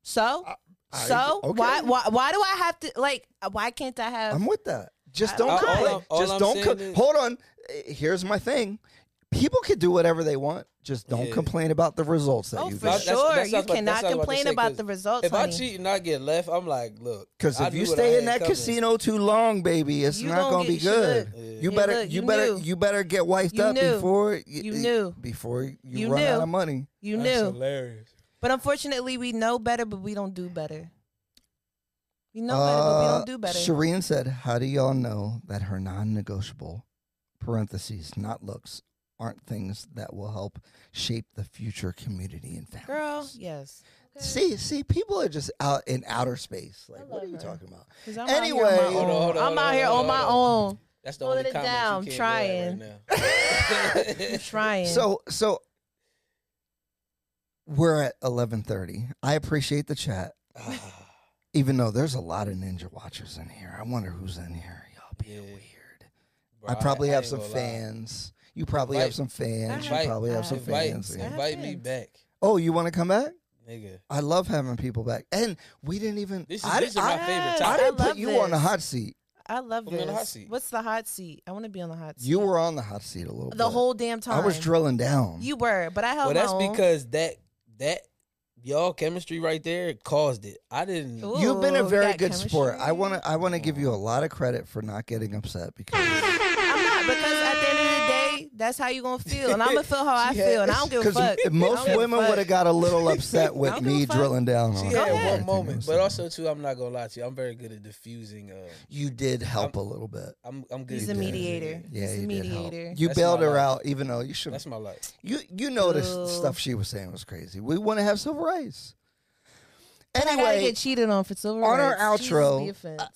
Speaker 3: So,
Speaker 1: I-
Speaker 3: so
Speaker 1: okay.
Speaker 3: why, why, why do I have to like? Why can't I have?
Speaker 1: I'm with that. Just
Speaker 3: I-
Speaker 1: don't
Speaker 3: all
Speaker 1: complain.
Speaker 2: I'm- all
Speaker 1: Just
Speaker 2: I'm
Speaker 1: don't.
Speaker 2: saying
Speaker 1: Co-
Speaker 2: is-
Speaker 1: Hold on. Uh, Here's my thing. People can do whatever they want. Just don't
Speaker 2: Yeah.
Speaker 1: complain about the results that
Speaker 3: Oh,
Speaker 1: you
Speaker 3: for
Speaker 1: get.
Speaker 2: That's-
Speaker 3: sure.
Speaker 2: that's- that's
Speaker 3: you
Speaker 2: what- that's what
Speaker 3: cannot
Speaker 2: I was about to
Speaker 3: complain
Speaker 2: say,
Speaker 3: about
Speaker 2: 'cause
Speaker 3: the results.
Speaker 2: If I
Speaker 3: honey.
Speaker 2: cheat and I get left, I'm like, look.
Speaker 1: Because
Speaker 2: I
Speaker 1: if
Speaker 2: knew
Speaker 1: you
Speaker 2: what I
Speaker 1: stay in
Speaker 2: had
Speaker 1: that
Speaker 2: coming.
Speaker 1: casino too long, baby, it's
Speaker 3: You
Speaker 1: not
Speaker 3: gonna
Speaker 1: gonna be
Speaker 3: get- you
Speaker 1: good.
Speaker 3: look.
Speaker 1: You
Speaker 3: You
Speaker 1: better,
Speaker 3: look,
Speaker 1: you
Speaker 3: you
Speaker 1: better,
Speaker 3: knew.
Speaker 1: you better get wiped
Speaker 3: You
Speaker 1: up
Speaker 3: knew.
Speaker 1: before y-
Speaker 3: You
Speaker 1: y-
Speaker 3: knew.
Speaker 1: before you,
Speaker 3: You
Speaker 1: run out
Speaker 3: knew.
Speaker 1: of money.
Speaker 3: you
Speaker 2: That's
Speaker 3: knew,
Speaker 2: hilarious.
Speaker 3: but unfortunately, we know better, but we don't do better. We know better, but we
Speaker 1: Uh,
Speaker 3: don't do better.
Speaker 1: Shireen said, "How do y'all know that her non-negotiable parentheses, not looks, aren't things that will help shape the future community and families?"
Speaker 3: Girl, yes.
Speaker 1: See, see, people are just out in outer space. Like, what are you
Speaker 3: love her.
Speaker 1: talking about?
Speaker 3: 'Cause I'm
Speaker 1: Anyway,
Speaker 3: out here on
Speaker 1: Hold on,
Speaker 3: my own.
Speaker 2: hold on, hold
Speaker 3: I'm out
Speaker 2: on,
Speaker 3: here
Speaker 2: hold
Speaker 3: on
Speaker 2: on,
Speaker 3: my
Speaker 2: hold
Speaker 3: own.
Speaker 2: That's the
Speaker 3: Holding
Speaker 2: only
Speaker 3: it
Speaker 2: comment
Speaker 3: down,
Speaker 2: you can't trying.
Speaker 3: trying.
Speaker 2: Right now.
Speaker 3: I'm trying.
Speaker 1: So, so we're at eleven thirty. I appreciate the chat. Even though there's a lot of ninja watchers in here, I wonder who's in here. Y'all being
Speaker 2: Yeah.
Speaker 1: weird.
Speaker 2: Bro,
Speaker 1: I probably have
Speaker 2: ain't
Speaker 1: some
Speaker 2: gonna lie.
Speaker 1: fans. You probably
Speaker 2: Invite-
Speaker 1: have some fans.
Speaker 2: Invite-
Speaker 1: you probably have
Speaker 3: I
Speaker 1: some
Speaker 2: invite,
Speaker 1: fans.
Speaker 3: I
Speaker 1: yeah.
Speaker 3: have
Speaker 2: Invite me
Speaker 3: fans.
Speaker 2: back,
Speaker 1: Oh, you want to come back?
Speaker 2: nigga.
Speaker 1: I love having people back. And we didn't even.
Speaker 2: This is,
Speaker 1: I,
Speaker 2: these
Speaker 1: di-
Speaker 2: are my
Speaker 1: I-
Speaker 2: favorite
Speaker 3: Yes.
Speaker 1: I
Speaker 2: topics.
Speaker 1: didn't
Speaker 3: I
Speaker 1: put
Speaker 3: love
Speaker 1: you on the
Speaker 3: this.
Speaker 1: hot seat.
Speaker 3: I love
Speaker 2: Put me
Speaker 3: this.
Speaker 2: on the hot seat.
Speaker 3: What's the hot seat? I want to be on the hot seat.
Speaker 1: You were on the hot seat a little bit.
Speaker 3: the whole damn time.
Speaker 1: I was drilling down.
Speaker 3: You were, but I
Speaker 2: Well,
Speaker 3: held
Speaker 2: that's
Speaker 3: my own.
Speaker 2: because that that y'all chemistry right there caused it. I didn't.
Speaker 3: Ooh,
Speaker 1: You've been a
Speaker 3: we
Speaker 1: very
Speaker 3: got
Speaker 1: good sport. I
Speaker 3: chemistry.
Speaker 1: want to. I want to give you a lot of credit for not getting upset because
Speaker 3: I'm not because at the end of the day, that's how you gonna feel, and I'm gonna feel how I
Speaker 2: She had-
Speaker 3: feel, and I don't give a fuck.
Speaker 1: because
Speaker 3: I
Speaker 1: most
Speaker 3: don't give a
Speaker 1: women
Speaker 3: fuck.
Speaker 1: would have got a little upset
Speaker 3: I
Speaker 1: with
Speaker 3: don't give
Speaker 1: me
Speaker 3: a fuck.
Speaker 1: drawing down. on
Speaker 2: She had
Speaker 1: everything
Speaker 2: one
Speaker 1: you
Speaker 2: moment,
Speaker 1: said.
Speaker 2: but also too, I'm not gonna lie to you. I'm very good at diffusing. Uh,
Speaker 1: you did help a little bit.
Speaker 2: I'm I'm good.
Speaker 3: He's
Speaker 2: at
Speaker 3: a
Speaker 1: did.
Speaker 3: mediator.
Speaker 1: Yeah,
Speaker 3: He's
Speaker 1: you
Speaker 3: a
Speaker 1: did help.
Speaker 3: mediator.
Speaker 1: You
Speaker 2: That's
Speaker 1: bailed
Speaker 2: my
Speaker 1: her
Speaker 2: life.
Speaker 1: out, even though you should.
Speaker 2: That's my life.
Speaker 1: You you know this
Speaker 3: Boo.
Speaker 1: stuff she was saying was crazy. We want to have civil rights.
Speaker 3: But I gotta
Speaker 1: Anyway,
Speaker 3: get cheated on for silver.
Speaker 1: on our
Speaker 3: rights. Jesus,
Speaker 1: outro,
Speaker 3: be offense.
Speaker 1: uh,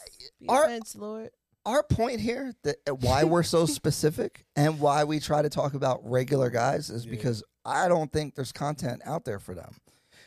Speaker 3: Be
Speaker 1: our-
Speaker 3: offense, Lord.
Speaker 1: our point here that uh, why we're so specific and why we try to talk about regular guys is
Speaker 2: Yeah.
Speaker 1: because I don't think there's content out there for them.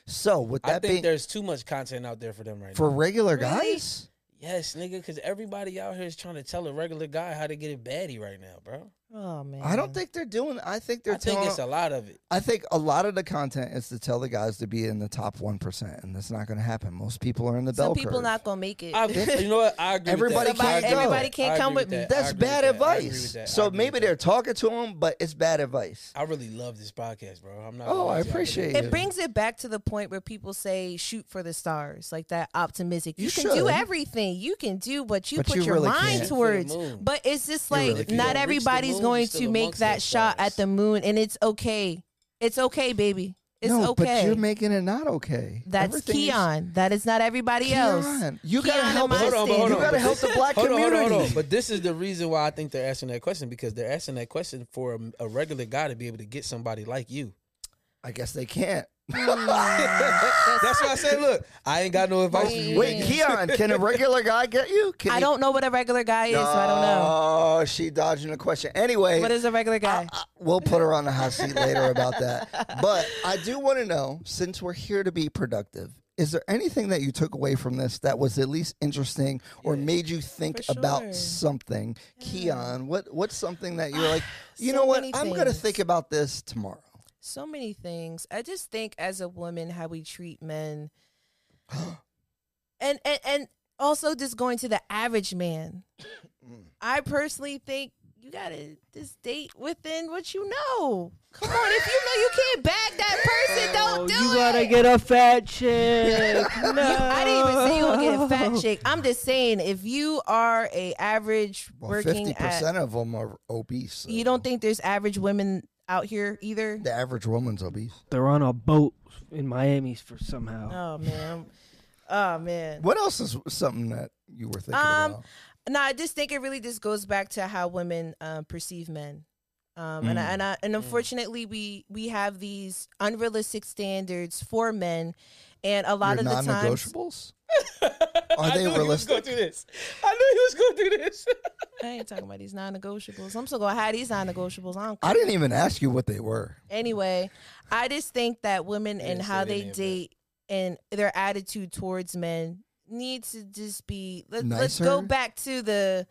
Speaker 1: So with
Speaker 2: I
Speaker 1: that
Speaker 2: think
Speaker 1: being
Speaker 2: there's too much content out there for them right
Speaker 1: for
Speaker 2: now.
Speaker 1: regular
Speaker 3: Really?
Speaker 1: guys,
Speaker 2: Yes, nigga, because everybody out here is trying to tell a regular guy how to get it baddie right now, bro.
Speaker 3: Oh man,
Speaker 1: I don't think they're doing. I think they're
Speaker 2: I think
Speaker 1: telling.
Speaker 2: it's a lot of it.
Speaker 1: I think a lot of the content is to tell the guys to be in the top one percent, and that's not going to happen. Most people are in the bell
Speaker 3: some people
Speaker 1: curve.
Speaker 3: not gonna make it.
Speaker 2: I, you know what? I agree.
Speaker 1: Everybody
Speaker 2: with that. I
Speaker 1: can't
Speaker 2: agree with
Speaker 1: go.
Speaker 2: that.
Speaker 3: Everybody can't
Speaker 2: I
Speaker 3: come
Speaker 2: agree
Speaker 3: with me.
Speaker 2: that. I
Speaker 1: that's
Speaker 2: agree with
Speaker 1: bad
Speaker 2: that. I agree with
Speaker 1: advice.
Speaker 2: that. I
Speaker 1: So
Speaker 2: agree
Speaker 1: maybe
Speaker 2: with that.
Speaker 1: they're talking to them, but it's bad advice.
Speaker 2: I really love this podcast, bro. I'm not.
Speaker 1: Oh,
Speaker 2: gonna lie
Speaker 1: I
Speaker 2: to you. really
Speaker 1: appreciate
Speaker 2: do.
Speaker 1: it.
Speaker 3: It brings it back to the point where people say, "Shoot for the stars," like that optimistic. You,
Speaker 1: You
Speaker 3: can
Speaker 1: should.
Speaker 3: do everything. You can do what you
Speaker 1: But
Speaker 3: put
Speaker 1: you
Speaker 3: your
Speaker 1: really
Speaker 3: mind
Speaker 1: can't.
Speaker 3: towards.
Speaker 2: Shoot for the moon.
Speaker 3: But it's just
Speaker 1: You
Speaker 3: like
Speaker 1: really can't.
Speaker 2: If you
Speaker 3: not
Speaker 2: don't reach the
Speaker 3: everybody's
Speaker 2: moon,
Speaker 3: going
Speaker 2: you're still
Speaker 3: to make
Speaker 2: amongst
Speaker 3: that
Speaker 2: the
Speaker 3: shot
Speaker 2: stars.
Speaker 3: at the moon, and it's okay. It's okay, baby. It's
Speaker 1: no,
Speaker 3: okay.
Speaker 1: but you're making it not okay.
Speaker 3: That's
Speaker 1: Everything is-
Speaker 3: Keon. That is not everybody else.
Speaker 1: Keon, you gotta
Speaker 3: Keon
Speaker 1: help.
Speaker 3: and
Speaker 2: Hold on, but hold
Speaker 1: you
Speaker 2: on,
Speaker 1: gotta
Speaker 2: but
Speaker 1: help the
Speaker 2: this-
Speaker 1: black
Speaker 2: hold on,
Speaker 1: community.
Speaker 2: hold on, hold on. But this is the reason why I think they're asking that question because they're asking that question for a, a regular guy to be able to get somebody like you.
Speaker 1: I guess they can't.
Speaker 3: Hmm.
Speaker 2: That's why I say, look, I ain't got no advice for you.
Speaker 1: Wait, Keon, can a regular guy get you? Can
Speaker 3: I
Speaker 1: he-
Speaker 3: don't know what a regular guy is, so I don't know.
Speaker 1: Oh, she dodging the question. Anyway,
Speaker 3: What is a regular guy?
Speaker 1: I- we'll put her on the hot seat later about that. But I do want to know, since we're here to be productive, is there anything that you took away from this that was at least interesting or made you think
Speaker 3: For sure.
Speaker 1: about something? Keon, what what's something that you're like, you
Speaker 3: So
Speaker 1: know what?
Speaker 3: many
Speaker 1: I'm gonna
Speaker 3: things.
Speaker 1: think about this tomorrow.
Speaker 3: so many things. I just think as a woman how we treat men. and, and and also just going to the average man. I personally think you gotta just date within what you know. Come on, if you know you can't bag that person, don't do
Speaker 8: Oh, you
Speaker 3: it.
Speaker 8: gotta get a fat chick. no.
Speaker 3: I didn't even say you gonna get a fat chick. I'm just saying if you are a average
Speaker 1: Well,
Speaker 3: working
Speaker 1: fifty
Speaker 3: at,
Speaker 1: percent of them are obese. so
Speaker 3: you don't think there's average women out here either?
Speaker 1: the average woman's obese?
Speaker 8: They're on a boat in Miami for somehow.
Speaker 3: Oh man. Oh man.
Speaker 1: What else is something that you were thinking
Speaker 3: Um,
Speaker 1: about?
Speaker 3: No, I just think it really just goes back to how women um, perceive men, um, and I, and I, and unfortunately we we have these unrealistic standards for men, and a lot
Speaker 1: Your
Speaker 3: of the times
Speaker 1: non-negotiables. Are they
Speaker 2: I knew he was
Speaker 1: realistic?
Speaker 2: going to do this. I knew he was going to do this.
Speaker 3: I ain't talking about these non-negotiables. I'm still gonna have these non-negotiables. I don't
Speaker 1: I
Speaker 3: care.
Speaker 1: didn't even ask you what they were.
Speaker 3: Anyway, I just think that women and
Speaker 2: didn't
Speaker 3: how
Speaker 2: say
Speaker 3: they
Speaker 2: any of that.
Speaker 3: date and their attitude towards men needs to just be let, let's
Speaker 1: Nicer?
Speaker 3: go back to the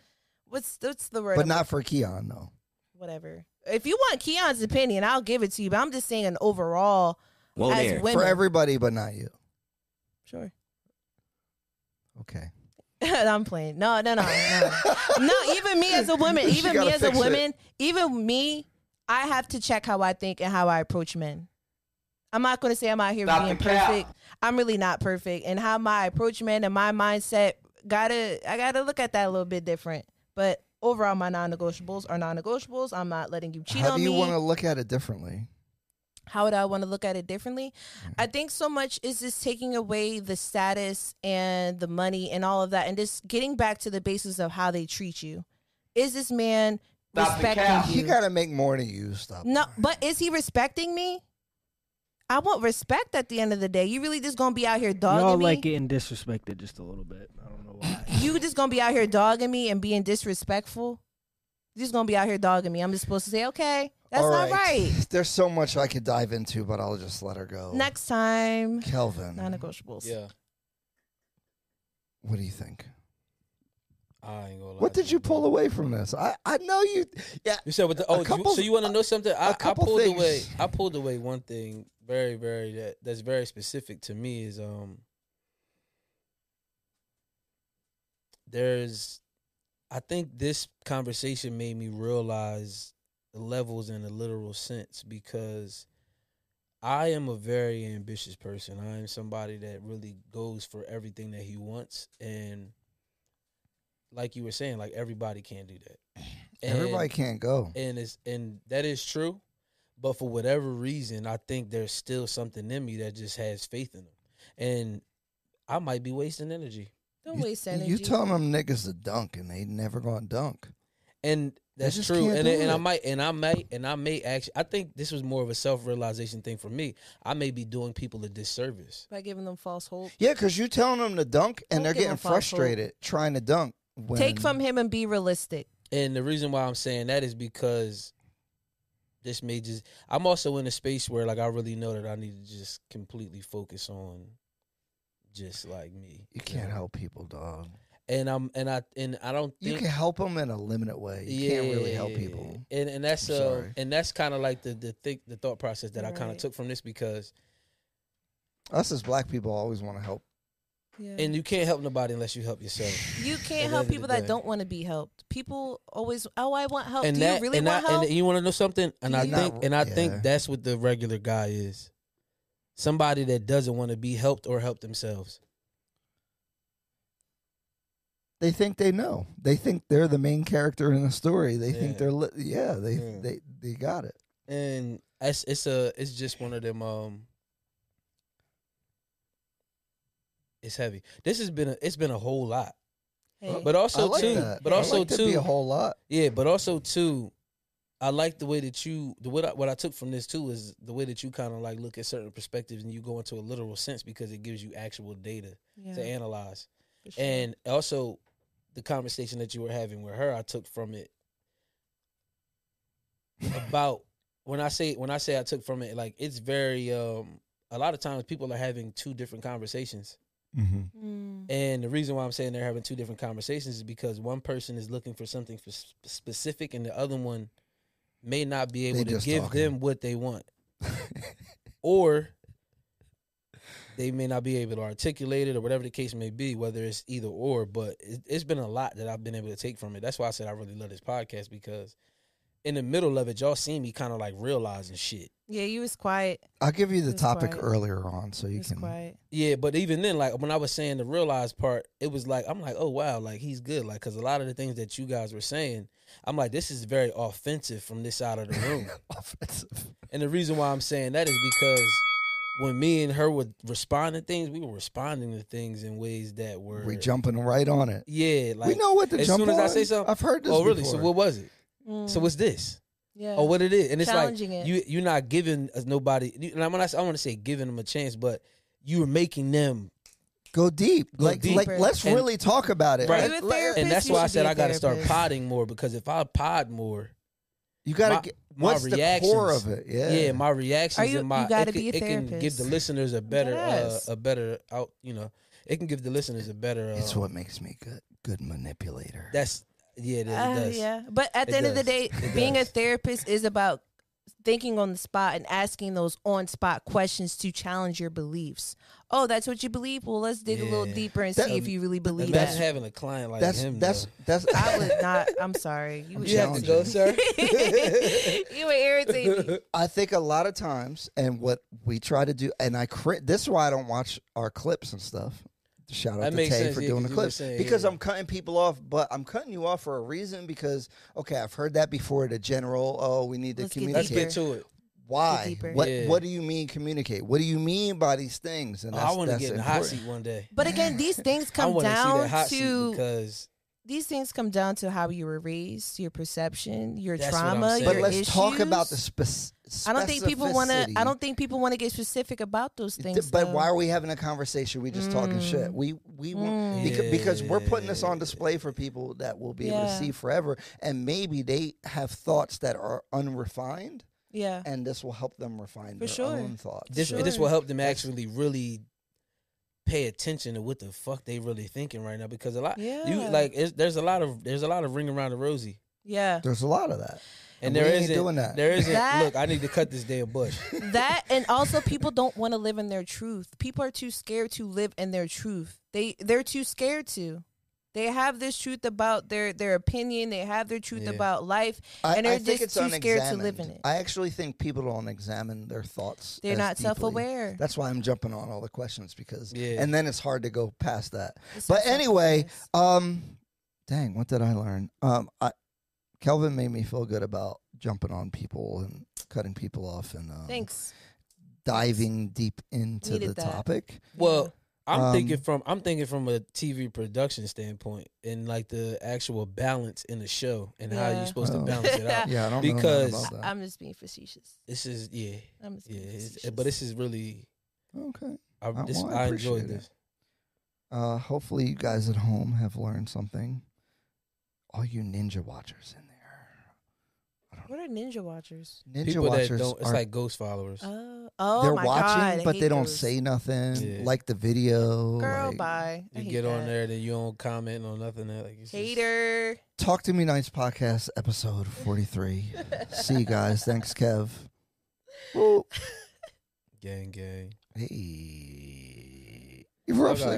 Speaker 3: what's what's the word
Speaker 1: But
Speaker 3: I'm
Speaker 1: not for Keon though.
Speaker 3: whatever. If you want Keon's opinion, I'll give it to you. But I'm just saying an overall
Speaker 12: Whoa
Speaker 3: as
Speaker 12: there.
Speaker 3: women.
Speaker 1: For everybody but not you.
Speaker 3: sure.
Speaker 1: Okay.
Speaker 3: I'm playing. No, no, no, no. no, even me as a woman,
Speaker 1: She
Speaker 3: even me
Speaker 1: gotta
Speaker 3: as a
Speaker 1: fix it.
Speaker 3: woman, even me, I have to check how I think and how I approach men. I'm not going to say I'm out here
Speaker 4: Stop
Speaker 3: being
Speaker 4: the cap.
Speaker 3: perfect. I'm really not perfect, and how my approach men and my mindset gotta I gotta look at that a little bit different. But overall, my non-negotiables are non-negotiables. I'm not letting you cheat
Speaker 1: How
Speaker 3: on
Speaker 1: do you
Speaker 3: me.
Speaker 1: want to look at it differently?
Speaker 3: how would I want to look at it differently? I
Speaker 4: Mm-hmm.
Speaker 3: think so much is just taking away the status and the money and all of that and just getting back to the basis of how they treat you. Is this man
Speaker 4: Stop the cap.
Speaker 3: respecting
Speaker 1: He
Speaker 3: you?
Speaker 1: got to make more than you. Stop.
Speaker 3: no,
Speaker 1: lying.
Speaker 3: but is he respecting me? I want respect at the end of the day. You really just gonna be out here dogging
Speaker 8: Y'all
Speaker 3: me?
Speaker 8: like getting disrespected just a little bit. I don't know why.
Speaker 3: You just gonna be out here dogging me and being disrespectful? You just gonna be out here dogging me. I'm just supposed to say, okay, that's
Speaker 1: All
Speaker 3: not right.
Speaker 1: There's so much I could dive into, but I'll just let her go.
Speaker 3: Next time,
Speaker 1: Kelvin.
Speaker 3: non-negotiables.
Speaker 2: Yeah.
Speaker 1: What do you think?
Speaker 2: I ain't gonna lie.
Speaker 1: What
Speaker 2: to
Speaker 1: did you pull away from this? I, I know you. Yeah.
Speaker 2: You said with the
Speaker 1: A
Speaker 2: oh, you-
Speaker 1: couple-
Speaker 2: so you want to know something? I, I
Speaker 1: couple
Speaker 2: pulled
Speaker 1: things.
Speaker 2: away. I pulled away one thing very, very that that's very specific to me is um. There's, I think this conversation made me realize the levels in a literal sense because I am a very ambitious person. I am somebody that really goes for everything that he wants and. Like you were saying, like everybody can't do that. And-
Speaker 1: Everybody can't go.
Speaker 2: and it's and that is true but for whatever reason i think there's still something in me that just has faith in them and i might be wasting energy
Speaker 3: Don't
Speaker 1: You-
Speaker 3: waste
Speaker 1: you,
Speaker 3: energy.
Speaker 1: telling them niggas to dunk and they never gonna dunk.
Speaker 2: and that's
Speaker 1: just
Speaker 2: true
Speaker 1: can't
Speaker 2: and,
Speaker 1: do
Speaker 2: and i
Speaker 1: it.
Speaker 2: might and i might and i may actually i think this was more of a self-realization thing for me i may be doing people a disservice
Speaker 3: by giving them false hope.
Speaker 1: Yeah, because you telling them to dunk and
Speaker 3: Don't
Speaker 1: they're
Speaker 3: give
Speaker 1: getting
Speaker 3: them false hope.
Speaker 1: frustrated trying to dunk. When
Speaker 5: Take from him and be realistic.
Speaker 2: And the reason why I'm saying that is because this may just I'm also in a space where like I really know that I need to just completely focus on just like me.
Speaker 1: You can't
Speaker 2: know?
Speaker 1: help people, dog.
Speaker 2: And I'm and I and I don't
Speaker 1: You
Speaker 2: think
Speaker 1: can help them in a limited way. You can't really help people.
Speaker 2: And and that's
Speaker 1: I'm
Speaker 2: uh
Speaker 1: sorry.
Speaker 2: and that's kind of like the the think the thought process that I kind of
Speaker 3: Right.
Speaker 2: took from this because
Speaker 1: Us as black people always want to help.
Speaker 3: Yeah.
Speaker 2: and you can't help nobody unless you help yourself.
Speaker 5: You
Speaker 2: the
Speaker 5: can't
Speaker 2: end of
Speaker 5: help
Speaker 2: the
Speaker 5: people
Speaker 2: day.
Speaker 5: that don't want to be helped. People always, oh, I want help.
Speaker 2: and
Speaker 5: Do
Speaker 2: that
Speaker 5: you really
Speaker 2: and
Speaker 5: want
Speaker 2: I,
Speaker 5: help?
Speaker 2: and you want to know something? And I
Speaker 1: You're
Speaker 2: think
Speaker 1: not-
Speaker 2: and I
Speaker 1: yeah.
Speaker 2: think that's what the regular guy is. Somebody that doesn't want to be helped or help themselves.
Speaker 1: They think they know. They think they're the main character in the story. They
Speaker 2: Yeah.
Speaker 1: think they're li- yeah. They
Speaker 2: Yeah.
Speaker 1: they they got it.
Speaker 2: And it's it's a it's just one of them um it's heavy. This has been a, it's been a whole lot.
Speaker 3: Hey.
Speaker 2: But also
Speaker 1: I like
Speaker 2: too
Speaker 1: that.
Speaker 2: but
Speaker 1: I
Speaker 2: also
Speaker 1: like to
Speaker 2: too
Speaker 1: be a whole lot.
Speaker 2: Yeah, but also too, I like the way that you the what I, what I took from this too is the way that you kind of like look at certain perspectives and you go into a literal sense because it gives you actual data
Speaker 3: yeah,
Speaker 2: to analyze.
Speaker 3: for sure.
Speaker 2: And also, the conversation that you were having with her, I took from it about when I say when I say I took from it like it's very um a lot of times people are having two different conversations.
Speaker 1: Mm-hmm.
Speaker 3: Mm.
Speaker 2: And the reason why I'm saying they're having two different conversations is because one person is looking for something for sp- specific, and the other one may not be able
Speaker 1: They
Speaker 2: to
Speaker 1: just
Speaker 2: give
Speaker 1: talking.
Speaker 2: them what they want, or they may not be able to articulate it, or whatever the case may be. Whether it's either or, but it, it's been a lot that I've been able to take from it. That's why I said I really love this podcast because in the middle of it, y'all see me kind of like realizing shit.
Speaker 5: yeah, you was quiet.
Speaker 1: I'll give you the
Speaker 3: It's
Speaker 1: topic
Speaker 3: quiet.
Speaker 1: earlier on, so you
Speaker 5: You was
Speaker 1: can.
Speaker 5: quiet.
Speaker 2: Yeah, but even then, like when I was saying the realize part, it was like I'm like, oh wow, like he's good, like because a lot of the things that you guys were saying, I'm like, this is very offensive from this side of the room,
Speaker 1: Offensive.
Speaker 2: and the reason why I'm saying that is because when me and her would respond to things, we were responding to things in ways that were
Speaker 1: We jumping right on it.
Speaker 2: yeah, like
Speaker 1: we know what to
Speaker 2: as
Speaker 1: jump
Speaker 2: soon as I
Speaker 1: on.
Speaker 2: say something,
Speaker 1: I've heard this.
Speaker 2: oh really? So
Speaker 1: before.
Speaker 2: what was it? So
Speaker 3: Mm.
Speaker 2: what's this?
Speaker 3: yeah.
Speaker 2: or what it is, and it's like
Speaker 3: Challenging it.
Speaker 2: you you're not giving us nobody. And I'm not, I want to say giving them a chance, but you are making them,
Speaker 1: go deep.
Speaker 2: Go
Speaker 1: like like
Speaker 2: deeper.
Speaker 1: let's
Speaker 2: And-
Speaker 1: really talk about it.
Speaker 2: Right.
Speaker 1: Like,
Speaker 5: You're a
Speaker 1: let-
Speaker 5: therapist.
Speaker 2: and that's
Speaker 5: you
Speaker 2: why I
Speaker 5: should be
Speaker 2: said
Speaker 5: a
Speaker 2: I got to start
Speaker 5: therapist.
Speaker 2: podding more because if I pod more,
Speaker 1: you got
Speaker 2: My-
Speaker 1: to get
Speaker 2: my
Speaker 1: what's the core
Speaker 2: reactions.
Speaker 1: of it.
Speaker 2: yeah,
Speaker 1: Yeah.
Speaker 2: my reactions
Speaker 5: Are you-
Speaker 2: and my
Speaker 5: you gotta
Speaker 2: it, can,
Speaker 5: be a
Speaker 2: it can give the
Speaker 5: therapist.
Speaker 2: listeners a better uh,
Speaker 5: Yes.
Speaker 2: a better out. You know, it can give the listeners a better. Uh,
Speaker 1: it's what makes me good. Good manipulator.
Speaker 2: that's yeah, it, is, it
Speaker 5: Uh,
Speaker 2: does.
Speaker 5: yeah, but at the
Speaker 2: It
Speaker 5: end of the
Speaker 2: does.
Speaker 5: day,
Speaker 2: It
Speaker 5: being a
Speaker 2: does.
Speaker 5: therapist is about thinking on the spot and asking those on spot questions to challenge your beliefs. Oh, that's what you believe. Well, let's dig a little
Speaker 2: Yeah. um,
Speaker 5: deeper and
Speaker 1: That-
Speaker 5: see if you really believe
Speaker 2: Imagine
Speaker 5: that.
Speaker 2: having a client like
Speaker 1: that's
Speaker 2: him.
Speaker 1: that's
Speaker 2: though.
Speaker 1: that's.
Speaker 5: I would not. I'm sorry. You, would
Speaker 2: you have to go, sir.
Speaker 5: you would irritate me.
Speaker 1: I think a lot of times, and what we try to do, and I cri- this is why I don't watch our clips and stuff. Shout
Speaker 2: That
Speaker 1: out to
Speaker 2: makes
Speaker 1: Tay
Speaker 2: sense,
Speaker 1: for
Speaker 2: yeah,
Speaker 1: doing the
Speaker 2: 'cause you were
Speaker 1: clips
Speaker 2: saying,
Speaker 1: because
Speaker 2: yeah.
Speaker 1: I'm cutting people off, but I'm cutting you off for a reason because okay, I've heard that before. The general, oh, we need to
Speaker 5: Let's get
Speaker 2: Let's
Speaker 1: communicate.
Speaker 2: get to it.
Speaker 1: Why?
Speaker 5: deeper.
Speaker 1: What
Speaker 2: Yeah.
Speaker 1: What do you mean communicate? What do you mean by these things? And
Speaker 2: Oh, I want to
Speaker 1: that's
Speaker 2: get in the hot
Speaker 1: important.
Speaker 2: seat one day.
Speaker 5: But again, these things
Speaker 2: I
Speaker 5: come
Speaker 2: want to see that
Speaker 5: down
Speaker 2: hot seat
Speaker 5: to
Speaker 2: because
Speaker 5: these things come down to how you were raised, your perception, your
Speaker 2: That's what I'm
Speaker 5: trauma.
Speaker 2: saying.
Speaker 5: your
Speaker 1: But let's talk about the
Speaker 5: issues.
Speaker 1: spec.
Speaker 5: I don't think people want to. I
Speaker 1: specificity.
Speaker 5: don't think people want to get specific about those
Speaker 1: D-
Speaker 5: things.
Speaker 1: But
Speaker 5: though.
Speaker 1: why are we having a conversation? We just talking
Speaker 5: Mm.
Speaker 1: shit. We we
Speaker 5: Mm.
Speaker 1: want because, because we're putting this on
Speaker 2: Yeah.
Speaker 1: display for people that will be able to
Speaker 5: Yeah.
Speaker 1: see forever, and maybe they have thoughts that are unrefined,
Speaker 5: Yeah.
Speaker 1: and this will help them refine
Speaker 5: Uh. For
Speaker 1: their
Speaker 5: sure.
Speaker 1: own thoughts.
Speaker 2: This
Speaker 1: So-
Speaker 2: this
Speaker 5: Sure.
Speaker 2: will help them actually really pay attention to what the fuck they really thinking right now because a lot you
Speaker 13: Yeah.
Speaker 2: like it's, there's a lot of there's a lot of ring around the rosy
Speaker 3: Yeah.
Speaker 1: There's a lot of that.
Speaker 2: and,
Speaker 1: And
Speaker 2: there
Speaker 1: we ain't
Speaker 2: isn't
Speaker 1: doing that.
Speaker 2: there isn't
Speaker 3: That-
Speaker 2: look I need to cut this damn bush
Speaker 3: that and also people don't want to live in their truth. People are too scared to live in their truth. They they're too scared to. They have this truth about their their opinion. They have their truth
Speaker 2: Yeah.
Speaker 3: about life, and they're just too scared to live in
Speaker 1: unexamined.
Speaker 3: it.
Speaker 1: I actually think people don't examine their thoughts.
Speaker 3: They're
Speaker 1: as
Speaker 3: not
Speaker 1: deeply.
Speaker 3: self-aware.
Speaker 1: That's why I'm jumping on all the questions because,
Speaker 2: Yeah.
Speaker 1: and then it's hard to go past that.
Speaker 3: It's
Speaker 1: but
Speaker 3: not
Speaker 1: anyway,
Speaker 3: self-awareness.
Speaker 1: um, dang, what did I learn? Um, I, Kelvin made me feel good about jumping on people and cutting people off and um,
Speaker 3: thanks.
Speaker 1: diving deep into
Speaker 3: Needed
Speaker 1: the
Speaker 3: that.
Speaker 1: topic.
Speaker 2: Well, I'm
Speaker 1: Um,
Speaker 2: thinking from I'm thinking from a TV production standpoint and like the actual balance in the show and how
Speaker 3: Yeah.
Speaker 2: you're supposed
Speaker 1: Oh.
Speaker 2: to balance it out.
Speaker 1: Yeah, I don't
Speaker 2: Because-
Speaker 1: know nothing about that.
Speaker 3: I'm just being facetious.
Speaker 2: This is yeah,
Speaker 3: I'm just
Speaker 2: yeah,
Speaker 3: being
Speaker 2: it's,
Speaker 3: facetious.
Speaker 2: but this is really
Speaker 1: okay.
Speaker 2: I,
Speaker 1: I-
Speaker 2: this,
Speaker 1: well, I
Speaker 2: I, enjoyed
Speaker 1: appreciate it.
Speaker 2: this.
Speaker 1: Uh, hopefully, you guys at home have learned something. All you ninja watchers in there,
Speaker 3: what are ninja watchers?
Speaker 1: ninja
Speaker 2: People that
Speaker 1: watchers
Speaker 2: don't, it's
Speaker 1: are
Speaker 2: like ghost followers.
Speaker 3: Oh, oh
Speaker 1: they're
Speaker 3: my
Speaker 1: watching,
Speaker 3: God, I
Speaker 1: but
Speaker 3: hate
Speaker 1: they don't
Speaker 3: those.
Speaker 1: say nothing.
Speaker 2: Yeah.
Speaker 1: Like the video.
Speaker 3: Girl,
Speaker 1: like,
Speaker 3: bye. I
Speaker 2: you
Speaker 3: hate
Speaker 2: get on
Speaker 3: that.
Speaker 2: there, then you don't comment on nothing. That like it's just-
Speaker 3: Hater.
Speaker 1: Talk to me, nice podcast episode forty-three. See you guys. Thanks, Kev. Woo.
Speaker 2: gang gang.
Speaker 1: Hey, you're up
Speaker 2: Okay.